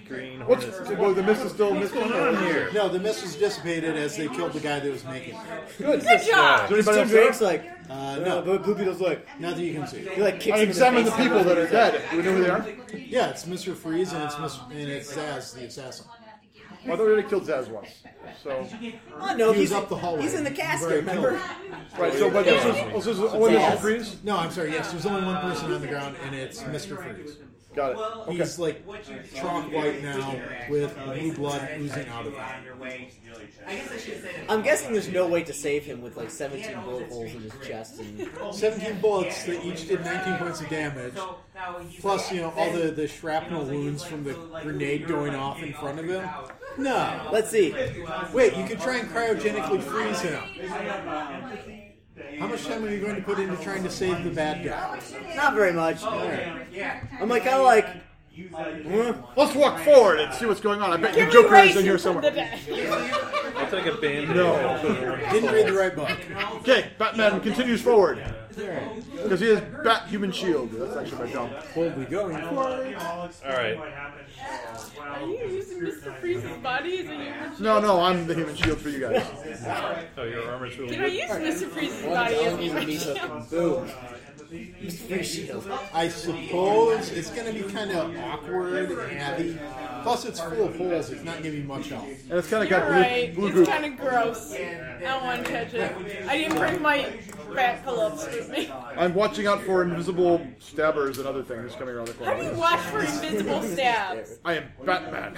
Speaker 2: Green
Speaker 6: What's- Hornet. well, the mist is still- What's mist is going still- on here?
Speaker 1: No, the mist was dissipated as they killed the guy that was making it.
Speaker 14: Good. Good job.
Speaker 1: Does
Speaker 14: Mr.
Speaker 1: anybody else
Speaker 14: Drake's
Speaker 1: know?
Speaker 14: like,
Speaker 1: uh, no,
Speaker 14: but Blue Beetle's like,
Speaker 1: not that you can see.
Speaker 14: He, like, kicks I him in the
Speaker 6: examine face. the people that are dead. Do we know who they are?
Speaker 1: Yeah, it's Mr. Freeze and it's Mr. and it's Zaz the assassin.
Speaker 6: I thought we already killed Zaz once. So.
Speaker 14: Oh, no,
Speaker 1: he
Speaker 14: he's
Speaker 1: was up the hallway.
Speaker 14: He's in the casket,
Speaker 1: Very
Speaker 14: remember?
Speaker 1: killed.
Speaker 6: Right, so, but this is- this is only Mr. Freeze?
Speaker 1: No, I'm sorry. Yes, there's only one person on the ground, and it's Mr. Freeze.
Speaker 6: Got it. Okay.
Speaker 1: He's like chalk white now with
Speaker 14: Oh,
Speaker 1: blue blood oozing out of him.
Speaker 14: I'm guessing there's no way to save him with like 17 bullet holes in his chest and
Speaker 1: Oh, 17 bullets that each did 19 points of damage, plus you know all the, the shrapnel wounds from the grenade going off in front of him. No,
Speaker 14: Let's see.
Speaker 1: Wait, you could try and cryogenically freeze him. How much time are you going to put into trying to save the bad guy?
Speaker 14: Not very much.
Speaker 2: Oh,
Speaker 14: I'm like, kind of like, huh?
Speaker 6: Let's walk forward and see what's going on. I bet you Joker is in here somewhere.
Speaker 2: I'll take a band.
Speaker 6: No.
Speaker 1: Didn't read the right book.
Speaker 6: Okay, Batman continues forward. Because he has Bat Human Shield. That's actually my jump.
Speaker 1: Boldly going forward.
Speaker 2: Alright.
Speaker 3: Are you using Mr. Freeze's body as a human?
Speaker 6: No, no, I'm the Human Shield for you guys.
Speaker 2: Oh, your armor's really
Speaker 3: Can I
Speaker 2: good.
Speaker 3: use Mr. Freeze's body as a human? shield?
Speaker 1: I suppose it's going to be kind of awkward and heavy. Plus, it's full of holes. It's not giving me much help.
Speaker 6: And it's kind of got
Speaker 3: You're
Speaker 6: blue,
Speaker 3: right.
Speaker 6: blue
Speaker 3: It's
Speaker 6: goop.
Speaker 3: kind of gross. I don't want to touch it. I didn't bring my bat gloves with me.
Speaker 6: I'm watching out for invisible stabbers and other things coming around the
Speaker 3: How do
Speaker 6: corner.
Speaker 3: you watch for invisible stabs?
Speaker 6: I am Batman.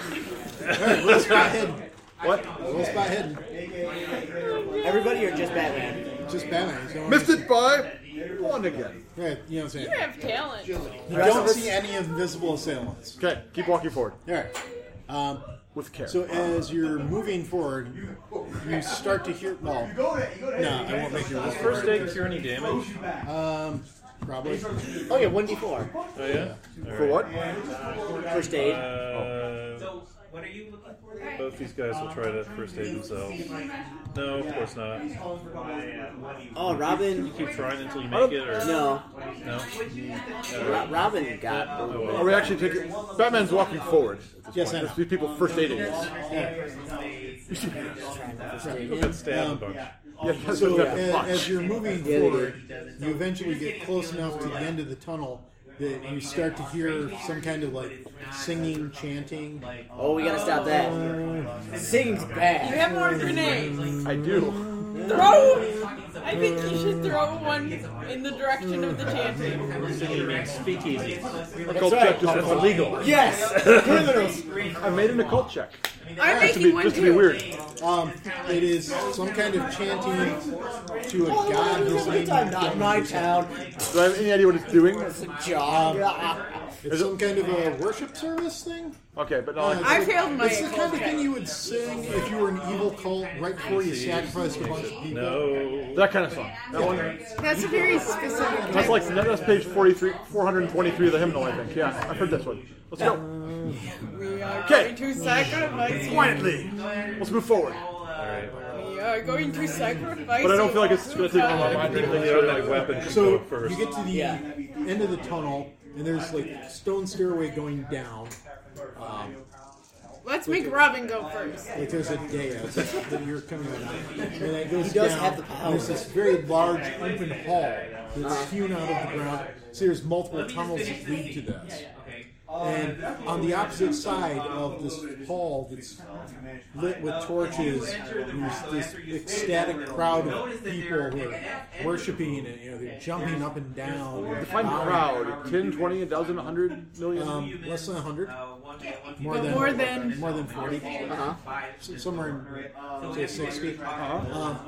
Speaker 1: Alright, roll spot hidden.
Speaker 6: What?
Speaker 1: Roll spot hidden.
Speaker 14: Everybody or just Batman?
Speaker 1: Just Batman. He's
Speaker 6: Missed it by one again.
Speaker 1: Right, you know what I'm
Speaker 3: You
Speaker 1: saying.
Speaker 3: have talent.
Speaker 1: You don't see any invisible assailants.
Speaker 6: Okay, keep walking forward.
Speaker 1: Alright. Um,
Speaker 6: With care.
Speaker 1: so as you're moving forward, you start to hear. Well, no, I won't make you roll.
Speaker 2: Does first aid cure any damage?
Speaker 1: Um, probably.
Speaker 14: Oh yeah, 1d4.
Speaker 2: Oh, yeah?
Speaker 6: For what?
Speaker 14: First aid.
Speaker 2: Uh, both these guys will try to first aid themselves. No, of course not.
Speaker 14: Oh, Robin.
Speaker 2: You keep trying until you
Speaker 14: I don't-
Speaker 2: make it, or
Speaker 14: No.
Speaker 2: no.
Speaker 14: Ro- Robin got.
Speaker 2: Oh,
Speaker 6: Are we actually taking. Batman's walking forward.
Speaker 1: Yes, I know.
Speaker 6: There's people first aiding this.
Speaker 2: People got stabbed a bunch.
Speaker 6: Yeah, that's
Speaker 1: So
Speaker 6: what
Speaker 1: a-
Speaker 6: got the
Speaker 1: as,
Speaker 6: punch.
Speaker 1: you're moving
Speaker 14: Yeah, they
Speaker 1: forward, you eventually get close enough to the end of the tunnel that you start to hear some kind of like singing, chanting.
Speaker 14: Oh, we gotta stop that. Singing's
Speaker 3: You
Speaker 14: bad.
Speaker 3: have more grenades.
Speaker 6: I do.
Speaker 3: Throw. I think you should throw one in the direction of the chanting.
Speaker 2: Singing means speakeasy.
Speaker 6: Occult check just
Speaker 2: That's illegal.
Speaker 14: Yes, criminals.
Speaker 6: I made an occult check.
Speaker 3: I'm
Speaker 6: Just to be,
Speaker 3: making one
Speaker 6: just to be
Speaker 3: too.
Speaker 6: weird.
Speaker 1: Um, it is some kind of chanting to a god whose name you
Speaker 14: time, not
Speaker 1: don't
Speaker 14: my
Speaker 1: understand.
Speaker 14: town.
Speaker 6: Do I have any idea what it's doing?
Speaker 14: It's a job.
Speaker 1: It's some kind of a worship service thing. Uh,
Speaker 6: Okay, but
Speaker 1: Uh-huh.
Speaker 6: not like,
Speaker 3: I failed my
Speaker 1: It's the kind of
Speaker 3: check.
Speaker 1: thing you would sing if you were an evil cult right before you sacrificed a bunch of people.
Speaker 2: No.
Speaker 6: that kind of song. That one.
Speaker 3: That's a very specific.
Speaker 6: That's like that's page 43, 423 of the hymnal, I think. Yeah, I've heard this one. Let's go.
Speaker 3: We are
Speaker 6: Okay.
Speaker 3: going to sacrifice.
Speaker 6: Quietly. Let's move forward.
Speaker 2: Alright.
Speaker 3: We are going to sacrifice.
Speaker 6: But I don't feel like it's gonna take long.
Speaker 3: you.
Speaker 6: I think
Speaker 2: They are like weapons
Speaker 1: So
Speaker 2: first.
Speaker 1: you get to the
Speaker 14: Yeah.
Speaker 1: end of the tunnel, and there's like stone stairway going down. Um,
Speaker 3: Let's make Robin go first.
Speaker 1: like there's a dais that you're coming out of, and it goes
Speaker 14: He does
Speaker 1: down.
Speaker 14: have the
Speaker 1: and There's this very large open hall that's
Speaker 14: Uh-huh.
Speaker 1: hewn out of the ground. So there's multiple tunnels that lead to this. And on the opposite side of this hall that's lit with torches, there's this ecstatic crowd of people who are worshiping and you know they're jumping up and down.
Speaker 6: Define
Speaker 1: bowing.
Speaker 6: crowd. 10, 20, 1,000, 100 million?
Speaker 1: Um, less than 100. More
Speaker 3: But
Speaker 1: than,
Speaker 3: more than-
Speaker 1: more than 40.
Speaker 14: Uh-huh.
Speaker 1: S- Somewhere in, say, 60. Um,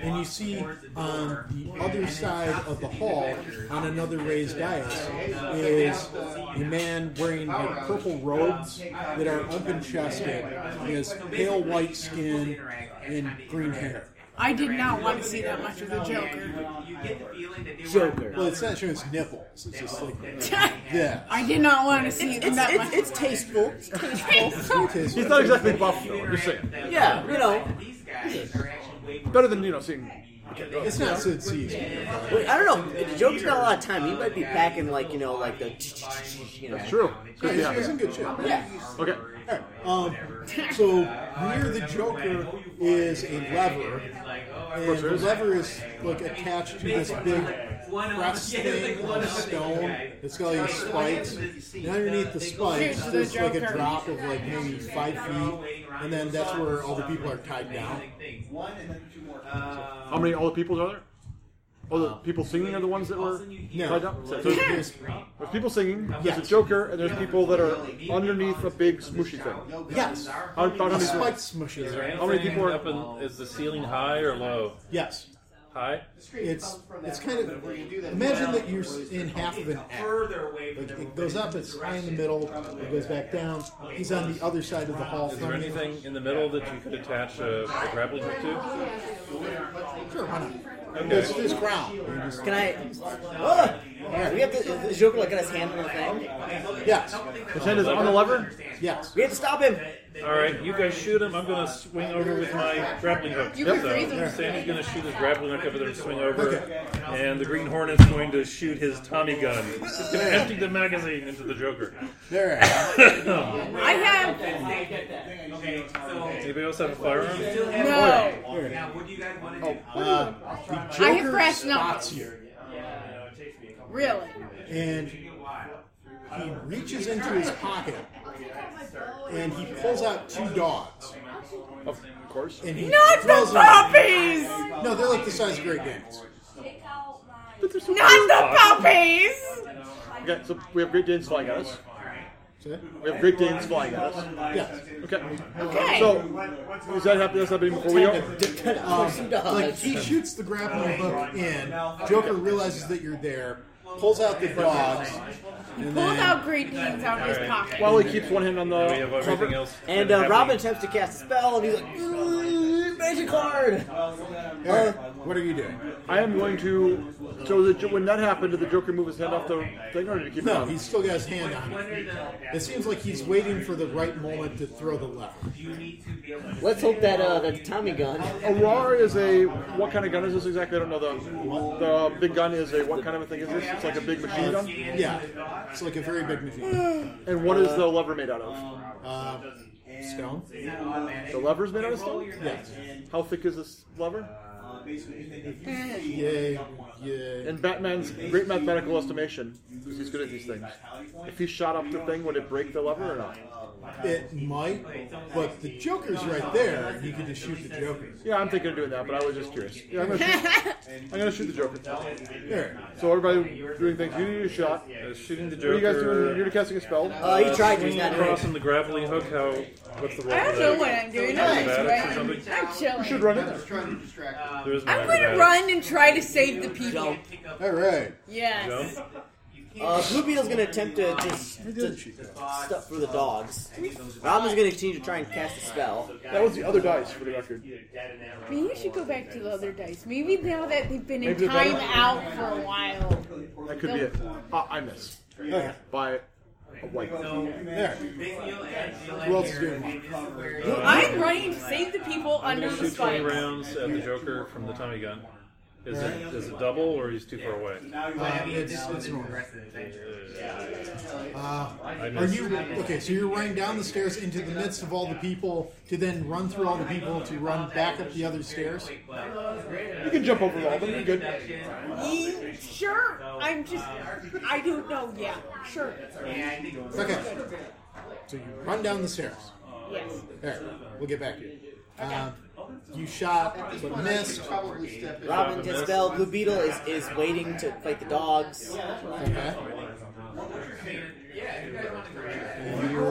Speaker 1: and you see um, on the other side of the hall, on another raised dais, is a man wearing like purple robes that are open chested. He has pale white skin and green hair.
Speaker 3: I did not want to see that much of the Joker.
Speaker 14: Joker.
Speaker 1: Well, it's not showing his nipples. It's just like, yeah.
Speaker 3: I did not want to see
Speaker 14: It's,
Speaker 3: that
Speaker 14: it's,
Speaker 3: much.
Speaker 14: it's tasteful. It's tasteful.
Speaker 1: It's
Speaker 6: He's not exactly buff, though. I'm just saying.
Speaker 14: Yeah, you know.
Speaker 13: These guys are actually
Speaker 6: Better than, you know, seeing.
Speaker 14: It's not Sid Caesar. Wait, I don't know. The joke's got a lot of time. He might be packing like you know, like the. You know.
Speaker 6: That's true. Could be
Speaker 1: Yeah, he's in
Speaker 6: happening.
Speaker 1: good shape.
Speaker 14: Yeah.
Speaker 6: Okay.
Speaker 1: Um, so near the Joker is a lever, and the lever is like attached to this big press thing on a stone. It's got like spikes, and underneath the spikes there's like a drop of like maybe five feet, and then that's where all the people are tied down.
Speaker 7: One and then two more.
Speaker 6: How many all the peoples are there? All the people singing are the ones that were
Speaker 1: No.
Speaker 6: tied up? So there's, there's people singing, there's a Joker, and there's people that are underneath a big smooshy thing.
Speaker 1: Yes.
Speaker 6: How, about how,
Speaker 1: The
Speaker 6: many,
Speaker 1: spiked smushes.
Speaker 6: how many people are
Speaker 2: up in, is the ceiling high or low?
Speaker 1: Yes.
Speaker 2: High?
Speaker 1: It's it's kind of imagine that you're in half of an hour. Like it goes up, it's high in the middle, it goes back down. He's on the other side of the hall.
Speaker 2: Is there anything in the middle that you could attach a, a grappling hook to?
Speaker 1: Sure, why not?
Speaker 2: Okay.
Speaker 1: There's this crown.
Speaker 14: Can I? Oh, we have to. Is Joker like at his hand on the thing?
Speaker 1: Yes.
Speaker 6: His hand is on the lever?
Speaker 1: Yes.
Speaker 14: We have to stop him.
Speaker 2: All right, you guys shoot him. I'm
Speaker 7: uh,
Speaker 2: going to swing over with my grappling hook.
Speaker 14: You
Speaker 2: so
Speaker 14: can freeze him.
Speaker 2: Sammy's going to shoot his grappling hook over there and swing over. And the Green Hornet's going to shoot his Tommy gun. He's going to empty the magazine into the Joker.
Speaker 1: There.
Speaker 3: I have.
Speaker 13: Okay, so.
Speaker 2: Anybody else have a firearm?
Speaker 3: No.
Speaker 13: Now, what do you guys want to do?
Speaker 1: Uh, the
Speaker 3: I have
Speaker 1: Joker
Speaker 3: brass
Speaker 1: spots
Speaker 3: knuckles.
Speaker 1: you,
Speaker 3: Really?
Speaker 1: and he reaches into his pocket and he pulls out two dogs.
Speaker 6: Of course.
Speaker 1: And he
Speaker 3: Not
Speaker 1: throws
Speaker 3: the
Speaker 1: them-
Speaker 3: puppies!
Speaker 1: No, they're like the size of Great Danes.
Speaker 3: Not the puppies!
Speaker 6: Okay, so we have Great Danes flying at us.
Speaker 1: Say?
Speaker 6: We have Great Danes flying at us.
Speaker 1: Yes.
Speaker 6: Okay.
Speaker 3: Okay.
Speaker 6: So, is that happening? That's happening before we go?
Speaker 1: Um, like he shoots the grappling hook in. Joker realizes that you're there, pulls out the dogs, and
Speaker 3: Pulls
Speaker 1: then
Speaker 3: out great beans out of his pocket.
Speaker 6: While he keeps one hand on the.
Speaker 2: We have everything else.
Speaker 14: And uh, Robin attempts to cast a spell, and he's like, "Mm, "Magic card."
Speaker 1: Eric, what are you doing?
Speaker 6: I am going to. So the, Jo- when that happened, did the Joker move his hand off the thing, or did he keep it
Speaker 1: No,
Speaker 6: on?
Speaker 1: he's still got his hand on it. It seems like he's waiting for the right moment to throw the lever.
Speaker 14: Let's hope that uh, that Tommy gun.
Speaker 6: Aurora is a what kind of gun is this exactly? I don't know the the big gun is a what kind of a thing is this? It's like a big machine gun.
Speaker 1: Yeah, it's like a very big machine.
Speaker 6: And what is the lever made out of?
Speaker 1: Uh, stone.
Speaker 6: The lever's made out of stone.
Speaker 1: Yes.
Speaker 6: How thick is this lever?
Speaker 1: uh, Yay. Yay.
Speaker 6: In Batman's great mathematical estimation, 'cause he's good at these things. If he shot up the thing, would it break the lever or not?
Speaker 1: It might, but the Joker's right there, and you can just shoot the Joker.
Speaker 6: Yeah, I'm thinking of doing that, but I was just curious. Yeah, I'm gonna shoot, I'm gonna shoot the Joker.
Speaker 1: There.
Speaker 6: So everybody doing things. You need a shot.
Speaker 2: Uh, shooting the
Speaker 6: What
Speaker 2: Joker. uh,
Speaker 6: are you guys doing? You're casting a spell.
Speaker 2: swinging across on Uh, the grappling hook. How? What's the roll?
Speaker 3: I
Speaker 2: for that?
Speaker 3: don't know what I'm doing. I'm just
Speaker 2: Acrobatics or
Speaker 3: running.
Speaker 2: something?
Speaker 3: I'm chilling.
Speaker 6: should run it.
Speaker 2: There is no
Speaker 3: I'm gonna
Speaker 2: acrobatics.
Speaker 3: run and try to save the people.
Speaker 1: All right.
Speaker 3: Yes.
Speaker 14: Uh, Blue Beetle's gonna attempt to just to stuff for the dogs. Robin's gonna continue to try and cast a spell.
Speaker 6: That was the other dice for the record.
Speaker 3: Maybe we should go back to the other dice. Maybe now that they've been in
Speaker 6: Maybe they're
Speaker 3: time
Speaker 6: better.
Speaker 3: out for a while.
Speaker 6: That could be it. Ah, I miss.
Speaker 1: Okay.
Speaker 6: By a white.
Speaker 1: There. Who else is doing it?
Speaker 3: I'm running to save the people
Speaker 2: I'm
Speaker 3: under
Speaker 2: gonna
Speaker 3: the
Speaker 2: shoot 20
Speaker 3: spikes.
Speaker 2: rounds at the Joker from the Tommy gun. Is it is it double or he's too far away?
Speaker 1: Uh, it's, it's normal. Uh,
Speaker 2: I
Speaker 1: are
Speaker 2: missed.
Speaker 1: you okay? So you're running down the stairs into the midst of all the people to then run through all the people to run back up the other stairs.
Speaker 6: You can jump over Robin. You're good.
Speaker 3: Ye- Sure. I'm just. I don't know. Yeah. Sure.
Speaker 1: Okay. So you run down the stairs.
Speaker 3: Yes.
Speaker 1: There, we'll get back to you. Um, you shot but missed.
Speaker 14: Robin to spell. Blue Beetle is, is waiting to fight the dogs.
Speaker 1: Okay.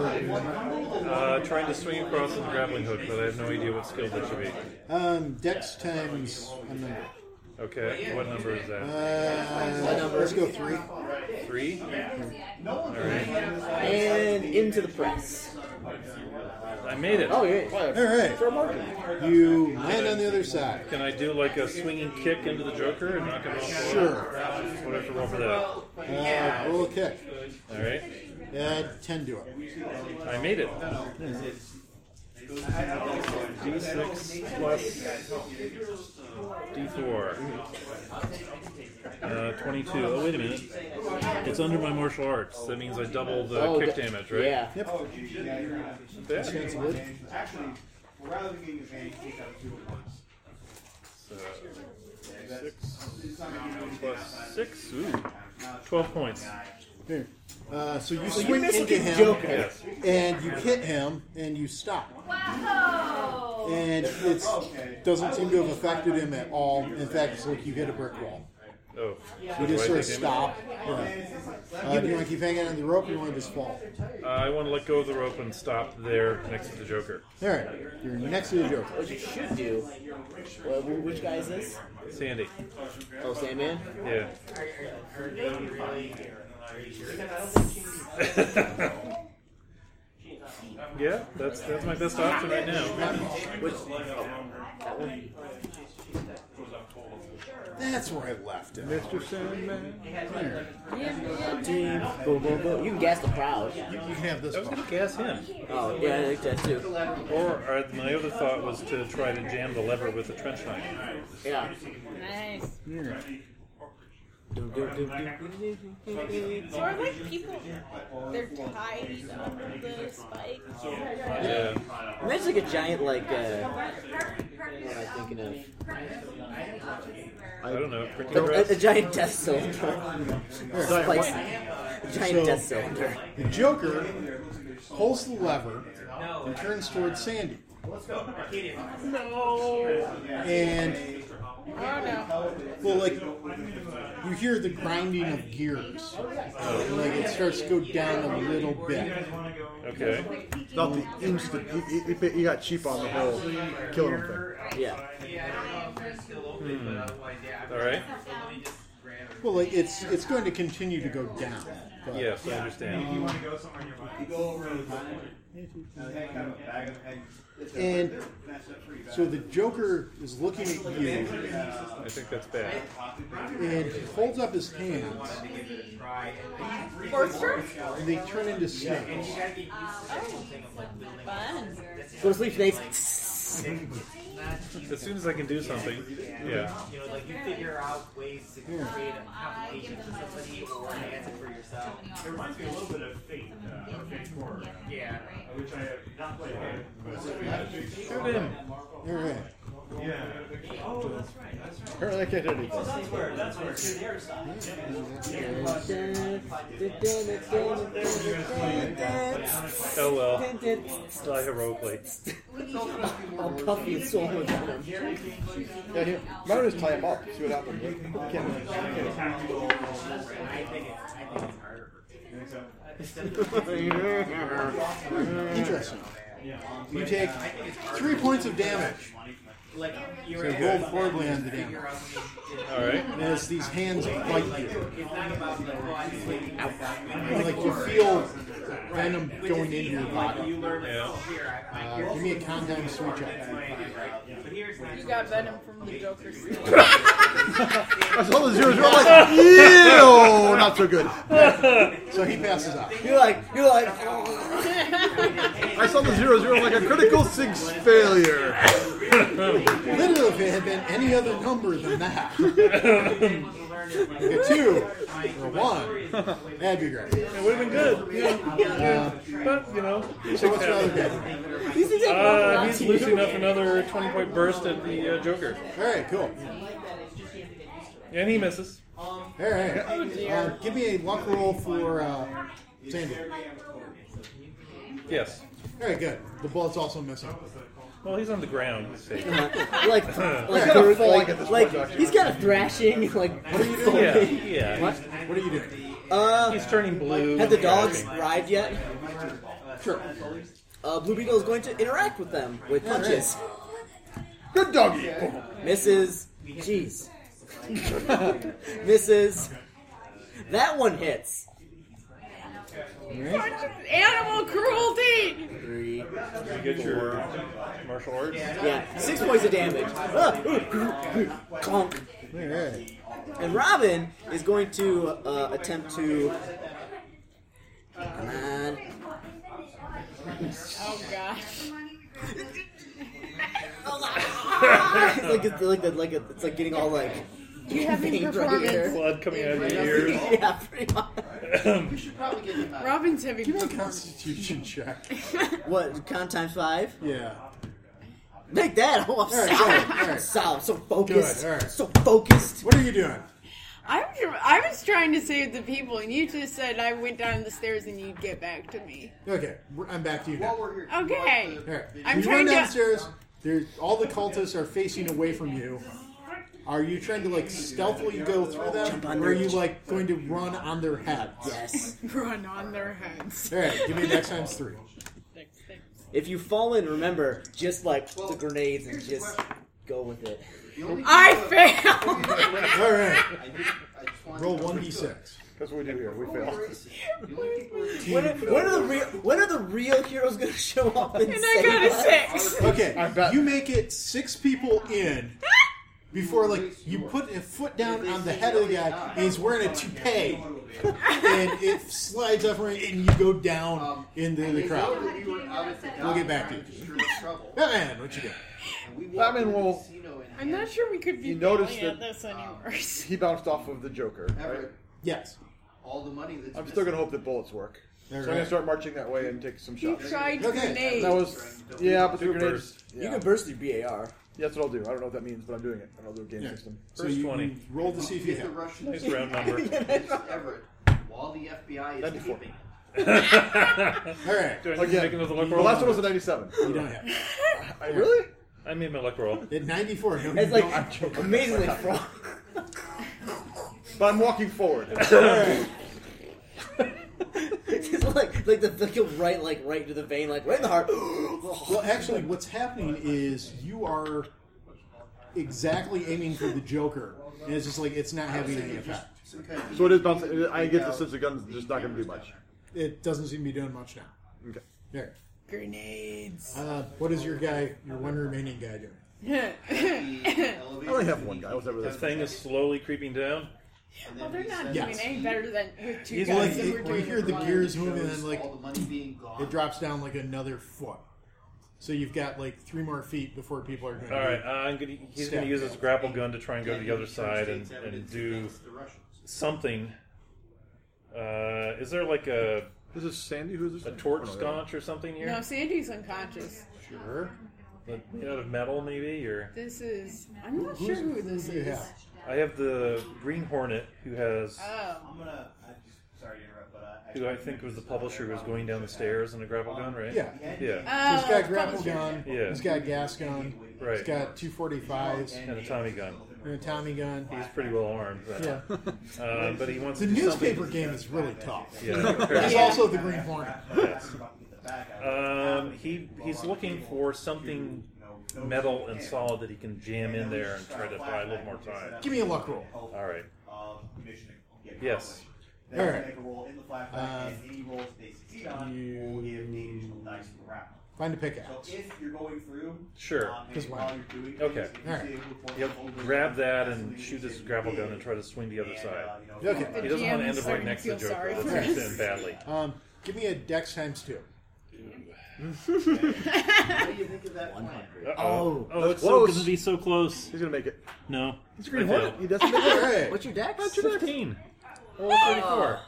Speaker 2: Uh, trying to swing across on the grappling hook, but I have no idea what skill that should be.
Speaker 1: Um, Dex times a number.
Speaker 2: Okay, what number is that?
Speaker 1: Uh, let's go three.
Speaker 2: Three. All right.
Speaker 14: And into the press.
Speaker 2: I made it.
Speaker 14: Oh, yeah.
Speaker 1: All right. You land on the other side.
Speaker 2: Can I do like a swinging kick into the Joker and knock him off? the
Speaker 1: Sure.
Speaker 2: wall? What do I have to roll for that?
Speaker 1: Uh, roll a kick.
Speaker 2: All right.
Speaker 1: Add ten to it.
Speaker 2: I made it. D6 plus D4. Uh, 22. Oh, wait a minute. It's under my martial arts. That means I double the
Speaker 5: Oh,
Speaker 2: kick
Speaker 5: the-
Speaker 2: damage, right?
Speaker 5: yeah.
Speaker 7: Yep. Oh, geez, yeah, you're gonna have to-
Speaker 2: Yeah. Chance would.
Speaker 7: Actually, rather than getting advantage, take out two at once.
Speaker 2: So,
Speaker 7: Yeah, that's- it's not gonna do anything outside.
Speaker 2: 6. Ooh. 12 points.
Speaker 1: Here. Uh, so you
Speaker 2: So you
Speaker 1: swing
Speaker 2: basically
Speaker 1: into him,
Speaker 2: joke it.
Speaker 1: and you hit him, and you stop.
Speaker 8: Wow!
Speaker 1: And it doesn't seem to have affected him at all. In fact, it's like you hit a brick wall.
Speaker 2: Oh.
Speaker 1: You
Speaker 2: Do I
Speaker 1: just sort of
Speaker 2: take damage?
Speaker 1: stop. Yeah. Uh, do you want to keep hanging on the rope, or you want to just fall?
Speaker 2: Uh, I want to let go of the rope and stop there next to the Joker.
Speaker 1: All right. You're next to the Joker.
Speaker 5: What you should do. Well, wh- which guy is this?
Speaker 2: Sandy.
Speaker 5: Oh, Sandman?
Speaker 2: Yeah. Yeah, that's that's my best option right now.
Speaker 1: That's where I left it.
Speaker 6: Mr. Sandman.
Speaker 1: Here.
Speaker 5: Boom, boom, boom. You can gas the crowd.
Speaker 1: You can have this
Speaker 2: I was going to gas him.
Speaker 5: Oh, yeah, I like that too.
Speaker 2: Or uh, my other thought was to try to jam the lever with a trench knife.
Speaker 5: Yeah.
Speaker 3: Nice. Sort of
Speaker 5: Sort
Speaker 3: like people, they're tied on the spike.
Speaker 5: Yeah. Imagine like a giant, like, uh, what am I thinking of?
Speaker 2: I don't know. cricket
Speaker 5: The-
Speaker 2: grass?
Speaker 5: a, a giant death cylinder.
Speaker 1: Here.
Speaker 5: Spikes. A giant
Speaker 1: So,
Speaker 5: death cylinder.
Speaker 1: The Joker pulls the lever and turns towards Sandy.
Speaker 2: No.
Speaker 1: And well, like you hear the grinding of gears, like it starts to go down a little bit.
Speaker 2: Okay.
Speaker 6: Not the instant. He, he, he, he got cheap on the whole killing him thing.
Speaker 5: Yeah.
Speaker 2: Hmm. All right.
Speaker 1: Well, like it's it's going to continue to go down. but-
Speaker 2: Yes, I understand.
Speaker 7: You want to go somewhere nearby? You go over to the line. Now, they had kind of a bag of- and it's a-
Speaker 1: And
Speaker 7: they're messed up pretty bad.
Speaker 1: so the Joker is looking at you
Speaker 2: I think that's bad.
Speaker 1: and he holds up his hands,
Speaker 3: Forster?
Speaker 1: and they turn into snakes.
Speaker 3: Fun.
Speaker 5: Go to sleep, snakes.
Speaker 2: As soon as I can do something. Yeah.
Speaker 13: You know, like you figure out ways to create an application for somebody or an answer for yourself.
Speaker 7: It reminds me a little bit of Fate, uh, or Fate Horror,
Speaker 13: Yeah.
Speaker 7: which I have not played.
Speaker 2: Shoot him.
Speaker 1: All right.
Speaker 7: Oh, that's right. That's right.
Speaker 6: Apparently I can't hit anything.
Speaker 2: Oh well. Die heroically.
Speaker 5: I'll cuff you so much.
Speaker 6: Yeah, here. Might as well tie him up. See what happens. Can't- can't-
Speaker 1: Interesting. You take three points of damage.
Speaker 13: Like
Speaker 1: So
Speaker 13: you're
Speaker 1: roll horribly on the damage.
Speaker 13: figure out what you did.
Speaker 2: All right.
Speaker 1: And as these hands bite you,
Speaker 13: It's not about like oh, I'm sleeping like that.
Speaker 1: and, like you feel venom going into your body.
Speaker 13: You learn
Speaker 2: Yeah.
Speaker 13: oh, here I, I,
Speaker 1: Uh, give me a countdown sweet check.
Speaker 13: but here's my
Speaker 3: You got venom from the Joker's
Speaker 6: I saw the zeros. We're like, ew, not so good.
Speaker 1: So he passes out.
Speaker 5: You're like, you're like, oh.
Speaker 6: I saw the zeros. We're like a critical six failure.
Speaker 1: Literally, if it had been any other number than that, like a two or a one, that'd be great.
Speaker 2: It would have been good.
Speaker 1: Uh,
Speaker 2: But, you know.
Speaker 1: so what's your other guy?
Speaker 5: These things have
Speaker 2: Uh,
Speaker 5: lots
Speaker 2: he's
Speaker 5: of
Speaker 2: loosening
Speaker 5: you.
Speaker 2: up another 20 point burst at the uh, Joker.
Speaker 1: All right, cool.
Speaker 2: And he misses.
Speaker 1: All right, all right. Uh, give me a luck roll for uh, Sandy.
Speaker 2: Yes.
Speaker 1: All right, good. The bullet's also missing.
Speaker 2: Well, he's on the ground. He's safe.
Speaker 5: You're like, like,
Speaker 6: gotta
Speaker 5: bird-
Speaker 6: fall
Speaker 5: like,
Speaker 6: at this
Speaker 5: like,
Speaker 6: point,
Speaker 5: he's got a thrashing, like, what are you
Speaker 2: Yeah, yeah.
Speaker 5: What?
Speaker 1: What are you doing?
Speaker 5: Uh,
Speaker 2: He's turning blue.
Speaker 5: have the dogs arrived yet?
Speaker 1: Sure.
Speaker 5: Uh, Blue Beetle is going to interact with them with punches.
Speaker 6: Good doggy.
Speaker 5: Misses. Jeez. Misses. That one hits.
Speaker 3: Animal cruelty!
Speaker 5: Three.
Speaker 2: You get your martial arts.
Speaker 5: Yeah, six points of damage. Ah, ooh, ooh, ooh, Clunk.
Speaker 1: All right.
Speaker 5: And Robin is going to uh, attempt to. Come on.
Speaker 3: Oh gosh.
Speaker 14: like it's like the, like a, it's like getting all like.
Speaker 3: You have any
Speaker 14: veins right here.
Speaker 3: performance? Blood
Speaker 2: coming out of your
Speaker 14: Yeah,
Speaker 2: ears. Um,
Speaker 14: pretty
Speaker 2: much.
Speaker 14: we should probably get him
Speaker 3: Robin's having
Speaker 14: Give me a
Speaker 1: Constitution check.
Speaker 14: What? Con times five?
Speaker 1: Yeah.
Speaker 14: Make that. Oh,
Speaker 1: All
Speaker 14: I'm
Speaker 1: right,
Speaker 14: solid.
Speaker 1: good, all right.
Speaker 14: solid. So focused.
Speaker 1: Good, all right.
Speaker 14: So focused.
Speaker 1: What are you doing?
Speaker 3: I'm, I was trying to save the people, and you just said I went down the stairs and you'd get back to me.
Speaker 1: Okay, we're- I'm back to you now.
Speaker 3: Okay.
Speaker 1: Alright.
Speaker 3: I'm
Speaker 1: you
Speaker 3: trying
Speaker 1: run
Speaker 3: to-
Speaker 1: downstairs. There, all the cultists are facing away from you. Are you trying to like stealthily go through them,
Speaker 14: Jump on
Speaker 1: or are
Speaker 14: their-
Speaker 1: you like going to run on their heads?
Speaker 14: Yes.
Speaker 3: Run on their heads.
Speaker 1: All right, give me next times three.
Speaker 14: If you fall in, remember just like the grenades and just go with it.
Speaker 3: I failed.
Speaker 1: All right.
Speaker 14: Roll
Speaker 1: one d six.
Speaker 6: That's what we do here. We fail.
Speaker 14: When are, when are the real When are the real heroes going to show up? And, save us?
Speaker 1: Okay, you make it six people in before like you put a foot down on the head of the guy, and he's wearing a toupee, and it slides up and you go down into the crowd. We'll get back to you. Batman, what you got?
Speaker 6: Batman will.
Speaker 3: I'm not sure we could be
Speaker 6: You noticed
Speaker 3: yelling at
Speaker 6: that-
Speaker 3: this anymore.
Speaker 6: He bounced off of the Joker. Right?
Speaker 1: Yes.
Speaker 12: All the money that's
Speaker 6: I'm still gonna hope that bullets work. So I'm gonna
Speaker 1: right.
Speaker 6: start marching that way and take some
Speaker 3: You
Speaker 6: shots.
Speaker 3: tried Okay. grenades.
Speaker 6: That was yeah, but the
Speaker 2: You can
Speaker 6: grenades.
Speaker 2: burst.
Speaker 6: Yeah.
Speaker 14: You can burst your BAR.
Speaker 6: Yeah, that's what I'll do. I don't know what that means, but I'm doing it. And I'll do a game system.
Speaker 1: So you roll to see if you hit.
Speaker 2: Nice round number.
Speaker 12: Everett, while the FBI is
Speaker 6: Ninety-four.
Speaker 12: keeping.
Speaker 1: All right.
Speaker 2: Do I need to make
Speaker 6: Again,
Speaker 2: another
Speaker 6: the
Speaker 2: luck
Speaker 6: last
Speaker 2: roll?
Speaker 6: one was a 97.
Speaker 1: You don't have.
Speaker 6: I really?
Speaker 2: I made my luck roll.
Speaker 1: At 94. No,
Speaker 14: It's
Speaker 1: you
Speaker 14: like
Speaker 1: don't.
Speaker 14: amazingly frog.
Speaker 6: But I'm walking forward.
Speaker 14: It's like like the like you'll right like right into the vein like right in the heart.
Speaker 1: Well, actually, what's happening is you are exactly aiming for the Joker, and it's just like it's not having any effect.
Speaker 6: So it is bouncing. I get the sense the gun's just not gonna do much.
Speaker 1: It doesn't seem to be doing much now.
Speaker 6: Okay.
Speaker 1: There.
Speaker 3: Grenades.
Speaker 1: Uh, what is your guy, your one remaining guy doing?
Speaker 6: I only have one guy. I was never
Speaker 2: The
Speaker 6: this.
Speaker 2: thing is slowly creeping down.
Speaker 3: Well, they're not
Speaker 1: Yes.
Speaker 3: doing any better than with two
Speaker 1: He's
Speaker 3: guys
Speaker 1: like,
Speaker 3: that
Speaker 1: it-
Speaker 3: we're
Speaker 1: you
Speaker 3: doing
Speaker 1: hear
Speaker 3: with
Speaker 1: the
Speaker 3: one.
Speaker 1: gears moving, and like
Speaker 12: all the money being gone.
Speaker 1: it drops down like another foot. So you've got like three more feet before people are going.
Speaker 2: All right, uh, I'm gonna, he's going
Speaker 1: Step.
Speaker 2: to use his grapple gun to try and go to the other side and, and do something. Uh, is there like a
Speaker 6: This is Sandy. Who's this?
Speaker 2: a torch
Speaker 6: Oh, no,
Speaker 2: sconch or something here?
Speaker 3: No, Sandy's unconscious.
Speaker 1: Sure.
Speaker 2: Like, Made out of metal, maybe, or
Speaker 3: This is. I'm not
Speaker 1: Who's-
Speaker 3: sure who this
Speaker 1: who do you
Speaker 3: is.
Speaker 1: have?
Speaker 2: I have the Green Hornet, who has
Speaker 3: Oh.
Speaker 7: I'm gonna. I just, sorry to interrupt, but I.
Speaker 2: who I think was the publisher who was going down the stairs in a grapple gun, right?
Speaker 1: Yeah.
Speaker 2: yeah,
Speaker 1: So he's got
Speaker 3: Oh,
Speaker 1: grapple
Speaker 3: publisher.
Speaker 1: gun.
Speaker 2: Yeah.
Speaker 1: He's got gas gun.
Speaker 2: Right.
Speaker 1: He's got 245s
Speaker 2: and a Tommy gun.
Speaker 1: and a Tommy gun.
Speaker 2: He's pretty well armed. But,
Speaker 1: Yeah.
Speaker 2: uh, but he wants
Speaker 1: The
Speaker 2: to do something-
Speaker 1: newspaper game is really tough.
Speaker 2: Yeah.
Speaker 1: There's also the Green Hornet.
Speaker 2: Um, he he's looking for something metal and solid that he can jam in there and try to buy a little more time.
Speaker 1: Give me a luck roll.
Speaker 7: All
Speaker 2: All right. Yes.
Speaker 7: Yes. All
Speaker 1: Alright.
Speaker 7: right. Roll in the flashback,
Speaker 1: Uh,
Speaker 7: and any rolls they succeed on will give the additional dice per round.
Speaker 1: Find a
Speaker 7: So
Speaker 1: pickaxe.
Speaker 7: if you're going through,
Speaker 2: Sure.
Speaker 7: um, and
Speaker 1: Just
Speaker 7: while
Speaker 1: one.
Speaker 7: you're doing things,
Speaker 2: Okay.
Speaker 7: if you
Speaker 1: Alright.
Speaker 7: see a report
Speaker 2: Yep.
Speaker 7: over-
Speaker 2: Grab that and
Speaker 7: That's
Speaker 2: shoot
Speaker 7: what
Speaker 2: his
Speaker 7: you
Speaker 2: grapple
Speaker 7: did.
Speaker 2: gun and try to swing the other
Speaker 7: And,
Speaker 2: side.
Speaker 7: uh, you know,
Speaker 1: Okay.
Speaker 2: He doesn't want to end up right next to the
Speaker 3: GM is starting
Speaker 2: Joker.
Speaker 3: to
Speaker 2: That's
Speaker 3: feel sorry
Speaker 2: going
Speaker 3: for
Speaker 2: to end badly.
Speaker 1: Um, give me a Dex times two.
Speaker 12: What do you think of that plan?
Speaker 1: Mm-hmm.
Speaker 2: Uh-oh.
Speaker 14: Oh,
Speaker 2: oh, it's so,
Speaker 6: close.
Speaker 2: going to be so close.
Speaker 6: He's gonna make it.
Speaker 2: No.
Speaker 6: He's Green
Speaker 2: I failed.
Speaker 6: Hornet. He doesn't make
Speaker 1: All
Speaker 6: it.
Speaker 1: right.
Speaker 14: What's your dex?
Speaker 2: That's your Oh. 15.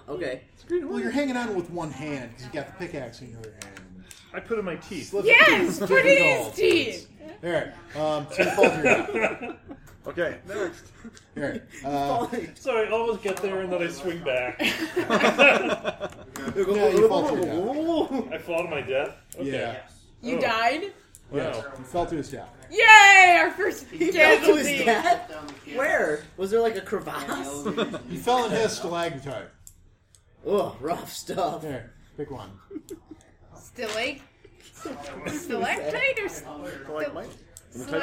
Speaker 14: Okay.
Speaker 1: Well, you're hanging on with one hand because you got the pickaxe in your other hand.
Speaker 2: I put in my teeth.
Speaker 1: Slip
Speaker 3: Yes,
Speaker 1: it.
Speaker 3: put it in his teeth.
Speaker 1: All right. Um, so you fall through. All
Speaker 6: Okay. Next.
Speaker 1: right. Uh,
Speaker 2: So I almost get there and then I swing back.
Speaker 1: yeah, you fall through. Doc.
Speaker 2: I fall to my death. Okay.
Speaker 1: Yeah.
Speaker 3: You
Speaker 2: Oh.
Speaker 3: died?
Speaker 1: Yeah.
Speaker 2: Wow.
Speaker 1: You fell through his death.
Speaker 3: Yay! Our first
Speaker 14: Who is
Speaker 3: casualty.
Speaker 14: that? Where was there like a crevasse?
Speaker 1: You fell in his stalactite.
Speaker 14: Oh, rough stuff.
Speaker 1: There. Pick one.
Speaker 3: Stilate. Stalactite or
Speaker 6: Like Mike.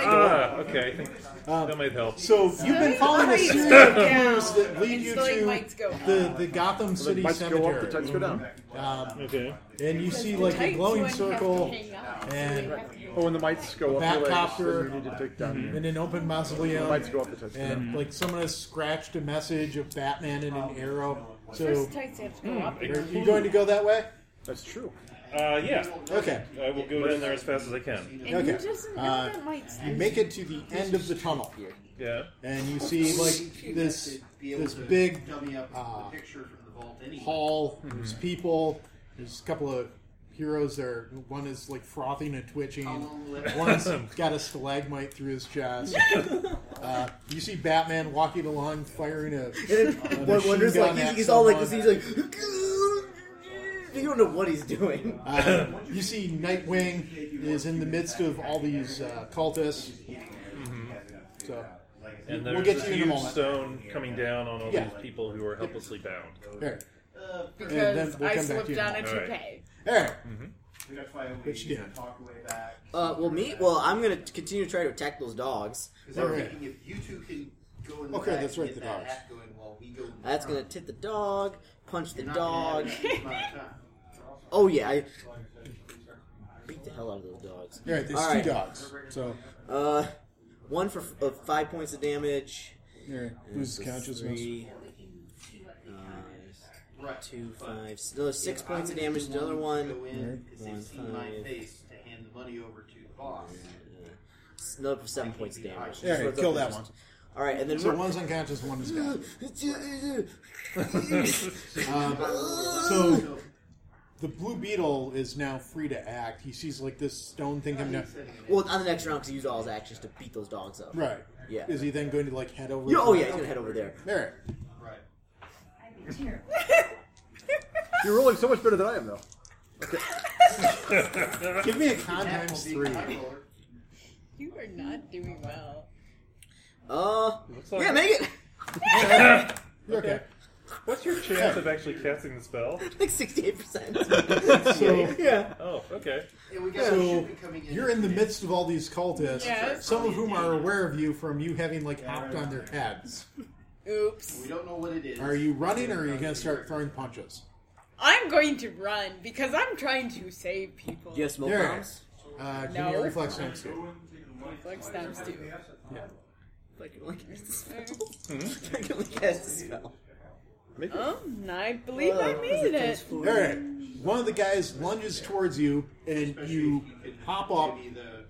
Speaker 2: Ah, okay. I think that might help.
Speaker 1: Um, So you've been following a
Speaker 3: Lights
Speaker 1: series
Speaker 3: go
Speaker 1: of clues
Speaker 3: down.
Speaker 1: that lead
Speaker 3: And
Speaker 1: you
Speaker 3: slowly lights
Speaker 1: to
Speaker 3: go up.
Speaker 1: the, the Gotham
Speaker 6: The
Speaker 1: City
Speaker 6: mics go up. The
Speaker 1: Cemetery.
Speaker 6: tights go down.
Speaker 1: Um,
Speaker 2: Okay.
Speaker 1: and you see
Speaker 3: The
Speaker 1: like a
Speaker 3: tights
Speaker 1: glowing
Speaker 3: one have to
Speaker 1: circle
Speaker 3: hang up, so
Speaker 1: and-
Speaker 3: they have to-
Speaker 6: Oh, when the mites go up,
Speaker 1: Bat
Speaker 6: your legs,
Speaker 1: copter.
Speaker 6: then you need to take down.
Speaker 1: and an open
Speaker 6: The
Speaker 1: mausoleum.
Speaker 6: mites go up. The tights go down.
Speaker 1: And like someone has scratched a message of Batman and an arrow. So
Speaker 3: First tights have to go up.
Speaker 1: Hmm. are you going to go that way?
Speaker 6: That's true.
Speaker 2: Uh, yeah.
Speaker 1: Okay.
Speaker 2: I will go in there as fast as I can.
Speaker 3: And you just know
Speaker 1: Uh,
Speaker 3: that might
Speaker 1: you make it to the end of the tunnel.
Speaker 2: Yeah.
Speaker 1: And you see like this this big
Speaker 7: dummy up
Speaker 1: uh,
Speaker 7: the picture from the vault anyway.
Speaker 2: Uh,
Speaker 1: hall. There's people. There's a couple of heroes there. One is like frothing and twitching. One's got a stalagmite through his chest. Uh, you see Batman walking along, firing a, a
Speaker 5: One
Speaker 1: machine
Speaker 5: wonders,
Speaker 1: gun
Speaker 5: like, he's,
Speaker 1: at
Speaker 5: he's all like
Speaker 1: someone.
Speaker 5: this. He's like, you don't know what he's doing.
Speaker 1: Uh, you see Nightwing is in the midst of all these uh, cultists. Mm-hmm. So,
Speaker 2: And there's
Speaker 1: we'll get
Speaker 2: this
Speaker 1: to you
Speaker 2: huge
Speaker 1: in a moment.
Speaker 2: stone coming down on all
Speaker 1: Yeah.
Speaker 2: these people who are helplessly bound.
Speaker 1: There.
Speaker 3: because
Speaker 1: Uh, And then we'll
Speaker 3: I
Speaker 1: come back
Speaker 3: slipped
Speaker 1: to you in
Speaker 3: on a
Speaker 1: moment.
Speaker 3: toupee.
Speaker 1: Alright.
Speaker 15: We gotta find a way
Speaker 1: What you
Speaker 15: to
Speaker 1: doing?
Speaker 15: talk our way back.
Speaker 5: Uh, well, me. Well, I'm gonna t- continue to try to attack those dogs.
Speaker 7: Because I'm thinking if you two can go in the
Speaker 5: Okay,
Speaker 7: back
Speaker 5: that's
Speaker 7: and
Speaker 5: right,
Speaker 7: get
Speaker 5: the
Speaker 7: that
Speaker 5: dogs.
Speaker 7: act going while we go. in the
Speaker 5: That's gonna
Speaker 7: front,
Speaker 5: tip the dog, punch the
Speaker 7: you're not gonna
Speaker 5: dog.
Speaker 7: have that much time.
Speaker 5: Oh yeah, I beat the hell out of those dogs.
Speaker 1: All right, there's two dogs, so-
Speaker 5: uh, one for f- uh, five points of damage.
Speaker 1: All right, who's consciousness?
Speaker 5: Three, uh, two, five, s- another six points of damage.
Speaker 7: The
Speaker 5: Another one.
Speaker 7: Go in, because
Speaker 5: One,
Speaker 7: they've seen my
Speaker 5: five,
Speaker 7: face to hand the money over to the boss.
Speaker 5: s- another for seven points of damage.
Speaker 1: All right,
Speaker 5: Just
Speaker 1: kill
Speaker 5: throw
Speaker 1: that
Speaker 5: those-
Speaker 1: one.
Speaker 5: All right, and then
Speaker 1: so
Speaker 5: we're-
Speaker 1: one's unconscious, one is dead. um, so
Speaker 5: so
Speaker 1: the blue beetle is now free to act. He sees like this stone thing coming down.
Speaker 5: well on the next round, 'cause he used all his actions to beat those dogs up.
Speaker 1: Right.
Speaker 5: Yeah.
Speaker 1: Is he then going to like head over?
Speaker 5: Yeah, oh yeah, he's gonna head over there.
Speaker 1: There.
Speaker 6: You're rolling so much better than I am, though.
Speaker 1: Give me a con times three.
Speaker 3: You are not doing well.
Speaker 5: Uh,
Speaker 3: like-
Speaker 5: yeah, make it.
Speaker 1: okay.
Speaker 2: What's your chance of actually casting the spell?
Speaker 5: like sixty-eight percent.
Speaker 1: So-
Speaker 5: yeah.
Speaker 2: Oh, okay.
Speaker 1: So you're in the midst of all these cultists,
Speaker 7: Yes.
Speaker 1: some of whom are aware of you from you having like hopped on their heads.
Speaker 3: Oops.
Speaker 7: We don't know what it is.
Speaker 1: Are you running or are you going to start throwing punches?
Speaker 3: I'm going to run because I'm trying to save people.
Speaker 1: Yes,
Speaker 5: smoke
Speaker 1: There.
Speaker 5: bombs?
Speaker 1: Uh, give me
Speaker 3: No.
Speaker 1: a reflex times two.
Speaker 3: Reflex times two.
Speaker 1: Yeah.
Speaker 5: Like you like the spell. I can only cast the spell.
Speaker 3: Oh, I believe I
Speaker 1: Uh,
Speaker 5: Oh,
Speaker 3: made it.
Speaker 1: All right. One of the guys lunges towards you, and you hop up,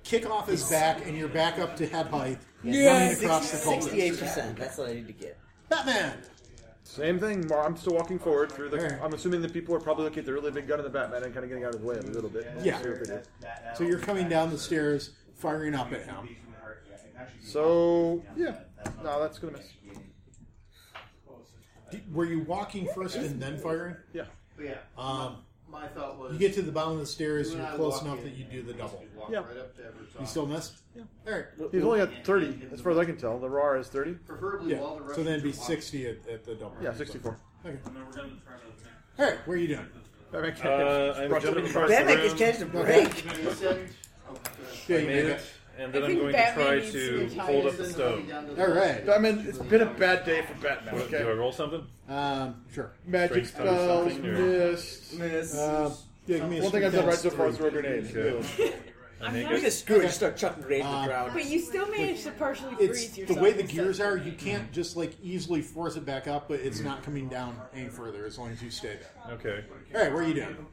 Speaker 1: kick off his back, and you're back up to head height, running across the
Speaker 5: sixty-eight
Speaker 1: cultists.
Speaker 5: percent. That's what I need to get.
Speaker 1: Batman.
Speaker 6: Same thing. Mar- I'm still walking forward through the. I'm assuming that people are probably looking at the really big gun in the Batman and kind of getting out of the way a little bit.
Speaker 1: Yeah.
Speaker 6: See what they do.
Speaker 1: So you're coming down the stairs, firing up at him.
Speaker 6: So yeah, no, that's gonna miss.
Speaker 1: Did- Were you walking first and then firing?
Speaker 6: Yeah.
Speaker 7: But yeah,
Speaker 1: Um,
Speaker 7: my thought was
Speaker 1: you get to the bottom of the
Speaker 7: you
Speaker 1: stairs,
Speaker 7: and
Speaker 1: you're
Speaker 7: I
Speaker 1: close
Speaker 7: walk
Speaker 1: enough
Speaker 7: in
Speaker 1: that you do the double.
Speaker 7: walk
Speaker 6: Yeah.
Speaker 7: right up to every
Speaker 1: You
Speaker 7: top.
Speaker 1: still missed? Yeah. All right.
Speaker 6: He's only at 30, as far as I can tell. The RAR is 30.
Speaker 7: Preferably
Speaker 1: Yeah.
Speaker 7: while the
Speaker 1: So then it'd be
Speaker 7: Russians are watching.
Speaker 1: 60 at, at the double.
Speaker 6: Yeah, 64.
Speaker 1: Okay. All right, what are you doing?
Speaker 6: Batman catch-
Speaker 2: Uh, I'm
Speaker 6: brought to
Speaker 2: jumping
Speaker 6: the-
Speaker 2: across the
Speaker 5: Batman can
Speaker 2: room.
Speaker 5: catch a
Speaker 1: Okay.
Speaker 5: break.
Speaker 1: Yeah,
Speaker 2: I
Speaker 1: you
Speaker 2: made
Speaker 1: made
Speaker 2: it,
Speaker 1: it.
Speaker 2: and then
Speaker 3: I
Speaker 2: I'm
Speaker 3: think
Speaker 2: going to
Speaker 3: Batman
Speaker 2: try
Speaker 3: needs to
Speaker 2: to
Speaker 3: retire.
Speaker 2: hold up the stone.
Speaker 1: All right.
Speaker 6: Batman, it's been a bad day for Batman.
Speaker 2: What- Do I
Speaker 6: Okay.
Speaker 2: roll something?
Speaker 1: Um, sure.
Speaker 6: Magic
Speaker 2: Strength times
Speaker 6: spells
Speaker 2: something, or-
Speaker 6: missed. Miss.
Speaker 1: Uh, yeah, give me a
Speaker 6: One thing I've done
Speaker 1: strength
Speaker 6: right
Speaker 1: test
Speaker 6: so far
Speaker 1: three.
Speaker 6: is throw grenades.
Speaker 2: Okay. I make
Speaker 3: Uh,
Speaker 2: it.
Speaker 5: just screw it. Just start chucking grenades in
Speaker 1: Uh,
Speaker 5: the ground.
Speaker 3: But you still managed to partially
Speaker 1: It's
Speaker 3: freeze
Speaker 1: the
Speaker 3: yourself.
Speaker 1: way the gears are. You can't just like easily force it back up, but it's not coming down any further as long as you stay there.
Speaker 2: Okay.
Speaker 1: All right, what are you doing?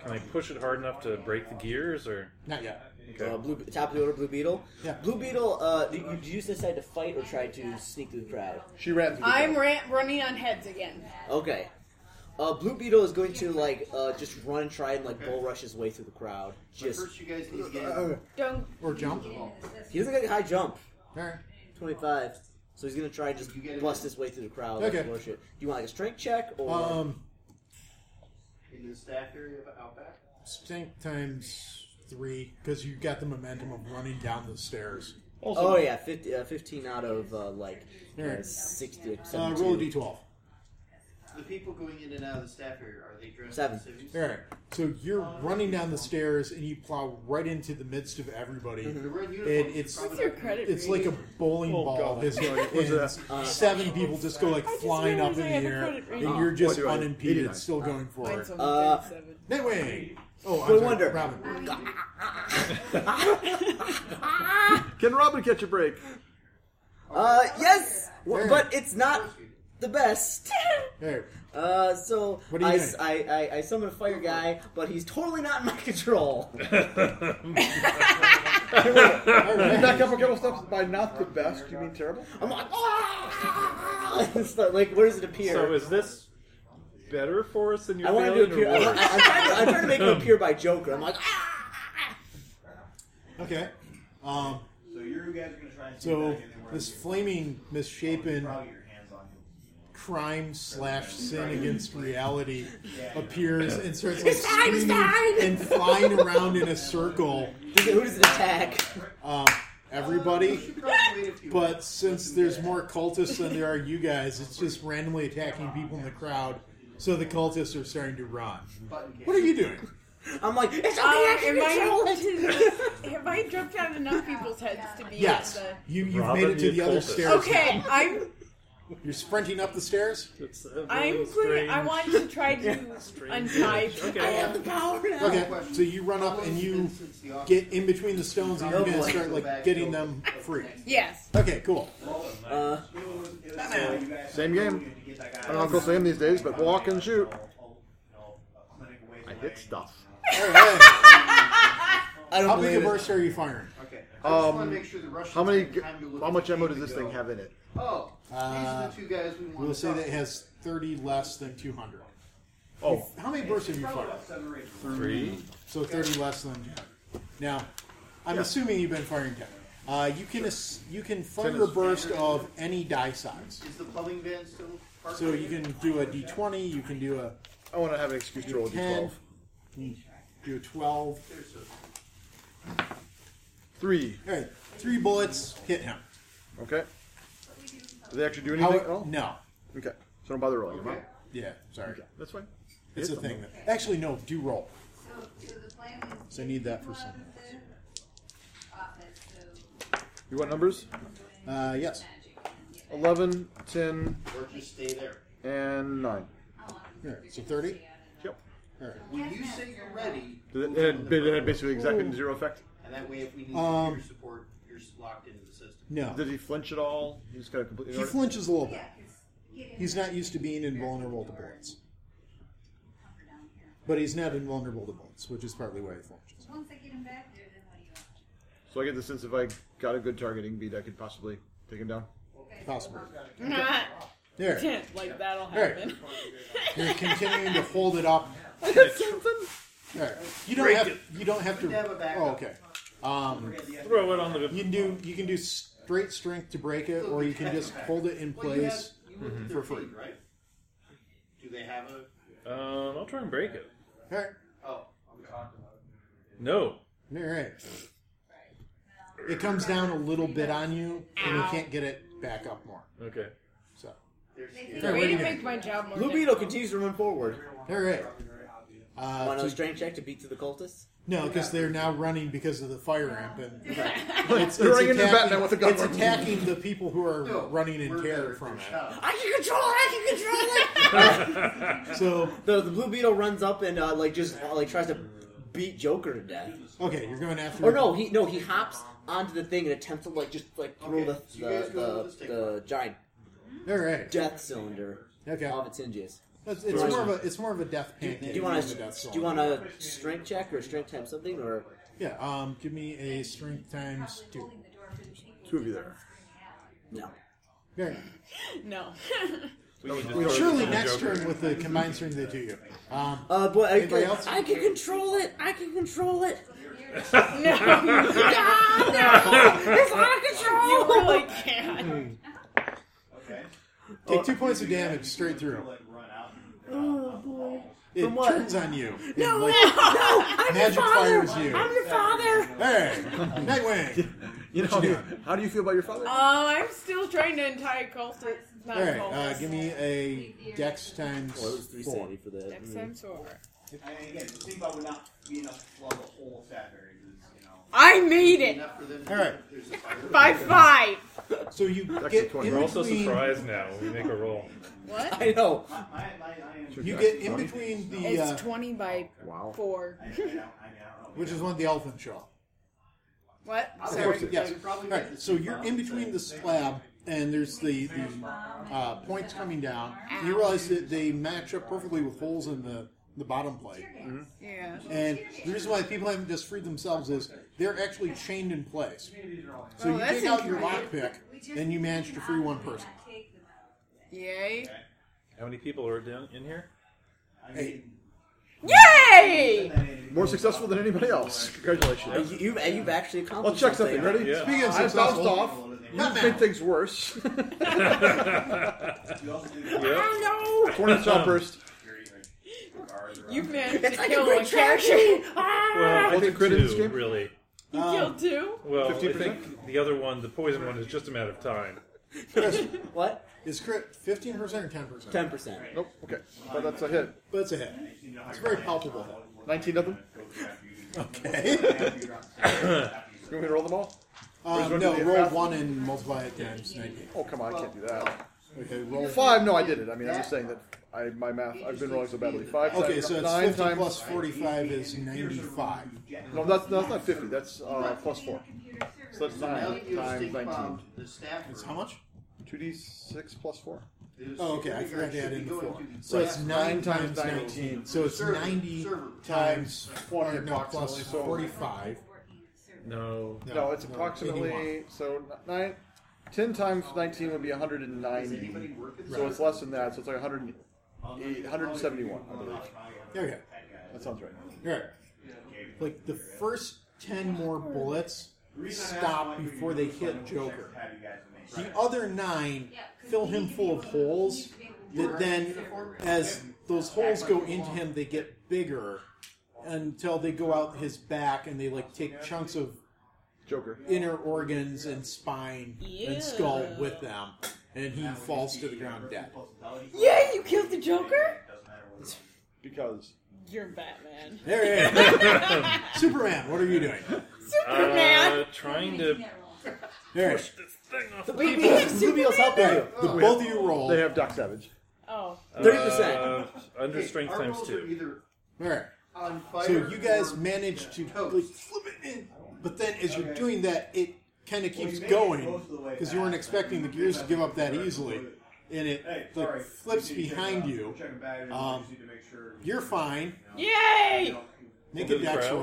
Speaker 2: Can I push it hard enough to break the gears, or
Speaker 1: Not yet.
Speaker 2: okay?
Speaker 5: Uh, blue, top of the order, Blue Beetle.
Speaker 1: Yeah.
Speaker 5: Blue Beetle. Uh, did you, did you decide to fight or try to sneak through the crowd?
Speaker 6: She ran through the
Speaker 3: I'm
Speaker 6: door.
Speaker 3: ran- running on heads again.
Speaker 5: Okay. Uh, Blue Beetle is going to like uh, just run and try and like bull rush his way through the crowd.
Speaker 7: But
Speaker 5: Just
Speaker 7: first, you guys need to get
Speaker 5: Uh,
Speaker 3: Don't.
Speaker 1: Or jump.
Speaker 7: Well,
Speaker 5: he doesn't get a high jump,
Speaker 1: All right.
Speaker 5: twenty five. So he's gonna try and just bust his way through the crowd.
Speaker 1: Okay.
Speaker 5: Like, bull rush it. Do you want like a strength check or? Oh,
Speaker 1: Um,
Speaker 7: in the staff area of Outback.
Speaker 1: stink times three because you got the momentum of running down the stairs.
Speaker 5: oh yeah, 50, uh, fifteen out of uh, like uh,
Speaker 1: Alright.
Speaker 5: sixty. Or
Speaker 1: Uh, roll a
Speaker 5: 72.
Speaker 1: d12. All
Speaker 7: The people going in and out of the staff area are they dressed
Speaker 5: Seven.
Speaker 7: in civvies?
Speaker 1: right. So you're running down the stairs and you plow right into the midst of everybody.
Speaker 7: They're wearing
Speaker 1: And
Speaker 7: uniforms.
Speaker 1: it's
Speaker 3: What's your credit?
Speaker 1: it's like a
Speaker 3: rating?
Speaker 1: bowling
Speaker 6: Mm-hmm. Oh,
Speaker 1: ball.
Speaker 6: God.
Speaker 1: His
Speaker 6: What's that?
Speaker 1: and seven people just go like
Speaker 3: I just
Speaker 1: flying up
Speaker 3: realized
Speaker 1: in
Speaker 3: I
Speaker 1: the
Speaker 3: have a
Speaker 1: air,
Speaker 3: credit
Speaker 1: and
Speaker 3: rating.
Speaker 1: you're just
Speaker 6: Oh, What do I-
Speaker 1: unimpeded,
Speaker 6: 89.
Speaker 1: still going
Speaker 3: Mine's
Speaker 1: forward.
Speaker 3: only
Speaker 5: Uh,
Speaker 3: 37.
Speaker 1: Nightwing. Oh,
Speaker 5: Boy
Speaker 1: I'm sorry,
Speaker 5: Wonder.
Speaker 1: Robin.
Speaker 6: Can Robin catch a break?
Speaker 5: Uh, yes, w- but it's not. the best. Uh, so
Speaker 16: What do you
Speaker 5: I,
Speaker 16: think?
Speaker 5: I, I, I summon a fire guy, but he's totally not in my control.
Speaker 6: Back up a couple steps. By not the best, you mean terrible?
Speaker 5: I'm like, It's not- like, where does it appear?
Speaker 2: So is this better for us than your
Speaker 5: I want him to
Speaker 2: failing
Speaker 5: appear.
Speaker 2: or
Speaker 5: I want-
Speaker 2: worse?
Speaker 5: I- I'm, trying to, I'm trying to make him appear by Joker. I'm like, "Ah!"
Speaker 1: Okay. Um,
Speaker 17: So you guys are gonna try and see
Speaker 1: so
Speaker 17: if I can-
Speaker 1: this flaming, misshapen crime slash sin against reality appears and starts like
Speaker 5: It's fine, it's
Speaker 1: screaming
Speaker 5: fine.
Speaker 1: and flying around in a circle.
Speaker 5: Who does it attack?
Speaker 1: Um, everybody. But since there's more cultists than there are you guys, it's just randomly attacking people in the crowd. So the cultists are starting to run. What are you doing?
Speaker 5: I'm like, it's
Speaker 3: Um, am, I, have I jumped on enough people's heads to be
Speaker 1: Yes,
Speaker 3: in the...
Speaker 1: you you've
Speaker 2: Robin,
Speaker 1: made it to
Speaker 2: you
Speaker 1: the other
Speaker 2: cultist.
Speaker 1: stairs.
Speaker 3: Okay, I'm
Speaker 1: You're sprinting up the stairs.
Speaker 3: I'm going. I want to try to untie.
Speaker 1: Okay.
Speaker 3: I have the power now.
Speaker 1: Okay, so you run up and you get in between the stones, and you're
Speaker 5: Oh,
Speaker 1: gonna
Speaker 5: boy.
Speaker 1: start like getting them free.
Speaker 3: Yes.
Speaker 1: Okay, cool.
Speaker 5: Uh,
Speaker 6: Same game. I'm Uncle Sam these days, but walk and shoot. I hit stuff.
Speaker 1: How big a burst are you firing?
Speaker 7: Okay. I just wanna
Speaker 6: Um,
Speaker 7: make sure the Russians
Speaker 6: how many?
Speaker 7: have time to look
Speaker 6: How much
Speaker 7: at
Speaker 6: ammo
Speaker 7: the
Speaker 6: does this
Speaker 7: video.
Speaker 6: thing have in it?
Speaker 7: Oh, these are the two guys we want.
Speaker 1: Uh, We'll
Speaker 7: to
Speaker 1: say
Speaker 7: talk
Speaker 1: that it
Speaker 7: to.
Speaker 1: has 30 less than 200.
Speaker 6: Oh.
Speaker 1: How many bursts have you
Speaker 7: Probably
Speaker 1: fired?
Speaker 7: about seven or eight.
Speaker 2: Three.
Speaker 1: So 30 less than. Now, I'm
Speaker 2: Yeah.
Speaker 1: assuming you've been firing 10. Uh, you can ass- you can
Speaker 7: Ten
Speaker 1: thunder
Speaker 7: is-
Speaker 1: burst of any die size.
Speaker 7: Is the plumbing van still parked?
Speaker 1: So you can do a d20, you can do a.
Speaker 6: I want to have an excuse to roll a
Speaker 1: d12.
Speaker 6: d12.
Speaker 1: Do a 12.
Speaker 6: Three.
Speaker 1: All right, three bullets hit him.
Speaker 6: Okay. Do they actually do anything?
Speaker 1: How-
Speaker 6: at all?
Speaker 1: no.
Speaker 6: Okay. So don't bother rolling. Okay.
Speaker 1: Yeah, sorry.
Speaker 6: That's fine.
Speaker 1: It's a
Speaker 6: Hit
Speaker 1: thing.
Speaker 6: them.
Speaker 1: That, actually, no, do roll.
Speaker 14: So, so the plan is.
Speaker 1: So I need that for something.
Speaker 14: Office, so.
Speaker 6: You want numbers?
Speaker 1: Uh, yes.
Speaker 6: 11, 10,
Speaker 7: Or just stay there.
Speaker 6: and 9.
Speaker 1: All right, so 30?
Speaker 6: Yep.
Speaker 1: All right.
Speaker 7: When you say you're ready,
Speaker 6: Did it, it, had- it had basically exactly zero effect.
Speaker 7: and that way if we need
Speaker 1: Um,
Speaker 7: your support, you're s- locked into the system.
Speaker 1: No.
Speaker 6: Did he flinch at all? He just kind of completely.
Speaker 1: He flinches a little bit. He's not used to being invulnerable to bullets. But he's not invulnerable to bullets, which is partly why he flinches.
Speaker 14: Once I get him back there, then what do you want?
Speaker 6: So I get the sense if I got a good targeting beat, I could possibly take him down.
Speaker 1: Possibly. There.
Speaker 3: There. like that'll
Speaker 1: All right.
Speaker 3: happen.
Speaker 1: You're continuing to hold it up. All right. You don't
Speaker 2: Break
Speaker 1: have
Speaker 2: it.
Speaker 1: you don't have to.
Speaker 7: We have a backup.
Speaker 1: Oh, okay. Um,
Speaker 2: Throw it on the.
Speaker 1: You can do you can do straight strength to break it, or you can just hold it in
Speaker 7: Well, you have-
Speaker 1: place Mm-hmm.
Speaker 7: you went to
Speaker 1: for
Speaker 7: 13,
Speaker 1: free.
Speaker 7: right? Do they have a?
Speaker 2: Um, I'll try and break it.
Speaker 1: All right.
Speaker 7: Oh,
Speaker 2: No.
Speaker 1: All right. It comes down a little bit on you, and you
Speaker 3: Ow.
Speaker 1: can't get it back up more.
Speaker 2: Okay.
Speaker 1: So.
Speaker 3: It's
Speaker 1: All right, wait
Speaker 3: a way
Speaker 1: a
Speaker 3: to
Speaker 1: minute.
Speaker 3: make my job more.
Speaker 5: Blue Beetle continues to run forward.
Speaker 1: All right. Uh,
Speaker 5: Want
Speaker 1: so-
Speaker 5: a strength check to beat to the cultists?
Speaker 1: No, because they're now running because of the fire amp, and it's,
Speaker 6: They're
Speaker 1: it's
Speaker 6: running into the bat
Speaker 1: attacking-
Speaker 6: now with the gun.
Speaker 1: it's attacking the people who are
Speaker 7: No,
Speaker 1: running in
Speaker 7: we're
Speaker 1: terror
Speaker 7: better
Speaker 1: from
Speaker 7: first
Speaker 1: it.
Speaker 7: out.
Speaker 5: I can control it. I can control it.
Speaker 1: So
Speaker 5: the, the Blue Beetle runs up and uh, like just uh, like tries to beat Joker to death.
Speaker 1: okay, you're going after.
Speaker 5: Or Oh, no, he no he hops onto the thing and attempts to like just like throw
Speaker 7: Okay, so
Speaker 5: the
Speaker 7: you guys
Speaker 5: the,
Speaker 7: go
Speaker 5: the,
Speaker 7: with the stick.
Speaker 5: the giant
Speaker 1: All right.
Speaker 5: death cylinder
Speaker 1: Okay.
Speaker 5: off its hinges.
Speaker 1: It's, it's more of a it's more of a death
Speaker 5: Do,
Speaker 1: pancake.
Speaker 5: do you
Speaker 1: than
Speaker 5: want
Speaker 1: a
Speaker 5: to
Speaker 1: death
Speaker 5: do
Speaker 1: cylinder.
Speaker 5: you want a strength check or strength time something or
Speaker 1: Yeah. Um. Give me a strength times two.
Speaker 6: Two of you there.
Speaker 5: no?
Speaker 1: All right.
Speaker 3: No.
Speaker 1: Surely next turn with the combined strength they do you. Um.
Speaker 5: Uh, boy, I,
Speaker 1: Anybody
Speaker 5: I-
Speaker 1: else?
Speaker 5: I can control it. I can control it.
Speaker 3: It's out of control. You really
Speaker 1: Hmm.
Speaker 3: can't.
Speaker 17: Okay.
Speaker 1: Take two points of damage straight through.
Speaker 17: Like run out.
Speaker 5: Oh boy!
Speaker 1: It
Speaker 5: From what?
Speaker 1: turns on you. It,
Speaker 5: No,
Speaker 1: like,
Speaker 5: no, no! I'm
Speaker 1: magic
Speaker 5: your father.
Speaker 1: fires you.
Speaker 5: I'm your father.
Speaker 1: Hey, Nightwing.
Speaker 6: You know, how do you feel about your father?
Speaker 3: Oh, I'm still trying to untie cultists. Not
Speaker 1: All right. Uh,
Speaker 3: cultists.
Speaker 1: give me a dex times
Speaker 5: Well, it was three
Speaker 1: four.
Speaker 5: sanity for that.
Speaker 3: Next time, so
Speaker 17: I mean, again, the thing about would not be enough to flood the whole staff area is, you know,
Speaker 3: I made it
Speaker 7: enough for them.
Speaker 1: All right.
Speaker 7: There's a fire.
Speaker 3: by five.
Speaker 1: So you
Speaker 6: That's a
Speaker 1: get
Speaker 6: 20.
Speaker 1: in
Speaker 2: We're also
Speaker 1: between-
Speaker 2: surprised now when we make a roll.
Speaker 3: What?
Speaker 5: I know.
Speaker 17: my, my, my, I am.
Speaker 1: You get in between the uh,
Speaker 3: It's twenty by
Speaker 6: Wow.
Speaker 3: four.
Speaker 17: I, I don't, I don't know.
Speaker 1: which is when the elephant show. up.
Speaker 3: What?
Speaker 1: Sorry,
Speaker 3: Sorry.
Speaker 1: yes.
Speaker 7: Probably
Speaker 1: All right. So you're in between the slab and there's the, the uh, points coming down. And you realize that they match up perfectly with holes in the, the bottom plate.
Speaker 18: Yeah.
Speaker 1: And the reason why people haven't just freed themselves is they're actually chained in place. So
Speaker 18: Oh,
Speaker 1: you
Speaker 18: that's
Speaker 1: take out your
Speaker 18: incorrect.
Speaker 1: lockpick, and you manage to free one person.
Speaker 18: Yay.
Speaker 2: How many people are down in here?
Speaker 1: Eight.
Speaker 3: Yay!
Speaker 6: More successful than anybody else. Congratulations.
Speaker 14: You- you've- and you've actually
Speaker 6: Let's
Speaker 14: accomplished
Speaker 6: check something.
Speaker 14: something.
Speaker 6: Ready?
Speaker 14: Yeah.
Speaker 6: Speaking of
Speaker 14: I bounced
Speaker 6: successful,
Speaker 14: off.
Speaker 6: you've made things worse.
Speaker 3: I don't know.
Speaker 6: Torn shot burst.
Speaker 3: You've managed
Speaker 14: It's
Speaker 3: to
Speaker 14: like
Speaker 3: kill
Speaker 14: a great
Speaker 3: one character.
Speaker 14: tragedy.
Speaker 2: Well,
Speaker 3: Ah!
Speaker 2: I think
Speaker 6: crit in
Speaker 2: two,
Speaker 6: this game?
Speaker 2: really.
Speaker 3: You
Speaker 1: uh,
Speaker 3: killed two?
Speaker 2: Well, I
Speaker 6: 15%?
Speaker 2: think the other one, the poison one, is just a matter of time.
Speaker 14: What?
Speaker 1: Is crit 15% or 10%?
Speaker 14: 10%.
Speaker 6: Nope. Okay. But that's a hit.
Speaker 1: But it's a hit. It's a very palpable hit.
Speaker 6: 19 nothing.
Speaker 1: Okay.
Speaker 6: You want me to roll them all? Or
Speaker 1: Uh,
Speaker 6: is one
Speaker 1: no,
Speaker 6: gonna be a
Speaker 1: roll
Speaker 6: fast
Speaker 1: one and multiply it times 19.
Speaker 6: Oh, come on, I can't do that.
Speaker 1: Okay, roll.
Speaker 6: Five? No, I did it. I mean, I'm just saying that I, my math, I've been rolling so badly. Five
Speaker 1: Okay,
Speaker 6: times,
Speaker 1: so it's
Speaker 6: nine
Speaker 1: 50
Speaker 6: times.
Speaker 1: plus 45 is 95.
Speaker 6: No, that's, that's not 50. That's uh, plus four. So that's nine times
Speaker 7: um,
Speaker 6: 19.
Speaker 1: It's how much?
Speaker 6: 2d6 plus four.
Speaker 1: Oh, okay, I forgot to add in the 4. So it's
Speaker 6: Right.
Speaker 1: 9 times 19. So it's
Speaker 6: Server-
Speaker 1: 90
Speaker 6: server
Speaker 1: times
Speaker 6: 20
Speaker 1: or no, plus
Speaker 6: approximately, so-
Speaker 1: 45.
Speaker 2: No.
Speaker 6: No, it's approximately
Speaker 1: 81.
Speaker 6: so n- nine. 10 times 19 would be 190. So it's less than that. So it's like 100, 171, I believe.
Speaker 1: Okay.
Speaker 6: That sounds right.
Speaker 1: Here. Like the first 10 more bullets stop before they hit Joker. The other nine fill him full of holes that then, as those holes go into him, they get bigger until they go out his back and they like take chunks of
Speaker 6: Joker
Speaker 1: inner organs and spine
Speaker 3: Ew.
Speaker 1: and skull with them, and he falls to the ground dead.
Speaker 3: Yay, you killed the Joker?
Speaker 6: Because
Speaker 3: You're Batman.
Speaker 1: there he is. Superman, what are you doing?
Speaker 2: Uh, trying to
Speaker 1: There.
Speaker 2: push this thing off.
Speaker 3: The
Speaker 2: the
Speaker 3: baby
Speaker 2: people.
Speaker 3: is Superman?
Speaker 1: There.
Speaker 6: Oh,
Speaker 1: The both of you roll.
Speaker 6: They have Doc Savage.
Speaker 3: Oh.
Speaker 2: Uh, under strength times two.
Speaker 1: All right. So you guys manage to like, flip it in, but then as you're doing that, it kind of keeps
Speaker 7: made it
Speaker 1: going
Speaker 7: most of the way
Speaker 1: because you weren't
Speaker 7: past.
Speaker 1: expecting the gears to give up that easily, and it like, flips behind you. Um, you're fine.
Speaker 3: Yay!
Speaker 1: Make
Speaker 2: We'll
Speaker 1: a
Speaker 2: do the
Speaker 1: dex
Speaker 2: crowd.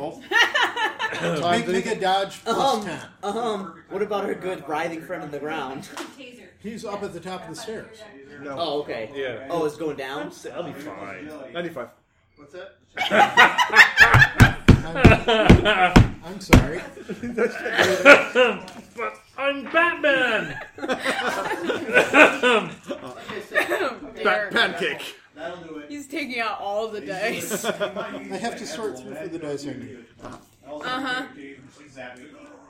Speaker 1: roll. make, make a dodge plus
Speaker 14: Um,
Speaker 1: ten.
Speaker 14: um, what about her good writhing friend on the ground?
Speaker 1: He's up at the top of the stairs.
Speaker 14: Oh, okay.
Speaker 2: Yeah.
Speaker 14: Oh, it's going down?
Speaker 2: I'll be fine.
Speaker 6: 95.
Speaker 12: What's that?
Speaker 1: I'm, I'm sorry.
Speaker 2: But I'm Batman.
Speaker 3: There.
Speaker 6: pancake.
Speaker 3: He's taking out all the dice. Uh
Speaker 1: I have to sort through for the dice I need.
Speaker 3: huh.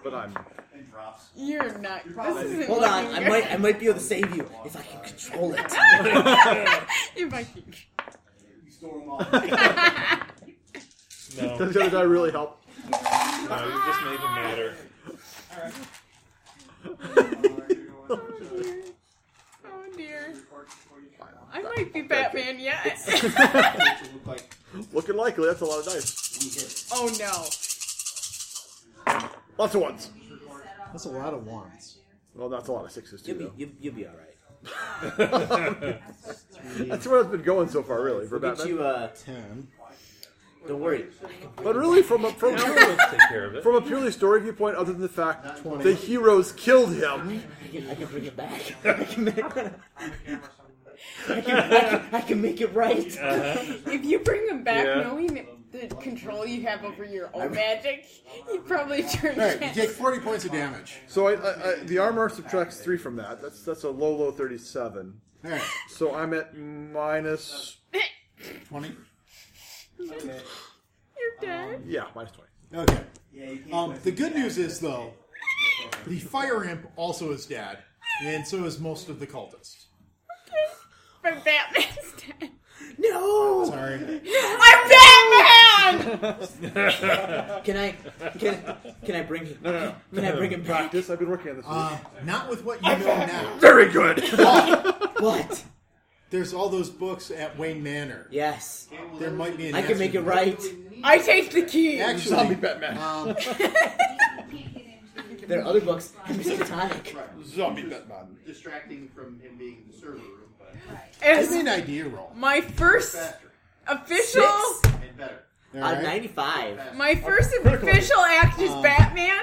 Speaker 6: But I'm.
Speaker 3: You're not. This isn't
Speaker 14: Hold on,
Speaker 3: looking
Speaker 14: I
Speaker 3: good.
Speaker 14: might, I might be able to save you if I can control it.
Speaker 3: you might be.
Speaker 2: No, no,
Speaker 6: Does the other guy really help?
Speaker 2: it just made them matter.
Speaker 3: Oh dear. I might be Batman yet.
Speaker 6: Looking likely, that's a lot of dice.
Speaker 3: oh no.
Speaker 6: Lots of ones.
Speaker 1: That's a lot of ones.
Speaker 6: Well, that's a lot of sixes, too,
Speaker 14: You'll be,
Speaker 6: though.
Speaker 14: you'll, you'll be all right.
Speaker 6: That's where it's been going so far, really, for
Speaker 14: We'll get
Speaker 6: Batman.
Speaker 14: you, uh,
Speaker 1: Ten.
Speaker 14: don't worry.
Speaker 6: But really, from a, from,
Speaker 2: Now let's take care of it.
Speaker 6: from a purely story viewpoint, other than the fact
Speaker 1: 20.
Speaker 6: the heroes killed him,
Speaker 14: I can, I can bring it back. I can make, I can, I can, I can make it right.
Speaker 2: Uh-huh.
Speaker 3: If you bring him back,
Speaker 2: Yeah.
Speaker 3: knowing the control you have over your own magic, he'd probably turn
Speaker 1: All right, you take
Speaker 3: against-
Speaker 1: forty points of damage.
Speaker 6: so I, I, I, the armor subtracts three from that. That's that's a low, low thirty-seven.
Speaker 1: All right,
Speaker 6: So I'm at minus
Speaker 1: twenty.
Speaker 3: You're dead.
Speaker 6: yeah, minus twenty.
Speaker 1: Okay. Um, the good news is, though, the fire imp also is dead, and so is most of the cultists.
Speaker 3: But Batman's dead.
Speaker 14: No!
Speaker 1: Sorry.
Speaker 3: I'm Batman!
Speaker 14: Can I, can, can I bring him? Can I bring him back?
Speaker 6: Practice. I've been working on this.
Speaker 1: Uh, not with what you know now.
Speaker 6: Very good.
Speaker 14: What?
Speaker 1: There's all those books at Wayne Manor.
Speaker 14: Yes.
Speaker 1: There might be an
Speaker 14: I can make it right.
Speaker 3: I take the key.
Speaker 1: Actually,
Speaker 6: Zombie Batman.
Speaker 1: um,
Speaker 14: There are other books. And it's tonic.
Speaker 6: Zombie Batman.
Speaker 12: Distracting from him being in the server room, but.
Speaker 1: Give me an idea roll.
Speaker 18: My first official.
Speaker 5: Uh,
Speaker 12: And better.
Speaker 1: All right.
Speaker 2: Oh.
Speaker 18: My first
Speaker 1: critical.
Speaker 18: official act as
Speaker 1: Um,
Speaker 18: Batman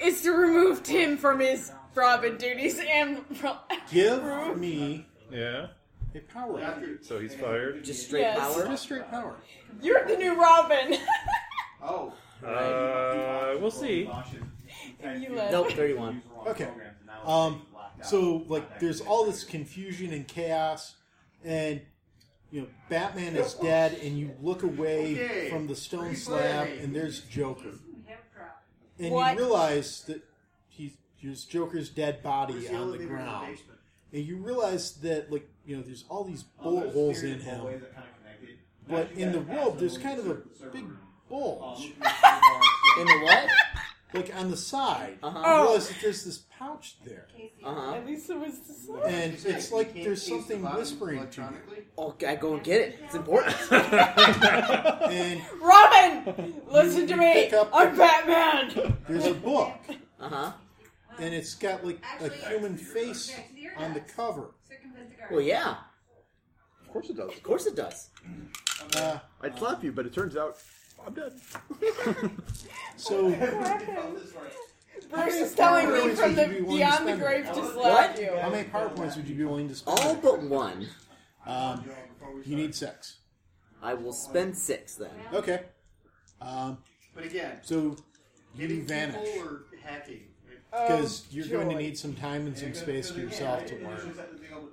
Speaker 18: is to remove Tim from his Robin duties and from
Speaker 1: Give me
Speaker 2: Yeah.
Speaker 1: a power.
Speaker 2: So he's fired.
Speaker 1: Just
Speaker 18: straight Yes. power?
Speaker 1: Just straight power.
Speaker 18: you're the new Robin.
Speaker 12: Oh.
Speaker 2: Uh, we'll see.
Speaker 18: you left.
Speaker 5: Nope, 31.
Speaker 1: Okay. Um, so like, there's all this confusion and chaos, and you know, Batman is dead, and you look away
Speaker 12: Okay.
Speaker 1: from the stone slab, and there's Joker, and
Speaker 12: What?
Speaker 1: you realize that he's here's Joker's dead body
Speaker 12: Where's the
Speaker 1: on the
Speaker 12: elevator in the
Speaker 1: ground,
Speaker 12: basement?
Speaker 1: and you realize that like you know, there's all these
Speaker 7: Oh,
Speaker 1: bullet
Speaker 7: there's
Speaker 1: holes in
Speaker 7: serious
Speaker 1: him,
Speaker 7: hallways that kinda connected.
Speaker 1: but
Speaker 7: Actually,
Speaker 1: in the
Speaker 7: that
Speaker 1: robe there's
Speaker 7: absolutely
Speaker 1: kind of a
Speaker 7: served the server
Speaker 1: big
Speaker 7: room.
Speaker 1: bulge.
Speaker 5: In the what?
Speaker 1: Like on the side,
Speaker 5: Uh-huh.
Speaker 1: you realize that there's this pouch there.
Speaker 5: Uh-huh.
Speaker 18: At least it was the slab.
Speaker 1: And it's like there's something whispering to you.
Speaker 5: Okay, I go and get it. It's important.
Speaker 1: and
Speaker 18: Robin, listen to me.
Speaker 1: pick up-
Speaker 18: I'm Batman.
Speaker 1: There's a book,
Speaker 5: Uh huh.
Speaker 1: and it's got like a human face on the cover.
Speaker 5: Well, yeah.
Speaker 6: Of course it does.
Speaker 5: Of course it does.
Speaker 1: Uh,
Speaker 6: I'd slap you, but it turns out I'm dead.
Speaker 1: so,
Speaker 18: Bruce is telling me
Speaker 1: PowerPoints
Speaker 18: from
Speaker 1: would
Speaker 18: the
Speaker 1: you be willing to
Speaker 18: beyond the
Speaker 1: spend?
Speaker 18: grave to slap
Speaker 5: What?
Speaker 18: you.
Speaker 1: How many power points would you be willing to spend?
Speaker 5: All but one.
Speaker 1: Um, you need six.
Speaker 5: I will spend six then.
Speaker 1: Okay. Um,
Speaker 12: But again,
Speaker 1: so you vanish
Speaker 7: Um,
Speaker 12: people are hacking.
Speaker 1: because you're going to need some time and some space for yourself to learn.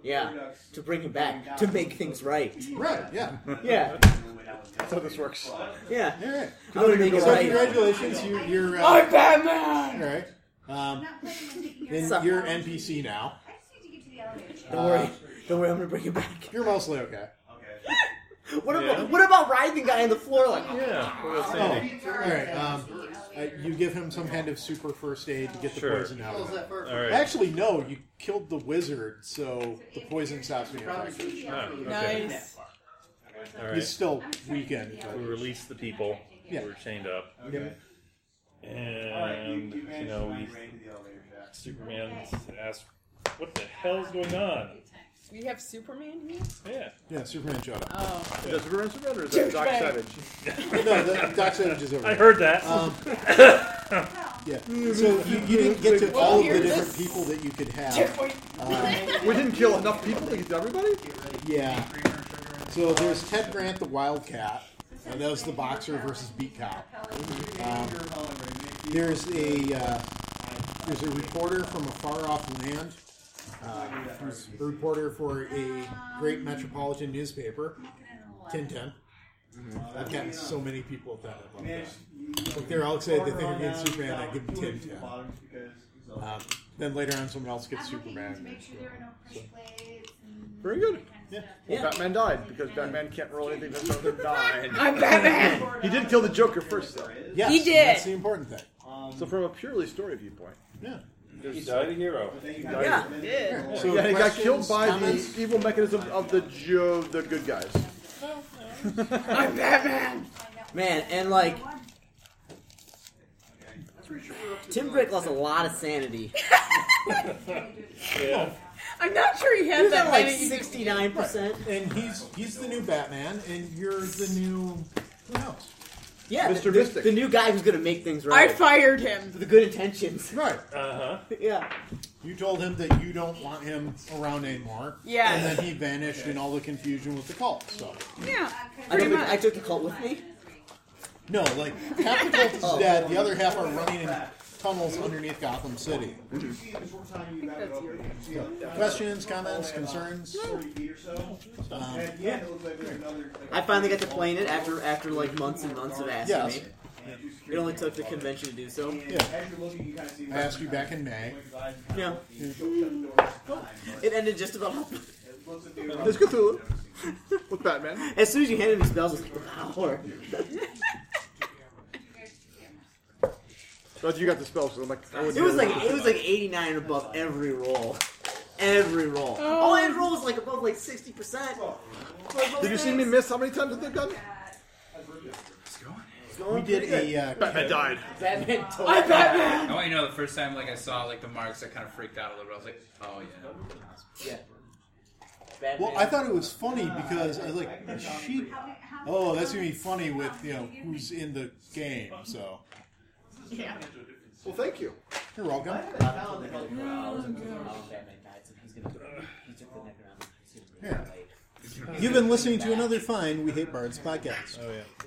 Speaker 5: Yeah. To bring him back. To make things right.
Speaker 1: Right? Yeah.
Speaker 5: Yeah.
Speaker 6: That's how this works.
Speaker 7: Oh,
Speaker 5: Yeah.
Speaker 1: All right.
Speaker 5: I'm gonna make it
Speaker 1: so
Speaker 5: right.
Speaker 1: congratulations, you, you're. Uh,
Speaker 18: I'm Batman.
Speaker 1: All right. Um, then
Speaker 5: Sup?
Speaker 1: you're NPC now. Uh,
Speaker 5: Don't worry. Don't worry, I'm gonna bring him back.
Speaker 1: You're mostly okay.
Speaker 5: What about
Speaker 2: Yeah.
Speaker 5: what about riding the guy on the floor like
Speaker 2: Yeah. What about
Speaker 1: Oh,
Speaker 2: Sandy?
Speaker 1: all right. Um, uh, you give him some kind of super first aid to get the
Speaker 2: Sure.
Speaker 1: poison out.
Speaker 12: Kills
Speaker 1: Of
Speaker 12: that
Speaker 1: him.
Speaker 12: first
Speaker 2: All right.
Speaker 1: Actually, no. You killed the wizard, so the poison stops being
Speaker 12: Probably
Speaker 1: effective.
Speaker 12: should
Speaker 2: Ah, okay.
Speaker 18: Nice.
Speaker 2: All right.
Speaker 1: He's still weakened.
Speaker 2: We
Speaker 1: But
Speaker 2: released the people
Speaker 1: Yeah.
Speaker 2: who were chained up.
Speaker 1: Okay.
Speaker 2: And, you, know, we, Superman's asked, what the hell's going on?
Speaker 18: We have Superman here.
Speaker 2: Yeah.
Speaker 1: yeah, Superman showed up.
Speaker 18: Oh,
Speaker 6: Is that Superman Superman or is that Doc
Speaker 18: Douchebag.
Speaker 6: Savage?
Speaker 1: no, the, Doc Savage is over.
Speaker 2: I
Speaker 1: there.
Speaker 2: heard that.
Speaker 1: Um, yeah. So you, you didn't get to all of the different people that you could have. Um,
Speaker 6: We didn't kill enough people to get to everybody?
Speaker 1: yeah. So there's Ted Grant, the Wildcat. And that was the boxer versus beat cop. Um, there's a uh, there's a reporter from a far off land, uh, who's a reporter for a great metropolitan newspaper, Tintin. I've gotten so many people at that. I love that. Like they're all excited that they were getting Superman. I give them Tintin. Um, then later on, someone else gets Superman.
Speaker 6: Very good.
Speaker 1: Yeah.
Speaker 6: Well, Batman died because Batman can't roll anything that's other than nine.
Speaker 18: I'm Batman.
Speaker 6: He did kill the Joker first, though.
Speaker 1: Yes,
Speaker 18: He
Speaker 1: and
Speaker 18: did.
Speaker 1: That's the important thing.
Speaker 7: um,
Speaker 6: So from a purely story viewpoint,
Speaker 1: Yeah.
Speaker 2: Just died a hero.
Speaker 18: yeah, he did.
Speaker 1: So
Speaker 6: yeah, he got
Speaker 1: questions,
Speaker 6: killed by
Speaker 1: comments?
Speaker 6: the evil mechanism of the Joe, the good guys.
Speaker 18: I'm Batman.
Speaker 5: Man, and like
Speaker 18: uh,
Speaker 5: Tim Drake lost a lot of sanity.
Speaker 2: Yeah.
Speaker 18: I'm not sure he had
Speaker 5: He's
Speaker 18: that
Speaker 5: at like
Speaker 18: many.
Speaker 5: sixty nine percent.
Speaker 1: and he's he's the new Batman, and you're the new who knows?
Speaker 5: Yeah, the-
Speaker 6: Mr.
Speaker 5: The,
Speaker 6: Mystic.
Speaker 5: the new guy who's gonna make things
Speaker 18: I
Speaker 5: right.
Speaker 18: fired him.
Speaker 5: with the good intentions.
Speaker 1: Right.
Speaker 2: Uh huh.
Speaker 5: yeah.
Speaker 1: You told him that you don't want him around anymore.
Speaker 18: Yes.
Speaker 1: And then he vanished in all the confusion with the cult. So
Speaker 18: Yeah,
Speaker 5: I
Speaker 18: pretty
Speaker 5: took, I
Speaker 18: much.
Speaker 5: took the cult with me.
Speaker 1: no, like half the cult is
Speaker 5: Oh.
Speaker 1: dead. The other half are running in tunnels underneath Gotham City. Questions, comments, concerns. Um,
Speaker 5: I finally got to plane it after after like months and months of asking
Speaker 1: Yes.
Speaker 5: me. It only took the convention to do so.
Speaker 1: yeah. I asked you back in May.
Speaker 5: Yeah. It ended just about
Speaker 6: There's Cthulhu with Batman.
Speaker 5: as soon as you handed me spells, it was like power.
Speaker 6: But you got the spell, so I'm like, I wouldn't
Speaker 5: It was
Speaker 6: know.
Speaker 5: like it was like 89 and above every roll, every roll. Oh, and roll was like above like 60 percent.
Speaker 6: Did you see me miss how many times with the gun?
Speaker 1: We did a uh,
Speaker 6: Batman died.
Speaker 14: Batman
Speaker 18: I'm Batman.
Speaker 19: I want you to know the first time like I saw like the marks, I kind of freaked out a little bit. I was like, oh yeah.
Speaker 14: Yeah.
Speaker 1: Well, I thought it was funny because I was like, she. Oh, that's gonna be funny with you know who's in the game. So
Speaker 12: Yeah.
Speaker 6: Well, thank you.
Speaker 1: you're welcome. You've been listening to another fine We Hate Bards podcast.
Speaker 2: Oh yeah.